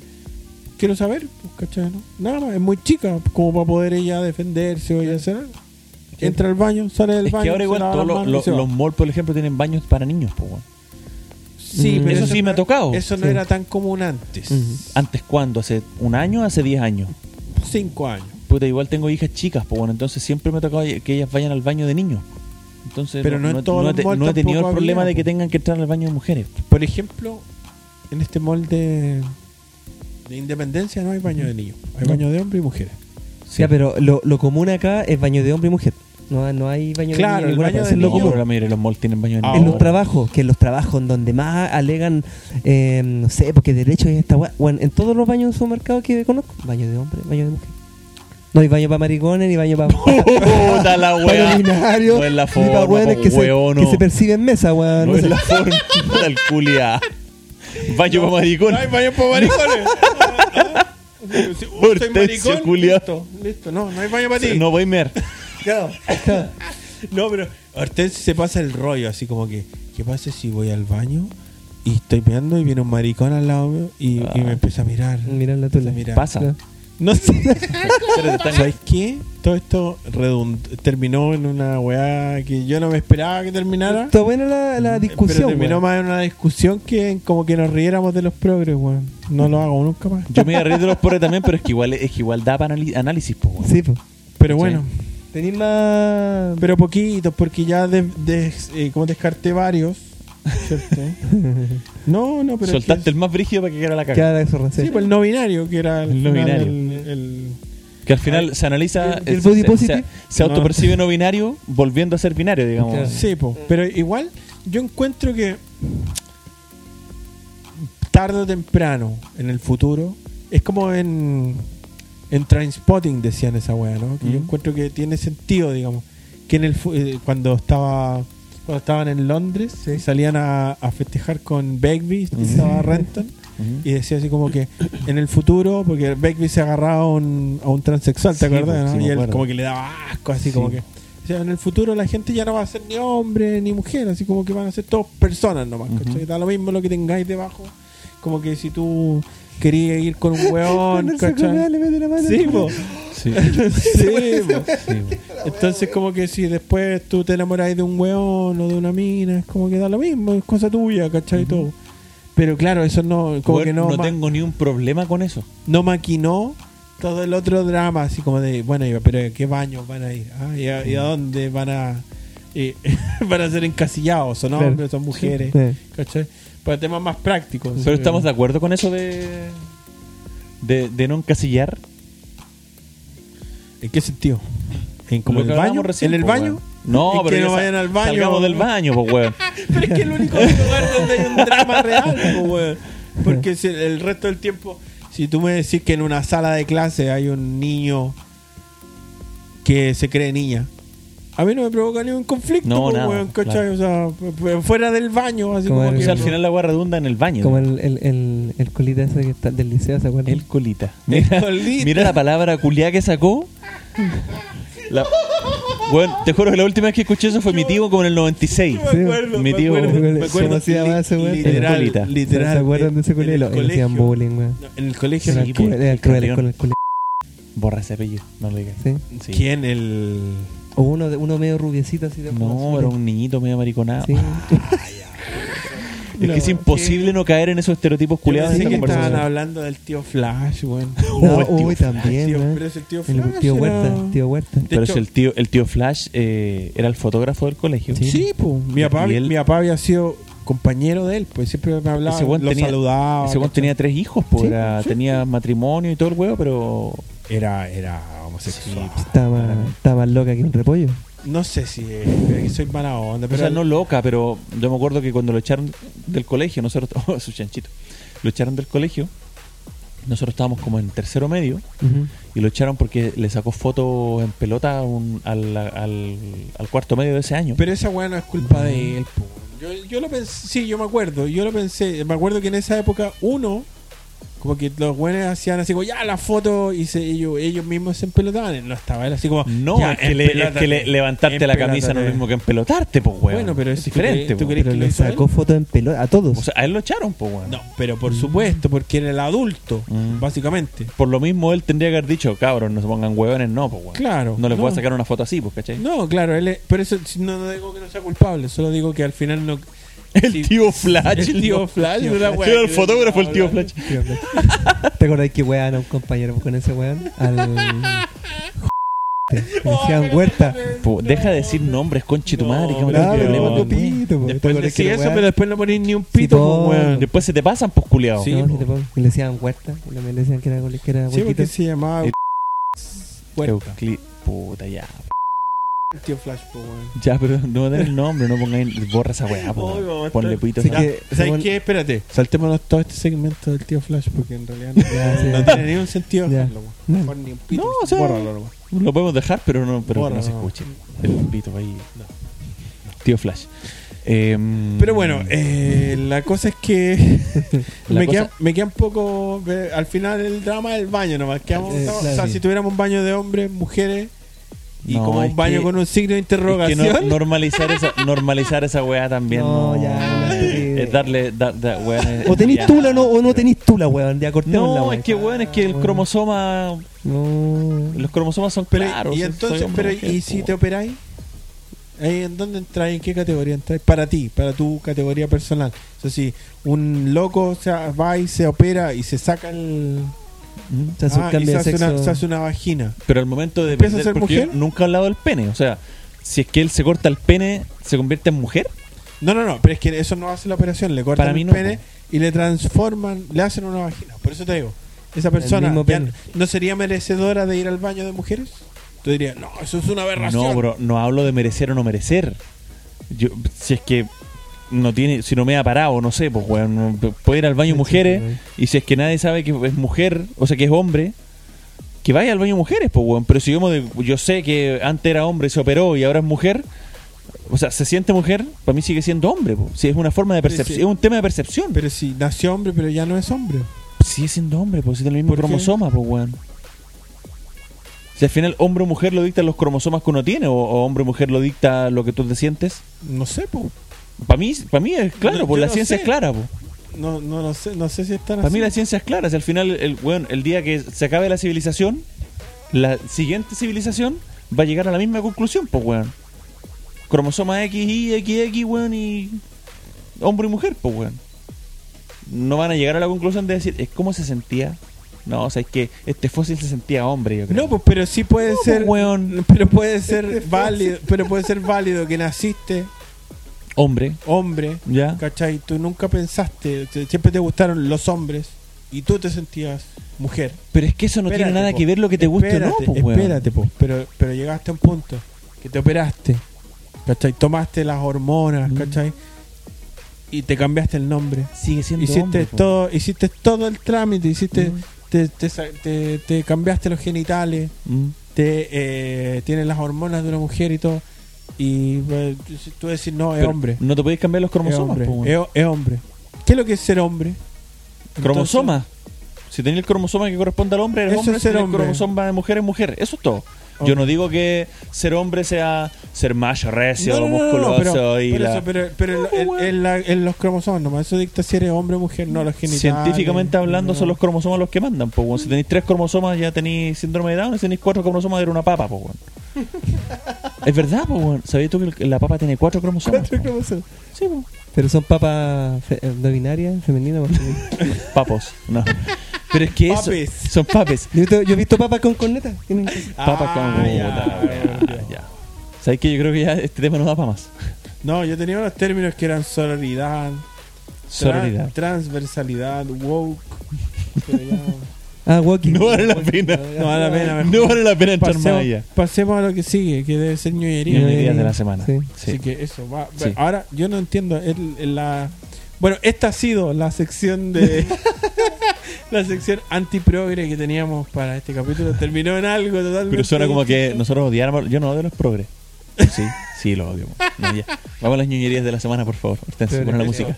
Speaker 2: quiero saber, pues, ¿cachai? No? Nada más, es muy chica, como para poder ella defenderse o ella hacer algo. Entra al baño, sale del
Speaker 1: Es
Speaker 2: baño.
Speaker 1: que ahora
Speaker 2: se
Speaker 1: igual
Speaker 2: lava
Speaker 1: todos
Speaker 2: las
Speaker 1: los,
Speaker 2: manos y
Speaker 1: los,
Speaker 2: se va.
Speaker 1: los malls, por ejemplo, tienen baños para niños, pues, weón.
Speaker 2: Sí,
Speaker 3: Mm.
Speaker 2: pero
Speaker 1: Eso sí Mm. me
Speaker 2: no-
Speaker 1: ha tocado.
Speaker 2: Eso no
Speaker 3: Sí.
Speaker 2: era tan común antes.
Speaker 1: ¿Antes cuándo? ¿Hace un año? ¿Hace 10 años?
Speaker 2: Cinco años.
Speaker 1: Puta, igual tengo hijas chicas, pues, bueno, entonces siempre me ha tocado que ellas vayan al baño de niños. Entonces,
Speaker 2: Pero no en
Speaker 1: he-
Speaker 2: todos
Speaker 1: he
Speaker 2: los
Speaker 1: te-
Speaker 2: malls
Speaker 1: no he tenido el
Speaker 2: tampoco
Speaker 1: problema
Speaker 2: había,
Speaker 1: de que
Speaker 2: pues.
Speaker 1: tengan que entrar al baño de mujeres.
Speaker 2: Por ejemplo, en este mall de, de Independencia no hay baño de niños. Hay
Speaker 1: No.
Speaker 2: baño de hombres y mujeres.
Speaker 3: Ya, pero lo, lo común acá es baño de hombre y mujer. No, no hay baño
Speaker 2: Claro,
Speaker 3: de
Speaker 2: el
Speaker 3: niño en ninguna
Speaker 2: baño
Speaker 3: parte,
Speaker 2: de
Speaker 3: es
Speaker 1: No,
Speaker 3: lo
Speaker 2: niño.
Speaker 3: común.
Speaker 1: pero la mayoría de los malls tienen baño de niños.
Speaker 2: En
Speaker 3: En
Speaker 2: Ahora.
Speaker 3: los trabajos, que en los trabajos en donde más alegan, eh, no sé, porque derechos y esta weá. Bueno, en todos los baños de supermercados que conozco, baño de hombre, baño de mujer. No hay baño para maricones, ni baño para.
Speaker 1: Puta la
Speaker 3: para
Speaker 1: wea.
Speaker 3: urinarios,
Speaker 1: No es la
Speaker 3: ni
Speaker 1: forma,
Speaker 3: para weones
Speaker 1: po,
Speaker 3: que, se,
Speaker 1: weono.
Speaker 3: que se perciben mesa, weón.
Speaker 1: No
Speaker 3: no
Speaker 1: es
Speaker 3: sé.
Speaker 1: la forma del culia. Baño para maricón.
Speaker 2: baño para maricones.
Speaker 1: Hortensio, culiao.
Speaker 2: Listo, listo. No, no hay baño para ti.
Speaker 1: No voy a mer.
Speaker 2: Claro. no, pero Hortensio se pasa el rollo, así como que, ¿qué pasa si voy al baño y estoy mirando y viene un maricón al lado mío y, y
Speaker 1: Ah.
Speaker 2: me empieza a mirar?
Speaker 3: Mirá la tula.
Speaker 2: Mira.
Speaker 1: Pasa.
Speaker 3: No.
Speaker 2: No sé.
Speaker 1: Pero te están-
Speaker 2: ¿Sabes qué? Todo esto redund- terminó en una weá que yo no me esperaba que terminara.
Speaker 3: Está buena la, la
Speaker 2: pero
Speaker 3: discusión.
Speaker 2: terminó
Speaker 3: weón.
Speaker 2: más en una discusión que en como que nos riéramos de los progres, weón. No lo hago nunca más.
Speaker 1: Yo me voy a reír de los pobres también, pero es que igual, es que igual da para anali- análisis, po, weón.
Speaker 3: Sí, pues.
Speaker 2: Pero bueno,
Speaker 3: Tenís más.
Speaker 2: pero poquitos, porque ya de- des- eh, como descarté varios, ¿cierto? No, no, pero. es
Speaker 1: Soltaste
Speaker 2: que-
Speaker 1: el más brígido para que quedara la caga.
Speaker 3: Queda la zorra, sí.
Speaker 2: Sí, pues el no binario, que era
Speaker 1: El
Speaker 2: el.
Speaker 1: no
Speaker 2: final,
Speaker 1: binario.
Speaker 2: el- el-
Speaker 1: Que al final se analiza.
Speaker 3: ¿El- el
Speaker 1: se-
Speaker 3: body
Speaker 1: se,
Speaker 3: positive?
Speaker 1: se- se autopercibe no binario, volviendo a ser binario, digamos.
Speaker 3: Claro.
Speaker 2: Sí, po. pero igual yo encuentro que tarde o temprano en el futuro es como en en Trainspotting decían esa wea, ¿no? Que yo
Speaker 1: Mm.
Speaker 2: encuentro que tiene sentido, digamos, que en el fu- eh, cuando estaba cuando estaban en Londres
Speaker 3: Sí.
Speaker 2: salían a, a festejar con Begbie y estaba Renton
Speaker 1: Ujú.
Speaker 2: y decía así como que en el futuro porque Begbie se agarraba a un, a un transexual, ¿te
Speaker 1: Sí,
Speaker 2: acuerdas?
Speaker 1: po,
Speaker 2: no?
Speaker 1: sí, me
Speaker 2: y él
Speaker 1: acuerdo.
Speaker 2: como que le daba asco, así
Speaker 1: Sí.
Speaker 2: como que o sea, en el futuro la gente ya no va a ser ni hombre ni mujer, así como que van a ser todos personas nomás,
Speaker 1: Ujú.
Speaker 2: ¿cachai? Da lo mismo lo que tengáis debajo. Como que si tú querías ir con un weón,
Speaker 3: Ponerse con
Speaker 2: ¿cachai?
Speaker 3: él, le mete la mano.
Speaker 2: Sí, po.
Speaker 1: Sí.
Speaker 2: Sí, po.
Speaker 1: Sí, weón.
Speaker 2: Entonces, como que si después tú te enamoráis de un weón o de una mina, es como que da lo mismo, es cosa tuya, ¿cachai? Todo. Pero claro, eso no, como
Speaker 1: Weón,
Speaker 2: que no,
Speaker 1: no
Speaker 2: ma-
Speaker 1: tengo ni un problema con eso.
Speaker 2: no maquinó todo el otro drama, así como de, bueno, y- pero ¿a qué baños van a ir? Ah, ¿Y, a, y a
Speaker 3: Mm.
Speaker 2: dónde van a, eh, van a ser encasillados? ¿Son
Speaker 3: Claro.
Speaker 2: hombres, son mujeres?
Speaker 3: Sí.
Speaker 2: ¿Cachai? Para temas más prácticos. eh.
Speaker 1: Pero estamos de acuerdo con eso de. de, de no encasillar.
Speaker 2: ¿En qué sentido? ¿En como
Speaker 1: Lo
Speaker 2: el
Speaker 1: que
Speaker 2: baño?
Speaker 1: hablábamos recién,
Speaker 2: ¿En el
Speaker 1: po,
Speaker 2: baño?
Speaker 1: weón. No,
Speaker 2: Es
Speaker 1: pero
Speaker 2: que
Speaker 1: ya
Speaker 2: no
Speaker 1: sa-
Speaker 2: vayan al baño.
Speaker 1: Salgamos del baño, pues, weón.
Speaker 2: Pero es que el único lugar donde hay un drama real, po, weón. Porque si el resto del tiempo, si tú me decís que en una sala de clase hay un niño que se cree niña, a mí no me provoca ningún conflicto,
Speaker 1: No,
Speaker 2: po,
Speaker 1: nada,
Speaker 2: weón, ¿cachai? O sea, p- fuera del baño, así
Speaker 3: Como
Speaker 2: como,
Speaker 3: el-
Speaker 1: O
Speaker 2: que-
Speaker 1: sea, al final la weá redunda en el baño.
Speaker 3: Como el, el, el, el colita ese que está del liceo, ¿se acuerdan?
Speaker 1: El colita.
Speaker 2: El
Speaker 1: Mira,
Speaker 2: colita.
Speaker 1: mira la palabra culiá que sacó. La- Bueno, te juro que la última vez que escuché eso fue mi tío como en el 96.
Speaker 2: Yo me acuerdo,
Speaker 1: mi
Speaker 2: me
Speaker 1: tío,
Speaker 2: acuerdo,
Speaker 3: güey,
Speaker 2: me
Speaker 3: ¿cómo
Speaker 2: acuerdo,
Speaker 3: se llamaba ese güey?
Speaker 1: El colita.
Speaker 2: literal, literal,
Speaker 3: ¿Se acuerdan de ese
Speaker 2: en el
Speaker 3: culé? Lo lo hacían
Speaker 2: colegio.
Speaker 3: bullying, weón.
Speaker 2: No, En el colegio.
Speaker 3: Era
Speaker 1: Sí,
Speaker 3: cruel,
Speaker 1: pues,
Speaker 3: era cruel el
Speaker 1: campeón.
Speaker 3: con el culé.
Speaker 1: Borra ese apellido, no lo digas.
Speaker 3: Sí.
Speaker 1: Sí.
Speaker 2: ¿Quién? El...
Speaker 3: O uno, de- uno medio rubiecito así de
Speaker 1: No, era un niñito medio mariconado.
Speaker 3: Sí.
Speaker 1: Es que es imposible no caer en esos estereotipos
Speaker 2: Yo
Speaker 1: culiados
Speaker 2: pensé
Speaker 1: en
Speaker 2: que
Speaker 1: esta
Speaker 2: estaban
Speaker 1: conversación.
Speaker 2: hablando del tío Flash, güey.
Speaker 3: No,
Speaker 1: Oh, el tío
Speaker 3: uy, también,
Speaker 2: tío,
Speaker 3: weón.
Speaker 2: pero es el tío
Speaker 3: El
Speaker 2: Flash
Speaker 3: tío
Speaker 2: era-
Speaker 3: Huerta, tío Huerta.
Speaker 2: de
Speaker 1: Pero
Speaker 2: hecho-
Speaker 1: si el tío, el tío Flash eh, era el fotógrafo del colegio.
Speaker 2: Sí, pues. Mi papá,
Speaker 1: Y él-
Speaker 2: mi papá había sido compañero de él, pues siempre me hablaba,
Speaker 1: Ese
Speaker 2: lo
Speaker 1: weón tenía,
Speaker 2: saludaba.
Speaker 1: ese weón
Speaker 2: ¿cachai?
Speaker 1: tenía tres hijos, pues,
Speaker 3: Sí,
Speaker 1: era- tenía matrimonio y todo el huevo, pero
Speaker 2: Era, era homosexual.
Speaker 3: Está más, está más loca que un repollo.
Speaker 2: pues, No sé si eh, soy mala onda, pero
Speaker 1: o sea, no loca, pero yo me acuerdo que cuando lo echaron del colegio, nosotros, oh, su chanchito, lo echaron del colegio, nosotros estábamos como en tercero medio
Speaker 3: Ujú.
Speaker 1: y lo echaron porque le sacó fotos en pelota a un- al, al- al cuarto medio de ese año.
Speaker 2: Pero esa weá no es culpa
Speaker 1: Mm.
Speaker 2: de él, po. Yo, yo lo pensé, sí, yo me acuerdo, yo lo pensé, me acuerdo que en esa época uno, como que los weones hacían así como, ya la foto, y se, ellos, ellos mismos se empelotaban, no estaba él así como,
Speaker 1: no,
Speaker 2: "Ya,
Speaker 1: es que, le- es
Speaker 2: empelótate,
Speaker 1: que le- levantarte la camisa no es lo
Speaker 2: empelótate".
Speaker 1: mismo que empelotarte, pues, weón.
Speaker 2: Bueno, pero
Speaker 1: es
Speaker 2: si tú crees-
Speaker 1: diferente,
Speaker 2: tú
Speaker 1: po.
Speaker 2: crees-
Speaker 3: Pero
Speaker 2: que lo
Speaker 3: le
Speaker 2: hizo
Speaker 3: sacó
Speaker 2: él?
Speaker 3: fotos en pelota a todos.
Speaker 1: O sea, a él lo echaron, pues, weón.
Speaker 2: No, pero por supuesto, porque era el adulto,
Speaker 1: Mm.
Speaker 2: básicamente.
Speaker 1: Por lo mismo, él tendría que haber dicho, cabros, no se pongan huevones, no, pues, weón.
Speaker 2: Claro.
Speaker 1: No les voy a
Speaker 2: no.
Speaker 1: sacar una foto así, pues, ¿cachai?
Speaker 2: No, claro, él es- pero eso si no, no digo que no sea culpable, solo digo que al final no...
Speaker 1: El
Speaker 2: sí,
Speaker 1: tío Flash.
Speaker 2: El tío Flash,
Speaker 3: Tío
Speaker 2: una
Speaker 3: Flash.
Speaker 2: weá
Speaker 1: Era el
Speaker 2: que-
Speaker 1: fotógrafo, el tío Flash.
Speaker 3: Tío, hombre. ¿Te acordás que wean a un compañero con ese weón? Al.
Speaker 2: Oh,
Speaker 3: Le decían huerta.
Speaker 1: Po, deja de decir nombres, conche tu
Speaker 2: No,
Speaker 1: madre. que me
Speaker 2: pero
Speaker 1: da un
Speaker 2: no,
Speaker 1: problema,
Speaker 2: no,
Speaker 1: weón.
Speaker 3: pito, po. ¿Te
Speaker 2: Después
Speaker 3: acordás
Speaker 2: decís
Speaker 3: que la
Speaker 2: eso,
Speaker 3: weá-
Speaker 2: pero después no ponís ni un
Speaker 3: Sí,
Speaker 2: pito,
Speaker 3: po.
Speaker 2: po, weón.
Speaker 1: Después se te pasan, pues, culiao.
Speaker 2: Sí,
Speaker 3: no,
Speaker 2: po.
Speaker 3: si te pongo- y le decían huerta. Y también le decían que era, que era
Speaker 2: Sí, porque
Speaker 3: huerquita.
Speaker 2: se llamaba
Speaker 1: Eh,
Speaker 2: Huerta.
Speaker 1: Eucli- Puta, ya.
Speaker 2: Tío Flash, po, weón.
Speaker 1: Ya, pero no den el nombre, no pongáis. Borra esa weá, po,
Speaker 2: Ay,
Speaker 1: weón.
Speaker 2: vamos a
Speaker 1: Ponle
Speaker 2: estar-
Speaker 1: pito.
Speaker 3: Sí
Speaker 1: esa-
Speaker 3: que-
Speaker 2: ¿Sabes
Speaker 3: según-
Speaker 2: qué? Espérate. Saltémonos todo este segmento del tío Flash porque en realidad no,
Speaker 3: Ya, sí,
Speaker 2: no
Speaker 3: ya.
Speaker 2: tiene ningún sentido.
Speaker 3: Ya.
Speaker 2: hacerlo, weón.
Speaker 3: No.
Speaker 2: Mejor ni un pito.
Speaker 1: No, o sea,
Speaker 2: Bórralo, weón.
Speaker 1: Lo podemos dejar, pero no, pero que
Speaker 2: Borra,
Speaker 1: no se
Speaker 2: no.
Speaker 1: escuche. El pito ahí. Tío Flash. Em,
Speaker 2: Pero bueno, eh, la cosa es que
Speaker 1: La
Speaker 2: me,
Speaker 1: cosa-
Speaker 2: queda, me queda un poco. ve, Al final el drama del baño nomás. Quedamos,
Speaker 3: Eh,
Speaker 2: no, o
Speaker 3: claro,
Speaker 2: sea,
Speaker 3: sí.
Speaker 2: si tuviéramos un baño de hombres, mujeres y
Speaker 1: No,
Speaker 2: como
Speaker 1: es
Speaker 2: un baño
Speaker 1: que-
Speaker 2: con un signo de
Speaker 1: Es que
Speaker 2: interrogación.
Speaker 1: no- normalizar esa, normalizar esa weá también.
Speaker 3: No,
Speaker 1: No,
Speaker 3: ya, no, sí.
Speaker 1: Es darle. da- da- weá, eh,
Speaker 3: O tenés
Speaker 1: ya.
Speaker 3: tula no, o no tenés tula, weón. Ya cortemos la
Speaker 1: No,
Speaker 3: weá.
Speaker 1: es que weón, es que el
Speaker 3: Weón.
Speaker 1: cromosoma.
Speaker 3: No.
Speaker 1: Los cromosomas son
Speaker 2: Pero,
Speaker 1: claros.
Speaker 2: y
Speaker 1: soy- soy
Speaker 2: entonces,
Speaker 1: hombre,
Speaker 2: pero
Speaker 1: mujer,
Speaker 2: ¿y
Speaker 1: po,
Speaker 2: si
Speaker 1: weón.
Speaker 2: te operáis? Ahí, ¿En dónde entráis? ¿En qué categoría entráis? Para ti, para tu categoría personal. O sea, si un loco o sea, va y se opera y se saca el.
Speaker 1: Mm.
Speaker 3: Se hace un
Speaker 2: Ah, y
Speaker 3: cambio
Speaker 2: se
Speaker 3: de
Speaker 2: hace,
Speaker 3: sexo.
Speaker 2: una, se hace una vagina.
Speaker 1: Pero al momento de
Speaker 2: ¿Empieza a
Speaker 1: perder,
Speaker 2: ser
Speaker 1: porque
Speaker 2: mujer?
Speaker 1: yo nunca he hablado del pene, o sea, si es que él se corta el pene, ¿se convierte en mujer?
Speaker 2: No, no, no, pero es que eso no hace la operación. Le cortan
Speaker 1: Para mí
Speaker 2: el
Speaker 1: no,
Speaker 2: pene y le transforman, le hacen una vagina. Por eso te digo, esa persona
Speaker 3: mismo
Speaker 2: ya
Speaker 3: pene.
Speaker 2: no sería merecedora de ir al baño de mujeres. Tú dirías, no, eso es una aberración.
Speaker 1: No, bro, no hablo de merecer o no merecer. Yo, si es que no tiene, si no me ha parado, no sé, pues weón, no- puede ir al baño
Speaker 3: Sí, sí,
Speaker 1: mujeres,
Speaker 3: weón.
Speaker 1: y si es que nadie sabe que es mujer, o sea que es hombre, que vaya al baño mujeres, pues weón. Pero si yo, me- yo sé que antes era hombre, se operó y ahora es mujer, o sea, se siente mujer, para mí sigue siendo hombre, pues. Si es una forma de
Speaker 2: Pero si-
Speaker 1: percepción, es un tema de percepción.
Speaker 2: Pero si nació hombre, pero ya no es hombre.
Speaker 1: Sigue siendo hombre, pues si tiene el mismo
Speaker 2: ¿Por qué?
Speaker 1: cromosoma, pues weón. Si al final hombre o mujer lo dictan los cromosomas que uno tiene, o, o hombre o mujer lo dicta lo que tú te sientes.
Speaker 2: No sé, po.
Speaker 1: Para mí, pa' mí es claro,
Speaker 2: No,
Speaker 1: pues
Speaker 2: yo
Speaker 1: la
Speaker 2: no
Speaker 1: ciencia
Speaker 2: sé.
Speaker 1: es clara, pues.
Speaker 2: No, no, no sé, no sé si están
Speaker 1: Para
Speaker 2: así.
Speaker 1: mí la ciencia es clara. Si al final, el, weón, el día que se acabe la civilización, la siguiente civilización va a llegar a la misma conclusión, pues weón. Cromosoma X, Y, X, X, weón, y hombre y mujer, pues weón. No van a llegar a la conclusión de decir, es cómo se sentía. No, o sea, es que este fósil se sentía hombre, yo creo.
Speaker 2: No, pues, pero sí puede
Speaker 1: No, pues,
Speaker 2: ser.
Speaker 1: weón.
Speaker 2: Pero puede ser válido, pero puede ser válido que naciste
Speaker 1: Hombre,
Speaker 2: hombre,
Speaker 1: ya.
Speaker 2: ¿cachai? Tú nunca pensaste, te- siempre te gustaron los hombres y tú te sentías mujer.
Speaker 1: Pero es que eso no tiene
Speaker 2: Espérate,
Speaker 1: nada
Speaker 2: po.
Speaker 1: que ver lo que te guste o no,
Speaker 2: Espérate,
Speaker 1: po, weón.
Speaker 2: Espérate, po. Pero, pero llegaste a un punto que te operaste, ¿cachai? Tomaste las hormonas,
Speaker 1: Mm.
Speaker 2: ¿cachai? Y te cambiaste el nombre.
Speaker 1: Sigue siendo
Speaker 2: Hiciste
Speaker 1: hombre, po.
Speaker 2: todo, este hiciste todo el trámite, hiciste,
Speaker 1: pues? Mm.
Speaker 2: te, te sa- te- te cambiaste los genitales,
Speaker 1: Mm.
Speaker 2: te eh, tienes las hormonas de una mujer y todo. Y pues, tú decís, no, es
Speaker 1: Pero
Speaker 2: hombre.
Speaker 1: No te podéis cambiar los
Speaker 2: Es
Speaker 1: cromosomas,
Speaker 2: hombre,
Speaker 1: po, weón.
Speaker 2: es, es hombre. ¿Qué es lo que es ser hombre?
Speaker 1: cromosoma. si tenía el cromosoma que corresponde al hombre, eres
Speaker 2: Eso
Speaker 1: hombre.
Speaker 2: es
Speaker 1: Si
Speaker 2: ser
Speaker 1: tenés
Speaker 2: hombre.
Speaker 1: el cromosoma de mujer, es mujer. Eso es todo. Yo
Speaker 2: Ok.
Speaker 1: no digo que ser hombre sea ser macho, recio,
Speaker 2: No, no, no, no,
Speaker 1: musculoso
Speaker 2: pero,
Speaker 1: y
Speaker 2: por
Speaker 1: la-
Speaker 2: eso, pero, pero
Speaker 1: No, pues,
Speaker 2: en- en,
Speaker 1: weón.
Speaker 2: en la- en los cromosomas nomás, eso dicta si eres hombre o mujer, no los genitales.
Speaker 1: Científicamente hablando,
Speaker 2: no.
Speaker 1: son los cromosomas los que mandan. Pues, Si tenéis tres cromosomas, ya tenéis síndrome de Down. Si tenéis cuatro cromosomas, era una papa. Po, weón. es verdad, po, weón. ¿Sabías tú que el- la papa tiene cuatro cromosomas?
Speaker 2: Cuatro
Speaker 1: po?
Speaker 2: cromosomas.
Speaker 1: Sí, po.
Speaker 3: Pero son papas fe- eh, no binarias, femeninas. masculinas.
Speaker 1: Papos. No. Pero es que eso,
Speaker 2: Papis.
Speaker 1: son papes.
Speaker 3: yo, he visto- yo he visto papas con corneta. Tienen-
Speaker 1: Papa
Speaker 2: Ah,
Speaker 1: con.
Speaker 2: ya,
Speaker 1: puta, weón,
Speaker 2: ya.
Speaker 1: ya. ¿Sabes que Yo creo que ya este tema no da para más.
Speaker 2: No, yo tenía unos términos que eran sororidad, tran-
Speaker 1: Sororidad.
Speaker 2: transversalidad, woke. pero ya-
Speaker 3: Ah, walking.
Speaker 1: No vale la pena.
Speaker 2: no vale la pena, mejor.
Speaker 1: No vale la pena entrar más allá.
Speaker 2: pasemos, pasemos a lo que sigue, que debe ser ñoñería.
Speaker 3: Ñoñería.
Speaker 1: Ñoñerías de la semana.
Speaker 3: Sí.
Speaker 1: Sí.
Speaker 2: Así que eso va.
Speaker 1: Sí.
Speaker 2: Ahora, yo no entiendo. el- el- la... Bueno, esta ha sido la sección de. la sección antiprogre que teníamos para este capítulo. Terminó en algo totalmente.
Speaker 1: Pero suena como que
Speaker 2: distinto.
Speaker 1: nosotros odiáramos. Yo no odio los progres. Sí, sí, los odio. No, ya. Vamos a las ñoñerías de la semana, por favor. Hortensia, pon la música.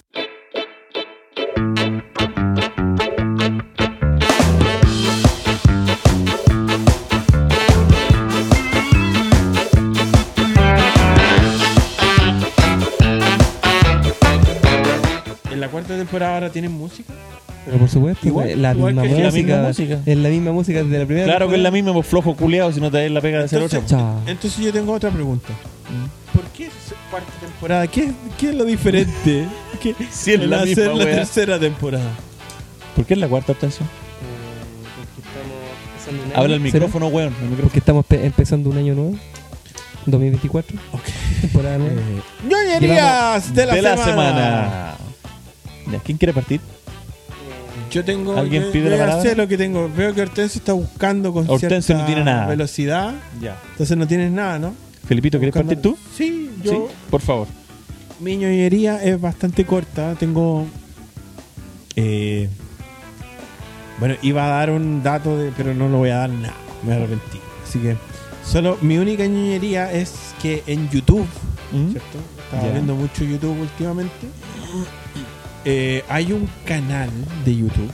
Speaker 2: En la cuarta temporada ahora tienen música.
Speaker 3: Pero por supuesto,
Speaker 2: Igual-
Speaker 3: es la,
Speaker 2: igual
Speaker 3: misma
Speaker 2: que
Speaker 3: música,
Speaker 2: la
Speaker 1: misma música.
Speaker 3: Es la misma música desde la primera.
Speaker 1: Claro que es la misma, pues flojo culeado, si no te das la pega de hacer otra.
Speaker 2: Entonces,
Speaker 3: Chao.
Speaker 2: Entonces yo tengo otra pregunta.
Speaker 1: Mm.
Speaker 2: ¿Por qué es cuarta temporada? ¿Qué, qué es lo diferente? ¿Qué
Speaker 1: Si es la
Speaker 2: al
Speaker 1: misma,
Speaker 2: hacer la
Speaker 1: wea.
Speaker 2: tercera temporada?
Speaker 1: ¿Por qué es la cuarta
Speaker 2: Eh,
Speaker 1: Hortensia? Habla el micrófono, weón. El micrófono.
Speaker 3: Porque estamos pe- empezando un año nuevo. 2024. Temporada nueva.
Speaker 2: ¡Ñoñerías de la, semana.
Speaker 1: Ya, ¿Quién quiere partir?
Speaker 2: Yo tengo.
Speaker 1: ¿Alguien
Speaker 2: yo-
Speaker 1: pide
Speaker 2: yo
Speaker 1: la
Speaker 2: ya
Speaker 1: palabra?
Speaker 2: sé lo que tengo. Veo que Hortensio está buscando con
Speaker 1: Hortensio
Speaker 2: cierta
Speaker 1: no tiene nada.
Speaker 2: velocidad.
Speaker 1: Ya.
Speaker 2: Entonces no tienes nada, ¿no?
Speaker 1: Felipito, ¿quieres
Speaker 2: Buscando-
Speaker 1: partir tú?
Speaker 2: Sí, yo.
Speaker 1: Sí, por favor.
Speaker 2: Mi ñoñería es bastante corta. Tengo. eh, bueno, iba a dar un dato, de, pero no lo voy a dar nada. Me arrepentí. Así que. Solo mi única ñoñería es que en YouTube
Speaker 1: ¿Mm?
Speaker 2: ¿cierto? Estaba
Speaker 1: Ya.
Speaker 2: viendo mucho YouTube últimamente. Eh, hay un canal de YouTube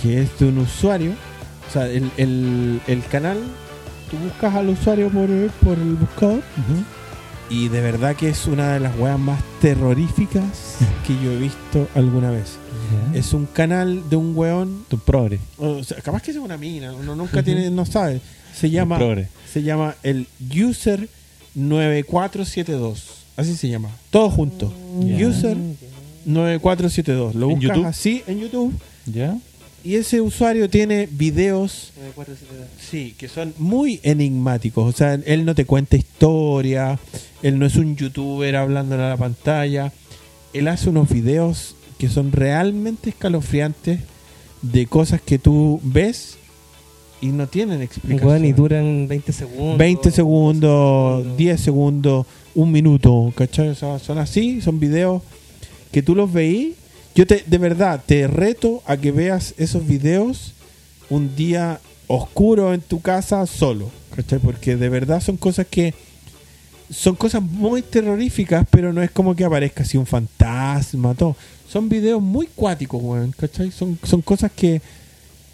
Speaker 2: que es de un usuario. O sea, el, el- el canal, tú buscas al usuario por, por el buscador.
Speaker 1: Ujú.
Speaker 2: Y de verdad que es una de las weas más terroríficas que yo he visto alguna vez. Es un canal de un weón.
Speaker 1: Tu progre.
Speaker 2: O sea, capaz que sea una mina, uno nunca tiene, no sabe. Se
Speaker 1: Tu
Speaker 2: llama,
Speaker 1: progre.
Speaker 2: se llama el User 9472. Así se llama. Todo junto.
Speaker 1: Ya.
Speaker 2: User 9472. Lo
Speaker 1: ¿En
Speaker 2: buscas
Speaker 1: YouTube?
Speaker 2: así en YouTube.
Speaker 1: ¿Ya?
Speaker 2: Y ese usuario tiene videos, sí, que son muy enigmáticos. O sea, él no te cuenta historia, él no es un youtuber hablando a la pantalla. Él hace unos videos que son realmente escalofriantes de cosas que tú ves y no tienen explicación.
Speaker 3: Weón, y duran 20 segundos.
Speaker 2: 20 segundos, 10 segundos, un minuto, ¿cachai? O sea, son así, son videos que tú los veí. Yo te, de verdad, te reto a que veas esos videos un día oscuro en tu casa solo, ¿cachai? Porque de verdad son cosas que son cosas muy terroríficas, pero no es como que aparezca así un fantasma, todo. Son videos muy cuáticos, weón, ¿cachai? Son, son cosas que,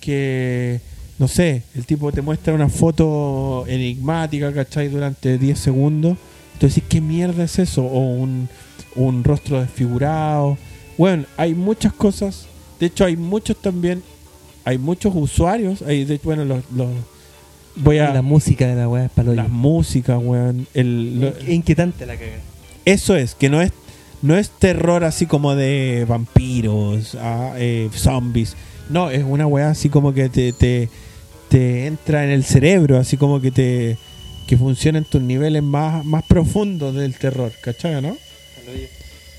Speaker 2: que, no sé, el tipo te muestra una foto enigmática, ¿cachai? Durante 10 segundos. Tú decís, ¿qué mierda es eso? O un, un rostro desfigurado. Bueno, hay muchas cosas. De hecho, hay muchos también. Hay muchos usuarios. Hay, de, bueno, los, los- Voy a...
Speaker 3: La música de la weá es palo.
Speaker 2: las músicas, weón. El, lo-
Speaker 3: Es inquietante la cagada.
Speaker 2: eso es, que no es, no es terror así como de vampiros, ah, eh, zombies. No, es una weá así como que te, te, te entra en el cerebro, así como que te que funciona en tus niveles más, más profundos del terror, ¿cachai, no?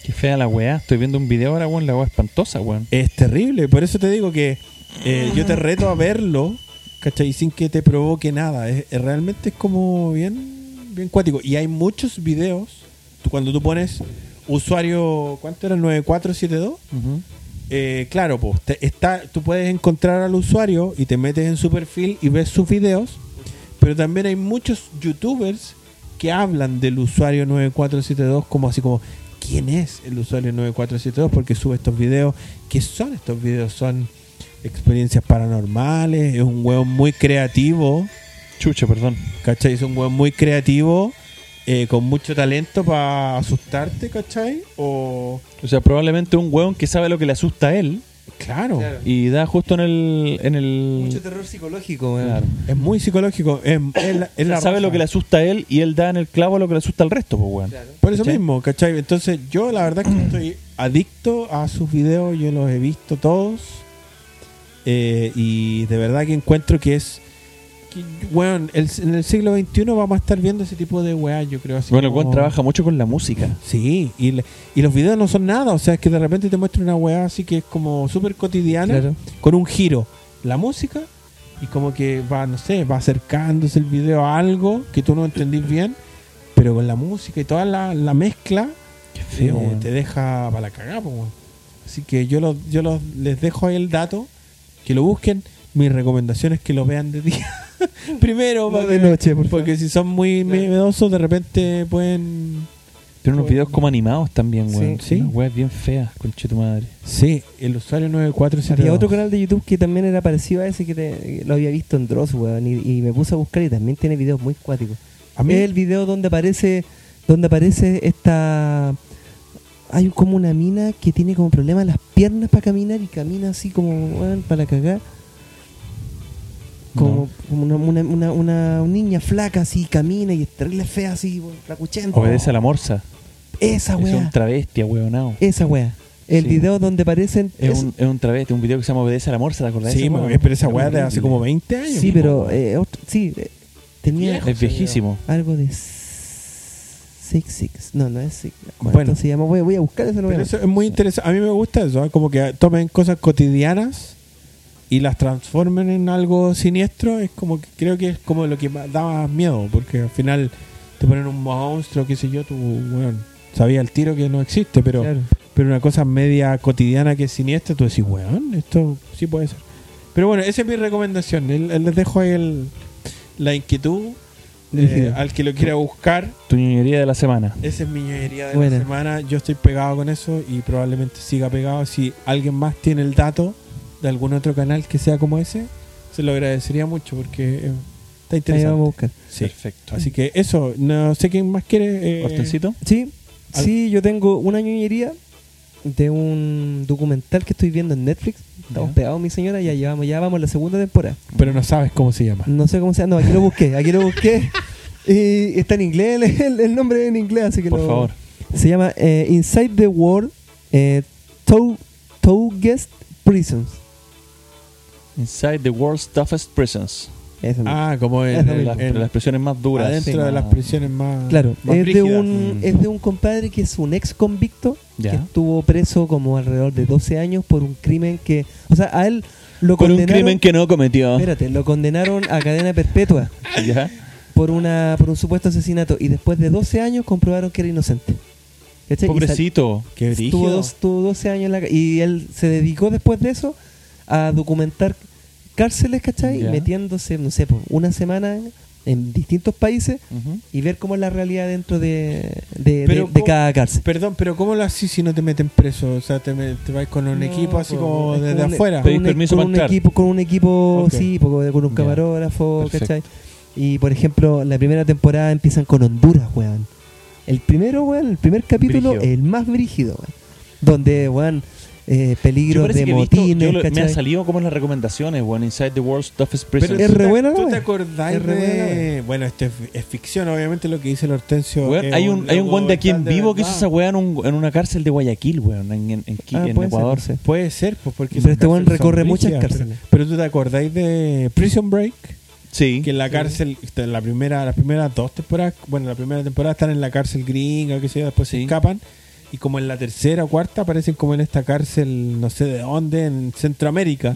Speaker 1: Qué fea la weá. Estoy viendo un video ahora, weón. La weá espantosa, weón.
Speaker 2: Es terrible, por eso te digo que eh, yo te reto a verlo, ¿cachai? Sin que te provoque nada. Es, es- realmente es como bien, bien cuático. Y hay muchos videos. Tú, cuando tú pones usuario, ¿cuánto era? 9472. Eh, claro, pues te- está, tú puedes encontrar al usuario y te metes en su perfil y ves sus videos, pero también hay muchos youtubers que hablan del usuario 9472 como así como quién es el usuario 9472 porque sube estos videos, ¿qué son estos videos? Son experiencias paranormales, es un huevo muy creativo,
Speaker 1: Chucha, perdón.
Speaker 2: ¿cachai? Es un weón muy creativo, eh, con mucho talento para asustarte, ¿cachai? O...
Speaker 1: O sea, probablemente un weón que sabe lo que le asusta a él
Speaker 2: Claro.
Speaker 3: Claro.
Speaker 1: y da justo en el. En el
Speaker 3: Mucho terror psicológico, weón.
Speaker 1: Claro.
Speaker 2: Es muy psicológico. Es, es la, es la
Speaker 1: sabe
Speaker 2: raja.
Speaker 1: lo que le asusta a él y él da en el clavo lo que le asusta al resto, pues weón.
Speaker 3: Claro.
Speaker 2: Por eso
Speaker 1: ¿Cachai?
Speaker 2: mismo, ¿cachai? Entonces yo la verdad es que estoy adicto a sus videos, yo los he visto todos. eh, y de verdad que encuentro que es... que, weón, el- en el siglo XXI vamos a estar viendo ese tipo de weá, yo creo. Así
Speaker 1: Bueno, el
Speaker 2: como-
Speaker 1: weón trabaja mucho con la música.
Speaker 2: Sí, y, le- y los videos no son nada, o sea, es que de repente te muestra una weá así que es como súper cotidiana,
Speaker 3: Claro.
Speaker 2: con un giro. La música, y como que va, no sé, va acercándose el video a algo que tú no entendís bien, pero con la música y toda la, la mezcla
Speaker 1: feo,
Speaker 2: eh,
Speaker 1: weón.
Speaker 2: te deja para la cagada, po, weón. Así que yo, los, yo los, les dejo ahí el dato, que lo busquen. Mi recomendación es que lo vean de día. Primero,
Speaker 3: No
Speaker 2: para
Speaker 3: de
Speaker 2: que-
Speaker 3: noche, por favor.
Speaker 2: porque si son muy
Speaker 3: Claro.
Speaker 2: miedosos, de repente pueden
Speaker 1: Tiene unos videos como animados también,
Speaker 3: Sí,
Speaker 1: weón.
Speaker 2: sí.
Speaker 1: Unas weas bien feas, conche tu madre.
Speaker 2: Sí, el usuario 9472.
Speaker 3: Había otro canal de YouTube que también era parecido a ese que te- eh, lo había visto en Dross, weón, y, y me puse a buscar y también tiene videos muy cuáticos.
Speaker 2: A mí-
Speaker 3: Es el video donde aparece, donde aparece esta... Hay como una mina que tiene como problema las piernas para caminar y camina así como, weón, para cagar. Como, como una, una, una- una niña flaca así, camina y es terrible fea así, weón, flacuchenta.
Speaker 2: Oh.
Speaker 1: Obedece a la morsa.
Speaker 3: Esa
Speaker 1: es
Speaker 3: weá.
Speaker 1: un travesti, weonao.
Speaker 3: Esa weá. El
Speaker 1: Sí.
Speaker 3: video donde aparecen...
Speaker 1: Es un, es un travesti, un video que se llama Obedece a la morsa, ¿te acordás? de
Speaker 2: Sí,
Speaker 1: esa
Speaker 2: mo-
Speaker 1: weá?
Speaker 2: pero esa
Speaker 1: Es
Speaker 2: weá de hace
Speaker 1: horrible.
Speaker 2: como 20 años.
Speaker 3: Sí,
Speaker 2: po.
Speaker 3: pero... eh, otro- sí, eh, tenía...
Speaker 2: Viejo.
Speaker 1: Es viejísimo.
Speaker 3: algo de Six Six. No, no es Six. ¿Cuánto
Speaker 2: Bueno.
Speaker 3: se llama? Voy, voy a buscar ese
Speaker 2: Pero
Speaker 3: nombre.
Speaker 2: eso es muy interesante. A mí me gusta eso, ¿eh? como que tomen cosas cotidianas y las transformen en algo siniestro. Es como que creo que es como lo que más- da más miedo, porque al final te ponen un monstruo, qué sé yo, tú, weón, sabía el tiro que no existe, pero,
Speaker 3: Claro.
Speaker 2: pero una cosa media cotidiana que es siniestra, tú decís, weón, esto sí puede ser. Pero bueno, esa es mi recomendación. El- el- les dejo ahí el, la inquietud
Speaker 3: Del
Speaker 2: eh,
Speaker 3: video.
Speaker 2: al que lo quiera buscar.
Speaker 1: Tu ñoñería de la semana.
Speaker 2: Esa es mi ñoñería de
Speaker 3: Buena.
Speaker 2: la semana. Yo estoy pegado con eso y probablemente siga pegado. Si alguien más tiene el dato de algún otro canal que sea como ese, se lo agradecería mucho porque eh, está
Speaker 3: Ahí
Speaker 2: interesante.
Speaker 3: vamos a buscar.
Speaker 2: Sí.
Speaker 1: Perfecto.
Speaker 2: Así que eso, no sé quién más quiere. eh,
Speaker 1: Hortencito.
Speaker 3: Sí,
Speaker 2: Al-
Speaker 3: sí, yo tengo una ñoñería de un documental que estoy viendo en Netflix. Estamos
Speaker 1: Ya.
Speaker 3: pegados, mi señora, ya llevamos, ya vamos en la segunda temporada.
Speaker 2: Pero no sabes cómo se llama.
Speaker 3: No sé cómo se llama. No, aquí lo busqué, aquí lo busqué. Y está en inglés, el, el nombre en inglés, así que
Speaker 1: Por
Speaker 3: lo-
Speaker 1: favor.
Speaker 3: Se llama eh, Inside the World eh, Tou- Toughest Prisons.
Speaker 1: Inside the World's Toughest Prisons.
Speaker 3: Eso mismo.
Speaker 2: Ah, como el,
Speaker 3: Es
Speaker 1: De
Speaker 3: El-
Speaker 1: las,
Speaker 2: el-
Speaker 1: de las prisiones más duras.
Speaker 2: adentro
Speaker 1: Sí,
Speaker 2: de las
Speaker 1: no.
Speaker 2: prisiones más.
Speaker 3: Claro,
Speaker 2: más
Speaker 3: es de,
Speaker 2: brígidas.
Speaker 3: un,
Speaker 1: Ah, Mm.
Speaker 3: es de un compadre que es un ex convicto
Speaker 1: Ya.
Speaker 3: que estuvo preso como alrededor de 12 años por un crimen que. O sea, a él lo
Speaker 1: Por un
Speaker 3: condenaron.
Speaker 1: crimen que no cometió.
Speaker 3: Espérate, lo condenaron a cadena perpetua
Speaker 1: ¿Ya?
Speaker 3: por, una, por un supuesto asesinato y después de 12 años comprobaron que era inocente. ¿Cachai? Y
Speaker 1: Pobrecito.
Speaker 2: Qué
Speaker 3: sal- Estuvo,
Speaker 2: brígido.
Speaker 3: dos- estuvo 12 años en la ca- Y él se dedicó después de eso a documentar cárceles, ¿cachai?
Speaker 1: Ya.
Speaker 3: Metiéndose, no sé, por una semana en- en distintos países
Speaker 1: Ujú.
Speaker 3: y ver cómo es la realidad dentro de, de,
Speaker 2: Pero
Speaker 3: de- de
Speaker 2: cómo-
Speaker 3: cada cárcel.
Speaker 2: Perdón, pero ¿cómo lo haces si no te meten preso? O sea, te, me- te vas con un
Speaker 3: No,
Speaker 2: equipo así
Speaker 3: pues,
Speaker 2: como
Speaker 3: es
Speaker 2: desde
Speaker 3: un-
Speaker 2: afuera.
Speaker 3: Con
Speaker 1: Pedís
Speaker 3: un, e-
Speaker 1: permiso
Speaker 3: con
Speaker 1: para
Speaker 3: un
Speaker 1: entrar.
Speaker 3: equipo, con un equipo,
Speaker 2: Ok.
Speaker 3: sí, po, con un
Speaker 2: Ya.
Speaker 3: camarógrafo,
Speaker 1: Perfecto.
Speaker 3: ¿cachai? Y por ejemplo, la primera temporada empiezan con Honduras, weón. El primero, weón, el primer capítulo,
Speaker 1: Brígido.
Speaker 3: el más brígido, weón. Donde, weón, eh,
Speaker 1: Yo
Speaker 3: peligros
Speaker 1: parece
Speaker 3: de
Speaker 1: que he visto-
Speaker 3: motines,
Speaker 1: yo lo- me ha
Speaker 3: ¿cachai?
Speaker 1: salido como en las recomendaciones, bueno, Inside the World's Toughest Prisons.
Speaker 3: es
Speaker 2: tú
Speaker 3: re
Speaker 2: te-
Speaker 3: buena la
Speaker 2: ¿Tú te
Speaker 3: wea.
Speaker 2: acordás
Speaker 3: Es re buena la
Speaker 2: de... Bueno, esto es, es ficción, obviamente, lo que dice el Hortensio.
Speaker 1: Weón,
Speaker 2: es
Speaker 1: hay un, hay un weón de aquí en
Speaker 2: documental de
Speaker 1: vivo que hizo
Speaker 2: verdad.
Speaker 1: esa weá en, un- en una cárcel de Guayaquil, weón, en, en, en Qui-
Speaker 3: Ah,
Speaker 1: en
Speaker 3: puede ser,
Speaker 1: Ecuador.
Speaker 3: sí.
Speaker 2: Puede ser, pues porque...
Speaker 3: Pero
Speaker 2: esas
Speaker 3: este weón
Speaker 2: cárceles son
Speaker 3: recorre muchas
Speaker 2: brígidas,
Speaker 3: cárceles.
Speaker 2: Pero, pero tú te acordáis de Prison Break,
Speaker 1: Sí.
Speaker 2: que en la cárcel, está en la primera, las primeras dos temporadas, bueno, la primera temporada están en la cárcel gringa, que sé yo, después se
Speaker 1: Sí.
Speaker 2: escapan. y como en la tercera o cuarta aparecen como en esta cárcel, no sé de dónde, en Centroamérica.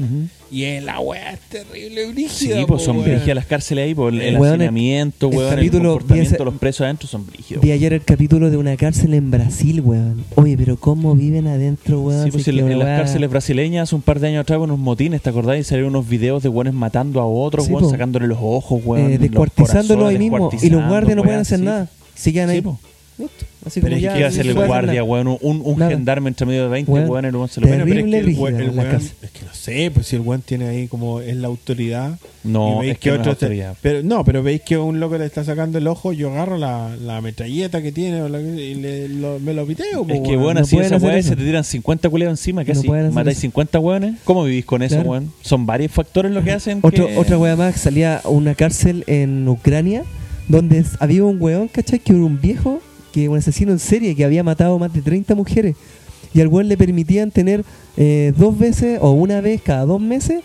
Speaker 2: Y en la weá es terrible,
Speaker 1: Sí,
Speaker 2: brígida. po,
Speaker 1: pues son
Speaker 2: weón.
Speaker 1: brígidas las cárceles ahí, por el, el
Speaker 3: Weón,
Speaker 1: hacinamiento,
Speaker 3: el
Speaker 1: weón, el,
Speaker 3: capítulo
Speaker 1: comportamiento
Speaker 3: diez-
Speaker 1: de los presos adentro son brígidos.
Speaker 3: Vi ayer el capítulo de una cárcel en Brasil, weón. Oye, pero ¿cómo viven adentro, weón?
Speaker 1: Sí,
Speaker 3: Si
Speaker 1: pues
Speaker 3: es
Speaker 1: en,
Speaker 3: que
Speaker 1: en
Speaker 3: una
Speaker 1: las
Speaker 3: weá-
Speaker 1: cárceles brasileñas hace un par de años atrás hubo unos motines, ¿te acordás? Y salieron unos videos de weones matando a otros,
Speaker 3: Sí,
Speaker 1: weón,
Speaker 3: po.
Speaker 1: sacándole los ojos, weón.
Speaker 3: eh,
Speaker 1: los
Speaker 3: descuartizándolo
Speaker 1: corazones,
Speaker 3: ahí mismo. Y los
Speaker 1: descuartizando,
Speaker 3: guardias no pueden
Speaker 1: weón,
Speaker 3: hacer
Speaker 1: sí.
Speaker 3: nada. Se quedan
Speaker 1: Sí,
Speaker 3: ahí.
Speaker 1: po.
Speaker 3: Listo. Así
Speaker 1: Pero
Speaker 3: como
Speaker 1: es que
Speaker 3: ya,
Speaker 1: iba a ser
Speaker 3: no
Speaker 1: el
Speaker 3: se puede hacer
Speaker 1: guardia,
Speaker 3: nada.
Speaker 1: weón, un, un
Speaker 3: Nada.
Speaker 1: gendarme entre medio de 20,
Speaker 3: Weón,
Speaker 1: weón, el weón se lo
Speaker 3: terrible.
Speaker 1: pone.
Speaker 2: Pero es que el
Speaker 3: brígida
Speaker 2: weón- el
Speaker 3: la
Speaker 2: weón-
Speaker 3: casa.
Speaker 2: es que no sé, pues si el weón tiene ahí como es la autoridad.
Speaker 1: No,
Speaker 2: y este- veis
Speaker 1: es que no es
Speaker 2: te-
Speaker 1: autoridad.
Speaker 2: pero no, pero veis que un loco le está sacando el ojo, yo agarro la, la metralleta que tiene o la que- y le- lo- me lo piteo. po,
Speaker 1: Es que,
Speaker 2: weón.
Speaker 1: weón,
Speaker 3: no
Speaker 1: así
Speaker 3: pueden
Speaker 1: esa
Speaker 3: hacer
Speaker 1: weón,
Speaker 3: eso.
Speaker 1: se te tiran 50 culeos encima, casi.
Speaker 3: pueden hacer
Speaker 1: Matáis
Speaker 3: eso.
Speaker 1: 50 weones. ¿Cómo vivís con eso,
Speaker 3: Claro.
Speaker 1: weón? Son varios factores lo que hacen.
Speaker 3: Otro,
Speaker 1: que-
Speaker 3: Otra weá más, salía a una cárcel en Ucrania donde s- había un weón, ¿cachai? Que era un viejo, que un asesino en serie que había matado más de 30 mujeres. Y al weón le permitían tener eh, dos veces o una vez cada dos meses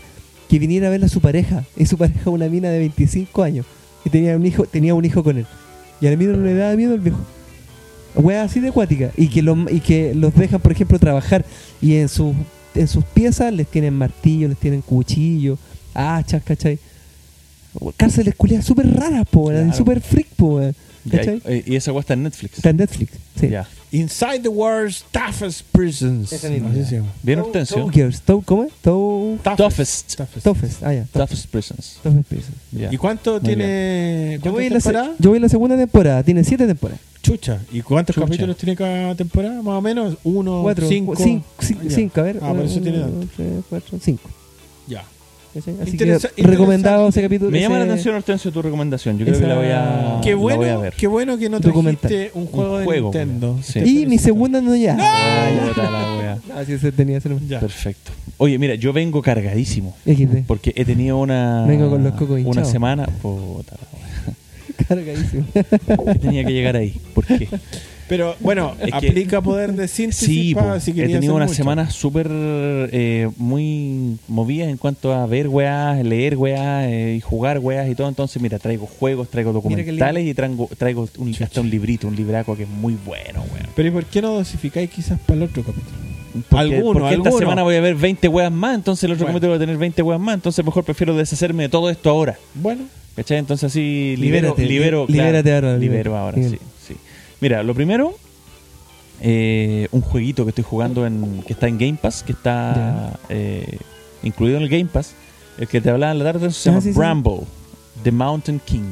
Speaker 3: que viniera a verla su pareja. Y su pareja una mina de 25 años. Y tenía un hijo, tenía un hijo con él. Y al miedo no le daba miedo el viejo. Weá así de acuática. Y que, los, y que los dejan, por ejemplo, trabajar. Y en sus, en sus piezas les tienen martillo, les tienen cuchillo, hachas, ¿cachai? Cárceles culiadas súper raras, po, weón,
Speaker 1: Claro.
Speaker 3: súper freak, po, weón,
Speaker 1: Ya,
Speaker 3: ¿cachai?
Speaker 1: eh, Y esa weón está en Netflix.
Speaker 3: Está en Netflix, sí.
Speaker 1: Ya.
Speaker 2: Inside the world's toughest prisons.
Speaker 3: Ese mismo.
Speaker 2: Así se llama.
Speaker 1: Bien
Speaker 3: Tou-
Speaker 1: obtención.
Speaker 3: Tou Girls, Tou- ¿cómo es? Tou-
Speaker 1: Toughest.
Speaker 2: Toughest.
Speaker 3: Toughes, ah, ya. Tough-
Speaker 1: Toughest prisons.
Speaker 3: Toughes Prison.
Speaker 1: Ya.
Speaker 2: ¿Y cuánto
Speaker 1: Muy
Speaker 2: tiene?
Speaker 3: Yo voy, en la
Speaker 2: ¿Cuántas
Speaker 3: se-
Speaker 2: temporadas?
Speaker 3: yo voy en la segunda temporada, tiene siete temporadas.
Speaker 2: Chucha. ¿Y cuántos
Speaker 1: Chucha.
Speaker 2: capítulos tiene cada temporada? Más o menos uno,
Speaker 3: Cuatro,
Speaker 2: Oh, cinco.
Speaker 3: cu- cinco, cinco,
Speaker 2: Ya.
Speaker 3: cinco, a ver.
Speaker 2: Ah, por eso
Speaker 3: uno,
Speaker 2: tiene
Speaker 3: dos,
Speaker 2: tanto.
Speaker 3: tres, cuatro, cinco.
Speaker 2: Ya.
Speaker 3: ¿cachai? Así
Speaker 2: Interesa-
Speaker 3: que recomendado ese capítulo.
Speaker 1: Me llama la
Speaker 3: ese-
Speaker 1: atención, Hortensio, tu recomendación. Yo creo que
Speaker 3: Esa-
Speaker 1: la voy a,
Speaker 2: Qué
Speaker 1: la Ah, voy a
Speaker 2: bueno,
Speaker 1: ver.
Speaker 2: qué bueno que no
Speaker 3: Documental.
Speaker 2: trajiste un juego de
Speaker 1: juego,
Speaker 2: Nintendo.
Speaker 1: weón. Sí.
Speaker 3: Y mi segunda no ya.
Speaker 1: Ah, ya está la wea.
Speaker 3: No, sí, se tenía ese nombre.
Speaker 2: Ya.
Speaker 1: Perfecto. Oye, mira, yo vengo cargadísimo.
Speaker 3: XD.
Speaker 1: Porque he tenido una.
Speaker 3: Vengo con los cocos
Speaker 1: Una
Speaker 3: hinchados.
Speaker 1: semana. Puta la
Speaker 3: Cargadísimo.
Speaker 1: wea. Tenía que llegar ahí. ¿Por qué?
Speaker 2: Pero bueno,
Speaker 1: Es que-
Speaker 2: aplica poder de síntesis
Speaker 1: Sí,
Speaker 2: pa-
Speaker 1: po.
Speaker 2: si
Speaker 1: he
Speaker 2: querías
Speaker 1: tenido
Speaker 2: hacer
Speaker 1: unas
Speaker 2: mucho.
Speaker 1: semanas súper eh, muy movidas en cuanto a ver weas, leer weas eh, y jugar weas y todo. Entonces, mira, traigo juegos, traigo
Speaker 3: Mira qué
Speaker 1: documentales y traigo, traigo un- hasta un librito, un libraco que es muy bueno, weón.
Speaker 2: Pero ¿y por qué no dosificáis quizás para el otro capítulo?
Speaker 1: Porque,
Speaker 2: Alguno,
Speaker 1: porque esta
Speaker 2: alguno.
Speaker 1: semana voy a ver 20 weas más, entonces el otro
Speaker 2: Bueno.
Speaker 1: capítulo voy a tener 20 weas más, entonces mejor prefiero deshacerme de todo esto ahora.
Speaker 2: Bueno,
Speaker 1: ¿Cachai? Entonces así libero,
Speaker 3: Libérate,
Speaker 1: libero,
Speaker 3: li-
Speaker 1: claro,
Speaker 3: libérate ahora,
Speaker 1: libero
Speaker 3: libérate.
Speaker 1: ahora,
Speaker 3: Bien.
Speaker 1: sí, sí. Mira, lo primero, eh, un jueguito que estoy jugando en, que está en Game Pass, que está eh, incluido en el Game Pass, el que te hablaba en la tarde se
Speaker 3: Ah,
Speaker 1: llama
Speaker 3: sí, sí.
Speaker 1: Bramble, The Mountain King.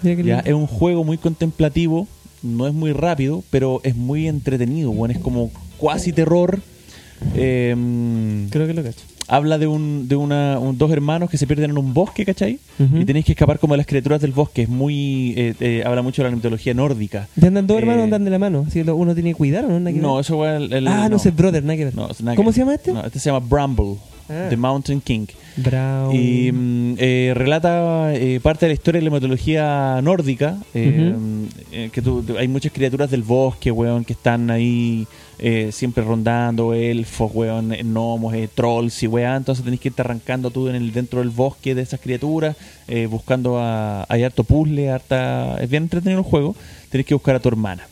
Speaker 3: Mira qué
Speaker 1: Ya,
Speaker 3: lindo.
Speaker 1: es un juego muy contemplativo, no es muy rápido, pero es muy entretenido, bueno, es como cuasi terror. em,
Speaker 3: Creo que lo cacho.
Speaker 1: habla de, un, de una, un- dos hermanos que se pierden en un bosque, ¿cachai?
Speaker 3: Ujú.
Speaker 1: Y tenéis que escapar como de las criaturas del bosque. Es muy. eh, eh, habla mucho de la mitología nórdica.
Speaker 3: Ya andan dos
Speaker 1: Eh,
Speaker 3: hermanos, andan de la mano. Así que lo- uno tiene que cuidar, ¿o ¿no? Nada que
Speaker 1: No,
Speaker 3: ver.
Speaker 1: eso fue el. el-
Speaker 3: ah, no, sé, brother, nada que ver.
Speaker 1: No, es nada que-
Speaker 3: ¿Cómo se llama este?
Speaker 1: No, este se llama Bramble,
Speaker 3: Ah.
Speaker 1: The Mountain King.
Speaker 3: Brown.
Speaker 1: Y mm, eh, relata eh, parte de la historia de la mitología nórdica, eh,
Speaker 3: Ujú.
Speaker 1: mm, eh, que tú- tú- hay muchas criaturas del bosque, weón, que están ahí eh, siempre rondando, elfos, weón, eh, gnomos, eh, trolls y weón, entonces tenés que irte arrancando tú en el, dentro del bosque de esas criaturas, eh, buscando a... Hay harto puzzle, harta... Es bien entretenido el juego, tenés que buscar a tu hermana.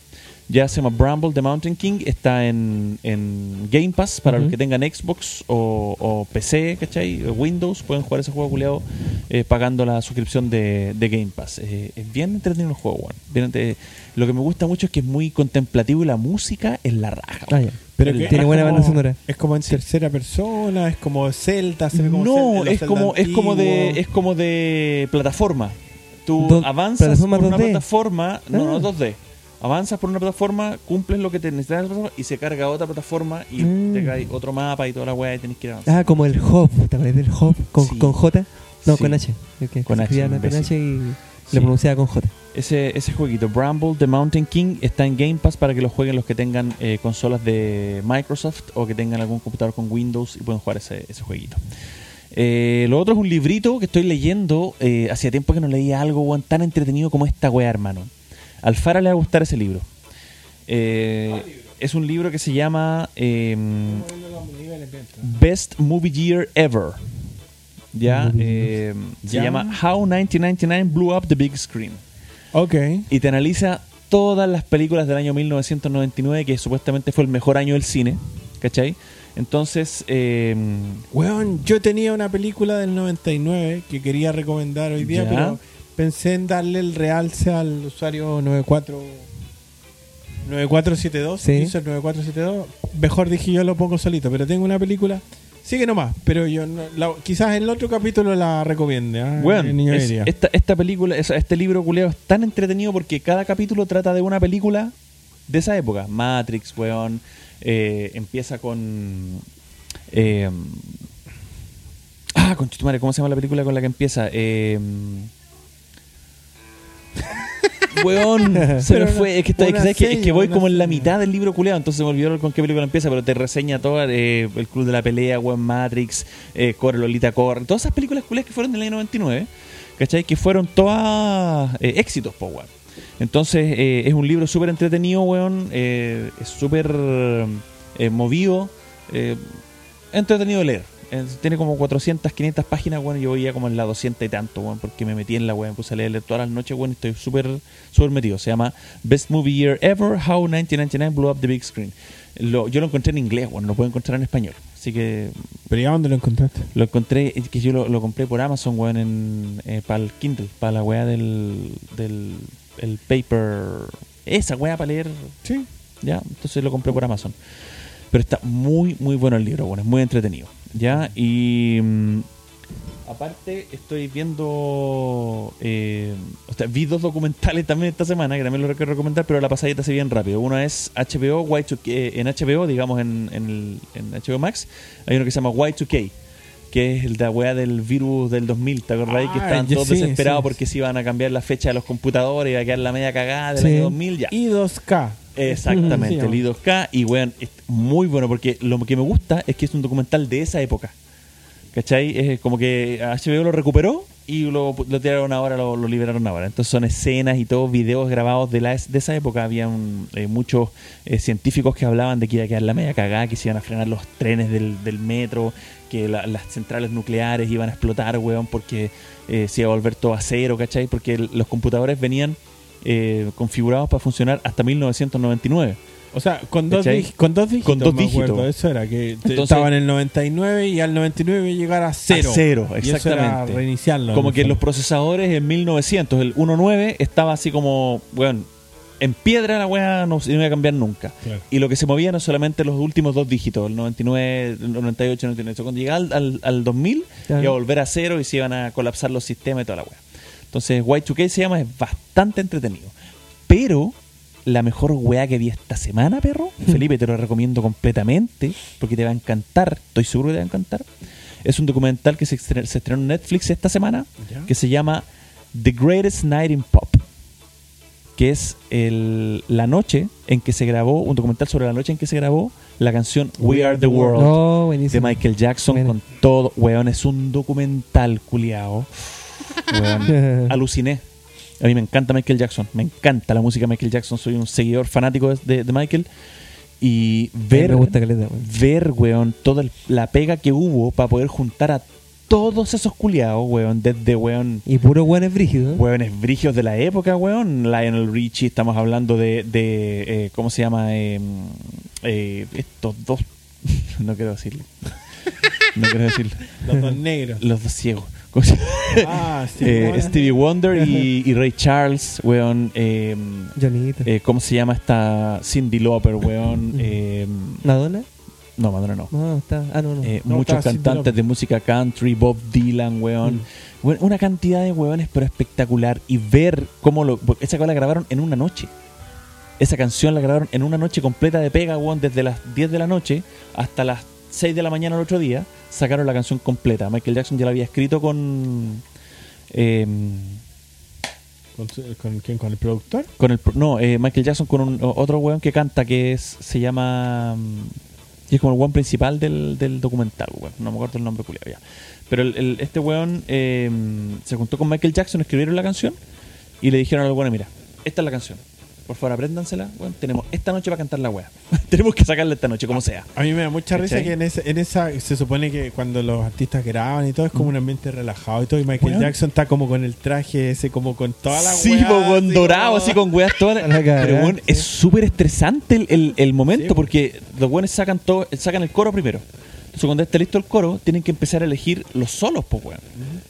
Speaker 1: Ya se llama Bramble the Mountain King, está en, en Game Pass para los
Speaker 3: Ujú.
Speaker 1: que tengan Xbox o, o PC, ¿cachai? Eh, Windows, pueden jugar ese juego culiado pagando la suscripción de, de Game Pass. Eh, es bien entretenido el juego, weón. Bien entre- Lo que me gusta mucho es que es muy contemplativo y la música es la raja.
Speaker 3: Ah,
Speaker 1: weón.
Speaker 3: ya.
Speaker 2: pero
Speaker 1: El-
Speaker 2: que
Speaker 3: Tiene
Speaker 2: es
Speaker 3: buena
Speaker 2: como-
Speaker 3: banda sonora.
Speaker 2: Es como en tercera persona, es como Zelda, se ve como Zelda-
Speaker 1: no,
Speaker 2: los
Speaker 1: es
Speaker 2: Zelda
Speaker 1: como, es como de es
Speaker 2: antiguos.
Speaker 1: como de plataforma. Tú
Speaker 3: Do-
Speaker 1: avanzas
Speaker 3: plataforma
Speaker 1: por una
Speaker 3: 2D.
Speaker 1: plataforma, no,
Speaker 3: Ah.
Speaker 1: no 2D. Avanzas por una plataforma, cumples lo que te necesitas de la plataforma y se carga otra plataforma y
Speaker 3: Mm.
Speaker 1: te cae otro mapa y toda la weá y tenés que ir avanzando.
Speaker 3: Ah, como el Hop. ¿Te acuerdas del Hop? Con,
Speaker 1: Sí.
Speaker 3: con J. No,
Speaker 1: Sí.
Speaker 3: con H. Okay.
Speaker 1: Con H,
Speaker 3: Se escribía Con
Speaker 1: imbécil.
Speaker 3: H y
Speaker 1: Sí.
Speaker 3: lo pronunciaba con J.
Speaker 1: Ese, ese jueguito, Bramble The Mountain King, está en Game Pass para que lo jueguen los que tengan eh, consolas de Microsoft o que tengan algún computador con Windows y pueden jugar ese, ese jueguito. Eh, lo otro es un librito que estoy leyendo. eh, Hacía tiempo que no leía algo weón, tan entretenido como esta weá, hermano. Al Fara le va a gustar ese libro. Eh, es un libro que se llama eh, Best Movie Year Ever. Ya, eh, se
Speaker 2: Ya.
Speaker 1: llama How 1999 Blew Up the Big Screen
Speaker 2: Ok.
Speaker 1: y te analiza todas las películas del año 1999, que supuestamente fue el mejor año del cine, ¿cachai? Entonces, eh,
Speaker 2: Weón, yo tenía una película del 99 que quería recomendar hoy día,
Speaker 1: Ya.
Speaker 2: pero pensé en darle el realce al usuario 94 9472,
Speaker 3: Sí.
Speaker 2: hizo el 9472. Mejor dije yo lo pongo solito, pero tengo una película. Sigue nomás, pero yo no- la- quizás en el otro capítulo la recomiende. ¿ah?
Speaker 1: weón,
Speaker 2: El niño
Speaker 1: es-
Speaker 2: diría.
Speaker 1: esta, esta película, es- este libro culeado es tan entretenido porque cada capítulo trata de una película de esa época. Matrix, weón, eh, empieza con... eh, ah, con ¿cómo se llama la película con la que empieza? Eh, Weón, se me
Speaker 2: Pero
Speaker 1: fue. Es que, está- es que,
Speaker 2: una
Speaker 1: ¿sabes qué? Es
Speaker 2: serie,
Speaker 1: que voy
Speaker 2: una
Speaker 1: como en la
Speaker 2: serie.
Speaker 1: mitad del libro culeado, entonces me olvidó con qué película empieza, pero te reseña toda eh, El Club de la Pelea, Weón Matrix, eh, Core, Lolita Core, todas esas películas culeadas que fueron del año 99, ¿cachai? Que fueron todas eh, éxitos, po, weón. Entonces eh, es un libro súper entretenido, weón, eh, es súper eh, movido, eh, entretenido de leer. Eh, Tiene como 400, 500 páginas, weón. Yo voy ya como en la 200 y tanto, weón, porque me metí en la weón. Me puse a leer todas las noches, weón. y Estoy súper, súper metido. Se llama Best Movie Year Ever: How 1999 Blew Up the Big Screen. Lo- yo lo encontré en inglés, weón. No lo puedo encontrar en español. Así que
Speaker 2: Pero ya dónde lo encontraste.
Speaker 1: lo encontré, es que yo lo, lo compré por Amazon, weón, en, para el Kindle, para la weá del, del el paper. Esa weá para leer
Speaker 2: Sí.
Speaker 1: ¿ya? Entonces lo compré por Amazon. Pero está muy, muy bueno el libro, bueno, es muy entretenido, ¿ya? Y mm, aparte estoy viendo, eh, o sea, vi dos documentales también esta semana, que también los quiero recomendar, pero la pasadita se bien rápido. Uno es HBO, Y2K, eh, en HBO, digamos, en, en, el- en HBO Max, hay uno que se llama Y2K. Que es el de la weá del virus del 2000, ¿te acordáis? que
Speaker 2: Ah,
Speaker 1: estaban
Speaker 2: ya
Speaker 1: todos
Speaker 2: sí,
Speaker 1: desesperados
Speaker 2: sí,
Speaker 1: porque se iban a cambiar la fecha de los computadores, iba a quedar la media cagada del
Speaker 3: Sí.
Speaker 1: año 2000, ya.
Speaker 2: Y 2K.
Speaker 1: Exactamente,
Speaker 2: Sí,
Speaker 1: el I2K. Y weón, es muy bueno porque lo que me gusta es que es un documental de esa época. ¿Cachai? Es como que HBO lo recuperó y lo, lo tiraron ahora, lo, lo liberaron ahora. Entonces son escenas y todos videos grabados de, la, de esa época. Habían eh, muchos eh, científicos que hablaban de que iba a quedar la media cagada, que se iban a frenar los trenes del, del metro, que la- las centrales nucleares iban a explotar, weón, porque eh, se iba a volver todo a cero, ¿cachai? Porque el- los computadores venían eh, configurados para funcionar hasta 1999.
Speaker 2: O sea, con dos,
Speaker 1: ¿Cachai?
Speaker 2: dig- con dos dígitos.
Speaker 1: Con dos
Speaker 2: me acuerdo,
Speaker 1: dígitos.
Speaker 2: Eso era, que te-
Speaker 1: Entonces-
Speaker 2: estaba en el 99 y al 99 llegar a cero.
Speaker 1: A cero,
Speaker 2: Y eso era
Speaker 1: exactamente.
Speaker 2: reiniciarlo.
Speaker 1: Como
Speaker 2: en
Speaker 1: que
Speaker 2: el
Speaker 1: los
Speaker 2: fondo.
Speaker 1: procesadores en 1900, el 1.9 estaba así como, bueno, en piedra la weá no, se iba a cambiar nunca.
Speaker 2: Claro.
Speaker 1: Y lo que se movía no solamente los últimos dos dígitos, el 99, el 98, 99. Entonces, Cuando llegaba al, al, al 2000,
Speaker 3: Claro.
Speaker 1: iba a volver a cero y se iban a colapsar los sistemas y toda la weá. Entonces, Y2K se llama, es bastante entretenido. Pero la mejor weá que vi esta semana, perro, Felipe, te lo recomiendo completamente porque te va a encantar, estoy seguro que te va a encantar. Es un documental que se, estre- se estrenó en Netflix esta semana
Speaker 2: Ya.
Speaker 1: que se llama The Greatest Night in Pop que es el- la noche en que se grabó, un documental sobre la noche en que se grabó la canción We, Are the World
Speaker 3: No,
Speaker 1: de
Speaker 3: buenísimo.
Speaker 1: Michael Jackson
Speaker 3: Mira.
Speaker 1: con todo. Weón, es un documental culiao. Weón, aluciné. A mí me encanta Michael Jackson, me encanta la música de Michael Jackson, soy un seguidor fanático de- de, de Michael. Y ver,
Speaker 3: me gusta caleta, weón.
Speaker 1: ver, weón, toda el- la pega que hubo para poder juntar a todos esos culiados, weón, desde, weón,
Speaker 3: Y puro weón es brígido.
Speaker 1: Hueones brigios de la época, weón. Lionel Richie, estamos hablando de. de, eh, ¿Cómo se llama? Eh, eh, estos dos. no quiero decirlo. No quiero decirlo.
Speaker 2: Los dos negros.
Speaker 1: Los dos ciegos. ¿Cómo se llama?
Speaker 2: ah, sí.
Speaker 1: Eh,
Speaker 2: bueno.
Speaker 1: Stevie Wonder y, y Ray Charles, weón. Eh,
Speaker 3: Johnito.
Speaker 1: eh, ¿Cómo se llama esta Cindy Lauper, weón? Eh,
Speaker 3: ¿Madonna?
Speaker 1: no, Madonna no.
Speaker 3: No, está. Ah, no, no.
Speaker 1: Eh,
Speaker 2: No,
Speaker 1: muchos
Speaker 2: estaba Cyndi
Speaker 1: cantantes
Speaker 2: Lauper.
Speaker 1: de música country, Bob Dylan, weón. Weón, Una cantidad de weones, pero espectacular. Y ver cómo lo. porque Esa cosa la grabaron en una noche. Esa canción la grabaron en una noche completa de pega, weón, desde las 10 de la noche hasta las 6 de la mañana el otro día. Sacaron la canción completa. Michael Jackson ya la había escrito con. eh,
Speaker 2: ¿Con, su- con quién? ¿Con el productor?
Speaker 1: con el. pro- No, eh, Michael Jackson con un- otro weón que canta que es, se llama. mm, Y es como el weón principal del, del documental, weón. No me acuerdo el nombre culiao ya. Pero el- el- este weón eh, se juntó con Michael Jackson, escribieron la canción y le dijeron al weón, mira, esta es la canción. Por favor, apréndansela. Bueno, tenemos esta noche para cantar la wea. tenemos que sacarla esta noche, como sea.
Speaker 2: A mí me da mucha risa
Speaker 1: ¿Cachai?
Speaker 2: que en esa, en esa se supone que cuando los artistas graban y todo es como un ambiente relajado y todo. Y Michael
Speaker 1: Mm. Weón.
Speaker 2: Jackson está como con el traje ese, como con toda la
Speaker 1: Sí,
Speaker 2: weá,
Speaker 1: po, con
Speaker 2: así
Speaker 1: dorado,
Speaker 2: como-
Speaker 1: así con weas todas.
Speaker 3: A la cagada,
Speaker 1: Pero bueno,
Speaker 3: sí.
Speaker 1: es súper estresante el, el- el momento
Speaker 2: Sí, po.
Speaker 1: porque los buenos sacan todo, sacan el coro primero. Entonces cuando esté listo el coro, tienen que empezar a elegir los solos, pues weón.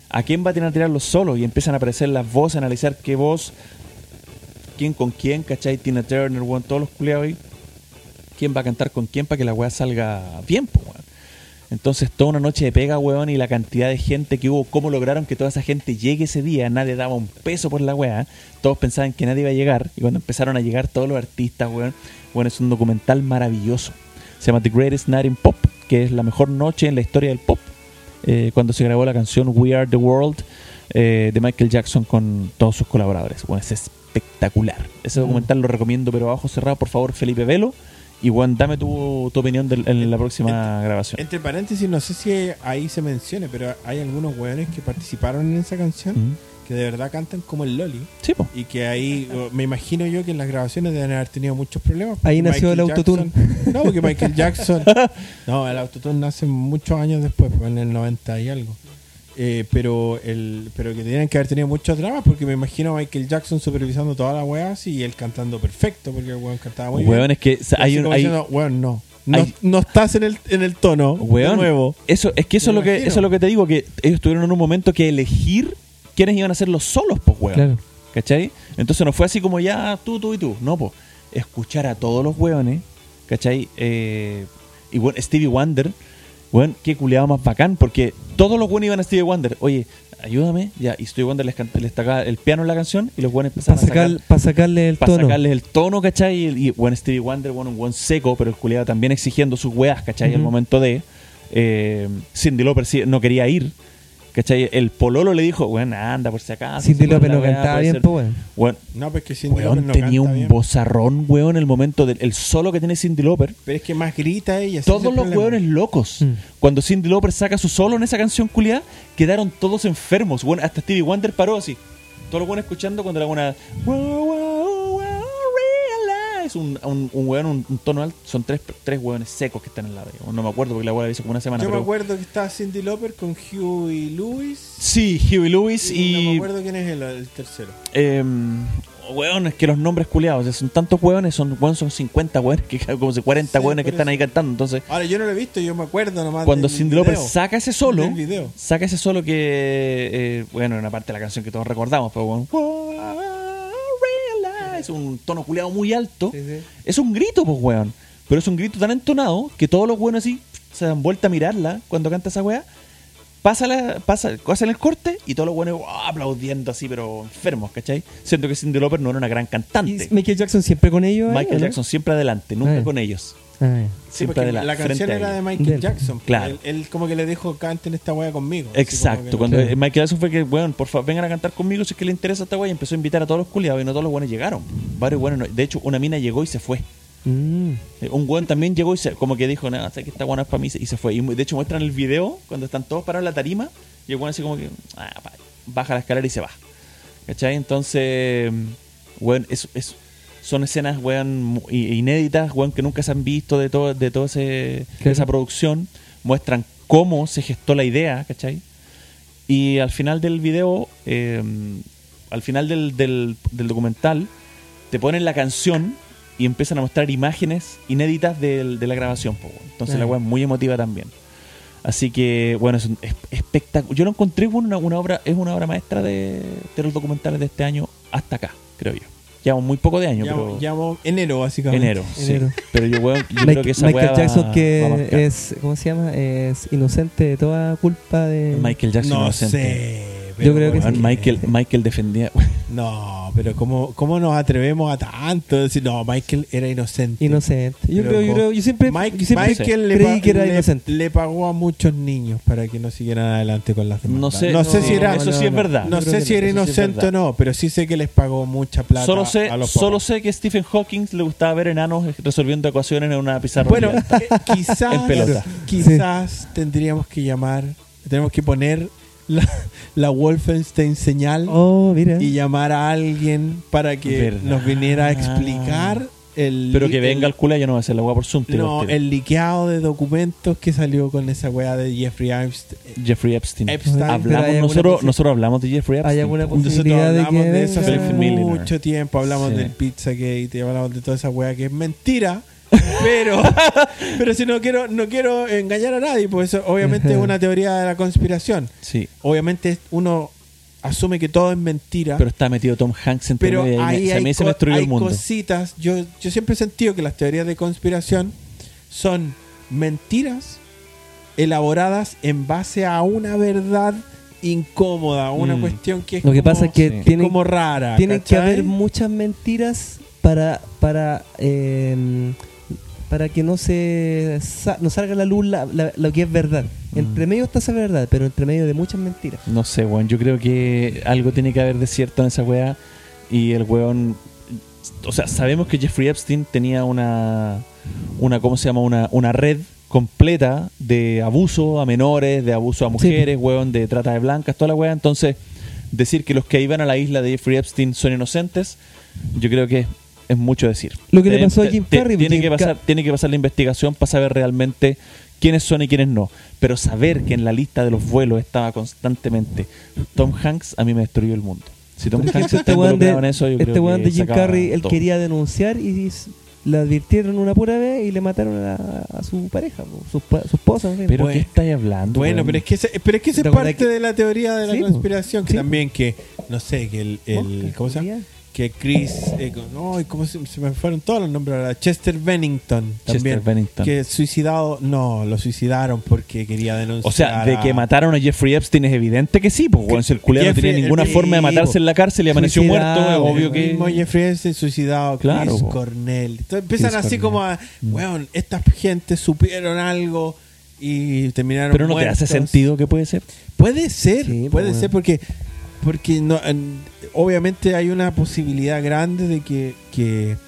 Speaker 1: ¿A quién va a tener a tirar los solos? Y empiezan a aparecer las voces, analizar qué voz, quién con quién, ¿cachai? Tina Turner, weón, todos los culiados ahí. ¿Quién va a cantar con quién para que la wea salga bien, pues weón? Entonces, toda una noche de pega, weón, y la cantidad de gente que hubo, cómo lograron que toda esa gente llegue ese día, nadie daba un peso por la weá, todos pensaban que nadie iba a llegar, y cuando empezaron a llegar todos los artistas, weón, bueno, es un documental maravilloso. Se llama The Greatest Night in Pop, que es la mejor noche en la historia del pop, eh, cuando se grabó la canción We Are the World eh, de Michael Jackson con todos sus colaboradores. Bueno, es espectacular. Ese documental lo recomiendo, pero abajo cerrado, por favor, Felipe Velo. Y Juan, dame tu, tu opinión del- en la próxima grabación.
Speaker 2: Entre paréntesis, no sé si ahí se mencione, pero hay algunos weones que participaron en esa canción
Speaker 1: Mm.
Speaker 2: que de verdad cantan como el Loli.
Speaker 1: Sí, po.
Speaker 2: Y que ahí, o- me imagino yo que en las grabaciones deben haber tenido muchos problemas.
Speaker 3: Ahí
Speaker 2: porque
Speaker 3: nació el
Speaker 2: Jackson-
Speaker 3: autotune.
Speaker 2: No, porque Michael Jackson. No, el autotune nace muchos años después, pues, en el 90 y algo. Eh, pero el pero que tenían que haber tenido muchos dramas, porque me imagino a Michael Jackson supervisando todas las weas y él cantando perfecto, porque el weón cantaba Ah, muy
Speaker 1: Weón,
Speaker 2: bien.
Speaker 1: es que o sea,
Speaker 2: Así
Speaker 1: hay un.
Speaker 2: como
Speaker 1: hay-
Speaker 2: diciendo, weón, no. No,
Speaker 1: hay-
Speaker 2: no estás en el, en el tono de
Speaker 1: weón,
Speaker 2: nuevo.
Speaker 1: Eso, es que eso es
Speaker 2: Me
Speaker 1: lo que,
Speaker 2: imagino.
Speaker 1: eso es lo que te digo, que ellos tuvieron en un momento que elegir quiénes iban a ser los solos, pues, weón.
Speaker 3: Claro.
Speaker 1: ¿Cachai? Entonces no fue así como ya tú, tú y tú. No, pues. Escuchar a todos los weones, ¿cachai? Eh, y bueno, Stevie Wonder, weón, qué culeado más bacán, porque todos los weones iban a Stevie Wonder. Oye, ayúdame, ya. Y Stevie Wonder les, canta- les tocaba el piano en la canción y los weones
Speaker 3: Para
Speaker 1: empezaron a sacar
Speaker 3: sacar, pa' sacarle el
Speaker 1: para
Speaker 3: tono.
Speaker 1: sacarles el tono, ¿cachai? Y, y, bueno, Stevie Wonder, bueno, un buen seco, pero el culiado también exigiendo sus weas, ¿cachai? Al
Speaker 3: Ujú.
Speaker 1: momento de. eh, Cindy Lauper sí- no quería ir, ¿cachai? El Pololo le dijo, bueno, anda por si acaso.
Speaker 3: Cindy
Speaker 1: si
Speaker 3: Lauper
Speaker 1: la
Speaker 3: no
Speaker 1: wea
Speaker 3: cantaba
Speaker 1: puede
Speaker 3: bien,
Speaker 1: ser".
Speaker 3: pues, weón.
Speaker 1: Bueno,
Speaker 2: No, pues que Cindy
Speaker 1: weón,
Speaker 2: Lauper no
Speaker 1: tenía
Speaker 2: canta
Speaker 1: un
Speaker 2: bien.
Speaker 1: bozarrón, weón, en el momento del el solo que tiene Cindy Lauper.
Speaker 2: Pero es que más grita ella. ese es
Speaker 1: Todos
Speaker 2: el
Speaker 1: los
Speaker 2: problema.
Speaker 1: weones locos.
Speaker 3: Mm.
Speaker 1: Cuando Cindy Lauper saca su solo en esa canción culiada, quedaron todos enfermos. Bueno, hasta Stevie Wonder paró así. Todos los weones escuchando cuando era una. "Wow, wow, wow, realize", Un, un, un weón, un, un tono alto. Son tres, tres weones secos que están en la radio. No me acuerdo porque la weá la hice como una semana.
Speaker 2: Yo me
Speaker 1: pero-
Speaker 2: acuerdo que estaba Cindy Lauper con Hugh y Lewis.
Speaker 1: Sí, Huey Lewis
Speaker 2: No
Speaker 1: y.
Speaker 2: me acuerdo quién es el, el tercero.
Speaker 1: em, weón, es que los nombres culiados. Son tantos weones, son, weón, son 50 weones, que, como si 40
Speaker 2: Sí,
Speaker 1: weones que
Speaker 2: por
Speaker 1: están ahí
Speaker 2: eso.
Speaker 1: cantando. Entonces.
Speaker 2: Ahora, yo no lo he visto, yo me acuerdo nomás.
Speaker 1: cuando
Speaker 2: del
Speaker 1: Cindy Lauper
Speaker 2: video.
Speaker 1: saca ese solo,
Speaker 2: Del video.
Speaker 1: saca ese solo que, eh, bueno, una parte de la canción que todos recordamos, pero bueno, es un tono culeado muy alto.
Speaker 3: Sí, sí.
Speaker 1: Es un grito, pues, weón. Pero es un grito tan entonado que todos los buenos así se dan vuelta a mirarla cuando canta esa weá. Pasa, la, pasa hacen el corte y todos los buenos ah, aplaudiendo así, pero enfermos, ¿cachai? Siento que Cindy Lauper no era una gran
Speaker 3: ¿Y
Speaker 1: cantante.
Speaker 3: Michael Jackson siempre con ellos? ahí,
Speaker 1: Michael
Speaker 3: o no?
Speaker 1: Jackson siempre adelante, nunca
Speaker 3: Ah.
Speaker 1: con ellos.
Speaker 3: Ah, ya.
Speaker 2: Sí,
Speaker 1: Siempre
Speaker 2: porque
Speaker 1: adelante.
Speaker 2: la canción
Speaker 1: frente a
Speaker 2: era de
Speaker 1: ellos.
Speaker 2: Michael
Speaker 3: Del-
Speaker 2: Jackson. pues,
Speaker 1: Claro.
Speaker 2: Él, él como que le dijo, canten esta wea conmigo. Así como que-
Speaker 1: Exacto, cuando
Speaker 3: Claro.
Speaker 1: eh, Michael Jackson fue que, weón, por favor, vengan a cantar conmigo si es que le interesa esta weá y empezó a invitar a todos los culiados y no todos los buenos llegaron. Varios buenos, no- de hecho, una mina llegó y se fue.
Speaker 3: Mm.
Speaker 1: Eh, Un weón también llegó y se, como que dijo, nada, sé que esta buena es para mí y se fue. Y mu- de hecho muestran el video cuando están todos parados en la tarima y el weón así como que ah, pa, baja la escalera y se va. ¿Cachai? Entonces, weón, es, es- son escenas, weón, mu- i- inéditas, weón, que nunca se han visto de todo, de toda
Speaker 3: Claro.
Speaker 1: esa producción. Muestran cómo se gestó la idea, ¿cachai? Y al final del video, eh, al final del, del- del documental, te ponen la canción y empiezan a mostrar imágenes inéditas del- de la grabación. po, weón. Entonces la
Speaker 2: Claro.
Speaker 1: web es muy emotiva también. Así que, bueno, es un espectáculo. Yo lo encontré bueno, una, una obra, es una obra maestra de, de los documentales de este año hasta acá, creo yo. Llevamos muy poco de año,
Speaker 2: Llamo,
Speaker 1: pero
Speaker 2: llamo enero, básicamente.
Speaker 1: enero, sí.
Speaker 3: Enero.
Speaker 1: Pero yo, weón, yo creo
Speaker 3: Mike-
Speaker 1: que esa
Speaker 3: Michael
Speaker 1: weá va-
Speaker 3: Jackson
Speaker 1: va a marcar.
Speaker 3: que es, ¿cómo se llama? Es inocente de toda culpa de...
Speaker 1: Michael Jackson
Speaker 2: No
Speaker 1: inocente.
Speaker 2: sé.
Speaker 3: Yo creo que
Speaker 1: Weón,
Speaker 2: weón,
Speaker 3: sí.
Speaker 1: Michael, Michael defendía.
Speaker 2: No, pero ¿cómo, ¿cómo nos atrevemos a tanto? Decir, no, Michael era inocente.
Speaker 3: Inocente. Yo,
Speaker 2: Pero
Speaker 3: creo, yo,
Speaker 2: como-
Speaker 3: creo- yo siempre,
Speaker 2: Mike-
Speaker 3: yo siempre
Speaker 2: Michael le,
Speaker 3: creí
Speaker 2: pa-
Speaker 3: que era
Speaker 2: le-
Speaker 3: inocente.
Speaker 2: le pagó a muchos niños para que no siguieran adelante con las
Speaker 1: No
Speaker 2: demandas.
Speaker 1: sé,
Speaker 2: no sé
Speaker 1: no,
Speaker 2: si era,
Speaker 1: eso sí es verdad.
Speaker 2: no
Speaker 3: Yo creo
Speaker 2: sé
Speaker 3: que
Speaker 2: si era
Speaker 1: eso sí es
Speaker 2: inocente
Speaker 1: verdad.
Speaker 2: o no, pero sí sé que les pagó mucha plata.
Speaker 1: Solo sé,
Speaker 2: a los
Speaker 1: solo
Speaker 2: papás.
Speaker 1: sé que Stephen Hawking le gustaba ver enanos resolviendo ecuaciones en una pizarra.
Speaker 2: Bueno,
Speaker 1: gigante.
Speaker 2: eh, quizás,
Speaker 1: En pelota.
Speaker 2: quizás tendríamos que llamar, tenemos que poner la, la Wolfenstein señal
Speaker 3: Oh, mira.
Speaker 2: y llamar a alguien para que
Speaker 1: Verdad.
Speaker 2: nos viniera a explicar el.
Speaker 1: Pero que
Speaker 2: el-
Speaker 1: venga el culo, yo no voy a hacer la weá por Zoom. te digo
Speaker 2: No,
Speaker 1: al tiro.
Speaker 2: el liqueado de documentos que salió con esa weá de Jeffrey Epstein.
Speaker 1: Jeffrey Epstein.
Speaker 2: Epstein.
Speaker 3: Pero hay
Speaker 1: hablamos,
Speaker 3: alguna
Speaker 1: nosotros,
Speaker 3: posi-
Speaker 1: nosotros hablamos de Jeffrey Epstein.
Speaker 3: ¿Hay alguna
Speaker 2: Nosotros
Speaker 3: posibilidad de que
Speaker 2: hablamos de eso hace
Speaker 1: venga? Miller.
Speaker 2: mucho tiempo. Hablamos
Speaker 1: Sí.
Speaker 2: del Pizzagate, hablamos de toda esa weá que es mentira. Pero, pero si no quiero, no quiero engañar a nadie, pues eso obviamente es
Speaker 3: Ajá.
Speaker 2: una teoría de la conspiración.
Speaker 1: Sí.
Speaker 2: Obviamente uno asume que todo es mentira.
Speaker 1: Pero está metido Tom Hanks en
Speaker 2: Pero
Speaker 1: medio y ahí
Speaker 2: ahí
Speaker 1: me- se
Speaker 2: hay,
Speaker 1: me, se me
Speaker 2: co-
Speaker 1: destruyó
Speaker 2: hay
Speaker 1: el mundo.
Speaker 2: cositas. Yo, yo siempre he sentido que las teorías de conspiración son mentiras elaboradas en base a una verdad incómoda, una
Speaker 1: Mm.
Speaker 2: cuestión que es
Speaker 3: Lo que
Speaker 2: como-
Speaker 3: pasa es que
Speaker 1: sí.
Speaker 2: que es
Speaker 3: tienen,
Speaker 2: como
Speaker 1: Ah,
Speaker 2: rara.
Speaker 3: tienen que
Speaker 2: ¿cachai?
Speaker 3: haber muchas mentiras para para eh, para que no se sa- no salga a la luz la- la- lo que es verdad.
Speaker 1: Mm.
Speaker 3: Entre medio está esa verdad, pero entre medio de muchas mentiras.
Speaker 1: No sé, weón. Yo creo que algo tiene que haber de cierto en esa weá. Y el weón. O sea, sabemos que Jeffrey Epstein tenía una. una ¿Cómo se llama? Una, una red completa de abuso a menores, de abuso a mujeres, weón, de trata de blancas, toda la weá. Entonces, decir que los que iban a la isla de Jeffrey Epstein son inocentes, yo creo que es mucho decir.
Speaker 3: Lo que le
Speaker 1: Te-
Speaker 3: pasó a
Speaker 1: te-
Speaker 3: Jim
Speaker 1: te-
Speaker 3: Carrey, pues
Speaker 1: Tiene
Speaker 3: Jim
Speaker 1: que, pasar,
Speaker 3: Car-
Speaker 1: tiene que pasar la investigación para saber realmente quiénes son y quiénes no. Pero saber que en la lista de los vuelos estaba constantemente Tom Hanks, a mí me destruyó el mundo. Si Tom
Speaker 3: Por
Speaker 1: Hanks
Speaker 3: ejemplo,
Speaker 1: está
Speaker 3: este weón
Speaker 1: involucrado en
Speaker 3: de,
Speaker 1: eso, yo
Speaker 3: este
Speaker 1: creo
Speaker 3: weón
Speaker 1: que
Speaker 3: de Jim
Speaker 1: sacaba
Speaker 3: Carrey, él
Speaker 1: todo.
Speaker 3: quería denunciar y s- le advirtieron una pura vez y le mataron a, a su pareja, po, su, pa- su esposa. en fin.
Speaker 1: ¿Pero
Speaker 2: Bueno.
Speaker 1: qué estáis hablando?
Speaker 2: Bueno,
Speaker 1: weón?
Speaker 2: pero es que, ese- pero es, que esa
Speaker 3: ¿Te
Speaker 2: es
Speaker 3: acordás
Speaker 2: parte
Speaker 3: que-
Speaker 2: de la teoría de la
Speaker 3: Sí, po.
Speaker 2: conspiración. Que
Speaker 3: Sí, po.
Speaker 2: también que, no sé, que el. el
Speaker 3: Mosca,
Speaker 2: ¿Cómo se llama?
Speaker 3: culiao.
Speaker 2: Que Chris. eh, no, y ¿cómo se, se me fueron todos los nombres? ahora. Chester Bennington
Speaker 1: Chester
Speaker 2: también.
Speaker 1: Bennington.
Speaker 2: Que suicidado. No, lo suicidaron porque quería denunciar.
Speaker 1: O sea, de
Speaker 2: a-
Speaker 1: que mataron a Jeffrey Epstein es evidente que sí, pues, weón. Si el culiao no
Speaker 2: Jeffrey-
Speaker 1: tenía ninguna
Speaker 2: el-
Speaker 1: forma de matarse
Speaker 2: sí,
Speaker 1: en la cárcel y amaneció
Speaker 3: Suicidado,
Speaker 1: muerto, es
Speaker 2: El
Speaker 1: obvio que.
Speaker 2: mismo Jeffrey Epstein suicidado,
Speaker 1: Claro,
Speaker 2: Chris
Speaker 1: po.
Speaker 2: Cornell. Entonces empiezan
Speaker 1: Chris
Speaker 2: así
Speaker 1: Cornell.
Speaker 2: como a, weón, esta gente supieron algo y terminaron
Speaker 1: Pero no te hace
Speaker 2: muertos".
Speaker 1: sentido que puede ser.
Speaker 2: Puede ser,
Speaker 3: Sí,
Speaker 2: puede
Speaker 3: pues,
Speaker 2: ser porque porque no, en- obviamente hay una posibilidad grande de que, que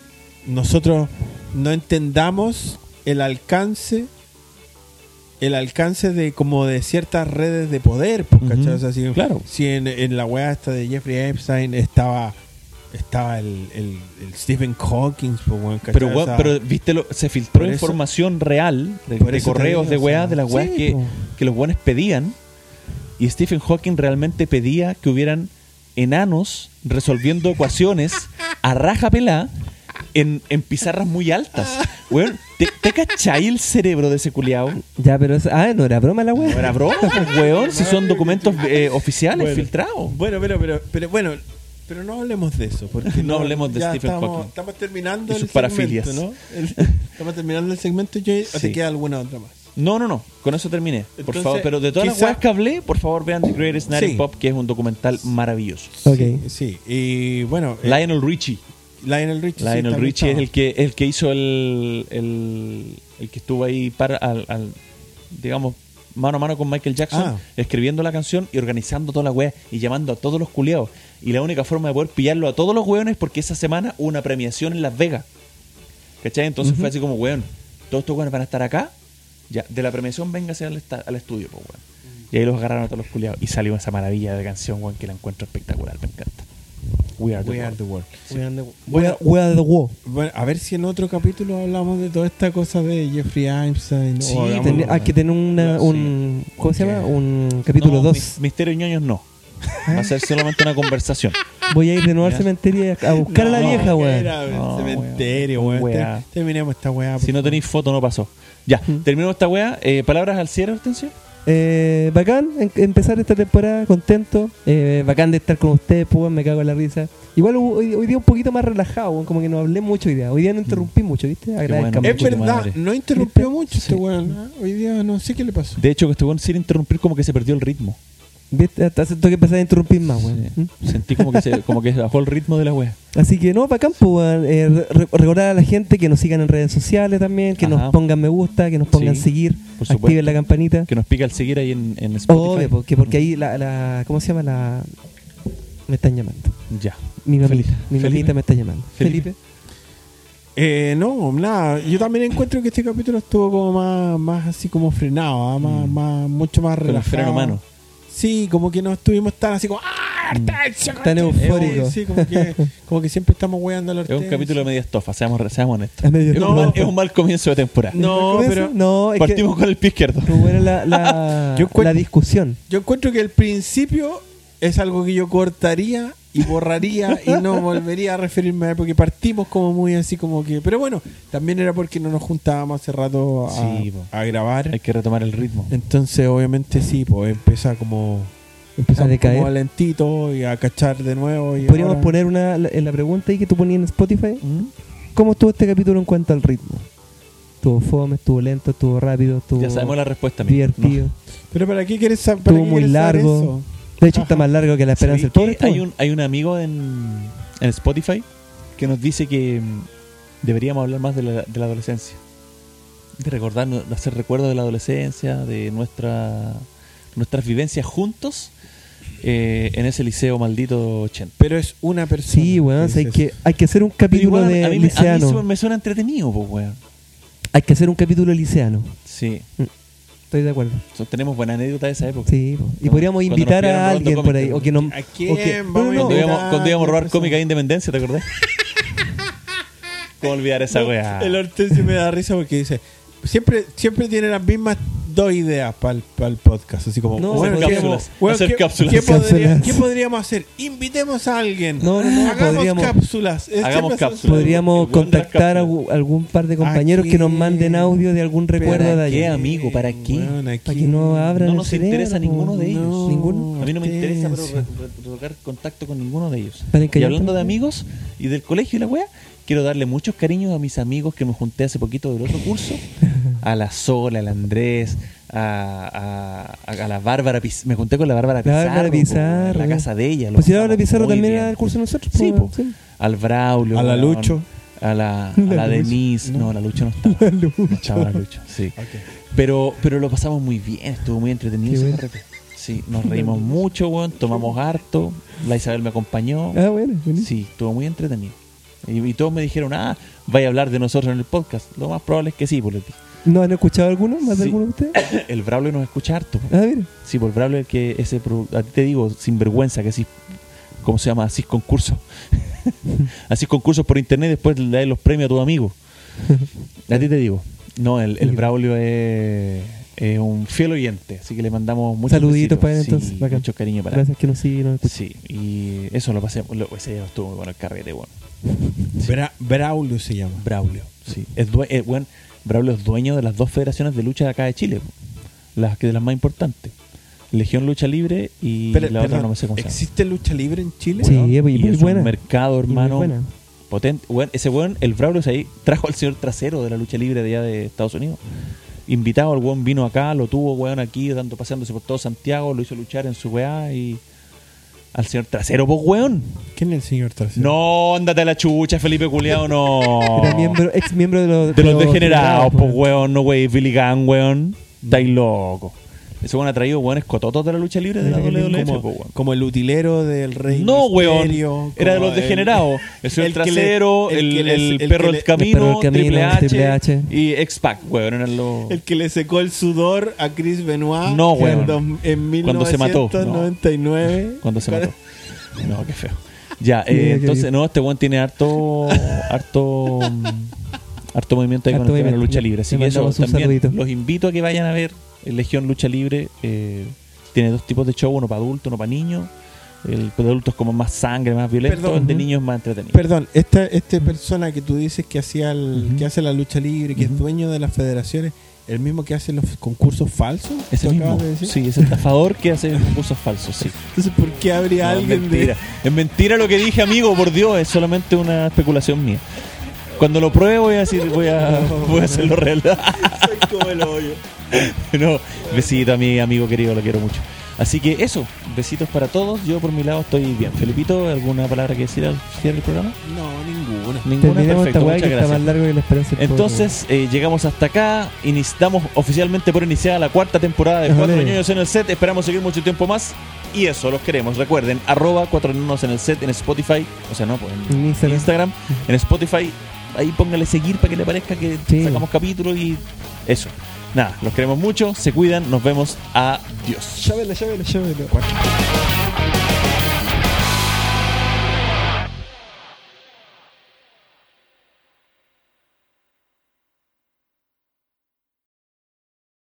Speaker 2: nosotros no entendamos el alcance el alcance de como de ciertas redes de poder, pues,
Speaker 1: Ujú,
Speaker 2: ¿cachai? O sea, si,
Speaker 1: claro.
Speaker 2: si en, en la weá esta de Jeffrey Epstein estaba estaba el, el- el Stephen Hawking, pues, weón, ¿cachai?
Speaker 1: Pero,
Speaker 2: O
Speaker 1: weón,
Speaker 2: sea,
Speaker 1: pero viste, lo- se filtró
Speaker 2: por eso-
Speaker 1: información real de,
Speaker 2: por
Speaker 1: de
Speaker 2: eso te
Speaker 1: correos
Speaker 2: digo,
Speaker 1: de
Speaker 2: o
Speaker 1: weas,
Speaker 2: sea,
Speaker 1: de las weas
Speaker 3: sí,
Speaker 1: que,
Speaker 3: po.
Speaker 1: que los weones pedían. Y Stephen Hawking realmente pedía que hubieran enanos resolviendo ecuaciones a raja pelá en, en pizarras muy altas. Weón, ¿te, te cachai el cerebro de ese culiao?
Speaker 3: Ya, pero eso- ah, no era broma la
Speaker 1: No
Speaker 3: weá.
Speaker 1: era broma, pues, weón, si son documentos eh, oficiales,
Speaker 2: Bueno.
Speaker 1: filtrados.
Speaker 2: Bueno, pero, pero, pero bueno, pero no hablemos de eso. Porque
Speaker 1: No hablemos de
Speaker 2: ya
Speaker 1: Stephen
Speaker 2: estamos,
Speaker 1: Hawking.
Speaker 2: Estamos terminando
Speaker 1: Y sus
Speaker 2: el
Speaker 1: parafilias.
Speaker 2: segmento, ¿no? El- estamos terminando el segmento, Jay, ¿o
Speaker 1: Sí.
Speaker 2: te queda alguna otra más?
Speaker 1: No, no, no. Con eso terminé. Por
Speaker 2: Entonces,
Speaker 1: favor, pero de todas las
Speaker 2: quizá-
Speaker 1: weas que hablé, por favor vean The Greatest Night in
Speaker 2: Sí.
Speaker 1: Pop, que es un documental maravilloso.
Speaker 3: Ok.
Speaker 2: Sí, sí, y bueno, eh,
Speaker 1: Lionel Richie.
Speaker 2: Lionel Richie. sí,
Speaker 1: Lionel
Speaker 2: también
Speaker 1: Richie es
Speaker 2: estaba.
Speaker 1: el que el que hizo el el, el que estuvo ahí para al, al- digamos mano a mano con Michael Jackson
Speaker 2: Ah.
Speaker 1: escribiendo la canción y organizando toda la wea y llamando a todos los culiados y la única forma de poder pillarlo a todos los weones es porque esa semana hubo una premiación en Las Vegas ¿cachai? entonces fue así como weón todos estos weones van a estar acá ya de la premiación véngase al, esta- al estudio pues weón y ahí los agarraron a todos los culiados y salió esa maravilla de canción weón que la encuentro espectacular me encanta We are the,
Speaker 2: We
Speaker 1: World.
Speaker 2: Are the World.
Speaker 3: Wea- wea de wo.
Speaker 2: Bueno, a ver si en otro capítulo hablamos de toda esta cosa de Jeffrey Einstein.
Speaker 1: Sí,
Speaker 2: o
Speaker 1: Digamos,
Speaker 3: Ten-
Speaker 2: hablamos-
Speaker 3: hay que tener una,
Speaker 1: sí.
Speaker 3: un. ¿Cómo se llama?
Speaker 2: Ok.
Speaker 3: Un capítulo
Speaker 1: No,
Speaker 3: 2.
Speaker 1: mi- Misterio y ñoños no. Va a ser solamente una conversación.
Speaker 3: Voy a ir de nuevo al
Speaker 1: Ya.
Speaker 3: cementerio a- a buscar a la
Speaker 1: No,
Speaker 3: vieja, weón.
Speaker 2: Era el
Speaker 1: No,
Speaker 2: cementerio,
Speaker 1: weón.
Speaker 2: weón. Te-
Speaker 1: Weá.
Speaker 2: Terminemos esta weá.
Speaker 1: Si no tenéis foto, no pasó. Ya,
Speaker 3: Mm.
Speaker 1: terminó esta wea. Eh, Palabras al cierre, Hortensio.
Speaker 3: Eh, bacán en- empezar esta temporada, contento. Eh, bacán de estar con ustedes, pues, weón, me cago en la risa. Igual hubo- hoy, hoy día un poquito más relajado, weón, como que no hablé mucho hoy día. Hoy día no interrumpí mucho, ¿viste? Agradezco.
Speaker 1: Mm. bueno.
Speaker 2: Es
Speaker 1: Mucho
Speaker 2: verdad,
Speaker 1: madre.
Speaker 2: no interrumpió mucho
Speaker 1: Sí.
Speaker 2: este weón. ¿eh? Hoy día no sé qué le pasó.
Speaker 1: De hecho, que este weón sin interrumpir, como que se perdió el ritmo.
Speaker 3: ¿Viste? Hasta hace- tengo que empezar a interrumpir más, weón. ¿Mm?
Speaker 1: Sentí como que, se, como que bajó el ritmo de la wea.
Speaker 3: Así que no, bacán, pues, weón. Eh, re- recordar a la gente que nos sigan en redes sociales también, que
Speaker 1: Ajá.
Speaker 3: nos pongan me gusta, que nos pongan
Speaker 1: Sí,
Speaker 3: seguir,
Speaker 1: por supuesto.
Speaker 3: activen la campanita.
Speaker 1: Que nos pica el seguir ahí en, en Spotify.
Speaker 3: Obvio, porque, porque ahí la, la- ¿Cómo se llama? La. Me están llamando.
Speaker 1: Ya.
Speaker 3: Mi mamita.
Speaker 1: Felipe.
Speaker 3: Mi mamita
Speaker 1: Felipe.
Speaker 3: me está llamando.
Speaker 1: Felipe.
Speaker 3: Felipe.
Speaker 2: Eh, no, nada. Yo también encuentro que este capítulo estuvo como más, más así como frenado, ¿ah? más, más, mucho más
Speaker 1: Con Mm. el
Speaker 2: relajado.
Speaker 1: freno humano. Mm.
Speaker 2: Sí, como que no estuvimos tan así como. ¡Ah, Hortensia,
Speaker 3: Tan
Speaker 2: conche-
Speaker 3: eufórico.
Speaker 2: Sí, como que, como que siempre estamos weando a la
Speaker 1: Es un
Speaker 2: Hortensia.
Speaker 1: capítulo de media estofa, seamos, re- seamos honestos.
Speaker 3: A medio
Speaker 1: es, un
Speaker 3: tiempo.
Speaker 1: mal, es un mal comienzo de temporada.
Speaker 2: No,
Speaker 3: ¿Comienzo?
Speaker 2: pero.
Speaker 3: No, es
Speaker 1: Partimos con el pie izquierdo.
Speaker 3: que. Muy buena la, la,
Speaker 2: Yo encuentro-
Speaker 3: la discusión.
Speaker 2: Yo encuentro que el principio es algo que yo cortaría y borraría y no volvería a referirme a él porque partimos como muy así como que... Pero bueno, también era porque no nos juntábamos hace rato a,
Speaker 1: Sí, po.
Speaker 2: a grabar.
Speaker 1: Hay que retomar el ritmo.
Speaker 2: Entonces obviamente sí, pues empieza como...
Speaker 3: Empezó
Speaker 1: Ah,
Speaker 3: a decaer.
Speaker 2: Como lentito y a cachar de nuevo. Y
Speaker 3: Podríamos
Speaker 2: ahora-
Speaker 3: poner una, la- en la pregunta ahí que tú ponías en Spotify.
Speaker 2: ¿Mm?
Speaker 3: ¿Cómo estuvo este capítulo en cuanto al ritmo? ¿Estuvo fome? ¿Estuvo lento? ¿Estuvo rápido? ¿Estuvo
Speaker 1: Ya sabemos la respuesta. amigo.
Speaker 3: divertido?
Speaker 2: Pero ¿para qué quieres saber?
Speaker 3: Estuvo muy largo. De hecho, está más largo que la
Speaker 1: No.
Speaker 3: esperanza del
Speaker 1: Sí, eh,
Speaker 3: pobre.
Speaker 1: hay, un, hay un amigo en, en Spotify que nos dice que mm, deberíamos hablar más de la, de la adolescencia. De recordar, de hacer recuerdos de la adolescencia, de nuestra, nuestras vivencias juntos eh, en ese liceo maldito 80.
Speaker 2: Pero es una persona.
Speaker 3: Sí, weón,
Speaker 2: dices.
Speaker 3: hay que, hay que hacer un
Speaker 1: Pero
Speaker 3: capítulo
Speaker 1: igual a,
Speaker 3: de
Speaker 1: a mí, me- a mí
Speaker 3: liceano.
Speaker 1: su- me suena entretenido, pues, weón.
Speaker 3: Hay que hacer un capítulo de liceano.
Speaker 1: Sí.
Speaker 3: Estoy de acuerdo.
Speaker 1: So- tenemos buena anécdota de esa época.
Speaker 3: Sí, po. y
Speaker 1: Cuando-
Speaker 3: podríamos
Speaker 1: cuando
Speaker 3: invitar
Speaker 1: nos
Speaker 3: a
Speaker 1: pidieron
Speaker 3: alguien
Speaker 1: robando
Speaker 3: por ahí.
Speaker 1: cómics.
Speaker 3: O que no,
Speaker 2: ¿A
Speaker 3: o
Speaker 2: quién
Speaker 3: que-
Speaker 2: vamos a
Speaker 3: no, no,
Speaker 1: Cuando
Speaker 2: invitar?
Speaker 1: íbamos, cuando íbamos a robar
Speaker 2: Persona.
Speaker 1: cómica de Independencia, ¿te acordás? ¿Cómo olvidar esa
Speaker 2: No,
Speaker 1: weá?
Speaker 2: El Hortensio me da risa porque dice, siempre, siempre tiene las mismas dos ideas para el podcast. Así como,
Speaker 3: No,
Speaker 2: bueno,
Speaker 3: hacer
Speaker 2: ¿qué-
Speaker 1: cápsulas,
Speaker 2: bueno,
Speaker 1: hacer
Speaker 2: ¿qué-
Speaker 1: cápsulas.
Speaker 2: ¿qué, podría-
Speaker 3: Cápsulas.
Speaker 2: qué podríamos hacer? Invitemos a alguien.
Speaker 3: No, no, no,
Speaker 2: Hagamos
Speaker 3: podríamos-
Speaker 2: cápsulas. Eh,
Speaker 1: Hagamos
Speaker 2: siempre son-
Speaker 1: cápsulas.
Speaker 3: podríamos
Speaker 1: El buen
Speaker 3: contactar a
Speaker 1: rascapelo.
Speaker 3: algún- algún par de compañeros
Speaker 2: Aquí.
Speaker 3: que nos manden audio de algún recuerdo de
Speaker 1: ¿Para qué,
Speaker 3: ayer.
Speaker 1: amigo? ¿Para qué?
Speaker 2: Weón, aquí-
Speaker 3: Para que no abran
Speaker 1: No
Speaker 3: el
Speaker 1: nos
Speaker 3: cerebro,
Speaker 1: interesa
Speaker 3: po.
Speaker 1: ninguno de ellos.
Speaker 3: No. ¿Ninguno?
Speaker 1: A mí no me interesa pero
Speaker 2: Hortensio.
Speaker 1: re- re- tocar contacto con ninguno de ellos.
Speaker 3: Vale, que
Speaker 1: Y
Speaker 3: yo
Speaker 1: hablando de
Speaker 3: también.
Speaker 1: amigos y del colegio y la wea, quiero darle muchos cariños a mis amigos que me junté hace poquito del otro curso. A la Sol, al Andrés, a, a- a la Bárbara Pizarro. Me junté con la Bárbara
Speaker 3: La
Speaker 1: Pizarro.
Speaker 3: Bárbara
Speaker 1: po,
Speaker 3: Pizarro.
Speaker 1: En la casa de ella. lo
Speaker 3: Pues si la Bárbara
Speaker 1: pasamos
Speaker 3: Pizarro
Speaker 1: muy
Speaker 3: también
Speaker 1: bien.
Speaker 3: era del curso de nosotros.
Speaker 1: Sí,
Speaker 3: po,
Speaker 1: po. Al Braulio.
Speaker 2: A la
Speaker 1: weón.
Speaker 2: Lucho.
Speaker 1: A la, a
Speaker 3: La
Speaker 1: la
Speaker 3: Lucho.
Speaker 1: Denise. No. la Lucho no estaba.
Speaker 3: La Lucho.
Speaker 1: No estaba la Lucho, sí. Pero, pero lo pasamos muy bien, estuvo muy entretenido.
Speaker 3: Qué
Speaker 1: ese
Speaker 3: bueno.
Speaker 1: carrete. Sí, nos reímos mucho, weón, tomamos harto. La Isabel me acompañó.
Speaker 3: Ah, bueno, buenísimo.
Speaker 1: Sí, estuvo muy entretenido. Y, y todos me dijeron, ah, vaya a hablar de nosotros en el podcast. Lo más probable es que sí, por el,
Speaker 3: ¿No han escuchado alguno? ¿Más de
Speaker 1: Sí.
Speaker 3: alguno de ustedes?
Speaker 1: el Braulio nos escucha harto. po.
Speaker 3: Ah, mira.
Speaker 1: Sí, por Braulio el que ese pro- a ti te digo, sinvergüenza, que así, ¿cómo se llama? Así es concurso. así es concursos por internet, después le das los premios a tu amigo. A ti te digo. No, el, el Braulio es, es un fiel oyente, así que le mandamos muchos besitos.
Speaker 3: Saluditos para él,
Speaker 1: Sí,
Speaker 3: entonces. bacán.
Speaker 1: mucho cariño para él.
Speaker 3: Gracias que nos siguen. nos escuchan.
Speaker 1: Sí, y eso lo pasé, lo, ese día estuvo muy bueno el carrete, bueno.
Speaker 2: Bra- Braulio se llama.
Speaker 1: Braulio, sí. Es due- eh, bueno, Braulio es dueño de las dos federaciones de lucha de acá de Chile, po. las que de las más importantes. Legión Lucha Libre y
Speaker 2: Pero-
Speaker 1: la otra
Speaker 2: perdón,
Speaker 1: no me sé cómo se llama.
Speaker 2: ¿Existe lucha libre en Chile?
Speaker 3: Sí,
Speaker 2: Weón.
Speaker 3: es muy
Speaker 1: pues, y es
Speaker 3: buena.
Speaker 1: un mercado,
Speaker 3: Y muy
Speaker 1: hermano.
Speaker 3: buena.
Speaker 1: Potente. Weón, ese weón, el Braulio es ahí, trajo al señor trasero de la lucha libre de allá de Estados Unidos. Invitado, el weón vino acá, lo tuvo, weón, aquí, dando, paseándose por todo Santiago, lo hizo luchar en su weá y. Al señor trasero, vos, weón.
Speaker 2: ¿Quién es el señor trasero?
Speaker 1: No, andate a la chucha, Felipe Culeado, no.
Speaker 3: Era miembro, ex miembro de los,
Speaker 1: Oh. De los degenerados,
Speaker 3: po.
Speaker 1: pues, weón, no, wey, Billy Gunn, weón. Estáis loco. Ese weón ha traído weones cototos de la lucha libre de la
Speaker 3: Mira,
Speaker 1: WWE,
Speaker 2: como,
Speaker 1: po, pues, weón.
Speaker 2: como el utilero del rey.
Speaker 1: No, weón.
Speaker 2: Misterio,
Speaker 1: Era de
Speaker 2: como
Speaker 1: los degenerados. El, señor
Speaker 2: que le-
Speaker 1: trasero, el,
Speaker 2: que le-
Speaker 1: el
Speaker 2: el que
Speaker 1: perro
Speaker 2: le-
Speaker 1: del camino,
Speaker 3: perro del camino,
Speaker 1: Triple, H,
Speaker 3: Triple H.
Speaker 1: y X-Pac, weón. Eran los.
Speaker 2: el que le secó el sudor a Chris Benoit.
Speaker 1: No,
Speaker 2: en
Speaker 1: weón.
Speaker 2: dos- En,
Speaker 1: Cuando se mató, no.
Speaker 2: 1999.
Speaker 1: Cuando se mató. No, qué feo. Ya, eh,
Speaker 3: Mira, qué
Speaker 1: entonces,
Speaker 3: bien.
Speaker 1: no, este weón tiene harto. harto. mm, harto movimiento ahí
Speaker 3: Harto
Speaker 1: con el tema de la
Speaker 3: movimiento.
Speaker 1: lucha libre. Así
Speaker 3: Le
Speaker 1: que eso
Speaker 3: mandamos un
Speaker 1: también.
Speaker 3: saludito.
Speaker 1: Los invito a que vayan a ver el Legión Lucha Libre. eh, tiene dos tipos de show, uno para adultos, uno para niños. El de adultos es como más sangre, más violento.
Speaker 2: Perdón.
Speaker 1: el de
Speaker 3: Ujú.
Speaker 1: niños es más entretenido.
Speaker 2: Perdón, esta, esta persona que tú dices que, hacía el- que hace la lucha libre, que es
Speaker 1: Ujú.
Speaker 2: dueño de las federaciones, el mismo que hace los concursos falsos.
Speaker 1: Ese
Speaker 2: ¿Tú acabas
Speaker 1: mismo,
Speaker 2: de decir?
Speaker 1: sí, ese estafador que hace concursos falsos, sí.
Speaker 2: Entonces, ¿por qué habría
Speaker 1: No, es
Speaker 2: alguien
Speaker 1: mentira.
Speaker 2: de.?
Speaker 1: Es mentira lo que dije, amigo, por Dios, es solamente una especulación mía. Cuando lo pruebe voy a decir, voy a, voy a hacerlo real.
Speaker 2: Soy como el hoyo.
Speaker 1: no, besito a mi amigo querido, lo quiero mucho. Así que eso, besitos para todos. Yo por mi lado estoy bien. Felipito, ¿alguna palabra que decir al cierre del programa?
Speaker 2: No, ninguna.
Speaker 1: Ninguna,
Speaker 3: Terminemos esta
Speaker 1: perfecto,
Speaker 3: weá
Speaker 1: muchas
Speaker 3: que está más
Speaker 1: gracias.
Speaker 3: largo que la esperanza. del pueblo.
Speaker 1: Entonces eh, llegamos hasta acá y damos oficialmente por iniciada la cuarta temporada de
Speaker 3: Ajá,
Speaker 1: Cuatro
Speaker 3: le.
Speaker 1: Ñoños en el Set. Esperamos seguir mucho tiempo más y eso, los queremos. Recuerden, arroba Cuatro Ñoños en el Set en Spotify, o sea, no, pues en
Speaker 3: En Instagram.
Speaker 1: Instagram, en Spotify. Ahí póngale seguir para que le parezca que
Speaker 3: Sí.
Speaker 1: sacamos capítulos y eso. Nada, los queremos mucho, se cuidan, nos vemos, adiós.
Speaker 3: Llámelo, llámelo, llámelo.